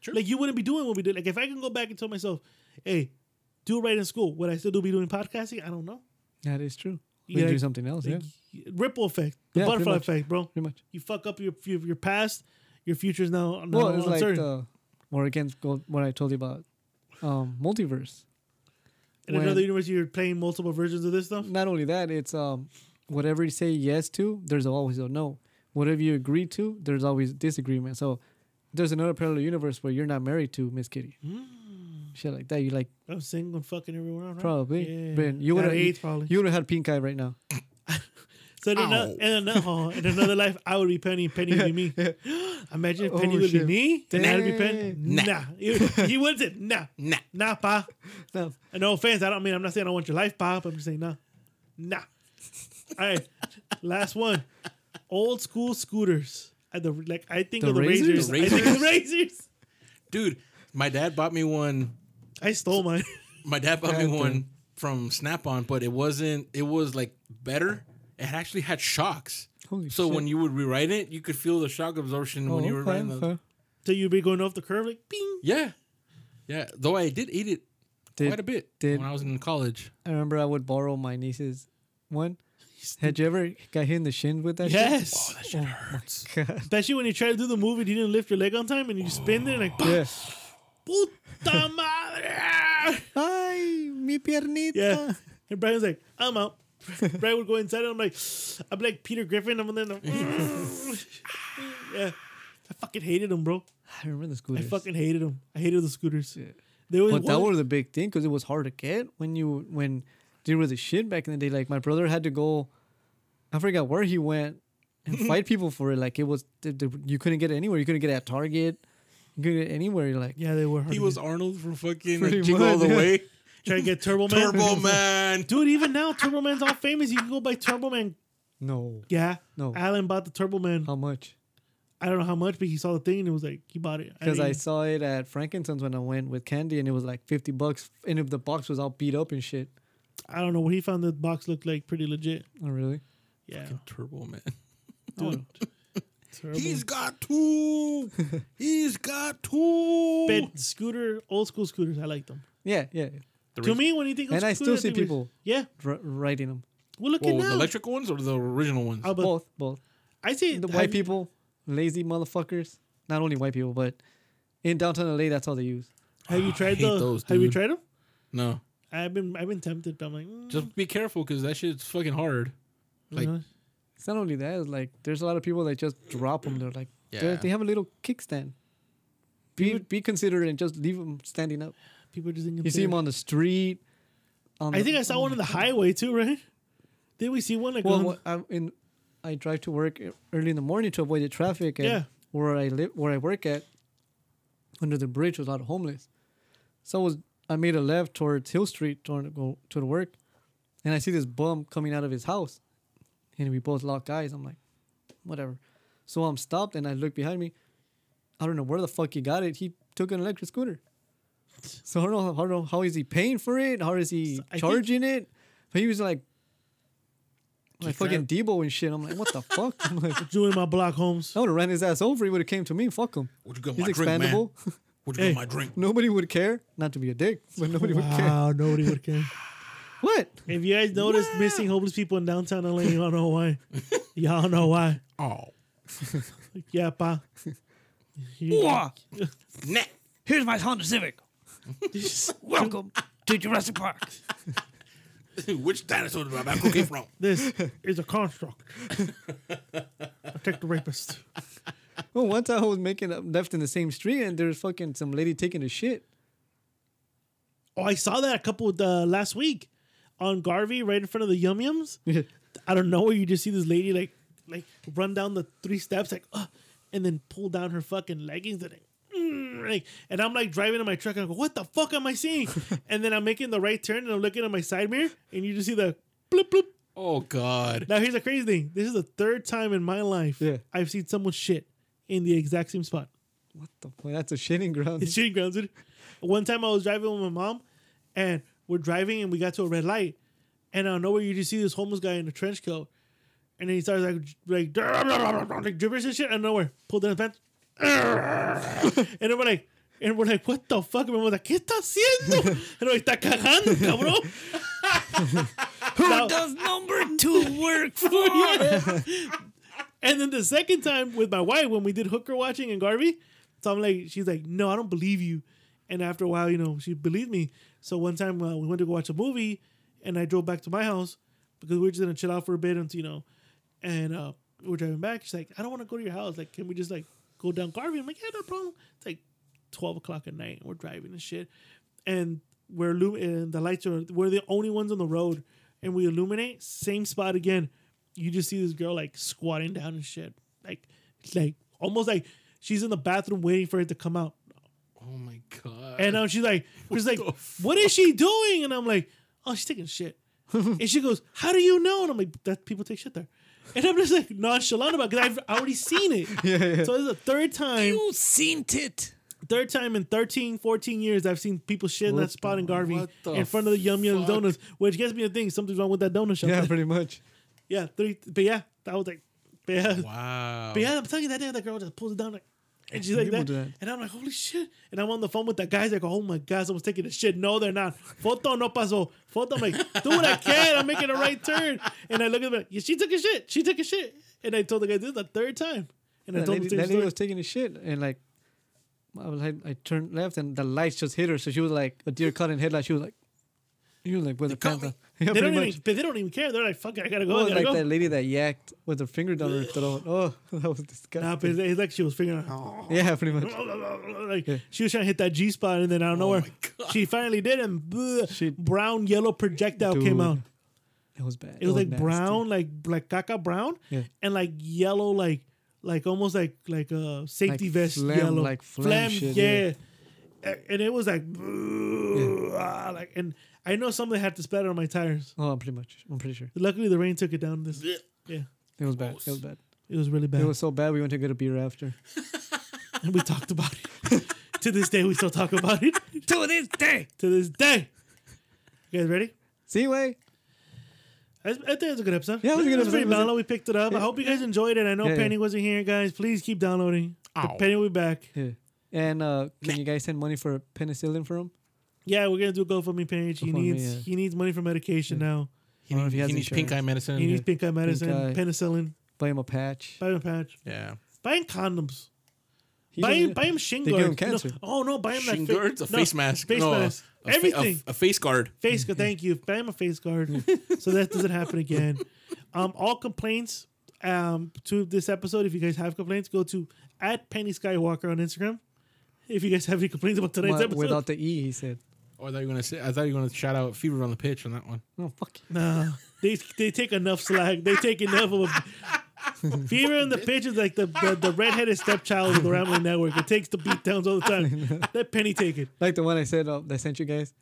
Speaker 5: True.
Speaker 3: like you wouldn't be doing what we did. Like if I can go back and tell myself, "Hey, do right in school," would I still do be doing podcasting? I don't know.
Speaker 4: That is true. We
Speaker 3: Yeah,
Speaker 4: can do
Speaker 3: like-
Speaker 4: something else. Yeah,
Speaker 3: Like, Ripple effect, the
Speaker 4: Yeah, pretty
Speaker 3: butterfly
Speaker 4: much.
Speaker 3: effect, bro.
Speaker 4: pretty much.
Speaker 3: You fuck up your your, your past, your future's now, now
Speaker 4: Well, it's like
Speaker 3: uncertain.
Speaker 4: the, or against go- what I told you about um, multiverse.
Speaker 3: in
Speaker 4: when-
Speaker 3: another universe, you're playing multiple versions of this stuff.
Speaker 4: Not only that, it's um, whatever you say yes to, there's always a no. Whatever you agree to, there's always disagreement. So there's another parallel universe where you're not married to Miss Kitty.
Speaker 3: Mm.
Speaker 4: Shit like that. You like
Speaker 3: I'm single and fucking everyone. Right?
Speaker 4: probably.
Speaker 3: yeah.
Speaker 4: Man, you
Speaker 3: Got
Speaker 4: would have
Speaker 3: AIDS, probably.
Speaker 4: you would have had pink eye right now.
Speaker 3: So in, ano-
Speaker 5: Ow.
Speaker 3: in, ano- oh, in another life, I would be Penny. Penny would be me.
Speaker 4: (laughs)
Speaker 3: (gasps) Imagine if
Speaker 4: Oh,
Speaker 3: Penny would
Speaker 4: shit.
Speaker 3: be me, and I'd be Penny.
Speaker 4: Dang.
Speaker 3: Nah, (laughs) You you wouldn't. say, Nah,
Speaker 5: Nah.
Speaker 3: nah, pa.
Speaker 4: No.
Speaker 3: And no offense, I don't mean I'm not saying I don't want your life, pa. But I'm just saying nah, nah. All right, last one. Old school scooters. At the like, I think
Speaker 4: The
Speaker 3: of the razors.
Speaker 4: razors?
Speaker 5: The
Speaker 3: I think of the razors.
Speaker 5: Dude, my dad bought me one.
Speaker 3: I stole mine. (laughs)
Speaker 5: My dad bought me
Speaker 4: Goddamn.
Speaker 5: one from Snap On, but it wasn't, it was like better. It actually had shocks.
Speaker 4: Holy
Speaker 5: so
Speaker 4: shit. Oh,
Speaker 5: when you would rewrite it, you could feel the shock absorption when you were
Speaker 4: okay,
Speaker 5: writing the.
Speaker 4: okay.
Speaker 3: so you'd be going off the curve like, ping.
Speaker 5: Yeah. Yeah. Though I did eat it
Speaker 4: Did-
Speaker 5: quite a bit
Speaker 4: did-
Speaker 5: when I was in college.
Speaker 4: I remember I would borrow my niece's one. Had you ever got hit in the shin with that? shit?
Speaker 5: Oh,
Speaker 4: Oh
Speaker 3: Yes. (laughs)
Speaker 4: God.
Speaker 3: Especially when you try to do the move and you didn't lift your leg on time and you spin there and like,
Speaker 4: Yeah.
Speaker 3: puta madre.
Speaker 4: Ay, mi piernita.
Speaker 3: Yeah. And Brian's like, I'm out. (laughs) Brian would go inside and I'm like, I'm like (laughs) Peter Griffin. I'm then, yeah. I fucking hated him, bro.
Speaker 4: I remember the
Speaker 3: I
Speaker 4: scooters.
Speaker 3: fucking hated him. I hated the scooters. There was
Speaker 4: but that
Speaker 3: one-
Speaker 4: was the big thing because it was hard to get when you when there was the shit back in the day. Like my brother had to go, I forgot where he went (laughs) and fight people for it. Like it was th- th- you couldn't get it anywhere. You couldn't get it at Target. You couldn't get it anywhere. You're like
Speaker 3: yeah, they were. Hard
Speaker 5: He was Arnold from fucking
Speaker 4: Pretty
Speaker 5: Jingle All the
Speaker 4: much, yeah.
Speaker 5: Way.
Speaker 3: trying to get Turbo Man.
Speaker 5: (laughs) Turbo Man.
Speaker 3: Dude, even now Turbo Man's all famous. You can go buy Turbo Man.
Speaker 4: no,
Speaker 3: Yeah.
Speaker 4: No.
Speaker 3: Alan bought the Turbo Man.
Speaker 4: how much?
Speaker 3: I don't know how much, but he saw the thing and it was like he bought it.
Speaker 4: Because I
Speaker 3: didn't-
Speaker 4: saw it at Frankenstein's when I went with Candy, and it was like fifty bucks, and if the box was all beat up and shit.
Speaker 3: I don't know what he found the box looked like pretty legit.
Speaker 4: Oh really?
Speaker 3: Yeah.
Speaker 5: Turbo Man.
Speaker 3: Dude. Turbo.
Speaker 5: He's got (laughs) two. He's got two.
Speaker 3: But scooter, old school scooters, I like them.
Speaker 4: Yeah, yeah.
Speaker 3: To me, when you think of
Speaker 4: And I
Speaker 3: scooter,
Speaker 4: still see
Speaker 3: think we-
Speaker 4: people-
Speaker 3: Yeah,
Speaker 4: Dr- writing them
Speaker 3: well, look
Speaker 5: Well,
Speaker 3: at
Speaker 5: the
Speaker 3: now.
Speaker 5: electric ones or the original ones?
Speaker 3: Oh, but
Speaker 4: both, both.
Speaker 3: I see
Speaker 4: the
Speaker 3: have
Speaker 4: white
Speaker 3: you-
Speaker 4: people, lazy motherfuckers. Not only white people, but in downtown LA, that's all they use.
Speaker 3: Have you tried
Speaker 5: hate
Speaker 3: the?
Speaker 5: those,
Speaker 3: have you
Speaker 5: dude.
Speaker 3: tried them?
Speaker 5: No.
Speaker 3: I've been, I've been tempted, but I'm like, mm,
Speaker 5: Just be careful because that shit's fucking hard. Like,
Speaker 3: no.
Speaker 4: It's not only that. It's like there's a lot of people that just drop them. They're like, they're-
Speaker 5: Yeah.
Speaker 4: they have a little kickstand. Be, be considerate and just leave them standing up.
Speaker 3: people just think
Speaker 4: You see them on the street. On
Speaker 3: I
Speaker 4: the-
Speaker 3: think I saw one on the highway too, right? Did we see one like?
Speaker 4: Well,
Speaker 3: on-
Speaker 4: what- I'm in, I drive to work e- early in the morning to avoid the traffic. And
Speaker 3: Yeah.
Speaker 4: Where I live, where I work at, under the bridge was a lot of homeless. So I was I made a left towards Hill Street trying to go to the work, and I see this bum coming out of his house, and we both lock eyes. I'm like, whatever. So I'm stopped and I look behind me. I don't know where the fuck he got it. He took an electric scooter. So I don't know, I don't know how is he paying for it? How is he
Speaker 3: I think-
Speaker 4: charging it? But he was like like fucking Debo and shit. I'm like, what the fuck? I'm like,
Speaker 3: Drew in my block, Holmes.
Speaker 4: I would have ran his ass over. He would have came to me. Fuck him.
Speaker 5: What you got in
Speaker 4: He's
Speaker 5: my drink, man?
Speaker 4: expandable. (laughs)
Speaker 5: What you got in my drink?
Speaker 4: nobody would care. Not to be a dick, but nobody would care.
Speaker 3: Wow, nobody would care.
Speaker 4: (laughs) What?
Speaker 3: If you guys noticed missing homeless people in downtown LA, y'all know why. y'all know why.
Speaker 5: Oh,
Speaker 3: Yeah,
Speaker 4: (laughs)
Speaker 3: pa. (laughs)
Speaker 2: Wah!
Speaker 5: nah. (laughs)
Speaker 2: Here's my Honda Civic.
Speaker 3: (laughs)
Speaker 2: Welcome to Jurassic Park.
Speaker 5: Which dinosaur did my back came from?
Speaker 3: This is a
Speaker 4: (laughs)
Speaker 3: construct. Protect the rapist.
Speaker 4: Well, one time I was making a left in the same street, and there's fucking some lady taking a shit. (laughs)
Speaker 3: Oh, I saw that a couple of the last week on Garvey, right in front of the Yum Yums. I don't know where you just see this lady like like run down the three steps like uh, and then pull down her fucking leggings and like, mm, like and I'm like driving in my truck and I go, what the fuck am I seeing? and then I'm making the right turn and I'm looking at my side mirror and you just see the bloop bloop.
Speaker 5: (laughs) Oh God.
Speaker 3: Now here's the crazy thing. This is the third time in my life
Speaker 4: Yeah.
Speaker 3: I've seen someone shit in the exact same spot.
Speaker 4: What the fuck? That's a shitting
Speaker 3: (laughs)
Speaker 4: ground.
Speaker 3: It's shitting grounds. dude. One time I was driving with my mom, and we're driving, and we got to a red light, and out of nowhere you just see this homeless guy in a trench coat, and then he starts like like, like (laughs) gibberish and shit. Out of nowhere, pulled down his pants, (laughs) and then we're like. And we're like, what the fuck? And we're like, ¿qué está haciendo? (laughs) And we're like, está cagando, cabrón. (laughs) Now-
Speaker 2: Does number two
Speaker 3: (laughs)
Speaker 2: work for you?
Speaker 3: And then the second time with my wife, when we did hooker watching and Garvey, so I'm like, she's like, no, I don't believe you. And after a while, you know, she believed me. So one time uh, we went to go watch a movie, and I drove back to my house because we were just gonna chill out for a bit, and you know, and uh, we we're driving back. She's like, I don't want to go to your house. Like, can we just like go down Garvey? I'm like, yeah, no problem. It's like twelve o'clock at night, and we're driving and shit, and we're illum- and the lights are. We're the only ones on the road, and we illuminate same spot again. You just see this girl like squatting down and shit, like like almost like she's in the bathroom waiting for it to come out.
Speaker 5: Oh my God.
Speaker 3: And um, she's like, she's like, what is she doing? And I'm like, oh, she's taking shit. and she goes, how do you know? And I'm like, that people take shit there. And I'm just like nonchalant about because I've already seen it. So this is the third time,
Speaker 2: You seen it.
Speaker 3: third time in 13, 14 years I've seen people shit in that spot in Garvey
Speaker 5: what the
Speaker 3: in front of the Yum Yum
Speaker 5: fuck?
Speaker 3: Donuts, which gets me to think something's wrong with that donut shop.
Speaker 4: yeah,
Speaker 3: Yeah,
Speaker 4: (laughs) pretty much.
Speaker 3: three, but yeah, I was like, but yeah,
Speaker 5: wow.
Speaker 3: but yeah, I'm telling you that day that girl just pulls it down like and she's like
Speaker 4: People
Speaker 3: that.
Speaker 4: do that.
Speaker 3: And I'm like, holy shit. And I'm on the phone with the guys. I go, oh my God, someone's taking a shit. No, they're not. Foto no paso. Foto, I'm like, do what
Speaker 5: (laughs)
Speaker 3: I can. I'm making a right turn. And I look at them like, yeah, she took a shit. She took a shit. And I told the guy, this is the third time. And I
Speaker 4: That
Speaker 3: told
Speaker 4: lady,
Speaker 3: him the
Speaker 4: that
Speaker 3: same
Speaker 4: lady
Speaker 3: story.
Speaker 4: was taking a shit, and like, I was like, I turned left, and the lights just hit her. So she was like a deer caught in headlights. She was like, you like with the
Speaker 5: caught
Speaker 4: pants on. (laughs) Yeah,
Speaker 3: They
Speaker 4: pretty
Speaker 3: don't,
Speaker 4: much.
Speaker 3: even, but they don't even care. They're like, fuck it, I gotta go.
Speaker 4: Well,
Speaker 3: I gotta
Speaker 4: like
Speaker 3: go.
Speaker 4: that lady that yacked with her finger down
Speaker 3: (laughs)
Speaker 4: her throat. Oh, (laughs) that was
Speaker 3: Nah,
Speaker 4: disgusting.
Speaker 3: but it's like she was figuring out.
Speaker 4: (laughs) yeah, pretty much.
Speaker 3: (laughs) like she was trying to hit that G spot, and then I don't know where she finally did, and bleh,
Speaker 4: She-
Speaker 3: brown yellow projectile came
Speaker 4: Dude.
Speaker 3: out.
Speaker 4: It was bad.
Speaker 3: It was like
Speaker 4: nasty.
Speaker 3: brown, like like caca brown,
Speaker 4: Yeah.
Speaker 3: and like yellow, like like almost like like a safety
Speaker 4: Like
Speaker 3: vest
Speaker 4: phlegm,
Speaker 3: yellow,
Speaker 4: like phlegm shit,
Speaker 3: yeah. A- And it was like, ah, like, and I know something had to splatter on my tires.
Speaker 4: Oh, I'm pretty much. I'm pretty sure
Speaker 3: Luckily, the rain took it down. This, yeah,
Speaker 4: it was bad. It was bad.
Speaker 3: it was really bad.
Speaker 4: It was so bad we went to get a beer after.
Speaker 3: and we talked about it. (laughs) to this day, we still talk about it.
Speaker 2: To this day.
Speaker 3: to this day, you guys ready?
Speaker 4: See, way.
Speaker 3: I I think it was a good episode.
Speaker 4: Yeah, it was a good
Speaker 3: pretty
Speaker 4: episode. It was
Speaker 3: mellow. We picked it up. I hope you guys enjoyed it. I know
Speaker 4: Yeah, yeah.
Speaker 3: Penny wasn't here, guys. Please keep downloading. But
Speaker 5: Ow.
Speaker 3: Penny will be back.
Speaker 4: Yeah. And uh, can you guys send money for penicillin for him?
Speaker 3: Yeah, we're gonna do a GoFundMe page. He
Speaker 4: GoFundMe,
Speaker 3: needs
Speaker 4: yeah.
Speaker 3: he needs money for medication now.
Speaker 5: He,
Speaker 4: I don't know
Speaker 5: need,
Speaker 4: if he
Speaker 5: he,
Speaker 4: has
Speaker 5: needs
Speaker 4: insurance.
Speaker 5: pink eye medicine.
Speaker 3: He needs pink eye medicine,
Speaker 4: eye.
Speaker 3: penicillin,
Speaker 4: Buy him a patch.
Speaker 3: buy him a patch,
Speaker 5: yeah.
Speaker 3: buy him condoms,
Speaker 4: He
Speaker 3: buy him
Speaker 4: doesn't-
Speaker 3: buy him shin
Speaker 4: They give
Speaker 3: guards.
Speaker 4: him cancer.
Speaker 3: No, oh no, buy him that
Speaker 5: Shin
Speaker 3: fa-
Speaker 5: guards, a
Speaker 3: no,
Speaker 5: face mask,
Speaker 3: face
Speaker 5: no, a-
Speaker 3: mask,
Speaker 5: a fa- a-
Speaker 3: everything.
Speaker 5: a, face guard.
Speaker 3: face guard. Thank you. Buy him a face guard, so that doesn't happen again. Um, all complaints um to this episode. If you guys have complaints, go to at Penny Skywalker on Instagram. If you guys have any complaints about tonight's
Speaker 4: Well,
Speaker 3: episode,
Speaker 4: without the E, he said.
Speaker 5: Oh, I thought you were gonna say. I thought you were gonna shout out Fever on the pitch on that one.
Speaker 4: No, fuck you.
Speaker 3: Nah, (laughs) they they take enough slack. They take enough of a. Fever in the pitch is like the, the, the redheaded stepchild of the Rambling Network. It takes the beatdowns all the time. Let Penny take it.
Speaker 4: Like the one I said uh, that I sent you guys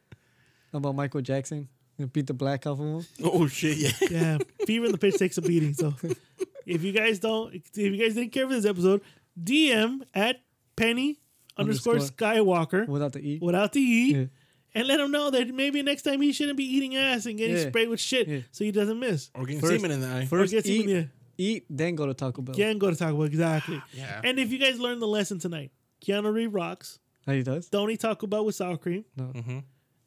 Speaker 4: about Michael Jackson. And beat the black off of him.
Speaker 5: Oh shit! Yeah.
Speaker 3: Yeah, Fever in the pitch takes a beating. So if you guys don't, if you guys didn't care for this episode, DM at Penny underscore
Speaker 4: Underscore.
Speaker 3: Skywalker
Speaker 4: Without the E.
Speaker 3: without the E.
Speaker 4: Yeah.
Speaker 3: and let him know that maybe next time he shouldn't be eating ass and getting
Speaker 4: Yeah.
Speaker 3: sprayed with shit
Speaker 4: Yeah.
Speaker 3: so he doesn't miss.
Speaker 5: Or getting
Speaker 4: First-
Speaker 5: semen in the eye.
Speaker 4: First, E.
Speaker 3: get some-
Speaker 4: eat,
Speaker 3: yeah.
Speaker 4: eat, then go to Taco Bell.
Speaker 3: Can go to Taco Bell exactly.
Speaker 5: Yeah.
Speaker 3: And if you guys learned the lesson tonight, Keanu Reeves rocks.
Speaker 4: How he does?
Speaker 3: Don't eat Taco Bell with sour cream.
Speaker 4: No.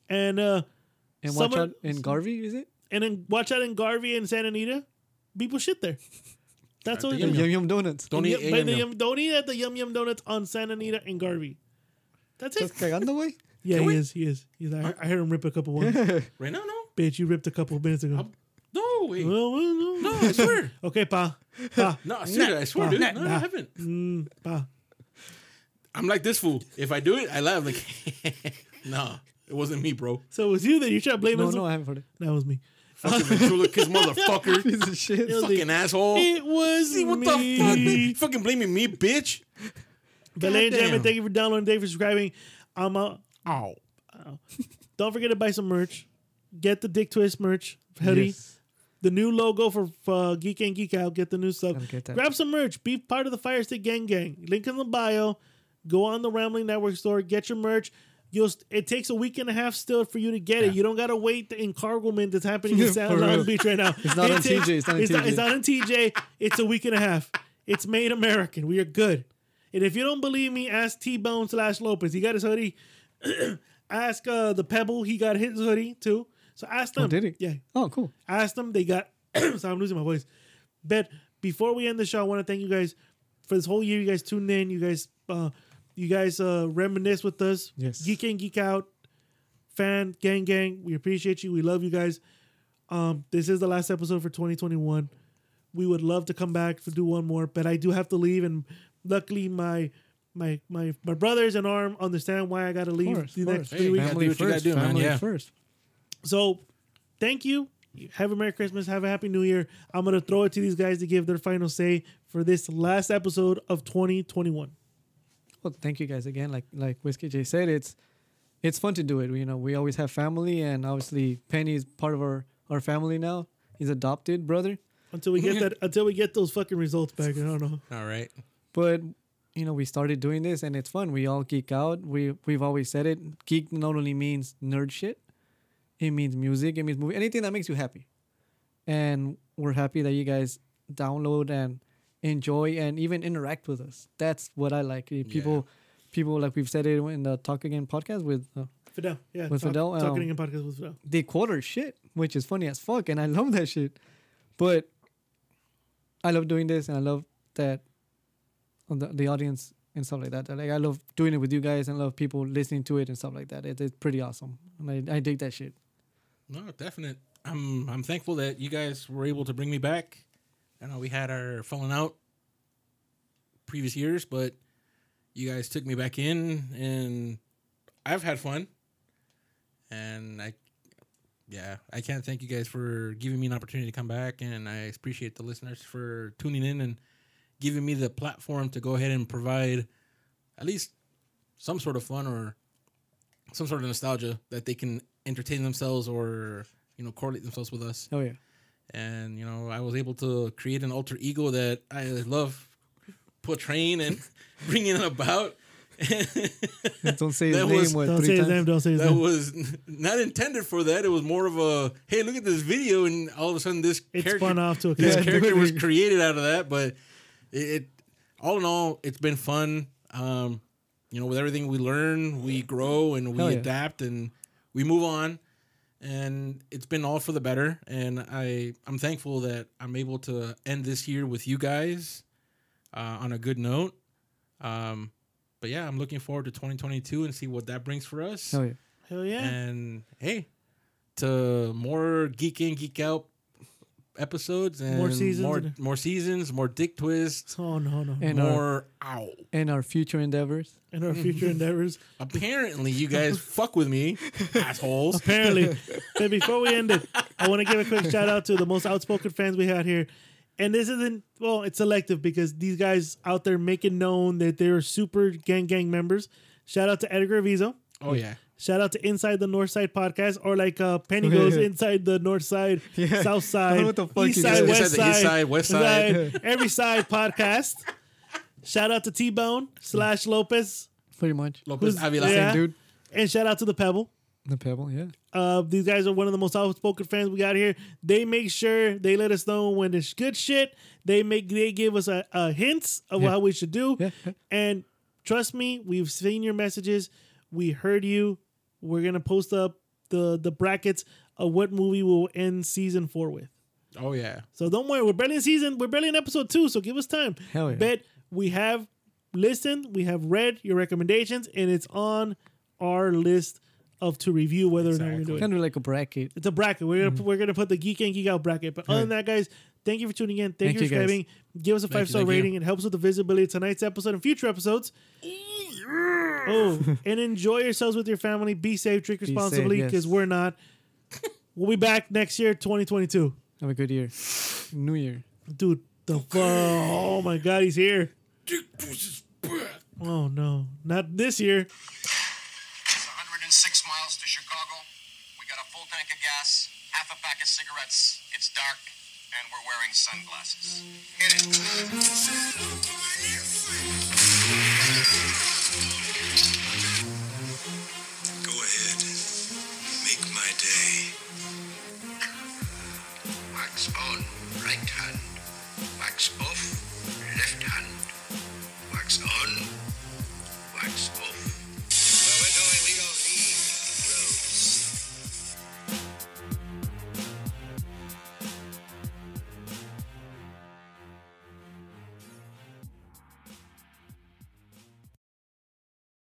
Speaker 3: And uh,
Speaker 4: And watch
Speaker 3: Someone-
Speaker 4: out. And Garvey, is it?
Speaker 3: and then watch out in Garvey and Santa Anita. People shit there. That's what
Speaker 4: Yum
Speaker 3: do.
Speaker 4: Yum Yum Donuts.
Speaker 5: Don't eat
Speaker 3: Yum- by the
Speaker 5: A&M.
Speaker 3: Yum- Don't eat at the Yum Yum Donuts on Santa Anita and Garvey. That's it.
Speaker 4: That's cagando, way.
Speaker 3: Yeah, he is. He is. He's. I, I heard him rip a couple (laughs) ones.
Speaker 5: Right now, no.
Speaker 3: Bitch, you ripped a couple minutes ago.
Speaker 5: No, wait. No,
Speaker 3: Well, well, no.
Speaker 5: I swear.
Speaker 3: (laughs) Okay, pa. Pa.
Speaker 5: No, seriously, I swear, dude. No, I haven't.
Speaker 3: Mm, pa.
Speaker 5: I'm like this fool. If I do it, I laugh. Like, (laughs) nah, it wasn't me, bro.
Speaker 3: So it was you that you tried to blame
Speaker 4: No,
Speaker 3: us.
Speaker 4: no, I haven't heard it.
Speaker 3: that was me.
Speaker 5: Fucking ventriloquist (laughs) motherfucker.
Speaker 4: Piece of shit.
Speaker 3: was
Speaker 5: Fucking asshole.
Speaker 3: It was
Speaker 5: See, what
Speaker 3: me.
Speaker 5: the fuck? man? Fucking blaming me, bitch.
Speaker 3: But ladies and gentlemen,
Speaker 5: Goddamn.
Speaker 3: thank you for downloading, thank you for subscribing. I'm out.
Speaker 5: Oh.
Speaker 3: Don't forget to buy some merch. Get the Dick Twist merch hoodie.
Speaker 4: Yes.
Speaker 3: The new logo for uh, Geek and Geek Out. Get the new stuff.
Speaker 4: Gotta get that.
Speaker 3: Grab some merch. Be part of the Fire Stick Gang Gang. Link in the bio. Go on the Rambling Network store. Get your merch. You'll, it takes a week and a half still for you to get it. You don't gotta wait the encargoment that's happening in
Speaker 4: (laughs) For
Speaker 3: San
Speaker 4: real.
Speaker 3: Long Beach right now.
Speaker 4: (laughs) It's not
Speaker 3: It
Speaker 4: on TJ. It's not on
Speaker 3: it's Not,
Speaker 4: TJ.
Speaker 3: it's not on TJ. It's a week and a half. It's made American. We are good. And if you don't believe me, ask T Bone slash Lopez. He got his hoodie. (clears throat) ask uh, the Pebble. He got his hoodie too. So ask them.
Speaker 4: Oh, did he?
Speaker 3: Yeah.
Speaker 4: Oh, cool.
Speaker 3: Ask them. They got. (clears throat) so I'm losing my voice. But before we end the show, I want to thank you guys for this whole year. You guys tuned in. You guys, uh, you guys uh, reminisce with us.
Speaker 4: Yes.
Speaker 3: Geek in, geek out. Fan gang, gang. We appreciate you. We love you guys. Um, this is the last episode for 2021. We would love to come back to do one more, but I do have to leave. And luckily, my my my my brothers in arm understand why I got to leave
Speaker 4: course,
Speaker 3: the
Speaker 4: of
Speaker 3: next
Speaker 4: course.
Speaker 3: three
Speaker 5: Hey,
Speaker 3: weeks.
Speaker 5: gotta
Speaker 4: Family
Speaker 5: do what you gotta
Speaker 4: first.
Speaker 5: do, man,
Speaker 4: Family
Speaker 5: yeah.
Speaker 4: first.
Speaker 3: So, thank you. Have a Merry Christmas. Have a Happy New Year. I'm going to throw it to these guys to give their final say for this last episode of 2021.
Speaker 4: Well, thank you guys again. Like like Whiskey J said, it's it's fun to do it. You know, we always have family, and obviously Penny is part of our our family now. He's adopted brother,
Speaker 3: Until we get that,
Speaker 5: (laughs)
Speaker 3: until we get those fucking results back, I don't know.
Speaker 5: All right.
Speaker 4: but you know we started doing this, and it's fun. We all geek out. We we've always said it. Geek not only means nerd shit, it means music, it means movie, anything that makes you happy. And we're happy that you guys download and enjoy and even interact with us. That's what I like. People, people like we've said it in the Talk Again podcast with. Uh,
Speaker 3: Fidel, yeah,
Speaker 4: With Fidel, um,
Speaker 3: talking in podcast with Fidel.
Speaker 4: they quote our shit, which is funny as fuck, and I (laughs) love that shit. But I love doing this, and I love that on the, the audience and stuff like that. Like I love doing it with you guys, and I love people listening to it and stuff like that. It, it's pretty awesome, and I, I dig that shit.
Speaker 5: No, definite. I'm I'm thankful that you guys were able to bring me back. I know we had our falling out previous years, but you guys took me back in, and I've had fun. And I, yeah, I can't thank you guys for giving me an opportunity to come back, and I appreciate the listeners for tuning in and giving me the platform to go ahead and provide at least some sort of fun or some sort of nostalgia that they can entertain themselves or you know correlate themselves with us
Speaker 3: (laughs)
Speaker 4: Oh yeah,
Speaker 5: and you know i was able to create an alter ego that i love portraying and (laughs) bringing it about
Speaker 4: don't say his
Speaker 5: That
Speaker 4: name.
Speaker 5: was-
Speaker 4: what,
Speaker 3: Don't
Speaker 4: three
Speaker 3: say his
Speaker 4: times?
Speaker 3: name. Don't say his
Speaker 5: that
Speaker 3: name.
Speaker 5: was n- not intended for that it was more of a hey look at this video and all of a sudden this
Speaker 3: It
Speaker 5: character
Speaker 3: spun off to a
Speaker 5: this
Speaker 3: character.
Speaker 5: character was created out of that but it, it all in all it's been fun um you know with everything we learn we grow and we
Speaker 4: Hell yeah.
Speaker 5: adapt and we move on and it's been all for the better and i i'm thankful that i'm able to end this year with you guys uh, on a good note um but yeah i'm looking forward to 2022 and see what that brings for us
Speaker 4: Oh yeah,
Speaker 3: Hell
Speaker 5: (laughs)
Speaker 3: yeah!
Speaker 5: and hey, to more geek in, geek out episodes and
Speaker 3: More seasons
Speaker 5: more,
Speaker 3: and-
Speaker 5: more seasons, more dick twists,
Speaker 3: Oh no, no.
Speaker 4: and our
Speaker 5: more ow.
Speaker 4: and our future endeavors.
Speaker 3: In our future endeavors,
Speaker 5: Apparently, you
Speaker 3: (laughs)
Speaker 5: guys fuck with me, assholes.
Speaker 3: apparently. but before we end it, I want to give a quick shout out to the most outspoken fans we had here. And this isn't well, it's selective because these guys out there making known that they're super gang gang members. Shout out to Edgar Avizo.
Speaker 5: Oh yeah,
Speaker 3: Shout out to Inside the North Side podcast, or like uh, Penny goes Inside the North
Speaker 4: (laughs)
Speaker 3: Side, South
Speaker 4: I
Speaker 3: Side,
Speaker 4: don't know what the fuck
Speaker 3: East
Speaker 4: he
Speaker 3: Side,
Speaker 4: said.
Speaker 3: West
Speaker 5: Inside the
Speaker 3: Side,
Speaker 5: East Side, West Side.
Speaker 3: Every Side podcast. Shout out to T Bone slash Lopez,
Speaker 4: Pretty much.
Speaker 5: Lopez
Speaker 3: Who's-
Speaker 5: Avila.
Speaker 3: yeah.
Speaker 4: Dude,
Speaker 3: and shout out to the Pebble.
Speaker 4: The Pebble, yeah.
Speaker 3: Uh, these guys are one of the most outspoken fans we got here. They make sure they let us know when it's good shit. They make they give us a, a hints of
Speaker 4: Yeah.
Speaker 3: how we should do.
Speaker 4: Yeah, yeah.
Speaker 3: And trust me, we've seen your messages. We heard you. We're gonna post up the the brackets of what movie we'll end season four with.
Speaker 5: Oh yeah.
Speaker 3: So don't worry, we're barely in season, we're barely in episode two, so give us time.
Speaker 4: Hell yeah.
Speaker 3: But we have listened, we have read your recommendations, and it's on our list of to review whether or not we're gonna do it.
Speaker 4: Kind of like a bracket.
Speaker 3: It's a bracket. We're gonna we're gonna put the geek in geek out bracket. But other than that, guys, thank you for tuning in. Thank,
Speaker 4: Thank
Speaker 3: you
Speaker 4: you,
Speaker 3: for
Speaker 4: guys.
Speaker 3: subscribing. Give us a five star
Speaker 5: thank you.
Speaker 3: rating. It helps with the visibility of tonight's episode and future episodes. Oh, and enjoy yourselves with your family. Be safe. Drink
Speaker 4: safe,
Speaker 3: responsibly because
Speaker 4: yes.
Speaker 3: we're not. We'll be back next year, 2022.
Speaker 4: Have a good year. New year.
Speaker 3: Dude, the fuck. Oh my God, he's here. Oh no, not this year.
Speaker 6: It's 106 miles to Chicago. We got a full tank of gas, half a pack of cigarettes. It's dark, and we're wearing sunglasses. Hit it.